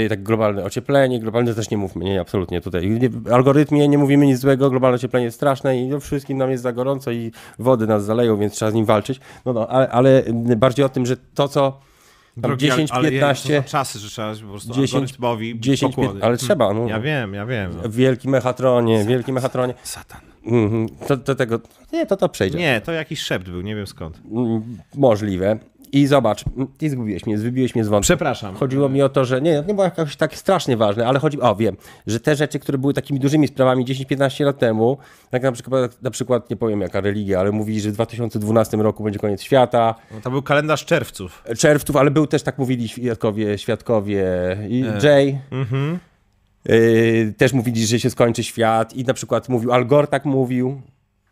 Speaker 1: y, tak globalne ocieplenie, globalne też nie mówmy, nie, absolutnie tutaj. Nie, algorytmie nie mówimy nic złego, globalne ocieplenie jest straszne i no, wszystkim nam jest za gorąco i wody nas zaleją, więc trzeba z nim walczyć. No, no ale, ale y, bardziej o tym, że to co tam
Speaker 2: Drogi,
Speaker 1: 10,
Speaker 2: ale- ale ja- to
Speaker 1: 15,
Speaker 2: są czasy, że trzeba po prostu
Speaker 1: 10,
Speaker 2: 10,
Speaker 1: 10, 15, ale trzeba. No.
Speaker 2: Hmm. Ja wiem, ja wiem.
Speaker 1: Wielki mechatronie, wielki mechatronie.
Speaker 2: Satan.
Speaker 1: Mhm. To, to tego, nie, to to przejdzie.
Speaker 2: Nie, to jakiś szept był, nie wiem skąd.
Speaker 1: Mm, Możliwe. I zobacz, mm, ty zgubiłeś mnie, wybiłeś mnie z wątku.
Speaker 2: Przepraszam.
Speaker 1: Chodziło mi o to, że nie, nie było jakoś tak strasznie ważne, ale chodzi, o wiem, że te rzeczy, które były takimi dużymi sprawami 10-15 lat temu, jak na przykład, na przykład, nie powiem jaka religia, ale mówili, że w 2012 roku będzie koniec świata,
Speaker 2: No, To był kalendarz czerwców.
Speaker 1: czerwców, ale był też, tak mówili świadkowie, świadkowie i
Speaker 2: E.
Speaker 1: Jay.
Speaker 2: Mhm.
Speaker 1: Y, też mówili, że się skończy świat i na przykład mówił, Al Gore tak mówił,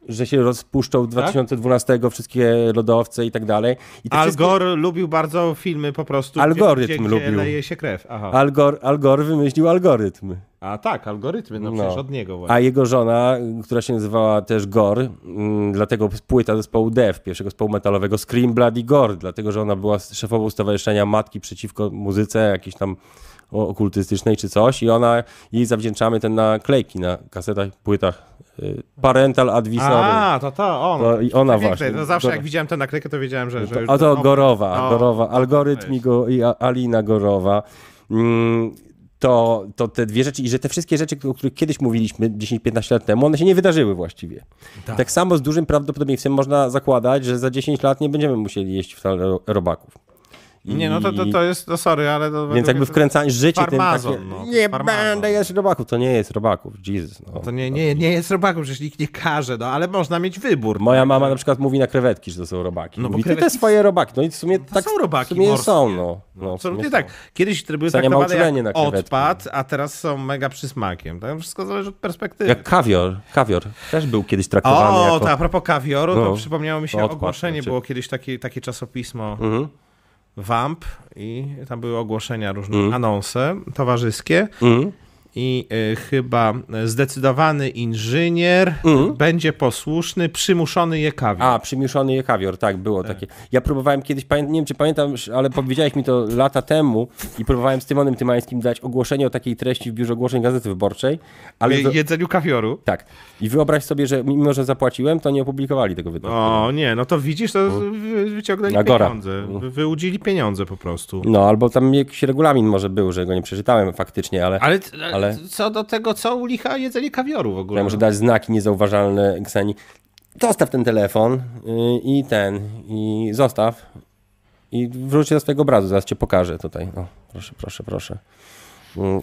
Speaker 1: że się rozpuszczą
Speaker 2: Tak?
Speaker 1: 2012 wszystkie lodowce i tak dalej. I te
Speaker 2: Al
Speaker 1: wszystkie-
Speaker 2: Gore lubił bardzo filmy po prostu,
Speaker 1: Algorytm
Speaker 2: gdzie, gdzie, gdzie
Speaker 1: lubił.
Speaker 2: leje się krew. Aha.
Speaker 1: Al Gore, Al Gore wymyślił algorytm.
Speaker 2: A tak, algorytmy, no,
Speaker 1: No.
Speaker 2: przecież od niego właśnie.
Speaker 1: A jego żona, która się nazywała też Gore, mm, dlatego płyta zespołu Dev, pierwszego zespołu metalowego Scream Bloody Gore, dlatego że ona była szefową stowarzyszenia Matki Przeciwko Muzyce jakiejś tam o- okultystycznej czy coś i ona, jej zawdzięczamy ten naklejki na kasetach, płytach y, Parental Advisory.
Speaker 2: A, to to, on.
Speaker 1: To i ona
Speaker 2: Piękne,
Speaker 1: właśnie.
Speaker 2: No zawsze
Speaker 1: Gore-
Speaker 2: jak widziałem tę naklejkę, to No, wiedziałem, że... że
Speaker 1: to, a to Gorowa,
Speaker 2: O,
Speaker 1: Gorowa, algorytm i, go, i A- Alina Gorowa. Mm, to, to te dwie rzeczy i że te wszystkie rzeczy, o których kiedyś mówiliśmy 10-15 lat temu, one się nie wydarzyły właściwie. Tak. samo z dużym prawdopodobieństwem można zakładać, że za 10 lat nie będziemy musieli jeść wcale robaków. I-
Speaker 2: Nie, no to, to, to jest, no sorry, ale to... według
Speaker 1: Więc jakby
Speaker 2: mnie to-
Speaker 1: wkręcanie życie tym
Speaker 2: farmazon,
Speaker 1: takie,
Speaker 2: no, to
Speaker 1: nie
Speaker 2: jest farmazon.
Speaker 1: będę jeść robaków, to nie jest robaków, Jesus. No.
Speaker 2: To nie, nie, nie jest robaku, przecież nikt nie każe, no ale można mieć wybór.
Speaker 1: Moja mama na przykład mówi na krewetki, że to są robaki.
Speaker 2: No
Speaker 1: No
Speaker 2: bo
Speaker 1: mówi, ty te
Speaker 2: krewetki-
Speaker 1: swoje robaki. No i w sumie tak
Speaker 2: są robaki
Speaker 1: w sumie
Speaker 2: morskie.
Speaker 1: są, no. no w
Speaker 2: Absolutnie
Speaker 1: sumie
Speaker 2: tak.
Speaker 1: są.
Speaker 2: Kiedyś to były
Speaker 1: Psa nie ma
Speaker 2: traktowane
Speaker 1: uczulenie
Speaker 2: jak
Speaker 1: na krewetki.
Speaker 2: odpad, a teraz są mega przysmakiem. Tak? Wszystko zależy od perspektywy.
Speaker 1: Jak kawior, kawior też był kiedyś traktowany
Speaker 2: O, tak.
Speaker 1: jako...
Speaker 2: to a propos kawioru, to
Speaker 1: No.
Speaker 2: przypomniało mi się
Speaker 1: Odpad,
Speaker 2: ogłoszenie,
Speaker 1: znaczy-
Speaker 2: było kiedyś takie, takie czasopismo
Speaker 1: Mhm.
Speaker 2: Vamp i tam były ogłoszenia różne, anonse towarzyskie
Speaker 1: Mhm.
Speaker 2: i y, chyba zdecydowany inżynier będzie posłuszny, przymuszony je kawior.
Speaker 1: Mhm. A, przymieszany je kawior, tak, było takie. Ja próbowałem kiedyś, pamię- nie wiem czy pamiętam, ale powiedziałeś mi to lata temu i próbowałem z Tymonem Tymańskim dać ogłoszenie o takiej treści w biurze ogłoszeń Gazety Wyborczej, ale...
Speaker 2: Je- Jedzeniu kawioru.
Speaker 1: Tak. I wyobraź sobie, że mimo, że zapłaciłem, to nie opublikowali tego wydarzenia.
Speaker 2: O nie, no to widzisz, to
Speaker 1: Mhm.
Speaker 2: wy- wyciągnęli
Speaker 1: Agora.
Speaker 2: pieniądze. Wy- Wyłudzili pieniądze po prostu.
Speaker 1: No, albo tam jakiś regulamin może był, że go nie przeczytałem faktycznie, ale...
Speaker 2: Ale,
Speaker 1: Ale-
Speaker 2: ale co do tego, co u licha jedzenie kawioru w ogóle?
Speaker 1: która może dać znaki niezauważalne Kseni. Dostaw ten telefon yy, i ten, i zostaw. I wróć do swojego obrazu, zaraz cię pokażę tutaj. O, proszę, proszę, proszę. Mm,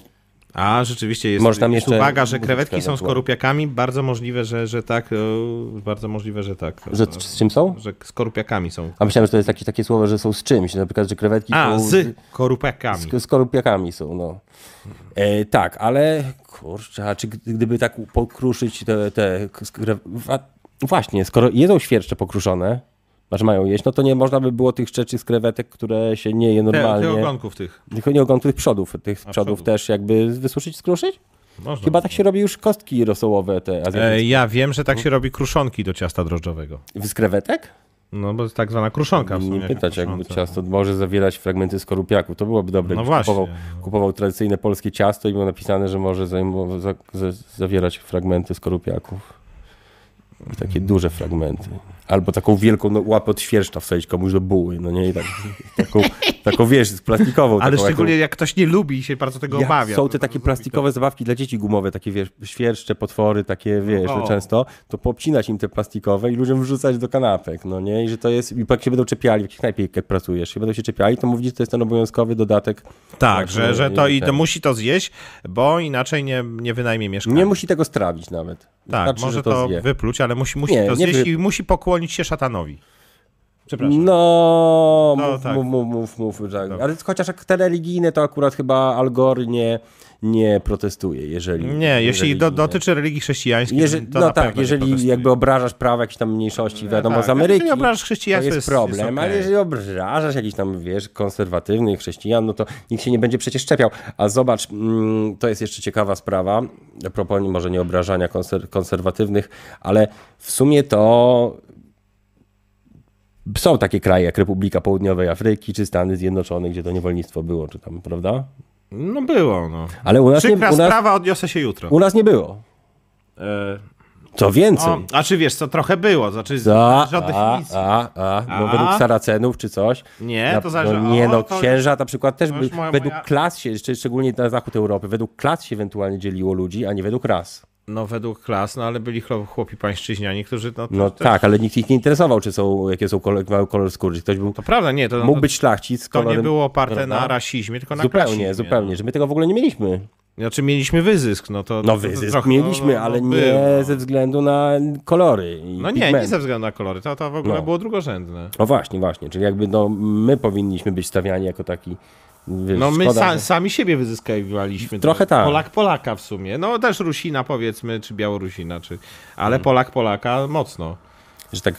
Speaker 2: A, rzeczywiście jest,
Speaker 1: Może tam
Speaker 2: jest
Speaker 1: jeszcze
Speaker 2: uwaga, że
Speaker 1: muzyczka
Speaker 2: krewetki są
Speaker 1: ewentualnie.
Speaker 2: skorupiakami, bardzo możliwe, że, że tak, e, bardzo możliwe, że tak.
Speaker 1: Że c- z czym są?
Speaker 2: Że skorupiakami są.
Speaker 1: A myślałem, że to jest takie, takie słowo, że są z czymś, na przykład, że krewetki
Speaker 2: A,
Speaker 1: są...
Speaker 2: z korupiakami.
Speaker 1: Z, z korupiakami są, no. E, tak, ale kurczę, a czy g- gdyby tak pokruszyć te... te k- skre- wa- właśnie, skoro jedzą świerszcze pokruszone, znaczy mają jeść, no to nie można by było tych rzeczy z krewetek, które się nie je
Speaker 2: Te,
Speaker 1: normalnie.
Speaker 2: te ogonków tych.
Speaker 1: Tylko nie ogon tych przodów. Tych
Speaker 2: A,
Speaker 1: przodów
Speaker 2: przodów.
Speaker 1: też jakby wysuszyć, skruszyć?
Speaker 2: Można.
Speaker 1: Chyba tak się robi już kostki rosołowe te
Speaker 2: E,
Speaker 1: azjatyckie.
Speaker 2: ja wiem, że tak się robi kruszonki do ciasta drożdżowego.
Speaker 1: Z krewetek?
Speaker 2: No bo jest tak zwana kruszonka w sumie.
Speaker 1: Nie pytać, jakby
Speaker 2: krusząca.
Speaker 1: ciasto może zawierać fragmenty skorupiaku. To byłoby dobre.
Speaker 2: No
Speaker 1: jakbyś
Speaker 2: właśnie.
Speaker 1: Kupował, kupował tradycyjne polskie ciasto i było napisane, że może zajmowa- za, za, zawierać fragmenty skorupiaków. I
Speaker 2: Hmm.
Speaker 1: Takie duże fragmenty. Albo taką wielką no, łapę od świerszcza wsadzić komuś do buły, no nie? I tak, taką, taką, wiesz, z plastikową. taką,
Speaker 2: Ale
Speaker 1: jaką-
Speaker 2: szczególnie jak ktoś nie lubi i się bardzo tego
Speaker 1: Ja-
Speaker 2: obawia. Tak,
Speaker 1: Są
Speaker 2: to-
Speaker 1: te
Speaker 2: to
Speaker 1: takie
Speaker 2: zrobi
Speaker 1: plastikowe zabawki dla dzieci gumowe, takie wiesz, świerszcze, potwory, takie wiesz,
Speaker 2: O.
Speaker 1: często, to poobcinać im te plastikowe i ludziom wrzucać do kanapek, no nie? I że to jest, i jak się będą czepiali, w jakichś knajpie, jak pracujesz, się będą się czepiali, to mówić, że to jest ten obowiązkowy dodatek. Znaczy,
Speaker 2: Tak, że, że to i to
Speaker 1: ten.
Speaker 2: musi to zjeść, bo inaczej nie, nie wynajmie mieszkania.
Speaker 1: Nie musi tego strawić nawet.
Speaker 2: tak,
Speaker 1: Wystarczy,
Speaker 2: może
Speaker 1: Znaczy, że
Speaker 2: to,
Speaker 1: zje.
Speaker 2: wypluć, ale musi, musi
Speaker 1: Nie,
Speaker 2: to
Speaker 1: nie
Speaker 2: zjeść
Speaker 1: wy-
Speaker 2: i musi pokłonić się szatanowi. Przepraszam.
Speaker 1: No,
Speaker 2: No,
Speaker 1: mów,
Speaker 2: tak.
Speaker 1: mów, mów, mów, mów, tak. Ale chociaż jak te religijne, to akurat chyba Algor nie, nie protestuje, jeżeli...
Speaker 2: Nie, jeśli do,
Speaker 1: jeżeli nie.
Speaker 2: dotyczy religii chrześcijańskiej,
Speaker 1: Jeżeli,
Speaker 2: to
Speaker 1: no
Speaker 2: na
Speaker 1: tak,
Speaker 2: pewno nie
Speaker 1: jeżeli
Speaker 2: protestuje.
Speaker 1: jakby obrażasz prawa jakiejś tam mniejszości, wiadomo,
Speaker 2: tak,
Speaker 1: z Ameryki,
Speaker 2: jeżeli obrażasz
Speaker 1: to
Speaker 2: chrześcijaństwo,
Speaker 1: jest
Speaker 2: jest-
Speaker 1: problem,
Speaker 2: jest okej.
Speaker 1: ale jeżeli obrażasz jakichś tam, wiesz, konserwatywnych chrześcijan, no to nikt się nie będzie przecież czepiał. A zobacz, mm, to jest jeszcze ciekawa sprawa, a propos może nie obrażania konser konserwatywnych, ale w sumie to są takie kraje jak Republika Południowej Afryki, czy Stany Zjednoczone, gdzie to niewolnictwo było, czy tam, prawda?
Speaker 2: No było, no.
Speaker 1: Ale u nas, nie, u
Speaker 2: Przykra
Speaker 1: nas,
Speaker 2: sprawa, odniosę się jutro.
Speaker 1: u nas nie było. Co więcej...
Speaker 2: O, a czy wiesz, co trochę było, znaczy
Speaker 1: Za,
Speaker 2: żadnych
Speaker 1: a,
Speaker 2: nic.
Speaker 1: a, a, bo
Speaker 2: A?
Speaker 1: według Saracenów czy coś.
Speaker 2: Nie,
Speaker 1: Na-
Speaker 2: to zależy-
Speaker 1: No, nie,
Speaker 2: o,
Speaker 1: no
Speaker 2: to-
Speaker 1: księża na przykład też
Speaker 2: to
Speaker 1: by,
Speaker 2: już moja-
Speaker 1: według
Speaker 2: moja-
Speaker 1: klas się, czy szczególnie na zachód Europy, według klas się ewentualnie dzieliło ludzi, a nie według ras.
Speaker 2: No według klas, no ale byli chlo- chłopi pańszczyźniani, którzy... No, to,
Speaker 1: No
Speaker 2: to,
Speaker 1: tak, ale nikt ich nie interesował, czy są, jakie są kolor, mają kolor skóry. Czy Ktoś był,
Speaker 2: To prawda, nie, to,
Speaker 1: mógł
Speaker 2: to,
Speaker 1: być szlachcic z
Speaker 2: to
Speaker 1: kolorem...
Speaker 2: nie było oparte
Speaker 1: prawda?
Speaker 2: na rasizmie, tylko na no.
Speaker 1: Zupełnie,
Speaker 2: klasizmie.
Speaker 1: zupełnie, że my tego w ogóle nie mieliśmy.
Speaker 2: Znaczy mieliśmy wyzysk, no to...
Speaker 1: No
Speaker 2: to- to
Speaker 1: wyzysk
Speaker 2: trochę-
Speaker 1: mieliśmy,
Speaker 2: no, no,
Speaker 1: ale
Speaker 2: był,
Speaker 1: nie
Speaker 2: no.
Speaker 1: ze względu na kolory i
Speaker 2: No nie, nie
Speaker 1: pigmenty.
Speaker 2: ze względu na kolory, to, to w ogóle
Speaker 1: No.
Speaker 2: było drugorzędne.
Speaker 1: No właśnie, właśnie, czyli jakby no, my powinniśmy być stawiani jako taki... Wiesz,
Speaker 2: No my
Speaker 1: szkoda,
Speaker 2: sa,
Speaker 1: że-
Speaker 2: sami siebie wyzyskiwaliśmy.
Speaker 1: Trochę tak.
Speaker 2: Polak Polaka w sumie. No też Rusina powiedzmy, czy Białorusina, czy... Ale Polak Polaka mocno.
Speaker 1: że tak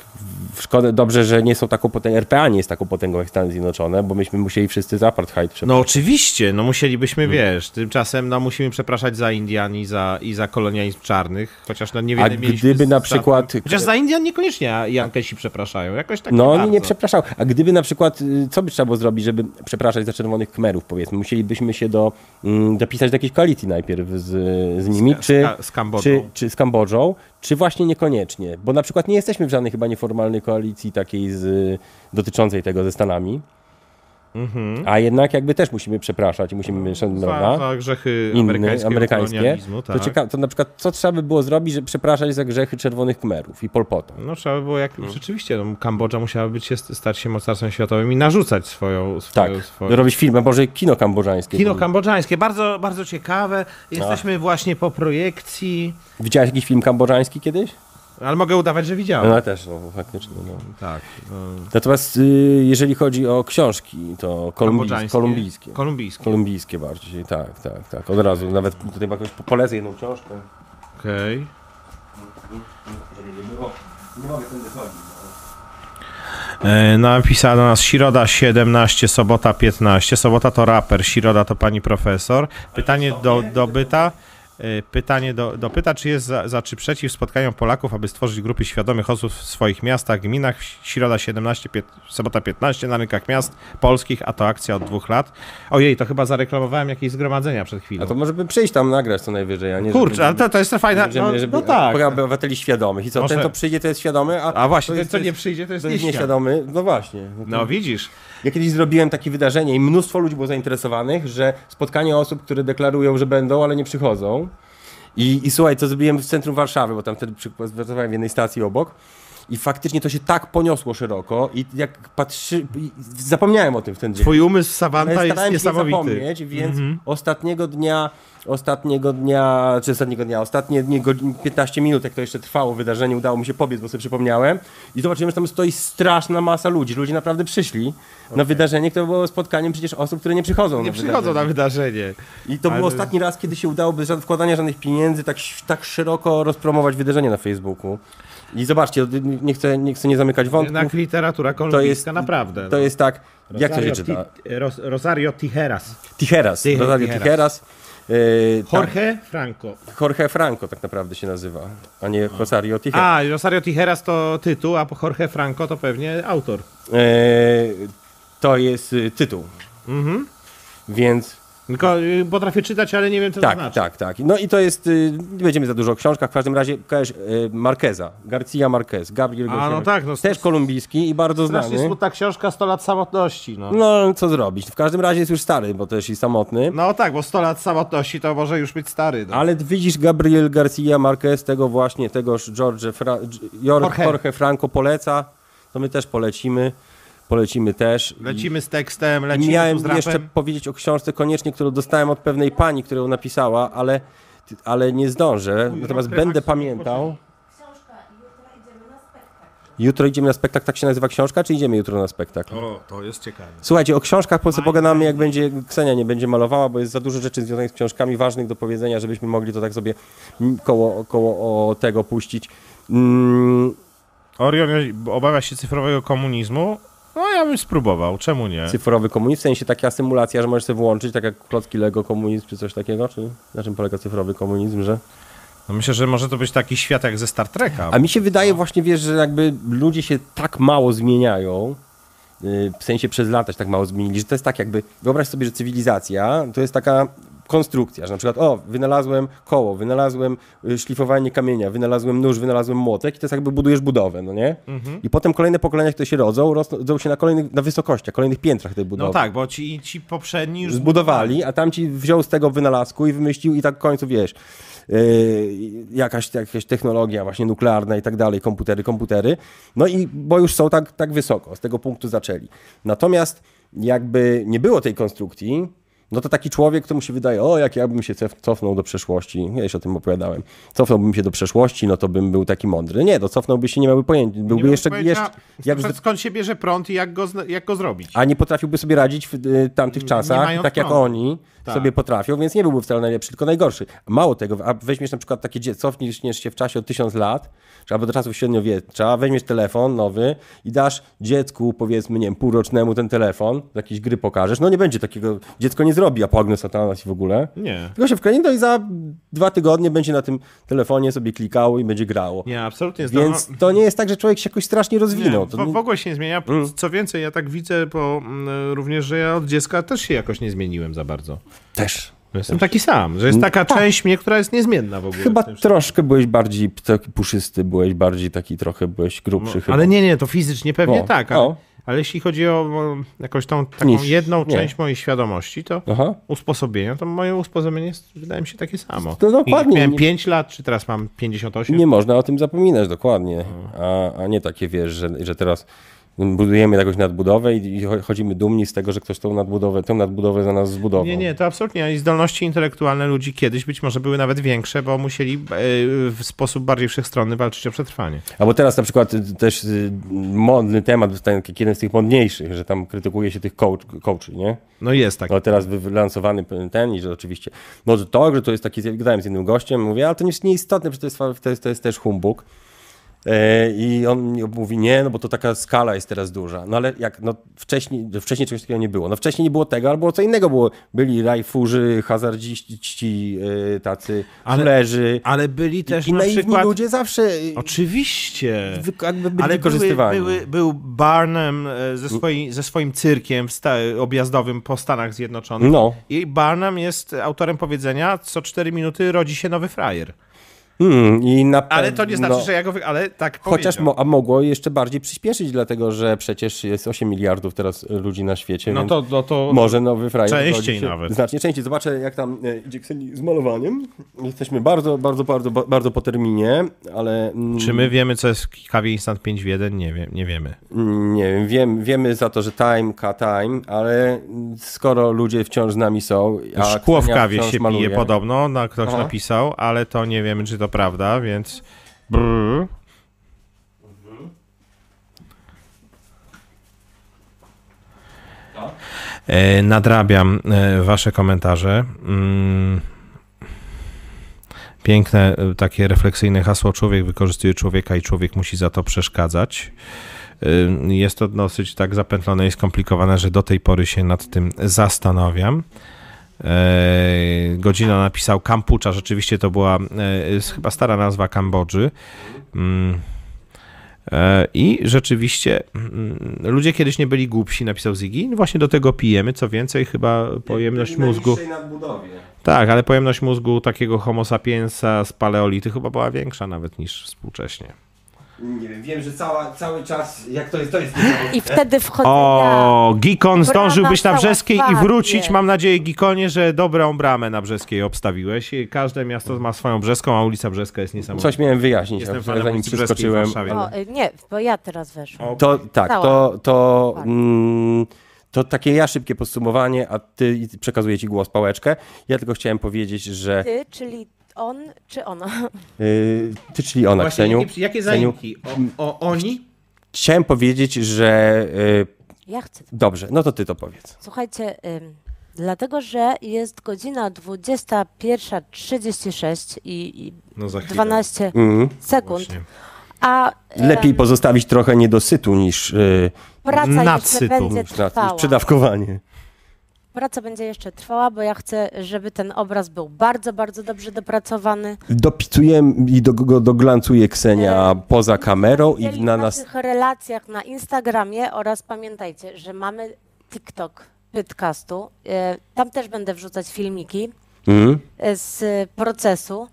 Speaker 1: w szkodę, dobrze, że nie są tak taką potęgą, RPA nie jest taką potęgą jak Stany Zjednoczone, bo myśmy musieli wszyscy za apartheid przepraszam.
Speaker 2: No oczywiście, no musielibyśmy, wiesz, tymczasem no musimy przepraszać za Indian i za, i za kolonializm czarnych, chociaż no niewiele
Speaker 1: A
Speaker 2: mieliśmy
Speaker 1: gdyby na
Speaker 2: za-
Speaker 1: przykład-
Speaker 2: Chociaż za Indian niekoniecznie a Jankesi przepraszają, jakoś tak
Speaker 1: No,
Speaker 2: nie
Speaker 1: oni nie
Speaker 2: bardzo.
Speaker 1: przepraszał. A gdyby na przykład, y, co by trzeba było zrobić, żeby przepraszać za czerwonych Khmerów, powiedzmy? Musielibyśmy się do, mm, dopisać do jakiejś koalicji najpierw z, z nimi,
Speaker 2: Z-
Speaker 1: czy,
Speaker 2: z Ka- z Kambodżą.
Speaker 1: Czy, czy z Kambodżą, czy właśnie niekoniecznie? Bo na przykład nie jesteśmy w żadnej chyba nieformalnej koalicji takiej z, dotyczącej tego ze Stanami. A jednak jakby też musimy przepraszać i musimy
Speaker 2: Mhm. Za,
Speaker 1: szanować
Speaker 2: za grzechy
Speaker 1: inne,
Speaker 2: amerykańskie,
Speaker 1: amerykańskie.
Speaker 2: kolonializmu,
Speaker 1: To,
Speaker 2: tak.
Speaker 1: cieka- to na przykład co trzeba by było zrobić, żeby przepraszać za grzechy czerwonych kmerów i polpota.
Speaker 2: No trzeba było, jak rzeczywiście, no, Kambodża musiała być się, stać się mocarstwem światowym i narzucać swoją...
Speaker 1: Tak,
Speaker 2: swoją, swoją...
Speaker 1: robić film, a może kino kambodżańskie.
Speaker 2: Kino kambodżańskie, bardzo, bardzo ciekawe. Jesteśmy właśnie po projekcji,
Speaker 1: Widziałeś jakiś film kambodżański kiedyś?
Speaker 2: ale mogę udawać, że widziałem.
Speaker 1: No ja też, no faktycznie. No.
Speaker 2: Tak. No,
Speaker 1: Natomiast y, jeżeli chodzi o książki, to kolumbijskie.
Speaker 2: kambodżańskie.
Speaker 1: Kolumbijskie.
Speaker 2: Kolumbijskie.
Speaker 1: Kolumbijskie bardziej, tak, tak, tak. Od razu, nawet tutaj jakoś polecę jedną książkę.
Speaker 2: Okej.
Speaker 1: Żeby nie było, nie mogę tędy chodzić.
Speaker 2: E, Napisała do nas Środa 17, Sobota 15. Sobota to raper, Środa to pani profesor. Pytanie do, do byta. e, Pytanie do, do pyta, czy jest za, za czy przeciw spotkaniom Polaków, aby stworzyć grupy świadomych osób w swoich miastach, gminach, Środa 17, pię- Sobota 15 na rynkach miast polskich, a to akcja od dwóch lat. Ojej, to chyba zareklamowałem jakieś zgromadzenia przed chwilą.
Speaker 1: A to może by przyjść tam nagrać co najwyżej, a nie
Speaker 2: No. Kurczę, ale to, to jest fajna...
Speaker 1: Żeby,
Speaker 2: No,
Speaker 1: żeby, żeby
Speaker 2: no tak.
Speaker 1: obywateli świadomych. I co,
Speaker 2: Może-
Speaker 1: ten to przyjdzie, to jest świadomy, a,
Speaker 2: A właśnie,
Speaker 1: to
Speaker 2: ten
Speaker 1: jest,
Speaker 2: co nie przyjdzie, to jest
Speaker 1: to jest
Speaker 2: nieświadomy.
Speaker 1: nieświadomy. No właśnie. No to-
Speaker 2: No widzisz.
Speaker 1: Ja kiedyś zrobiłem takie wydarzenie i mnóstwo ludzi było zainteresowanych, że spotkanie osób, które deklarują, że będą, ale nie przychodzą. I, i słuchaj, to zrobiłem w centrum Warszawy, bo tam wtedy przy- pracowałem w jednej stacji obok. I faktycznie to się tak poniosło szeroko i jak patrzy... i Zapomniałem o tym w ten dzień.
Speaker 2: Twój umysł
Speaker 1: Ale
Speaker 2: Sawanta jest
Speaker 1: starałem się nie
Speaker 2: niesamowity. Mhm.
Speaker 1: zapomnieć, więc ostatniego dnia, ostatniego dnia, czy ostatniego dnia, ostatnie dni, godzin 15 minut, jak to jeszcze trwało wydarzenie, udało mi się pobiec, bo sobie przypomniałem i zobaczyłem, że tam stoi straszna masa ludzi. Ludzie naprawdę przyszli na wydarzenie, które było spotkaniem przecież osób, które nie przychodzą
Speaker 2: Nie
Speaker 1: na
Speaker 2: przychodzą na
Speaker 1: wydarzenie.
Speaker 2: wydarzenie.
Speaker 1: I to był
Speaker 2: Ale-
Speaker 1: ostatni raz, kiedy się udało bez żad- wkładania żadnych pieniędzy tak, tak szeroko rozpromować wydarzenie na Facebooku. I zobaczcie, nie chcę nie, chcę nie zamykać wątku.
Speaker 2: Jednak literatura
Speaker 1: To
Speaker 2: kolumbijska
Speaker 1: jest,
Speaker 2: naprawdę. no.
Speaker 1: to jest tak, jak to się
Speaker 2: Rosario
Speaker 1: czyta?
Speaker 2: Ti- e, Ros- Rosario Tijeras.
Speaker 1: Tijeras,
Speaker 2: Ty-
Speaker 1: Rosario
Speaker 2: Tijeras.
Speaker 1: Tijeras. Yy, tak,
Speaker 2: Jorge Franco.
Speaker 1: Jorge Franco tak naprawdę się nazywa, a nie Rosario Tijeras.
Speaker 2: A, Tak. Rosario Tijeras to tytuł, a Jorge Franco to pewnie autor.
Speaker 1: Yy, to jest y, tytuł.
Speaker 2: Mhm.
Speaker 1: Więc
Speaker 2: Tylko y, potrafię czytać, ale nie wiem, co
Speaker 1: tak,
Speaker 2: to znaczy.
Speaker 1: tak, tak. No i to jest, y, nie będziemy za dużo o książkach, w każdym razie kojarz y, Marqueza, García Marquez, Gabriel
Speaker 2: A,
Speaker 1: García
Speaker 2: no tak, no,
Speaker 1: też kolumbijski i bardzo
Speaker 2: Strasznie
Speaker 1: znany.
Speaker 2: smutna książka 100 lat samotności. No.
Speaker 1: No ale co zrobić, w każdym razie jest już stary, bo też i samotny.
Speaker 2: no tak, bo 100 lat samotności to może już być stary. No.
Speaker 1: Tak. Ale widzisz, Gabriel García Marquez, tego właśnie, tegoż George Fra- Dż- Jor-
Speaker 2: Jorge.
Speaker 1: Jorge. Franco poleca, to my też polecimy, polecimy też. I-
Speaker 2: Lecimy z tekstem,
Speaker 1: I
Speaker 2: lecimy
Speaker 1: miałem
Speaker 2: tu z rapem.
Speaker 1: jeszcze powiedzieć o książce koniecznie, którą dostałem od pewnej pani, którą napisała, ale, ale nie zdążę, natomiast
Speaker 2: rok
Speaker 1: będę
Speaker 2: relaksu,
Speaker 1: pamiętał. Jutro idziemy na spektakl, tak się nazywa książka, czy idziemy jutro na spektakl?
Speaker 2: O, to jest ciekawe.
Speaker 1: Słuchajcie, o książkach po co pogadamy, jak będzie Ksenia nie będzie malowała, bo jest za dużo rzeczy związanych z książkami ważnych do powiedzenia, żebyśmy mogli to tak sobie mm, koło, koło o tego puścić. Mm,
Speaker 2: Orion obawia się cyfrowego komunizmu? No ja bym spróbował, czemu nie?
Speaker 1: cyfrowy komunizm, w sensie taka symulacja, że możesz sobie włączyć, tak jak klocki Lego komunizm, czy coś takiego, czy na czym polega cyfrowy komunizm, że...
Speaker 2: No myślę, że może to być taki świat jak ze Star Treka.
Speaker 1: A mi się wydaje właśnie, wiesz, że jakby ludzie się tak mało zmieniają, y, w sensie przez lata się tak mało zmienili, że to jest tak jakby, wyobraź sobie, że cywilizacja to jest taka konstrukcja, że na przykład o, wynalazłem koło, wynalazłem y, szlifowanie kamienia, wynalazłem nóż, wynalazłem młotek i to jest jakby budujesz budowę, no nie? I potem kolejne pokolenia, które się rodzą, rodzą się na kolejnych, na wysokościach, kolejnych piętrach tej budowy.
Speaker 2: No tak, bo ci, ci poprzedni już
Speaker 1: Zbudowali, a tamci wziął z tego wynalazku i wymyślił i tak w końcu, wiesz, yy, jakaś, jakaś technologia właśnie nuklearna i tak dalej, komputery, komputery. No i bo już są tak, tak wysoko, z tego punktu zaczęli. Natomiast jakby nie było tej konstrukcji, no to taki człowiek, to mu się wydaje, o jak ja bym się cef- cofnął do przeszłości, ja już o tym opowiadałem, cofnąłbym się do przeszłości, no to bym był taki mądry. Nie, to cofnąłby się, nie miałby pojęcia, byłby
Speaker 2: Nie
Speaker 1: jeszcze,
Speaker 2: mam
Speaker 1: jeszcze
Speaker 2: pojęcia,
Speaker 1: jak,
Speaker 2: skąd- skąd się bierze prąd i jak go, zna- jak go zrobić.
Speaker 1: a nie potrafiłby sobie radzić w y, tamtych czasach,
Speaker 2: mając
Speaker 1: tak jak
Speaker 2: prądu.
Speaker 1: oni
Speaker 2: Tak.
Speaker 1: sobie potrafią, więc nie byłby wcale najlepszy, tylko najgorszy. Mało tego, a weźmiesz na przykład takie dziecko, cofniesz się w czasie o tysiąc lat, czy albo do czasów średniowiecza, weźmiesz telefon nowy i dasz dziecku, powiedzmy, nie wiem, półrocznemu ten telefon, do jakiejś gry pokażesz, no nie będzie takiego, dziecko nie zrobi apogny satanas i w ogóle.
Speaker 2: Nie.
Speaker 1: Tylko się wkręci, no i za dwa tygodnie będzie na tym telefonie sobie klikało i będzie grało.
Speaker 2: Nie, absolutnie
Speaker 1: Więc
Speaker 2: zdolno-
Speaker 1: to nie jest tak, że człowiek się jakoś strasznie
Speaker 2: nie,
Speaker 1: rozwinął. to Mm.
Speaker 2: w, w ogóle się nie zmienia. Co więcej, ja tak widzę, bo mm, również, że ja od dziecka też się jakoś nie zmieniłem za bardzo.
Speaker 1: też.
Speaker 2: Że Jestem taki sam, że jest taka część mnie, która jest niezmienna w ogóle.
Speaker 1: Mm. Tak. Chyba
Speaker 2: w tym
Speaker 1: troszkę byłeś bardziej p- taki puszysty, byłeś bardziej taki trochę, byłeś grubszy
Speaker 2: wszystkim.
Speaker 1: chyba.
Speaker 2: Ale nie, nie, to fizycznie pewnie
Speaker 1: O,
Speaker 2: tak. Ale,
Speaker 1: o.
Speaker 2: Ale jeśli chodzi o o jakąś tą taką
Speaker 1: Nic.
Speaker 2: jedną
Speaker 1: Nie.
Speaker 2: część mojej świadomości, to
Speaker 1: Aha.
Speaker 2: usposobienia, to moje usposobienie jest, wydaje mi się, takie samo.
Speaker 1: No dokładnie.
Speaker 2: I miałem
Speaker 1: Nie-
Speaker 2: 5 lat, czy teraz mam 58?
Speaker 1: Nie można o tym zapominać, dokładnie.
Speaker 2: No.
Speaker 1: A, a nie takie, wiesz, że, że teraz budujemy jakąś nadbudowę i, i cho- chodzimy dumni z tego, że ktoś tą nadbudowę, tą nadbudowę za nas zbudował.
Speaker 2: Nie, nie, to absolutnie. I zdolności intelektualne ludzi kiedyś być może były nawet większe, bo musieli e, w sposób bardziej wszechstronny walczyć o przetrwanie.
Speaker 1: Albo teraz na przykład y, też y, modny temat, taki jeden z tych modniejszych, że tam krytykuje się tych coach, coachi, nie?
Speaker 2: No jest tak.
Speaker 1: No teraz wy- wylansowany p- ten i że oczywiście, no że to, że to jest taki, gadałem z jednym gościem, mówię, ale to nie jest nieistotne, przecież to jest, to jest, to jest też humbug. E, I on mi mówi, nie, no bo to taka skala jest teraz duża. No ale jak, no wcześniej, wcześniej czegoś takiego nie było. No wcześniej nie było tego, albo co innego było. Byli rajfurzy, hazardziści, e, tacy
Speaker 2: Ale-
Speaker 1: szlerzy.
Speaker 2: Ale byli też
Speaker 1: I
Speaker 2: na
Speaker 1: naiwni
Speaker 2: przykład...
Speaker 1: ludzie zawsze e,
Speaker 2: Oczywiście.
Speaker 1: wy- jakby byli
Speaker 2: Ale
Speaker 1: wykorzystywani.
Speaker 2: Były, były, był Barnum e, ze, swoi, ze swoim cyrkiem w sta- objazdowym po Stanach Zjednoczonych.
Speaker 1: No.
Speaker 2: I Barnum jest autorem powiedzenia, co 4 minuty rodzi się nowy frajer.
Speaker 1: Mm, i na
Speaker 2: Ale to nie
Speaker 1: pewno-
Speaker 2: znaczy, że ja go... Wy... Ale tak
Speaker 1: No. Chociaż
Speaker 2: powiedział.
Speaker 1: mo- a mogło jeszcze bardziej przyspieszyć, dlatego że przecież jest 8 miliardów teraz ludzi na świecie.
Speaker 2: No
Speaker 1: więc
Speaker 2: to, no to...
Speaker 1: Może nowy frajer.
Speaker 2: Częściej
Speaker 1: rodzi się
Speaker 2: nawet.
Speaker 1: Znacznie częściej. Zobaczę, jak tam e, idzie Kseni z malowaniem. Jesteśmy bardzo, bardzo, bardzo, ba- bardzo po terminie, ale mm,
Speaker 2: Czy my wiemy, co jest w kawie Instant 5 w 1? Nie, wiem, nie wiemy.
Speaker 1: mm, nie wiem, wiem, wiemy za to, że time ka time, ale mm, skoro ludzie wciąż z nami są, a
Speaker 2: Szkło w
Speaker 1: Ksenia
Speaker 2: kawie
Speaker 1: wciąż
Speaker 2: się
Speaker 1: maluje,
Speaker 2: pije podobno, na ktoś
Speaker 1: Aha.
Speaker 2: napisał, ale to nie wiemy, czy to prawda, więc...
Speaker 1: Mhm.
Speaker 2: Brr. E, Nadrabiam e, wasze komentarze. Mm. Piękne, e, takie refleksyjne hasło. Człowiek wykorzystuje człowieka i człowiek musi za to przeszkadzać. Ym, Jest to dosyć tak zapętlone i skomplikowane, że do tej pory się nad tym zastanawiam. Eee, Godzina napisał Kampucza, rzeczywiście to była e, jest chyba stara nazwa Kambodży. Mm. E, I rzeczywiście mm, ludzie kiedyś nie byli głupsi, napisał Ziggy. No Właśnie do tego pijemy, co więcej, chyba pojemność mózgu. Tak, ale pojemność mózgu takiego homo sapiensa z paleolitu chyba była większa nawet niż współcześnie.
Speaker 1: Nie wiem, wiem, że cała, cały czas, jak to jest, to jest
Speaker 3: I wtedy wchodzę ja.
Speaker 2: O, Gikon zdążył
Speaker 3: Brama
Speaker 2: być na
Speaker 3: cała
Speaker 2: Brzeskiej i
Speaker 3: twardzie.
Speaker 2: wrócić. Mam nadzieję, Gikonie, że dobrą bramę na Brzeskiej obstawiłeś. Każde miasto ma swoją Brzeską, a ulica Brzeska jest niesamowita.
Speaker 1: Coś miałem wyjaśnić,
Speaker 2: Jestem fanem
Speaker 1: zanim
Speaker 2: ulicy Brzeskiej w
Speaker 1: przeskoczyłem. Tak,
Speaker 2: Warszawie.
Speaker 3: O, y, nie, bo ja teraz weszłam.
Speaker 1: To tak,
Speaker 3: Cała.
Speaker 1: to, to, mm, to takie ja szybkie podsumowanie, a ty przekazuję ci głos pałeczkę. Ja tylko chciałem powiedzieć, że
Speaker 3: Ty, czyli on czy ona? *laughs*
Speaker 1: y, ty, czyli ona, Kseniu, Kseniu,
Speaker 2: O, oni?
Speaker 1: chciałem powiedzieć, że y,
Speaker 3: Ja chcę.
Speaker 1: dobrze, no to ty to powiedz.
Speaker 3: Słuchajcie, ym, dlatego że jest godzina 21.36 i, i
Speaker 2: No za chwilę.
Speaker 3: 12
Speaker 1: Mm.
Speaker 3: sekund,
Speaker 2: Właśnie.
Speaker 3: a e,
Speaker 1: Lepiej pozostawić trochę niedosytu niż, y,
Speaker 3: praca
Speaker 2: Nadsytu.
Speaker 3: jeszcze będzie
Speaker 1: niż, na-
Speaker 3: trwała.
Speaker 1: niż przedawkowanie.
Speaker 3: Praca będzie jeszcze trwała, bo ja chcę, żeby ten obraz był bardzo, bardzo dobrze dopracowany.
Speaker 1: Dopisuję i do, go doglancuje Ksenia poza kamerą i
Speaker 3: Jeżeli
Speaker 1: na
Speaker 3: w
Speaker 1: nas...
Speaker 3: naszych relacjach na Instagramie oraz pamiętajcie, że mamy TikTok podcastu. E, Tam też będę wrzucać filmiki
Speaker 1: Mm.
Speaker 3: e, z procesu.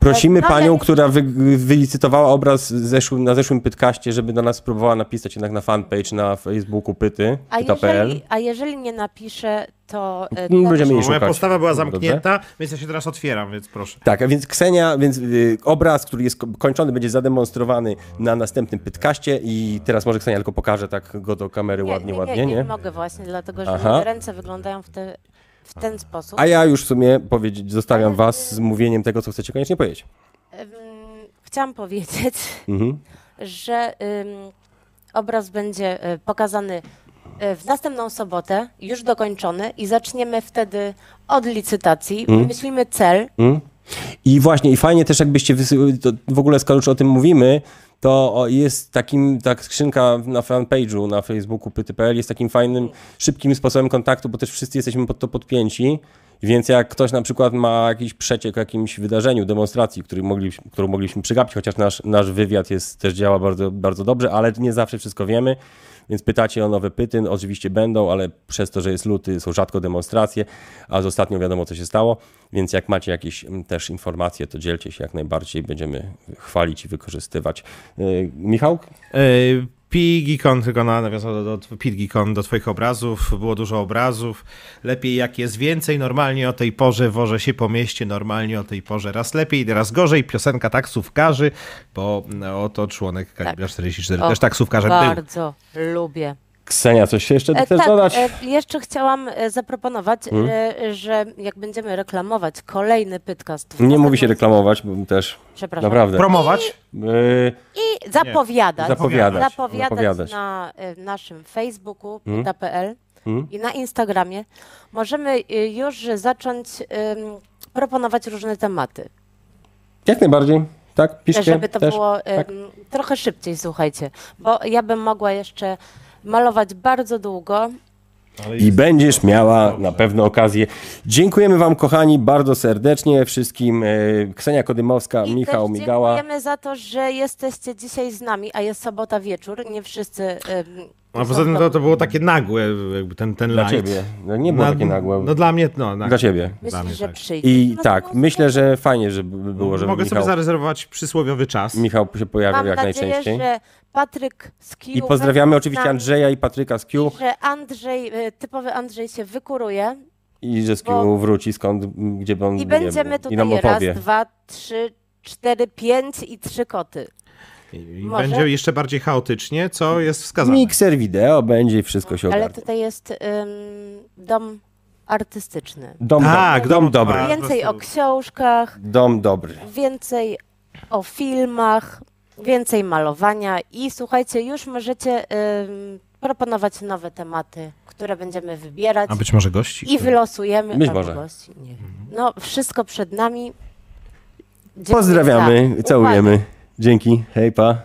Speaker 1: Prosimy
Speaker 3: No,
Speaker 1: panią,
Speaker 3: ale-
Speaker 1: która wy, wylicytowała obraz zeszły, na zeszłym pytkaście, żeby do nas spróbowała napisać jednak na fanpage na Facebooku pyty,
Speaker 3: A
Speaker 1: pyta.pl.
Speaker 3: jeżeli, a jeżeli nie napiszę, to. e,
Speaker 1: Mm,
Speaker 3: to
Speaker 1: Będziemy jej
Speaker 2: Moja
Speaker 1: szukać.
Speaker 2: postawa była
Speaker 1: Dobrze?
Speaker 2: zamknięta, więc ja się teraz otwieram, więc proszę.
Speaker 1: Tak, a więc Ksenia, więc y, obraz, który jest ko- kończony, będzie zademonstrowany na następnym pytkaście i teraz może Ksenia tylko pokaże tak go do kamery
Speaker 3: nie,
Speaker 1: ładnie,
Speaker 3: nie,
Speaker 1: ładnie,
Speaker 3: nie,
Speaker 1: nie?
Speaker 3: nie mogę właśnie, dlatego że
Speaker 1: Aha.
Speaker 3: moje ręce wyglądają w, te, w ten sposób.
Speaker 1: A ja już w sumie powiedzieć, zostawiam was z mówieniem tego, co chcecie koniecznie powiedzieć.
Speaker 3: Ym, Chciałam powiedzieć,
Speaker 1: Mhm.
Speaker 3: że ym, obraz będzie y, pokazany y, w następną sobotę, już dokończony, i zaczniemy wtedy od licytacji.
Speaker 1: Mhm.
Speaker 3: Wymyślimy cel.
Speaker 1: I właśnie, i fajnie też jakbyście, wysyły, to w ogóle skoro już o tym mówimy, to o, jest takim, tak skrzynka na fanpage'u na Facebooku pyty.pl jest takim fajnym, szybkim sposobem kontaktu, bo też wszyscy jesteśmy pod to podpięci, więc jak ktoś na przykład ma jakiś przeciek o jakimś wydarzeniu, demonstracji, który mogliśmy, którą mogliśmy przegapić, chociaż nasz, nasz wywiad jest, też działa bardzo, bardzo dobrze, ale nie zawsze wszystko wiemy, więc pytacie o nowe pyty, oczywiście będą, ale przez to, że jest luty, są rzadko demonstracje, a z ostatnio wiadomo, co się stało, więc jak macie jakieś mm, też informacje, to dzielcie się jak najbardziej, będziemy chwalić i wykorzystywać. Yy, Y, Michał?
Speaker 2: Yy, Pigicon, tylko na, nawiązał do, do, Pigicon, do twoich obrazów, było dużo obrazów. Lepiej jak jest więcej, normalnie o tej porze wożę się po mieście, normalnie o tej porze raz lepiej, raz gorzej. Piosenka taksówkarzy, bo no, oto członek Kalibra 44
Speaker 3: Tak. O,
Speaker 2: też tak taksówkarzem był.
Speaker 3: Bardzo lubię.
Speaker 1: Ksenia, coś się jeszcze
Speaker 3: E,
Speaker 1: też
Speaker 3: tak,
Speaker 1: dodać? Mhm.
Speaker 3: e, jeszcze chciałam e, zaproponować, e, że jak będziemy reklamować kolejny podcast. w
Speaker 1: Nie mówi się
Speaker 3: następnym-
Speaker 1: reklamować, bo też
Speaker 3: Przepraszam.
Speaker 1: naprawdę.
Speaker 2: Promować?
Speaker 1: Y,
Speaker 3: I zapowiadać.
Speaker 1: Zapowiadać,
Speaker 3: Zapowiadać,
Speaker 1: zapowiadać. Hmm.
Speaker 3: na e, naszym Facebooku puta.pl i na Instagramie. Możemy e, już zacząć em, proponować różne tematy.
Speaker 1: jak najbardziej. Tak, piszcie.
Speaker 3: żeby to
Speaker 1: też. Tak.
Speaker 3: było em, trochę szybciej, słuchajcie, bo ja bym mogła jeszcze malować bardzo długo.
Speaker 1: I będziesz miała na pewno okazję. Dziękujemy Wam, kochani, bardzo serdecznie wszystkim. y, Ksenia Kodymowska,
Speaker 3: I
Speaker 1: Michał
Speaker 3: też
Speaker 1: Migała.
Speaker 3: Dziękujemy za to, że jesteście dzisiaj z nami, a jest sobota wieczór, nie wszyscy. em,
Speaker 2: A
Speaker 3: są
Speaker 2: poza tym
Speaker 3: w
Speaker 2: to,
Speaker 3: domu.
Speaker 2: to było takie nagłe, jakby ten, ten
Speaker 1: Dla
Speaker 2: live.
Speaker 1: Ciebie. No, nie było
Speaker 2: Na-
Speaker 1: takie nagłe.
Speaker 2: No dla mnie,
Speaker 1: Dla
Speaker 2: no. Nagłe.
Speaker 1: Ciebie.
Speaker 2: dla mnie
Speaker 3: Myślę, że
Speaker 2: tak.
Speaker 3: przyjdzie.
Speaker 1: I
Speaker 3: No,
Speaker 1: tak,
Speaker 3: no,
Speaker 1: myślę, że fajnie, żeby było, żeby
Speaker 2: Mogę sobie
Speaker 1: Michał,
Speaker 2: zarezerwować przysłowiowy czas.
Speaker 1: Michał się pojawił
Speaker 3: Mam
Speaker 1: jak
Speaker 3: nadzieję,
Speaker 1: najczęściej.
Speaker 3: że Patryk z Kiu
Speaker 1: I pozdrawiamy
Speaker 3: będzie z
Speaker 1: oczywiście
Speaker 3: nami,
Speaker 1: Andrzeja i Patryka z Q
Speaker 3: Że Andrzej, y, typowy Andrzej się wykuruje
Speaker 1: i że z Q
Speaker 3: Bo-
Speaker 1: wróci skąd, m, gdzie on
Speaker 3: i
Speaker 1: nie
Speaker 3: będziemy
Speaker 1: był.
Speaker 3: tutaj
Speaker 1: I nam
Speaker 3: raz,
Speaker 1: opowie.
Speaker 3: dwa, trzy, cztery, pięć i trzy koty.
Speaker 2: I
Speaker 3: Może?
Speaker 2: będzie jeszcze bardziej chaotycznie, co jest wskazane.
Speaker 1: Mikser wideo będzie i wszystko się
Speaker 3: Ale
Speaker 1: ogarnie.
Speaker 3: tutaj jest ym, dom artystyczny.
Speaker 1: Dom,
Speaker 2: Tak,
Speaker 1: tak, dom dobry.
Speaker 2: A,
Speaker 3: Więcej
Speaker 2: po
Speaker 3: o
Speaker 2: prostu-
Speaker 3: książkach,
Speaker 1: Dom dobry.
Speaker 3: więcej o filmach, więcej malowania i słuchajcie, już możecie ym, proponować nowe tematy, które będziemy wybierać
Speaker 2: A być może gości?
Speaker 3: i wylosujemy
Speaker 1: Być
Speaker 3: albo
Speaker 1: może.
Speaker 3: gości. Nie wiem. No, wszystko przed nami. Dziękuję za
Speaker 1: Pozdrawiamy,
Speaker 3: uwagę.
Speaker 1: całujemy. Dzięki, hej pa.